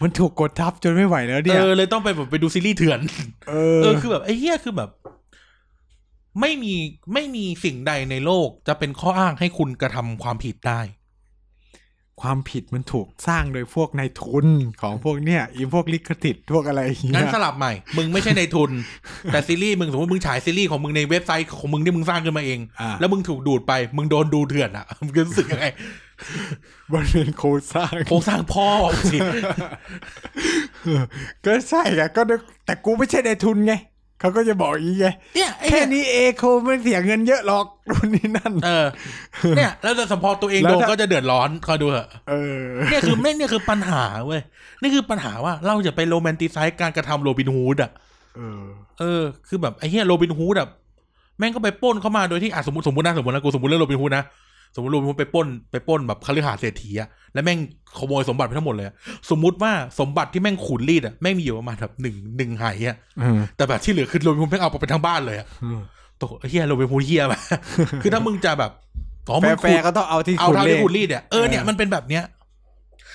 S1: มันถูกกดทับจนไม่ไหวแล้วเนี่ย
S2: เออเลยต้องไปแบบไปดูซีรีส์เถื่อน
S1: เอ
S2: เอ
S1: อ
S2: อคือแบบไอ้เหี้ยคือแบบ ไม่มีไม่มีสิ่งใดในโลกจะเป็นข้ออ้างให้คุณกระทำความผิดได้
S1: ความผิดมันถูกสร้างโดยพวกนายทุนของพวกเนี่ยอีพวกลิขสิทธิ์พวกอะไรอย่างเงี้
S2: งั้น
S1: ย
S2: สลับใหม่ มึงไม่ใช่ในทุน แต่ซีรีส์มึงสมมติมึงฉายซีรีส์ของมึงในเว็บไซต์ของมึงที่มึงสร้างขึ้นมาเอง
S1: อ่ะ
S2: แล้วมึงถูกดูดไปมึงโดนดูเถื่อนอ่ะ มึงจะรู้สึกยังไง
S1: มันเป็นโครงสร้าง [LAUGHS]
S2: โครงสร้างพ่อสิ
S1: เออก็ใช่ไงก็นึกแต่กูไม่ใช่ในทุนไงเขาก็จะบอกอย่างนี้ไง
S2: เนี่ยไอ้
S1: แค่
S2: เหี้ย
S1: นี้เอโคไม่เสียเงินเยอะหรอกนู่นนี่นั่น
S2: เออ เนี่ย แล้วจะสมพอตัวเอง
S1: แล้ว
S2: โดน
S1: ถ้า
S2: ก็จะเดือดร้อนคอยดูเถอะ
S1: เออ
S2: เนี่ยคือ [LAUGHS] ไม่เนี่ยคือปัญหาเว้ยนี่คือปัญหาว่าเราจะไปโรแมนติไซส์การกระทำโรบินฮูดอ่ะ
S1: เออ
S2: เออคือแบบไอ้เหี้ยโรบินฮูดแบบแม่งก็ไปปล้นเข้ามาโดยที่อ่ะสมมติสมมตินะสมมตินะกูสมมติเรื่องโรบินฮูดนะสมมติโรบินฮูดไปปล้นไปปล้นแบบคฤหาสน์เศรษฐีอะแล้วแม่งขโมยสมบัติไปทั้งหมดเลยอะสมมุติว่าสมบัติที่แม่งขูดรีดอะแม่งมีอยู่ประมาณแบบหนึ่งหนึ่งไหอะ
S1: เออ
S2: แต่แบบที่เหลือคือโรบินฮูดแม่งเอาไปทั้งบ้านเลยอะโตไอ้เหี้ยโรบินฮูดเหี้ยไป คือถ้ามึ [LAUGHS] งจะแบบอ๋อมึง
S1: แฟ
S2: ขูด
S1: ร์ๆก็ต้องเอาที่
S2: เอา
S1: คุณ
S2: เท่า
S1: เล
S2: ที่
S1: ข
S2: คุณรีดเนี่ยเออเนี่ย
S1: เออ
S2: มันเป็นแบบเนี้ย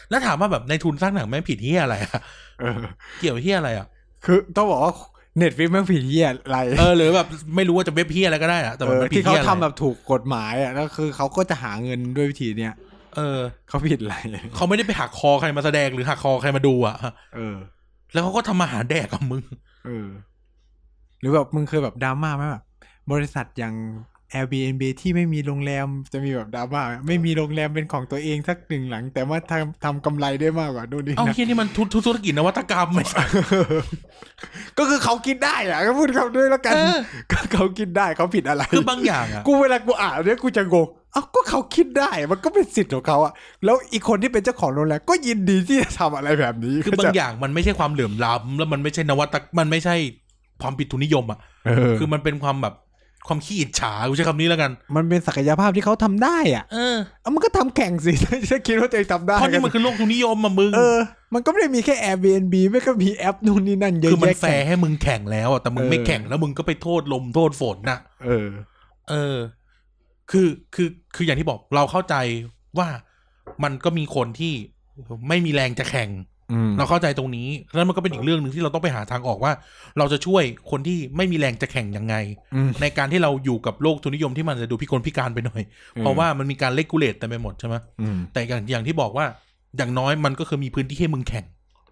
S2: แล้วถามว่าแบบในทุนสร้างหนังแม่งผิดเหี้ยอะไรอะ
S1: เออ
S2: เกี่ยวเหี้ยอะไรอะ
S1: คือต้องบอกว่าเน็ตฟิกแม่งผิดเหี้ยอะไร
S2: เออหรือแบบไม่รู้ว่าจะเว็บเพี้ยอะไรก็ได้อะแต่
S1: เอ
S2: มัน
S1: อ
S2: เป็น
S1: ที่เขา
S2: หี้ยอะไร
S1: ทำแบบถูกกฎหมายอ่ะก็คือเขาก็จะหาเงินด้วยวิธีเนี้ย
S2: เออ
S1: เขาผิดอะไร
S2: เขาไม่ได้ไปหักคอใครมาแสดงหรือหักคอใครมาดูอะ
S1: เออ
S2: แล้วเขาก็ทำมาหาแดกกับมึง
S1: เออ หรือแบบมึงเคยแบบดราม่าไหมแบบบริษัทอย่าง Airbnb ที่ไม่มีโรงแรมจะมีแบบดราม่าไหมไม่มีโรงแรมเป็นของตัวเองสักหนึ่งหลัง แต่ว่าทำทำกำไรได้มากกว่านู่นนี่
S2: เอ้า
S1: นะ
S2: เฮียนี่มันทุทุธุรกิจนวัตกรรมไหม
S1: [LAUGHS] ก็คือเขาคิดได้อะก็พูดคำด้วยแล้วกัน
S2: เออ
S1: ก็เขาคิดได้เขาผิดอะไร
S2: คือบางอย่างอ่ะ
S1: กูเวลากูอ่านเนี่ยกูจะงงเอ้าก็เขาคิดได้มันก็เป็นสิทธิ์ของเขาอะแล้วอีกคนที่เป็นเจ้าของโรงแรมก็ยินดีที่จะทำอะไรแบบนี้
S2: คือบาง
S1: เข้ใจ
S2: อย่างมันไม่ใช่ความเหลื่อมล้ำแล้วมันไม่ใช่นวัตกมันไม่ใช่ความผิดทุนนิยมอ่ะ
S1: เออ
S2: คือมันเป็นความแบบความขี้อิจฉากูใช้คำนี้แล้วกัน
S1: มันเป็นศักยภาพที่เขาทำได้อะ
S2: เออ
S1: เอามันก็ทำแข่งสิ [LAUGHS] ถ้าคิดว่าตัวเองทำได้
S2: เพราะนี่มันคือโลกทุนนิยมอ่ะมึง
S1: เออ มันก็ไม่ได้มีแค่ Airbnb ไม่ก็มีแอปนู่นนี่นั่นเยอะ
S2: คือมัน
S1: แยะ
S2: แฟร์ให้มึงแข่งแล้วอ่ะแต่มึงไม่แข่งแล้วมึงก็ไปโทษลมโทษฝนน่ะ
S1: เออ
S2: เออ คือคือคืออย่างที่บอกเราเข้าใจว่ามันก็มีคนที่ไม่มีแรงจะแข่ง
S1: อืม
S2: เราเข้าใจตรงนี้แล้วมันก็เป็นอีกเรื่องหนึ่งที่เราต้องไปหาทางออกว่า เราจะช่วยคนที่ไม่มีแรงจะแข่งยังไง
S1: อืม
S2: ในการที่เราอยู่กับโลกทุนนิยมที่มันจะดูพิกลพิการไปหน่อย เพราะว่ามันมีการเลกูเลตแต่ไปหมดใช่ไหม
S1: อืม
S2: แต่อย่างอย่างที่บอกว่าอย่างน้อยมันก็คือมีพื้นที่ให้มึงแข่ง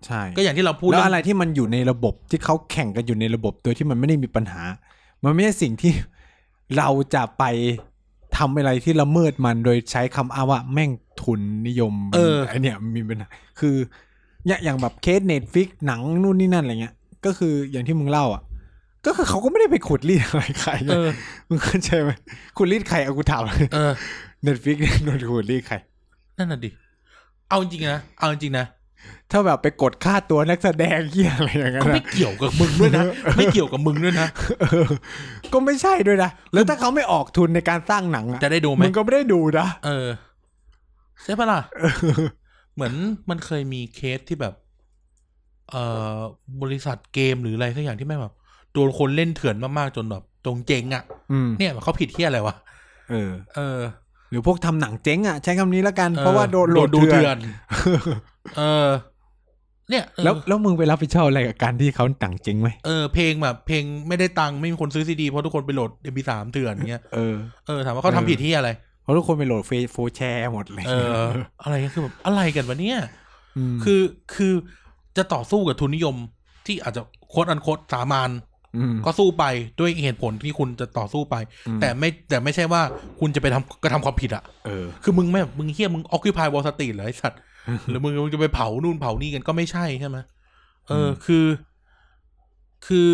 S1: ใช่
S2: ก็อย่างที่เราพูด
S1: แล้ว
S2: เง
S1: อะไรที่มันอยู่ในระบบที่เขาแข่งกันอยู่ในระบบโดยที่มันไม่ได้มีปัญหา มันไม่ใช่สิ่งที่ เราจะไปทำอะไรที่ละเมิดมันโดยใช้คำอ้างว่าแม่งทุนนิยม
S2: เออ
S1: ไอเนี่ยมีปัญหาคืออย่างอย่างแบบเคสเน็ตฟิกหนังนู่นนี่นั่นอะไรเงี้ย ก็คืออย่างที่มึงเล่าอ่ะ ก็คือเขาก็ไม่ได้ไปขุดรีดอะไรใคร
S2: เอ
S1: นะ
S2: อ
S1: มึงเข้าใจไหมขุดรีดใครเอากูถาม
S2: เออ
S1: เน็ตฟิกเนี่ยโดนขุดรีดใคร
S2: นั่นน่ะดิ เอาจริงๆนะ เอาจริงๆนะ
S1: ถ้าแบบไปกดค่าตัวนักแสดงเหี้ยอะไรอย่างเงี้ย
S2: ก็
S1: นะ
S2: ไม่เกี่ยวกับมึง
S1: [LAUGHS]
S2: ด้วยนะ ไม่เกี่ยวกับมึงด้วยนะ
S1: เออ [LAUGHS] ก็ไม่ใช่ด้วยนะแล้วถ้าเขาไม่ออกทุนในการสร้างหนังอ่ะ
S2: จะได้ดูไหม
S1: มึงก็ไม่ได้ดูนะ
S2: เออ ใช่ปะล่ะ เหมือนมันเคยมีเคสที่แบบ เอ่อบริษัทเกมหรืออะไรสักอย่างที่แม่งแบบโดนคนเล่นเถื่อนมากๆจนแบบตรงเจงอ่ะ
S1: อืม
S2: เนี่ยเขาผิดที่อะไรวะ
S1: เออ
S2: เออ
S1: หรือพวกทำหนังเจ๊งอ่ะใช้คำนี้แล้วกัน
S2: ออ
S1: เพราะว่าโดนโหลด
S2: ดู
S1: เถื่
S2: เถื่
S1: อ
S2: อน น เออ เนี่ยเออ
S1: แล้วแล้วมึงไปรับผิดชอบอะไรกับการที่เขาหนังเจ๊งไหม
S2: เออ เพลงแบบ เพลงไม่ได้ตังค์ไม่มีคนซื้อซีดีเพราะทุกคนไปโหลด MP3 เถื่อนเงี้ย
S1: เออ
S2: เออถามว่าเขาทำผิดที่อะไร
S1: เพราะทุกคนไปโหลดเฟซโฟแชร์หมดเลย
S2: เออ
S1: [LAUGHS]
S2: อะไรเงี้ยคือแบบอะไรกันวะเนี่ย
S1: ม
S2: คือคือจะต่อสู้กับทุนนิยมที่อาจจะโคดอันโคดสามาน
S1: ม
S2: ก็สู้ไปด้วยเหตุผลที่คุณจะต่อสู้ไป
S1: อืม
S2: แต่ไม่แต่ไม่ใช่ว่าคุณจะไปทำกระทำความผิดอะ
S1: เออ
S2: คือมึงไม่แบบมึงเฮี้ยมึงออคิพายวอลสตรีเหรอไอสัตว์หรือมึงมึงจะไปเผานู่นเผานี่กันก็ไม่ใช่ใช่ไหมเออ
S1: ม
S2: อคือ คือ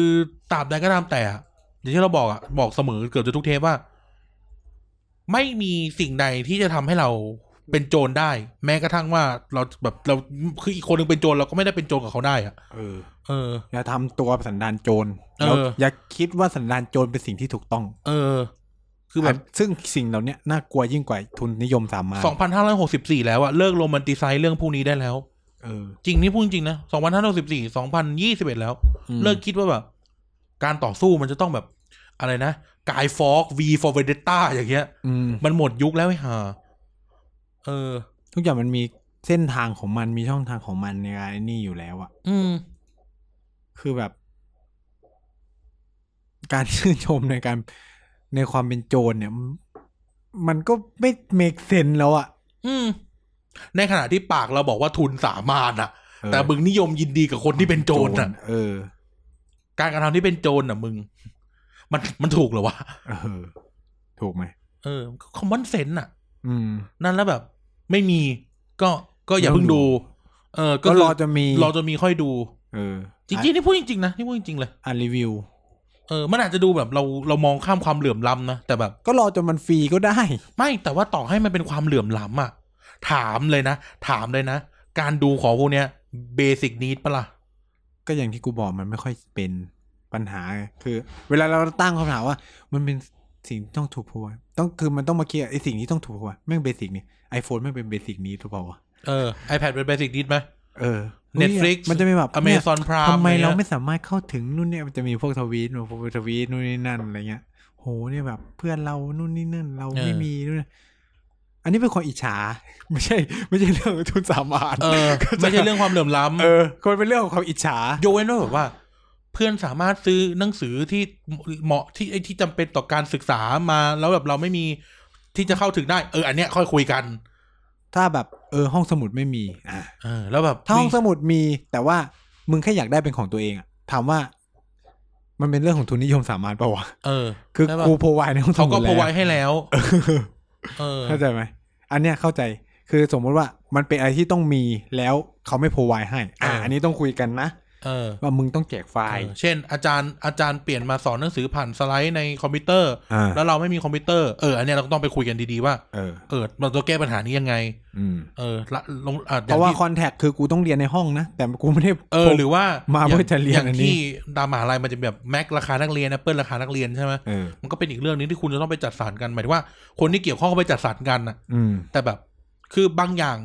S2: ตราบใดก็ตามแต่อะอย่างที่เราบอกอะบอกเสมอเกือบจะทุกเทปว่า ไม่มีสิ่งใดที่จะทำให้เราเป็นโจรได้ แม้กระทั่งว่าเราแบบเราคืออีกคนหนึงเป็นโจรเราก็ไม่ได้เป็นโจรกับเขาได้อะ
S1: เออ
S2: เออ
S1: อย่าทำตัวสันดานโจร
S2: เออ
S1: แล้วอย่าคิดว่าสันดานโจรเป็นสิ่งที่ถูกต้อง
S2: เออ คือแบบ
S1: ซึ่งสิ่งเหล่าเนี้ยน่ากลัวยิ่งกว่าทุนนิยมสามัญ
S2: สองพันห้าร้อยหกสิบสี่แล้วอะเลิกโรแมนติไซส์เรื่องพวกนี้ได้แล้ว
S1: เออ
S2: จริงนี่พูดจริงนะสองพันห้าร้อยสิบสี่สองพันยี่สิบเอ็ดแล้ว
S1: อืม
S2: เลิกคิดว่าแบบ การต่อสู้มันจะต้องแบบอะไรนะกายฟอกวีฟอร์เวเดต้าอย่างเงี้ย
S1: อืม
S2: มันหมดยุคแล้วไอ้ห่าเออ
S1: ทุกอย่างมันมีเส้นทางของมันมีช่องทางของมันในการไอ้นี่อยู่แล้วอะ
S2: อืม
S1: คือแบบ การชื่นชมในการในความเป็นโจรเนี่ย มันก็ไม่เมกเซนแล้วอะ
S2: อืม ในขณะที่ปากเราบอกว่าทุนสามารถอ่ะ
S1: เออ
S2: แต่มึงนิยมยินดีกับคนที่เป็นโจรอ่ะ
S1: เออ
S2: การกระทำที่เป็นโจรอ่ะมึง มันมันถูกเหรอวะ
S1: เออ ถูกไหม
S2: เออคอมมอนเซนต์อ่ะ
S1: อืม
S2: นั่นแล้วแบบ ไม่มีก็ก็อย่าเพิ่งดู เออ ก็
S1: ก็
S2: คือ
S1: รอจะมี
S2: รอจะมีค่อยดู
S1: เออ
S2: จริงๆนี่พูดจริงๆนะนี่พูดจริงๆเลย
S1: อ่านรีวิว
S2: เออ มันอาจจะดูแบบเราเรามองข้ามความเหลื่อมล้ำนะ แต่แบบ
S1: ก็รอจนมันฟรีก็ได้
S2: ไม่แต่ว่าต่อให้มันเป็นความเหลื่อมล้ำอะถามเลยนะ ถามเลยนะ การดูของพวกเนี้ยเบสิกนิดปะล่ะ
S1: ก็อย่างที่กูบอกมันไม่ค่อยเป็นปัญหาไงคือ เวลาเราตั้งคำถามว่า มันเป็นสิ่งที่ต้องถูกพูดต้องคือมันต้องมาเคลียร์ไอ้สิ่งที่ต้องถูกพูดแม่งเบสิกนี่ไอโฟนไม่งเป็นเบสิกนี้ถูกเปล่าวะ
S2: เออ iPad เป็นเบสิกนิดไหม
S1: เออ
S2: Netflix
S1: มันจะมีแบบ
S2: Amazon
S1: เนี่ย
S2: Prime
S1: ทำไมเรา
S2: อะไรเงี้ย
S1: ไม่สามารถเข้าถึงนู่นเนี่ยมันจะมีพวกทวีตมาพวกทวีตนู่นนี่นั่นอะไรเงี้ยโหเนี่ยแบบ เพื่อนเรานู่นนี่นั่น เราไม่
S2: เออ
S1: มีนู่นนี่อันนี้เป็นความอิจฉา ไม่ใช่ ไม่ใช่เรื่องของทุนสามารถ
S2: เออ ไม่ใช่เรื่องความเหลื่อมล้
S1: เออคนเป็นเรื่องของความอิจฉา
S2: ำยกเว้นว่าแบบว่า เพื่อนสามารถซื้อหนังสือที่เหมาะที่ไอ้ที่จำเป็นต่อการศึกษามา แล้วแบบเราไม่มีที่จะเข้าถึงได้ เออ อันเนี้ยค่อยคุยกัน
S1: ถ้าแบบเออห้องสมุดไม่มีอ่ะ
S2: เออ แล้วแบบ
S1: ถ้าห้องสมุดมีแต่ว่ามึงแค่อยากได้เป็นของตัวเองอะถามว่า มันเป็นเรื่องของทุนนิยมสามัญปะวะ
S2: เออ
S1: คือ
S2: ได้ปะ
S1: กูโพวายในห้องส
S2: เขา
S1: มุ
S2: ก็
S1: ด
S2: พอไว้
S1: แล้ว
S2: ให้แล้ว เออ
S1: เข้าใจไหม อันเนี้ยเข้าใจ คือสมมติว่ามันเป็นอะไรที่ต้องมีแล้วเขาไม่ provide ให้ อ่า
S2: เอออั
S1: อันนี้ต้องคุยกันนะ
S2: เออ
S1: ว่ามึงต้องแจกไฟล์
S2: เออเช่น อาจารย์อาจารย์เปลี่ยนมาสอนหนังสือผ่านสไลด์ในคอมพิวเตอร์
S1: อ่า
S2: แล้วเราไม่มีคอมพิวเตอร์เอออันเนี้ยเราก็ต้องไปคุยกันดีๆว่า
S1: เออ
S2: เออเราจะแก้ปัญหานี้ยังไง
S1: อืม
S2: เออละลงอ่ะอ
S1: เพ
S2: ย่ง
S1: ราะว่า
S2: ที่
S1: คอนแทคคือกูต้องเรียนในห้องนะ แต่กูไม่ได้
S2: เออหรือว่า
S1: มา
S2: อย่ง
S1: เพื่อจะเรียน
S2: อย่าง
S1: อันนี้
S2: ที่ตามมหาลัยมันจะแบบแม็กราคานักเรียนแอปเปิลราคานักเรียนใช่ไหม
S1: เออ
S2: มันก็เป็นอีกเรื่องหนึงที่คุณจะต้องไปจัดสรรกันหมายถึงว่าคนที่เกี่ยวข้องก็ไปจัดสรรกันนะ
S1: อืม
S2: แต่แบบคือบางอย่าง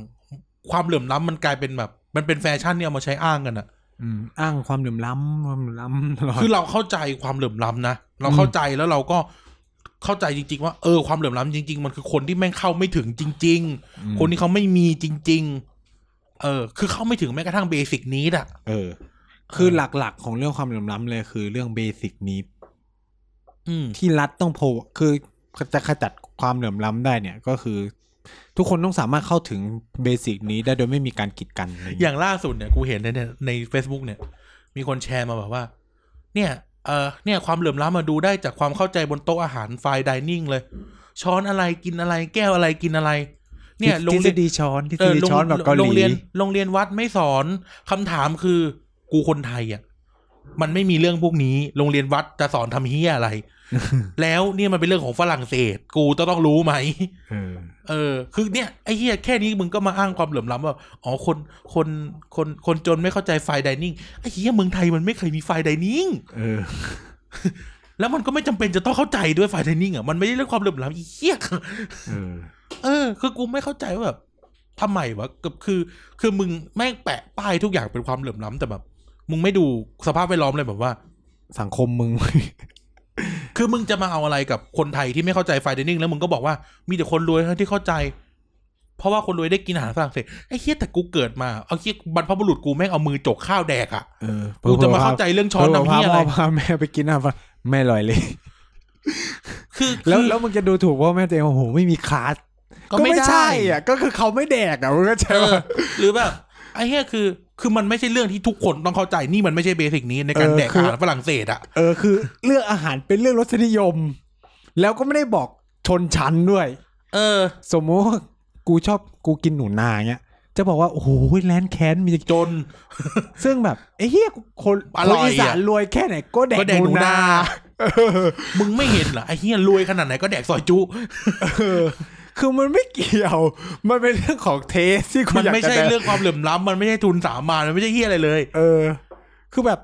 S2: ความเหลื่อมล้ำมันกลายเป็นแบบ มันเป็นแฟชั่นเนี่ยเอามาใช้อ้างกันอะ
S1: อืม อ้างความเหลื่อมล้ำความเหลื่อมล้ำตลอด
S2: คือเราเข้าใจความเหลื่อมล้ำนะ เราเข้าใจแล้วเราก็เข้าใจจริง ๆ ว่าเออความเหลื่อมล้ำจริง ๆ มันคือคนที่แม่งเข้าไม่ถึงจริง
S1: อืม
S2: ๆ คนที่เขาไม่มีจริง ๆ เออ คือเข้าไม่ถึงแม้กระทั่งเบสิกนี้อะ
S1: เออ คือหลักๆ ของเรื่องความเหลื่อมล้ำเลยคือเรื่องเบสิกนี้
S2: อืม
S1: ที่รัฐต้องโพคือจะขจัดความเหลื่อมล้ำได้เนี่ยก็คือ ทุกคนต้องสามารถเข้าถึงเบสิกนี้ได้โดยไม่มีการกีดกันอะไรอย่างเงี้
S2: อ
S1: ย
S2: ย่างล่าสุดเนี่ยกูเห็นในในใน Facebook เนี่ย มีคนแชร์มาแบบว่า เนี่ยเออเนี่ยความเหลื่อมล้ำมาดูได้จากความเข้าใจบนโต๊ะอาหารไฟดิเนิ่งเลย ช้อนอะไรกินอะไร แก้วอะไรกินอะไร เนี่ยโร
S1: ท
S2: ง
S1: ฤษ
S2: เรียน
S1: ฎีช้อนทฤษ
S2: เออ
S1: ฎี
S2: โรง
S1: ช้อนแบบเกาห
S2: โรง
S1: ลี
S2: เรียนโรงเรียนวัดไม่สอนคำถามคือกูคนไทยอ่ะมันไม่มีเรื่องพวกนี้ โรงเรียนวัดจะสอนทำเฮีย
S1: [LAUGHS]
S2: อะไร แล้วเนี่ยมันเป็นเรื่องของฝรั่งเศส กูจะต้องรู้ไหม
S1: เออ
S2: เออ คือเนี่ยไอ้เฮียแค่นี้มึงก็มาอ้างความเหลื่อมล้ำว่าอ๋อคนคนคนคนจนไม่เข้าใจไฟดิเนิ่งไอ้เฮียเมืองไทยมันไม่เคยมีไฟดิเนิ่ง
S1: เออ
S2: แล้วมันก็ไม่จำเป็นจะต้องเข้าใจด้วยไฟดิเนิ่งอ่ะมันไม่ได้เรื่องความเหลื่อมล้ำไอ้เฮีย
S1: เออ
S2: เออ คือกูไม่เข้าใจว่าแบบทำไมวะกับคือ คือมึงแม่งแปะป้ายทุกอย่างเป็นความเหลื่อมล้ำแต่แบบ มึงไม่ดูสภาพแวดล้อมเลยแบบว่า
S1: สังคมมึง
S2: คือมึงจะมาเอาอะไรกับคนไทยที่ไม่เข้าใจไฟเดนิ่งแล้วมึงก็บอกว่ามีแต่คนรวยเท่านั้นที่เข้าใจ เพราะว่าคนรวยได้กินอาหารฝรั่งเศสไอ้เฮียแต่กูเกิดมาเอาเฮียบรรพบุรุษกูแม่งเอามือจกข้าวแดกอะ่ะ
S1: เออ
S2: กูจะมาเข้าใจเรื่องช้อนน้ำเฮียอะไร
S1: พาพาแม่ไปกินอาหารไม่อร่อยเลย
S2: คือ
S1: แล้ว
S2: คือ
S1: แล้วมึงจะดูถูกว่าแม่ตัวเองโอ้โหไม่มีคลาส
S2: ก็ไม่ใช่
S1: อ่ะก็คือเขาไม่แดกอ่ะมึงก็ใช่
S2: เออ
S1: ป่ะ
S2: หรือแบบไอ้เฮียคือ คือมันไม่ใช่เรื่องที่ทุกคนต้องเข้าใจนี่มันไม่ใช่เบสิกนี้ในการแดกอาหารฝรั่งเศสอ่ะ
S1: เออคือเรื่องอาหารเป็นเรื่องรสนิยม แล้วก็ไม่ได้บอกชนชั้นด้วย
S2: เออ
S1: สมมติว่ากูชอบกูกินหนูนาเงี้ย จะบอกว่า โอ้โหแลนด์แคนมี
S2: จน
S1: ซึ่งแบบไอ้เหี้ยคน
S2: อ
S1: ค
S2: ร่
S1: น
S2: อยอะ
S1: อีสานรวยแค่ไหน ก็แดก
S2: ก็แดก
S1: ห
S2: ห
S1: นู
S2: นูนา
S1: นา
S2: มึงไม่เห็นเหรอไอ้เฮียรวยขนาดไหนก็แดกซอยจุ
S1: คือมันไม่เกี่ยว มันเป็นเรื่องของเทสที่คุ
S2: มั
S1: ณ
S2: น
S1: อยาก
S2: ไม่
S1: จะ
S2: ใช่
S1: แดก
S2: เรื่องความเหลื่อมล้ำมันไม่ใช่ทุนสามาญมันไม่ใช่เฮียอะไรเลย
S1: เออ คือแบบ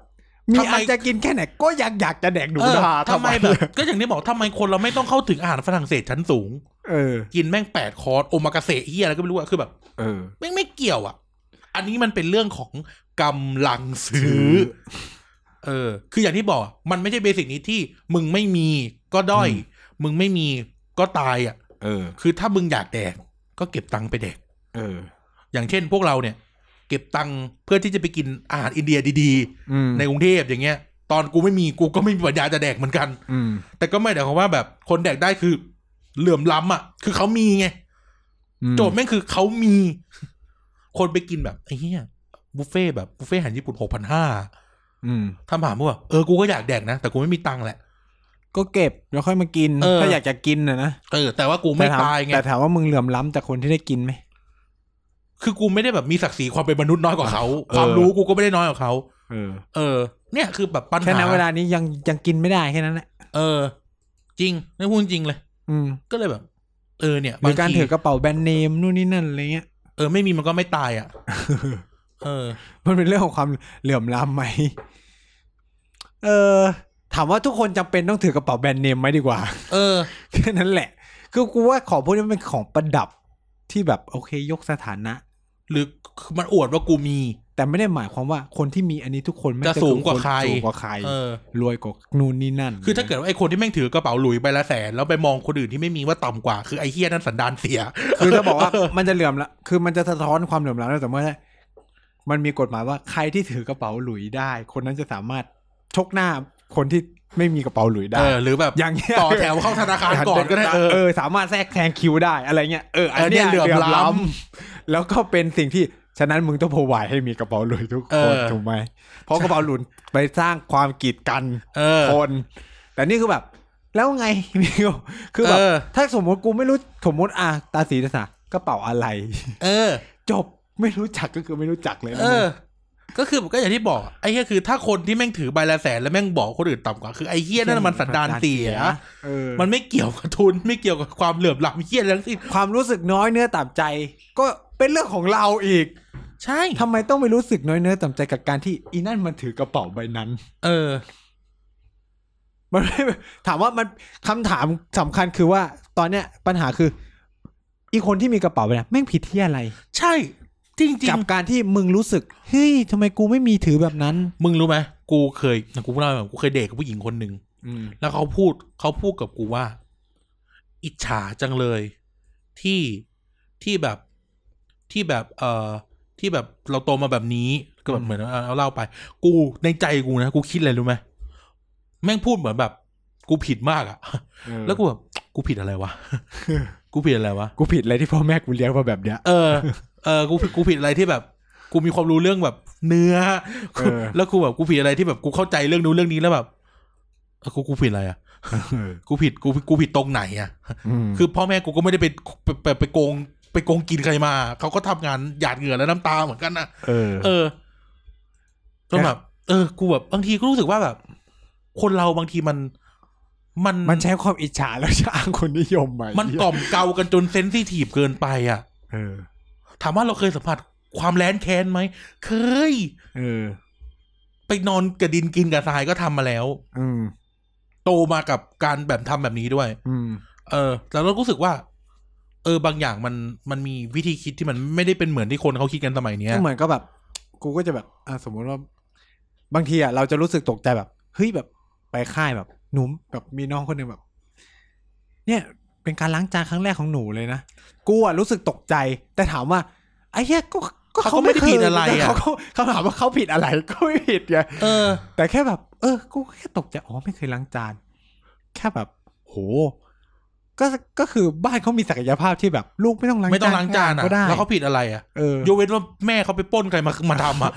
S1: มี
S2: ทำไม
S1: อาจจะกินแค่ไหน ก็อยากอยากจะแดกหนูนา
S2: เออทำไมแบบ ก็อย่างที่บอกทำไมคนเราไม่ต้องเข้าถึงอาหารฝรั่งเศสชั้นสูง
S1: เออ
S2: กินแม่งแปดคอร์สโอมากาเสะเฮียอะไรก็ไม่รู้อะคือแบบ
S1: เออ
S2: แม่งไม่เกี่ยวอะอันนี้มันเป็นเรื่องของกำลังซื้อ เออ คืออย่างที่บอก มันไม่ใช่เบสิกนี้ที่ มึงไม่มีก็ด้อย มึงไม่มีก็ตายอะ
S1: เออ
S2: คือถ้ามึงอยากแดก ก็เก็บตังค์ไปแดก
S1: เออ
S2: อย่างเช่นพวกเราเนี่ย เก็บตังค์เพื่อที่จะไปกินอาหารอินเดียดี
S1: อืม
S2: ๆ ในกรุงเทพอย่างเงี้ย ตอนกูไม่มีกูก็ไม่มีปัญญาจะแดกเหมือนกัน
S1: อืม
S2: แต่ก็ไม่ได้ความว่าแบบคนแดกได้คือเหลื่อมล้ำอ่ะ คือเขามีไง โจทย์แม่งคือเขามี คนไปกินแบบไอ้เหี้ยบุฟเฟ่แบบบุฟเฟ่อาหารญี่ปุ่นหกพันห้า
S1: อืม
S2: ทำถามว่าแบบเออกูก็อยากแดกนะ แต่กูไม่มีตังค์แหละ
S1: ก็เก็บแล้วค่อยมากิน
S2: เออ
S1: ถ้าอยากจะกินนะนะ
S2: เออแต่ว่ากูไม่
S1: แต่ถ
S2: ตายไง
S1: แต่ถามว่ามึงเหลื่อมล้ำจากคนที่ได้กินไหม
S2: คือกูไม่ได้แบบมีศักดิ์ศรีความเป็นมนุษย์น้อยกว่าเขา
S1: เออ
S2: ความรู้กูก็ไม่ได้น้อยกว่าเขา
S1: เออ
S2: เออ เนี่ยคือแบบปัญหา
S1: แค่นั้นเวลานี้ยังยังกินไม่ได้แค่นั้นแหละ
S2: เออ จริงไม่พูดจริงเลย
S1: อืม
S2: ก็เลยแบบ เออเนี่ย
S1: หรื
S2: บา
S1: อง การ
S2: ที
S1: ถือกระเป๋าแบรนด์เนมนู่นนี่นั่นอะไรเงี้ย
S2: เออไม่มีมันก็ไม่ตาย
S1: [LAUGHS]
S2: อ่ะ เออ
S1: มันเป็นเรื่องของความเหลื่อมล้ำไหม เออ ถามว่าทุกคนจำเป็นต้องถือกระเป๋าแบรนด์เนมไหมดีกว่า [LAUGHS]
S2: เออ
S1: แค่นั้นแหละ คือกูว่าของพวกนี้มันเป็นของประดับที่แบบโอเคยกสถานะ
S2: หรือมันอวดว่ากูมี
S1: แต่ไม่ได้หมายความว่าคนที่มีอันนี้ทุกคนไม่
S2: จะสูงกว่าใคร
S1: สูงกว่าใคร
S2: เออ
S1: รวยกว่านู่นนี่นั่น
S2: คือถ้าเกิดว่าไอ้คนที่แม่งถือกระเป๋าหลุยใบละแสนแล้วไปมองคนอื่นที่ไม่มีว่าต่ำกว่า คือไอ้เฮียนั่นสันดานเสีย
S1: คือถ้าบอกว่ามันจะเหลื่อมละ คือมันจะสะท้อนความเหลื่อมล้ำได้แต่เมื่อมันมีกฎหมายว่าใครที่ถือกระเป๋าหลุยได้ คนนั้นจะสามารถชกหน้าคนที่ไม่มีกระเป๋าหลุยได้
S2: เออ หรือแบบ
S1: อย่างเงี้ย
S2: ต่อแถวเข้าธนาคารก่อนก็ได้เออ
S1: เออ สามารถแทรกแซงคิวได้อะไรเงี้ย เออ อัน
S2: อันเนี้
S1: เนี้ย
S2: ย
S1: เห
S2: เห
S1: ลื่อ
S2: ลื่อ
S1: ม
S2: มล้ำ
S1: ล้ำแล้วก็เป็นสิ่งที่ ฉะนั้นมึงต้องพอไหวให้มีกระเป๋าหลุยทุก
S2: เอ
S1: คน
S2: อ
S1: ถูกไหมเพราะกระเป๋าหลุยไปสร้างความกีดกัน
S2: เออ
S1: คน แต่นี่คือแบบ แล้วไง มิวคือแบบ
S2: เออ
S1: ถ้าสมมติกูไม่รู้สมมติอ่ะตาสีตาสะกระเป๋าอะไร [LAUGHS]
S2: เออ
S1: จบไม่รู้จักก็คือไม่รู้จักเลยนะ
S2: เออ ก็คือก็อย่างที่บอกไอ้เหี้ยคือ ถ้าคนที่แม่งถือใบละแสนแล้วแม่งบอกคนอื่นต่ำกว่าคือไอ้เหี้ยนั่นนะมันสันดานเสีย
S1: เออ
S2: มันไม่เกี่ยวกับทุนไม่เกี่ยวกับความเหลื่อมล้ำเหี้ยอะไรทั้งสิ้น
S1: ความรู้สึกน้อยเนื้อต่ำใจ ก็เป็นเรื่องของเราอีก
S2: ใช่
S1: ทำไมต้องไปรู้สึกน้อยเนื้อต่ำใจกับการที่อีนั่นมันถือกระเป๋าใบนั้น [LAUGHS]
S2: เออ
S1: มันไม่ถามว่ามันคำถามสำคัญคือว่า ตอนเนี้ยปัญหาคือ อีคนที่มีกระเป๋าใบนั้นแม่งผิดที่อะไร
S2: ใช่ จริง
S1: กับการที่มึงรู้สึกเฮ้ยทำไมกูไม่มีถือแบบนั้น
S2: ๆมึงรู้ไหมกูเคยกูเล่าให้ฟังกูเคยเดทกับผู้หญิงคนหนึ่ง
S1: อืม
S2: แล้วเขาพูดเขาพูดกับกูว่า อิจฉาจังเลย ที่ที่แบบที่แบบ เอ่อที่แบบเราโตมาแบบนี้ก็แบบเหมือนเอาเอาเล่าไป กูในใจกูนะกูคิดอะไรรู้ไหมแม่งพูดเหมือนแบบ กูผิดมากอะแล้
S1: แล้ว ว
S2: กู
S1: กู
S2: แบบกูผิดอะไรวะ กูผิดอะไรวะ
S1: กูผิดอะไรที่พ่อแม่กูเลี้ยงมาแบบเนี้ย
S2: เออ เออ กูผิดกูผิดอะไรที่แบบ กูมีความรู้เรื่องแบบ เนื้อกู
S1: เออ
S2: แล้วกูแบบกูผิดอะไรที่แบบกูเข้าใจเรื่องนู้นเรื่องนี้แล้วแบบเออกูกูผิดอะไรอะกูผิดกูกูผิดตรงไหนอะ คือพ่อแม่กูก็ไม่ได้ไปไปไปไปโกงไปโกงกินใครมา เขาก็ทำงานหยาดเหงื่อและน้ำตาเหมือนกันนะ
S1: เออ
S2: เออจนแบบเออ กูแบบบางทีก็รู้สึกว่าแบบ คนเราบางทีมัน มัน
S1: มันใช้ความอิจฉาแล้วจะอ้างคนนิยมไหม
S2: มันกล่อมเกลากันจนเซนซิทีฟเกินไปอ่ะ
S1: เออ
S2: ถามว่าเราเคยสัมผัสความแร้นแค้นไหม เคย
S1: เออ
S2: ไปนอนกับดินกินกับทรายก็ทำมาแล้ว
S1: อืม
S2: โตมากับการแบบทำแบบนี้ด้วย
S1: อืม
S2: เออแล้วเรารู้สึกว่า เออบางอย่างมันมันมีวิธีคิดที่มันไม่ได้เป็นเหมือนที่คนเขาคิดกันสมัยเนี้ย
S1: ก็เหมือนก็แบบ กูก็จะแบบอ่ะสมมติว่า บางทีอ่ะเราจะรู้สึกตกใจแบบเฮ้ยแบบไปค่ายแบบ หนูแบบมีน้องคนหนึ่งแบบ เนี่ย เป็นการล้างจานครั้งแรกของหนูเลยนะกูอ่ะรู้สึกตกใจ แต่ถามว่าไอ้เหี้ยก็ก็
S2: เขาก็ไม่ได้
S1: เคย
S2: ผิดอะไรอ่ะ
S1: เขาก็เขาถามว่าเขาผิดอะไร ก็ไม่ผิดไง
S2: เออ
S1: แต่แค่แบบ เออ กูแค่ตกใจอ๋อไม่เคยล้างจาน แค่แบบ โห ก็ก็คือบ้านเขามีศักยภาพที่แบบ ลูกไม่ต้องล้าง
S2: ไม่ต้องล้างจานอ่ะ
S1: ก็ได้
S2: แล้วเขาผิดอะไรอ่ะ
S1: เออ
S2: ยกเว้นว่าแม่เขาไปปล้นใครมามาทำอ่ะ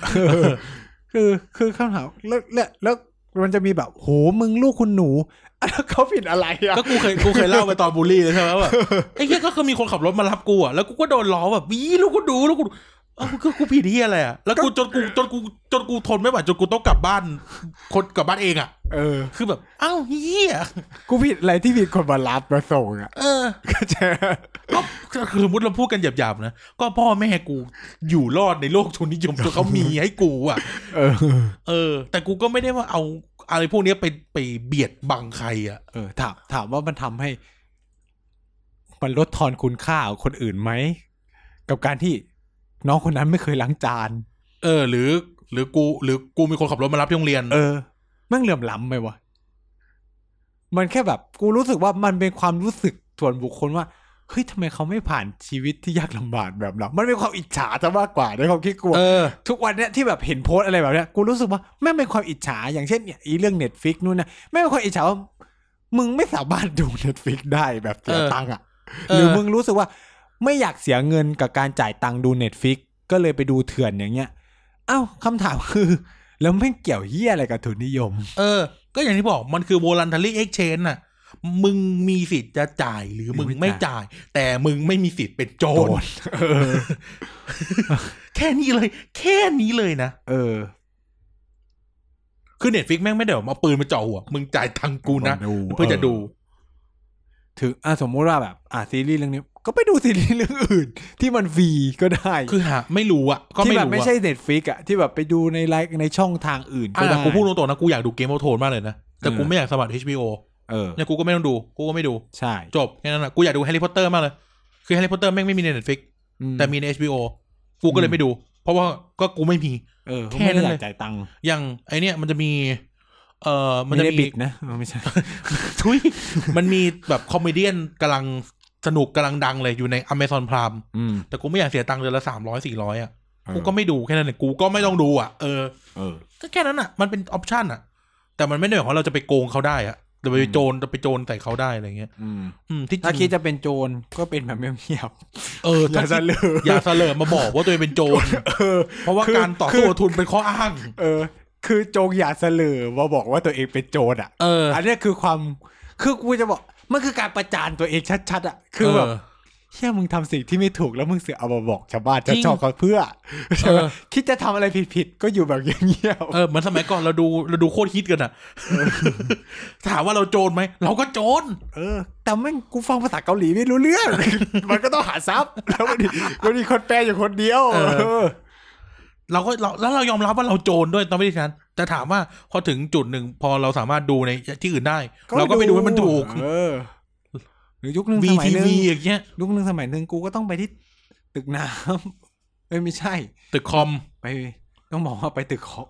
S2: [LAUGHS]
S1: เออคือคือคำถามแล้วแล้วแล้วมันจะมีแบบโหมึงลูกคุณหนู [LAUGHS] อ่ะแล้วเขาผิดอะไรอ่ะ
S2: ก็กูเคยกูเคยเล่าไปตอนบูลลี่เลยใช่ไหมว่าแบบไอ้เหี้ยก็คือมีคนขับรถมารับกูอ่ะแล้วกูก็โดนล้อแบบวีลูกกูดูลูกกูดูเออกูกูผิดที่อะไรอ่ะแล้วกูจนกูจนกูจนกูทนไม่ไหวจนกูต้องกลับบ้าน คนกลับบ้านเองอ่ะ
S1: เออ
S2: คือแบบอ้าวเหี้ย
S1: กูผิดอะไรที่ผิดคนมารับมาส่งอ่ะ [LAUGHS]
S2: เออ
S1: ก็จะ
S2: ก็คือสมมติเราพูดกันหยาบๆนะก็พ่อแม่กูอยู่รอดในโลกทุนนิ [LAUGHS] ยมจนเขามีให้กูอ่ะ
S1: เออ
S2: เออ แต่กูก็ไม่ได้ว่าเอาอะไรพวกเนี้ยไปไปเบียดบังใครอ่ะ
S1: เออถามถามว่ามันทำให้ มันลดทอนคุณค่าของคนอื่นไหม กับการที่น้องคนนั้นไม่เคยล้างจาน
S2: เออ หรือ หรือกู หรือกูมีคนขับรถมารับที่โรงเรียน
S1: เออแม่งเหลื่อมล้ำไหมวะ มันแค่แบบ กูรู้สึกว่ามันเป็นความรู้สึกส่วนบุคคลว่าเฮ้ยทำไมเขาไม่ผ่านชีวิตที่ยากลำบากแบบเรามันเป็นความอิจฉาซะมากกว่าในความคิดกู
S2: เออ
S1: ทุกวันเนี้ยที่แบบเห็นโพสต์อะไรแบบเนี้ยกูรู้สึกว่าแม่งเป็นความอิจฉาอย่างเช่นเนี่ยอีเรื่องเน็ตฟิกนู่นนะแม่งเป็นความอิจฉาว่ามึงไม่สามารถดูเน็ตฟิกได้แบบเสีย
S2: เออ
S1: ตังค์อ่ะ
S2: เอ
S1: ห
S2: อ
S1: รือมึงรู้สึกว่า ไม่อยากเสียเงินกับการจ่ายตังค์ดูเน็ตฟิกก็เลยไปดูเถื่อนอย่างเงี้ยเอ้าคำถามคือ แล้วแม่งเกี่ยวเหี้ยอะไรกับทุนนิยม
S2: เออ ก็อย่างที่บอกมันคือ voluntary exchange น่ะ มึงมีสิทธิ์จะจ่ายหรือมึงไม่จ่าย แต่มึงไม่มีสิทธิ์เป็นโจร
S1: โจร
S2: [LAUGHS] เออ แค่นี้เลย แค่นี้เลยนะ
S1: เออ
S2: คือเน็ตฟิกแม่งไม่ได้แบบเอาปืนมาเจ่อหัว มึงจ่ายทางค์กูนะ
S1: มาดู
S2: เพื่อจะดู
S1: ถึงอ่ะสมมุติว่าแบบ อ่ะซีรีส์เรื่องนี้ ก็ไปดูซีรีส์เรื่องอื่น ที่มันฟรีก็ได้
S2: คือหาไม่รู้อะก็
S1: ที่
S2: ไม่
S1: แบบ
S2: รู้
S1: ไม่
S2: อะ
S1: ใช่เน็ตฟิกอะที่แบบไปดูในไลน์ในช่องทางอื่นก็
S2: อ่ะ
S1: ได้
S2: กูพูดตรงๆนะกูอยากดูเกมโอโทนมากเลยนะ แต่กู
S1: เออ
S2: ไม่อยากสมัคร HBO
S1: เออ
S2: เนี่ยกูก็ไม่ต้องดู กูก็ไม่ดู
S1: ใช่
S2: จบแค่นั้นนะกูอยากดูแฮร์รี่พอตเตอร์มากเลย คือแฮร์รี่พอตเตอร์แม่งไม่มีในเน็ตฟิก
S1: อื
S2: แต่มีใน HBO กูก็เลยไม่ดู เพราะว่าก็กูไม่มี
S1: เออ
S2: แค่
S1: แค่
S2: นั้
S1: นั้น น
S2: เลย
S1: อยากจ่ายตังค์
S2: อย่างไอเนี่ยมันจะมี เอ่อมัน
S1: ไม่
S2: จะ
S1: ได้
S2: มี
S1: บิดนะ [LAUGHS] เออไม่ใช่
S2: ทุย มันมีแบบคอมเมเดี้กำลังสนุกกำลังดังเลยอยู่ใน Amazon Prime
S1: อืม
S2: แต่กูไม่อยากเสียตังค์เดือนละสามร้อยสี่ร้อยอ่ะ
S1: เออ
S2: กูก็ไม่ดูแค่นั้นเลยกูก็ไม่ต้องดูอ่ะเออ
S1: เออ
S2: ก็แค่นั้นอ่ะ มันเป็นออปชันอ่ะ แต่มันไม่ได้หมายความว่าเราจะไปโกงเขาได้อ่ะ จะไปโจรจะไปโจรใส่เขาได้อะไรเงี้ย
S1: อืม
S2: อืมที่
S1: ถ้า
S2: จ
S1: คิ
S2: ริ
S1: ด
S2: ง
S1: จะเป็นโจรก็เป็นแบบเงียบ
S2: เออ
S1: ๆอ
S2: ถ้า
S1: ย่า
S2: คิ
S1: ซะ
S2: ด
S1: เลอ
S2: อย่าเสลอมาบอกว่าตัวเองเป็นโจ
S1: [LAUGHS]
S2: ร
S1: เออ
S2: เพราะว่า
S1: คือ
S2: การต่อสู้
S1: คือ
S2: กับทุนเป็นข้ออ้าง
S1: เออ คือจงอย่าเสลอมาบอกว่าตัวเองเป็นโจรอ่ะ
S2: เออ
S1: อันเนี้ยคือความคือกูจะบอกมันคือการประจานตัวเองชัดๆอ่ะคือแบบ
S2: เ
S1: เฮียมึงทำสิ่งที่ไม่ถูกแล้วมึงเสือกเอามาบอกชาวบ้าน
S2: จริ
S1: ชาว
S2: ง
S1: ช่องเขาเพื่อใช่
S2: เอ
S1: ไหม
S2: อ
S1: คิดจะทำอะไรผิดๆก็อยู่แบบเงียบ
S2: เออเหมือนสมัยก่อนเราดูเราดูโคตรฮิตกันอะ [LAUGHS] ถามว่าเราโจรไหมเราก็โจร
S1: ๆเออ แต่แม่งกูฟังภาษาเกาหลีไม่รู้เรื่อง [LAUGHS] มันก็ต้องหาซับ [LAUGHS] แล้วมันมันมีคนแปลอยู่คนเดียวเออ
S2: เราก็เราแล้วเรายอมรับว่าเราโจรด้วยตอนไม่ได้ฉันแต่ถามว่าพอถึงจุดหนึ่งพอเราสามารถดูในที่อื่นได้ เราก็ไปดูให้มันถูก
S1: เออหรือยุคนึง
S2: วี
S1: สมัย
S2: ที
S1: นึง
S2: วีอย่างเงี้ย
S1: ยุคนึงสมัยนึงกูก็ต้องไปที่ตึกน้ำเอ้ยไม่ [LAUGHS] ใช่
S2: ตึกคอม
S1: ไป ต้องบอกว่าไปตึกเขา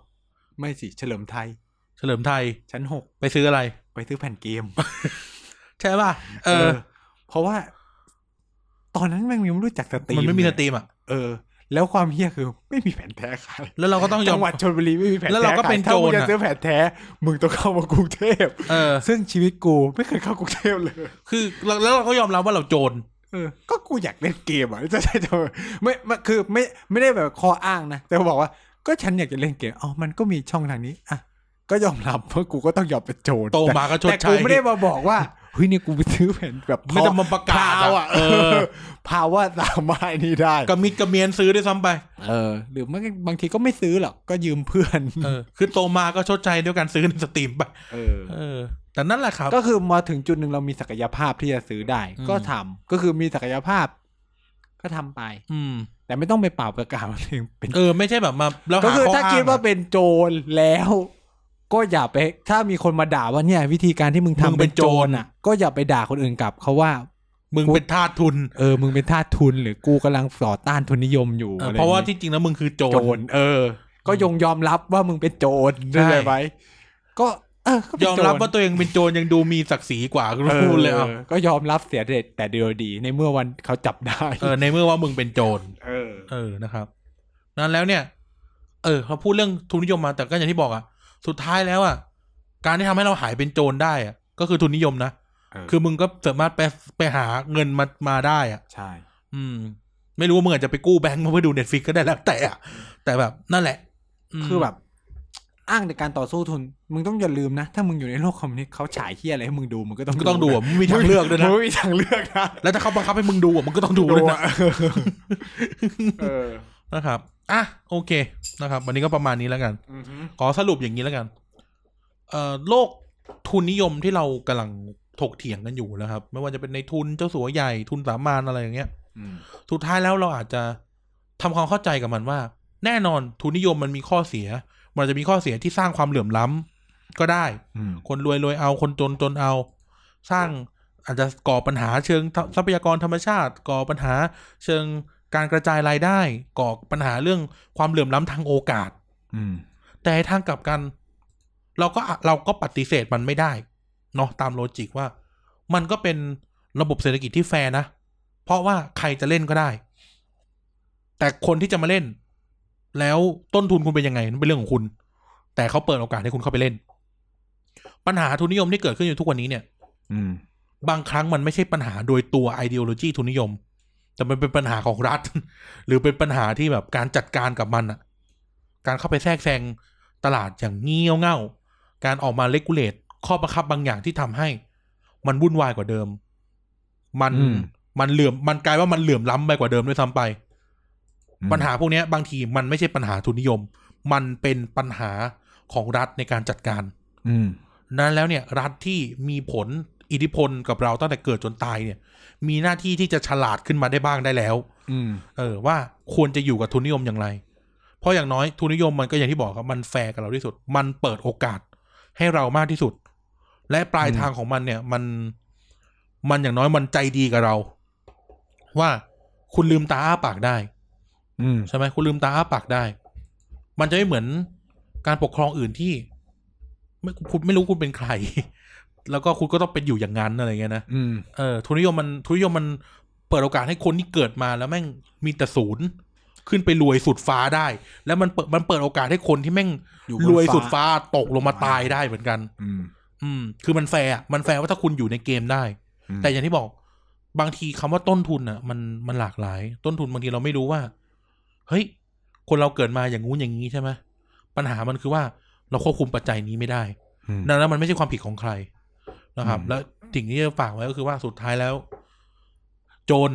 S1: ไม่สิเฉลิมไทย
S2: เฉลิมไทย
S1: ชั้นหก
S2: ไปซื้ออะไร
S1: ไปซื้อแผ่นเกม
S2: ใช่ป่ะเออ
S1: เพราะว่า ตอนนั้นแม่งยังไม่รู้จักสตรีม
S2: มันไม่มีสตรีมอ่ะ
S1: เออ แล้วความเฮี้ยคือ ไม่มีแผ่นแท้ขาย
S2: แล้วเราก็ต้องยอ
S1: จั
S2: ม
S1: งหวัดชนบุรีไม่มีแผ่น
S2: แล้วเราก็เป็น
S1: แท้ขยถ้ามึง
S2: โจ
S1: จะ
S2: รอะ
S1: ซื้อแผ่นแท้ มึงต้องเข้ามากรุงเทพ
S2: เออ
S1: ซึ่งชีวิตกูไม่เคยเข้ากรุงเทพเลย
S2: คือเราแล้วเราก็ยอมรับว่าเราโจร
S1: เออก็กูอยากเล่นเกมอ่ะจะใช่จะไม่ไม่คือไม่ไม่ได้แบบข้ออ้างนะ แต่บอกว่าก็ฉันอยากจะเล่นเกมอ๋อมันก็มีช่องทางนี้อ่ะก็ยอมรับเพราะกูก็ต้องยอมเป็นโจร
S2: โตมาก็ชด
S1: แต่
S2: ใช้
S1: กูไม่ได้มาบอกว่าเฮ้ยเนี่ยกูไปซื้อแผ่นแบบ
S2: ไม่ต้องมาประกาศ
S1: พาวอ่ะ
S2: อะเออ
S1: พาวว่าสามารถนี่ได้
S2: กระมิดกระเมียนซื้อด้วยซ้ำไป
S1: เออ หรือไม่บางทีก็ไม่ซื้อหรอกก็ยืมเพื่อน
S2: เออ คือโตมาก็ชดใช้ด้วยการซื้อในสตรีมไป
S1: เออ
S2: เออ แต่นั่นแหละครับ
S1: ก็คือมาถึงจุดหนึ่งเรามีศักยภาพที่จะซื้อได้
S2: อืม
S1: ก็ทำก็คือมีศักยภาพ ก็ทำไป
S2: อืม
S1: แต่ไม่ต้องไปเป่าประกาศว่าตัวเองเป็น
S2: เออ ไม่ใช่แบบมาแล้ว
S1: ก็
S2: หา
S1: คือ
S2: ข้อ
S1: ถ้า
S2: อ้าง
S1: คิดว่า
S2: อะ
S1: เป็นโจรแล้ว ก็อย่าไป ถ้ามีคนมาด่าว่าเนี่ย วิธีการที่มึงทำเป็นโจรอ่ะ ก็อย่าไปด่าคนอื่นกลับเขาว่า
S2: มึงเป็นทาสทุน
S1: เออ มึงเป็นทาสทุนหรือกูกำลังต่อต้านทุนนิยมอยู่
S2: เออ
S1: อไอย่งงี้ย
S2: เพราะว่าที่จริงแล้วมึงคือโจร
S1: โจรเออ ก็ยงยอมรับว่ามึงเป็นโจร
S2: ใช่
S1: ได้ไหมไว้ก็เออก็เป็น
S2: ยอมรับว่า
S1: โจ
S2: ตัวเองเป็นโจรยังดูมีศักดิ์ศรีกว่าคุณ
S1: เออ
S2: พูดเลยอ่ะ
S1: ก็ยอมรับเสียเด็ดแต่เดียวดีในเมื่อวันเขาจับได้
S2: เออ ในเมื่อว่ามึงเป็นโจร
S1: เออ
S2: เออ นะครับ นั้นแล้วเนี่ย เออเขาพูดเรื่องทุนนิยมมา แต่ก็อย่างที่บอกอะสุดท้ายแล้วอะการที่ทำให้เราหายเป็นโจรได้อะก็คือทุนนิยมนะ
S1: เออ
S2: คือมึงก็สามารถไปไปหาเงินมามาได้อะ
S1: ใช่
S2: อืม ไม่รู้ว่ามึงอาจจะไปกู้แบงก์มาเพื่อดู [LAUGHS] เน็ตฟิกก็ได้แล้วแต่อะแต่แบบนั่นแหละม
S1: คือแบบ อ้างในการต่อสู้ทุน มึงต้องอย่าลืมนะถ้ามึงอยู่ในโลกคอมมิวนิสต์เขาฉายเฮียอะไรให้มึงดูมึงก็ต้อง
S2: ก็ต้องดู
S1: นะ
S2: อะมึงมีทางเลือกด้วย
S1: [LAUGHS]
S2: นะ
S1: มึงไม่มีทางเลือกนะ
S2: แล้วถ้าเขาบังคับให้มึงดูอะมึงก็ต้องดูด้วย
S1: [LAUGHS]
S2: นะ
S1: อะเออ
S2: นะครับ อ่ะโอเคนะครับ วันนี้ก็ประมาณนี้แล้วกัน
S1: อือฮึ
S2: ขอสรุปอย่างนี้แล้วกัน เอ่อโลกทุนนิยมที่เรากำลังถกเถียงกันอยู่นะครับ ไม่ว่าจะเป็นในทุนเจ้าสัวใหญ่ทุนสามานอะไรอย่างเงี้ย
S1: อืม
S2: สุดท้ายแล้วเราอาจจะทำความเข้าใจกับมันว่า แน่นอนทุนนิยมมันมีข้อเสีย มันอาจจะมีข้อเสียที่สร้างความเหลื่อมล้ำก็ได้
S1: อืม
S2: คนรวยรวยเอาคนจนจนเอา สร้างอาจจะก่อปัญหาเชิงทรัพยากรธรรมชาติ ก่อปัญหาเชิงการกระจายรายได้ ก่อปัญหาเรื่องความเหลื่อมล้ำทางโอกาส
S1: อืม
S2: แต่ทางกลับกัน เราก็อะเราก็ปฏิเสธมันไม่ได้เนาะตามโลจิกว่า มันก็เป็นระบบเศรษฐกิจที่แฟร์นะ เพราะว่าใครจะเล่นก็ได้ แต่คนที่จะมาเล่น แล้วต้นทุนคุณเป็นยังไงนั่นเป็นเรื่องของคุณ แต่เขาเปิดโอกาสให้คุณเข้าไปเล่น ปัญหาทุนนิยมที่เกิดขึ้นอยู่ทุกวันนี้เนี่ย
S1: อืม
S2: บางครั้งมันไม่ใช่ปัญหาโดยตัว i d e o l o g y ทุนนิยม แต่มันเป็นปัญหาของรัฐ [LAUGHS] หรือเป็นปัญหาที่แบบการจัดการกับมันอะการเข้าไปแทรกแซงตลาดอย่างเงี้ยวเง่า การออกมาเลกูเลตข้อบังคับบางอย่างที่ทำให้ มันวุ่นวายกว่าเดิม มันมันเหลื่อมมันกลายว่ามันเหลื่อมล้ำไปกว่าเดิมด้วยซ้ำไป ปัญหาพวกเนี้ยบางทีมันไม่ใช่ปัญหาทุนนิยม มันเป็นปัญหาของรัฐในการจัดการ
S1: อืม
S2: นั้นแล้วเนี่ยรัฐที่มีผลอิทธิพลกับเราตั้งแต่เกิดจนตายเนี่ย มีหน้าที่ที่จะฉลาดขึ้นมาได้บ้างได้แล้ว
S1: อืม
S2: เออว่าควรจะอยู่กับทุนนิยมอย่างไร เพราะอย่างน้อยทุนนิยมมันก็อย่างที่บอกครับมันแฟร์กับเราที่สุด มันเปิดโอกาสให้เรามากที่สุด และปลายทางของมันเนี่ย มันมันอย่างน้อยมันใจดีกับเรา ว่าคุณลืมตาอ้าปากได้
S1: อืม
S2: ใช่ไหมคุณลืมตาอ้าปากได้ มันจะไม่เหมือนการปกครองอื่นที่ ไม่คุณไม่รู้คุณเป็นใคร [LAUGHS] แล้วก็คุณก็ต้องเป็นอยู่อย่างนั้นอะไรเงี้ยนะ
S1: อืม
S2: เออทุนนิยมมันทุนนิยมมันเปิดโอกาสให้คนที่เกิดมาแล้วแม่งมีแต่ศูนย์ขึ้นไปรวยสุดฟ้าได้ แล้วมันเปิดมันเปิดโอกาสให้คนที่แม่ง
S1: บน
S2: รวยสุด
S1: ฟ้า
S2: ฟ้าตกลงมาตายได้เหมือนกัน
S1: อืม
S2: อืม คือมันแฟร์อะมันแฟร์ว่าถ้าคุณอยู่ในเกมได้
S1: อืม
S2: แต่อย่างที่บอก บางทีคำว่าต้นทุนอ่ะ มันมันหลากหลาย ต้นทุนบางทีเราไม่รู้ว่า เฮ้ย คนเราเกิดมาอย่างงู้นอย่างนี้ใช่ไหมปัญหามันคือว่าเราควบคุมปัจจัยนี้ไม่ได้
S1: อืม
S2: ดังนั้นมันไม่ใช่ความผิดของใครนะครับ
S1: อืม
S2: แล้วสิ่งที่จะฝากไว้ก็คือว่าสุดท้ายแล้ว โจร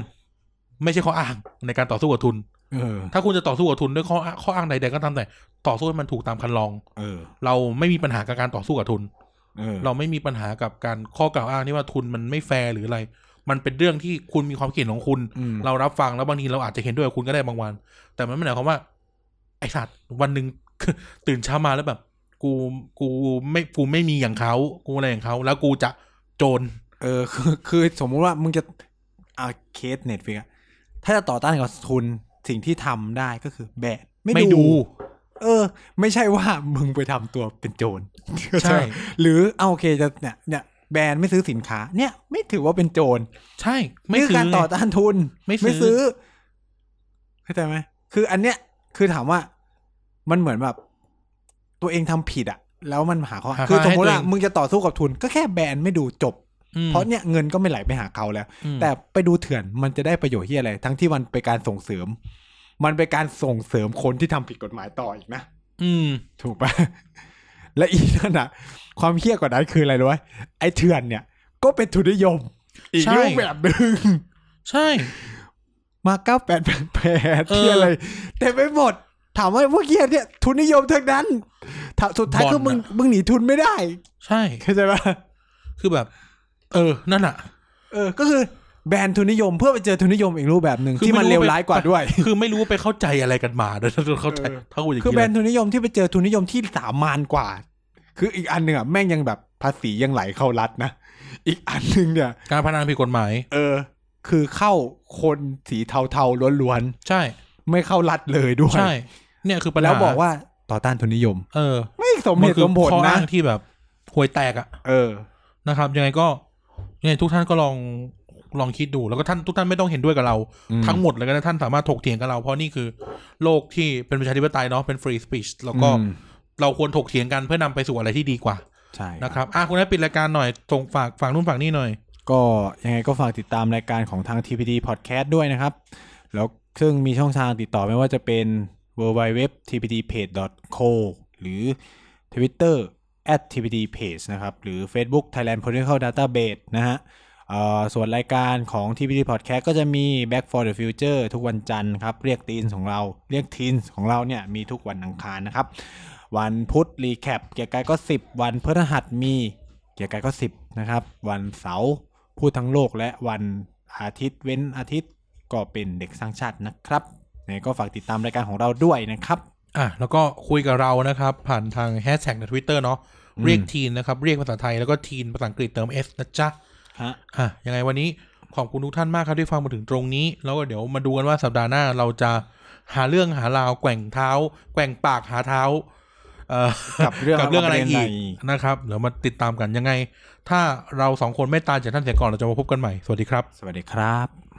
S2: ไม่ใช่ข้ออ้างในการต่อสู้กับทุน
S1: เออ
S2: ถ้าคุณจะต่อสู้กับทุนด้วยข้ออ้างข้ออ้างใดๆก็ตามแต่ต่อสู้ให้มันถูกตามคันลอง
S1: เออ
S2: เราไม่มีปัญหากับการต่อสู้กับทุน
S1: เออ
S2: เราไม่มีปัญหากับการข้อกล่าวอ้างที่ว่าทุนมันไม่แฟร์หรืออะไร มันเป็นเรื่องที่คุณมีความคิดเห็นของคุณ
S1: อืม
S2: เรารับฟังแล้วบางทีเราอาจจะเห็นด้วยกับคุณก็ได้บางวัน แต่มันไม่หมายความว่า ไอ้สัตว์วันหนึ่ง [LAUGHS] ตื่นเช้ามาแล้วแบบ กูกูไม่กูไม่มีอย่างเขากูอะไรอย่างเขาแล้วกูจะโจร
S1: เออ [LAUGHS] คือคือสมมุติว่ามึงจะอ่าเคสเน็ตฟิกถ้าจะต่อต้านกับทุนสิ่งที่ทำได้ก็คือแบะไม่
S2: ไม่ดู
S1: ดูเออ ไม่ใช่ว่ามึงไปทำตัวเป็นโจร
S2: ใช่
S1: [LAUGHS] หรือเอาโอเคจะเนี่ยเนี่ยแบรนด์ไม่ซื้อสินค้า เนี่ยไม่ถือว่าเป็นโจร
S2: ใช่ ไม่
S1: นี่
S2: คื
S1: คือ
S2: อ
S1: การต่อต้านทุน
S2: ไม่ซื้อ
S1: ซื้อเข้าใจไหมคืออันเนี้ยคือถามว่ามันเหมือนแบบ ตัวเองทำผิดอะแล้วมันหาข้อคือสมมติว่ามึงจะต่อสู้กับทุน ก็แค่แบรนด์ไม่ดูจบ เพราะเนี่ยเงินก็ไม่ไหลไปหาเขาแล้ว
S2: อืม
S1: แต่ไปดูเถื่อนมันจะได้ประโยชน์ที่อะไร ทั้งที่มันเป็นการส่งเสริม มันเป็นการส่งเสริมคนที่ทำผิดกฎหมายต่ออีกนะ
S2: อืม
S1: ถูก
S2: [LAUGHS]
S1: ปะ และอีกนั่นอะความเฮี้ยกว่านั้นคืออะไรรู้ไหมไอ้เถื่อนเนี่ย ก็เป็นทุนนิยม อีก
S2: ใช่
S1: รูปแบบหนึ่ง
S2: ใช่
S1: มาเก้าแปดแปดแปด
S2: เออ
S1: ที่อะไรเต็มไปหมด ถามว่าพวกเฮี้ยเนี่ย ทุนนิยมทั้งนั้นถ้าสุดท้ายคือมึง
S2: บ่อนอะ
S1: มึงหนีทุนไม่ได้
S2: ใช่
S1: เข้าใจปะ
S2: คือแบบ เออ นั่นอะ
S1: เออ ก็คือแบรนด์ทุนนิยมเพื่อไปเจอทุนนิยมอีกรูปแบบหนึ่ง
S2: คือ
S1: ที่มัน
S2: ไม่
S1: เล
S2: รู้
S1: ว
S2: ว่าไป
S1: ร้ายกว่าด้วย
S2: คือไม่รู้ว่าไปเข้าใจอะไรกันมาเดี๋ยวเราเข้าใจ
S1: เออ
S2: ถ้ากูอย่าง
S1: คือ
S2: นี้
S1: แบรนด์
S2: เลย
S1: ทุนนิยมที่ไปเจอทุนนิยมที่สามานกว่า คืออีกอันหนึ่งอ่ะแม่งยังแบบภาษียังไหลเข้ารัฐนะ อีกอันหนึ่งเนี่ย
S2: การพนันผิดกฎหมาย
S1: เออ คือเข้าคนสีเทาๆล้วน
S2: ใช่
S1: ๆ ไม่เข้ารัฐเลยด้วย
S2: ใช่ เนี่ยคือปัญหา
S1: แล้วบอกว่าต่อต้านทุนนิยม
S2: เออ
S1: ไม่สมเห
S2: มัน
S1: ตุ
S2: คือ
S1: สมผล
S2: ข้อ
S1: นะ
S2: อ้างที่แบบห่วยแตกอะ
S1: เออ
S2: นะครับ ยังไงก็เนี่ยทุกท่านก็ลองลองคิดดู แล้วก็ท่านทุกท่านไม่ต้องเห็นด้วยกับเรา
S1: อืม
S2: ทั้งหมดเลยก็ได้ท่านสามารถถกเถียงกับเรา เพราะนี่คือโลกที่เป็นประชาธิปไตยเนาะเป็นฟรีสปีชแล้วก็
S1: อืม
S2: เราควรถกเถียงกันเพื่อนำไปสู่อะไรที่ดีกว่า
S1: ใช่ครับ
S2: นะครับอ่ะคุณนัทปิดรายการหน่อยตรงฝากฝากนู่นฝากนี่หน่อย
S1: ก็ยังไงก็ฝากติดตามรายการของทาง TPD Podcast ด้วยนะครับ แล้วซึ่งมีช่องทางติดต่อไม่ว่าจะเป็น w w w t p d p a g e c o หรือ Twitter at @tpdpage นะครับ หรือ Facebook Thailand Political Database นะฮะเอ่อส่วนรายการของ TPD Podcast ก็จะมี Back for the Future ทุกวันจันทร์ครับ เรียกทีนของเรา เรียกทีนของเราเนี่ยมีทุกวันอังคารนะครับ วันพุธรีแคปเกียร์กายก็ 10 วันพฤหัสมี เกียร์กายก็ 10 นะครับ วันเสาร์พูดทั้งโลกและวันอาทิตย์เว้นอาทิตย์ก็เป็นเด็กสร้างชาตินะครับยังไงก็ฝากติดตามรายการของเราด้วยนะครับ
S2: อ่ะแล้วก็คุยกับเรานะครับ ผ่านทางแฮชแท็กใน Twitter เนาะเรียกทีนนะครับ เรียกภาษาไทยแล้วก็ทีนภาษาอังกฤษเติม S นะจ๊ะ
S1: ฮะ
S2: อ่ะยังไงวันนี้ขอบคุณทุกท่านมากครับที่ฟังมาถึงตรงนี้ แล้วก็เดี๋ยวมาดูกันว่าสัปดาห์หน้าเราจะหาเรื่องหาราวแกว่งเท้า แกว่งปากหาเท้า เอ่อ
S1: กับเรื่อง
S2: กับเรื่องอะไร
S1: ประเด็น
S2: อี
S1: ไหน
S2: กนะครับเดี๋ยวมาติดตามกันยังไง ถ้าเราสองคนไม่ตายจากท่านเสียก่อนเราจะมาพบกันใหม่ สวัสดีครับ
S1: สวัสดีครับ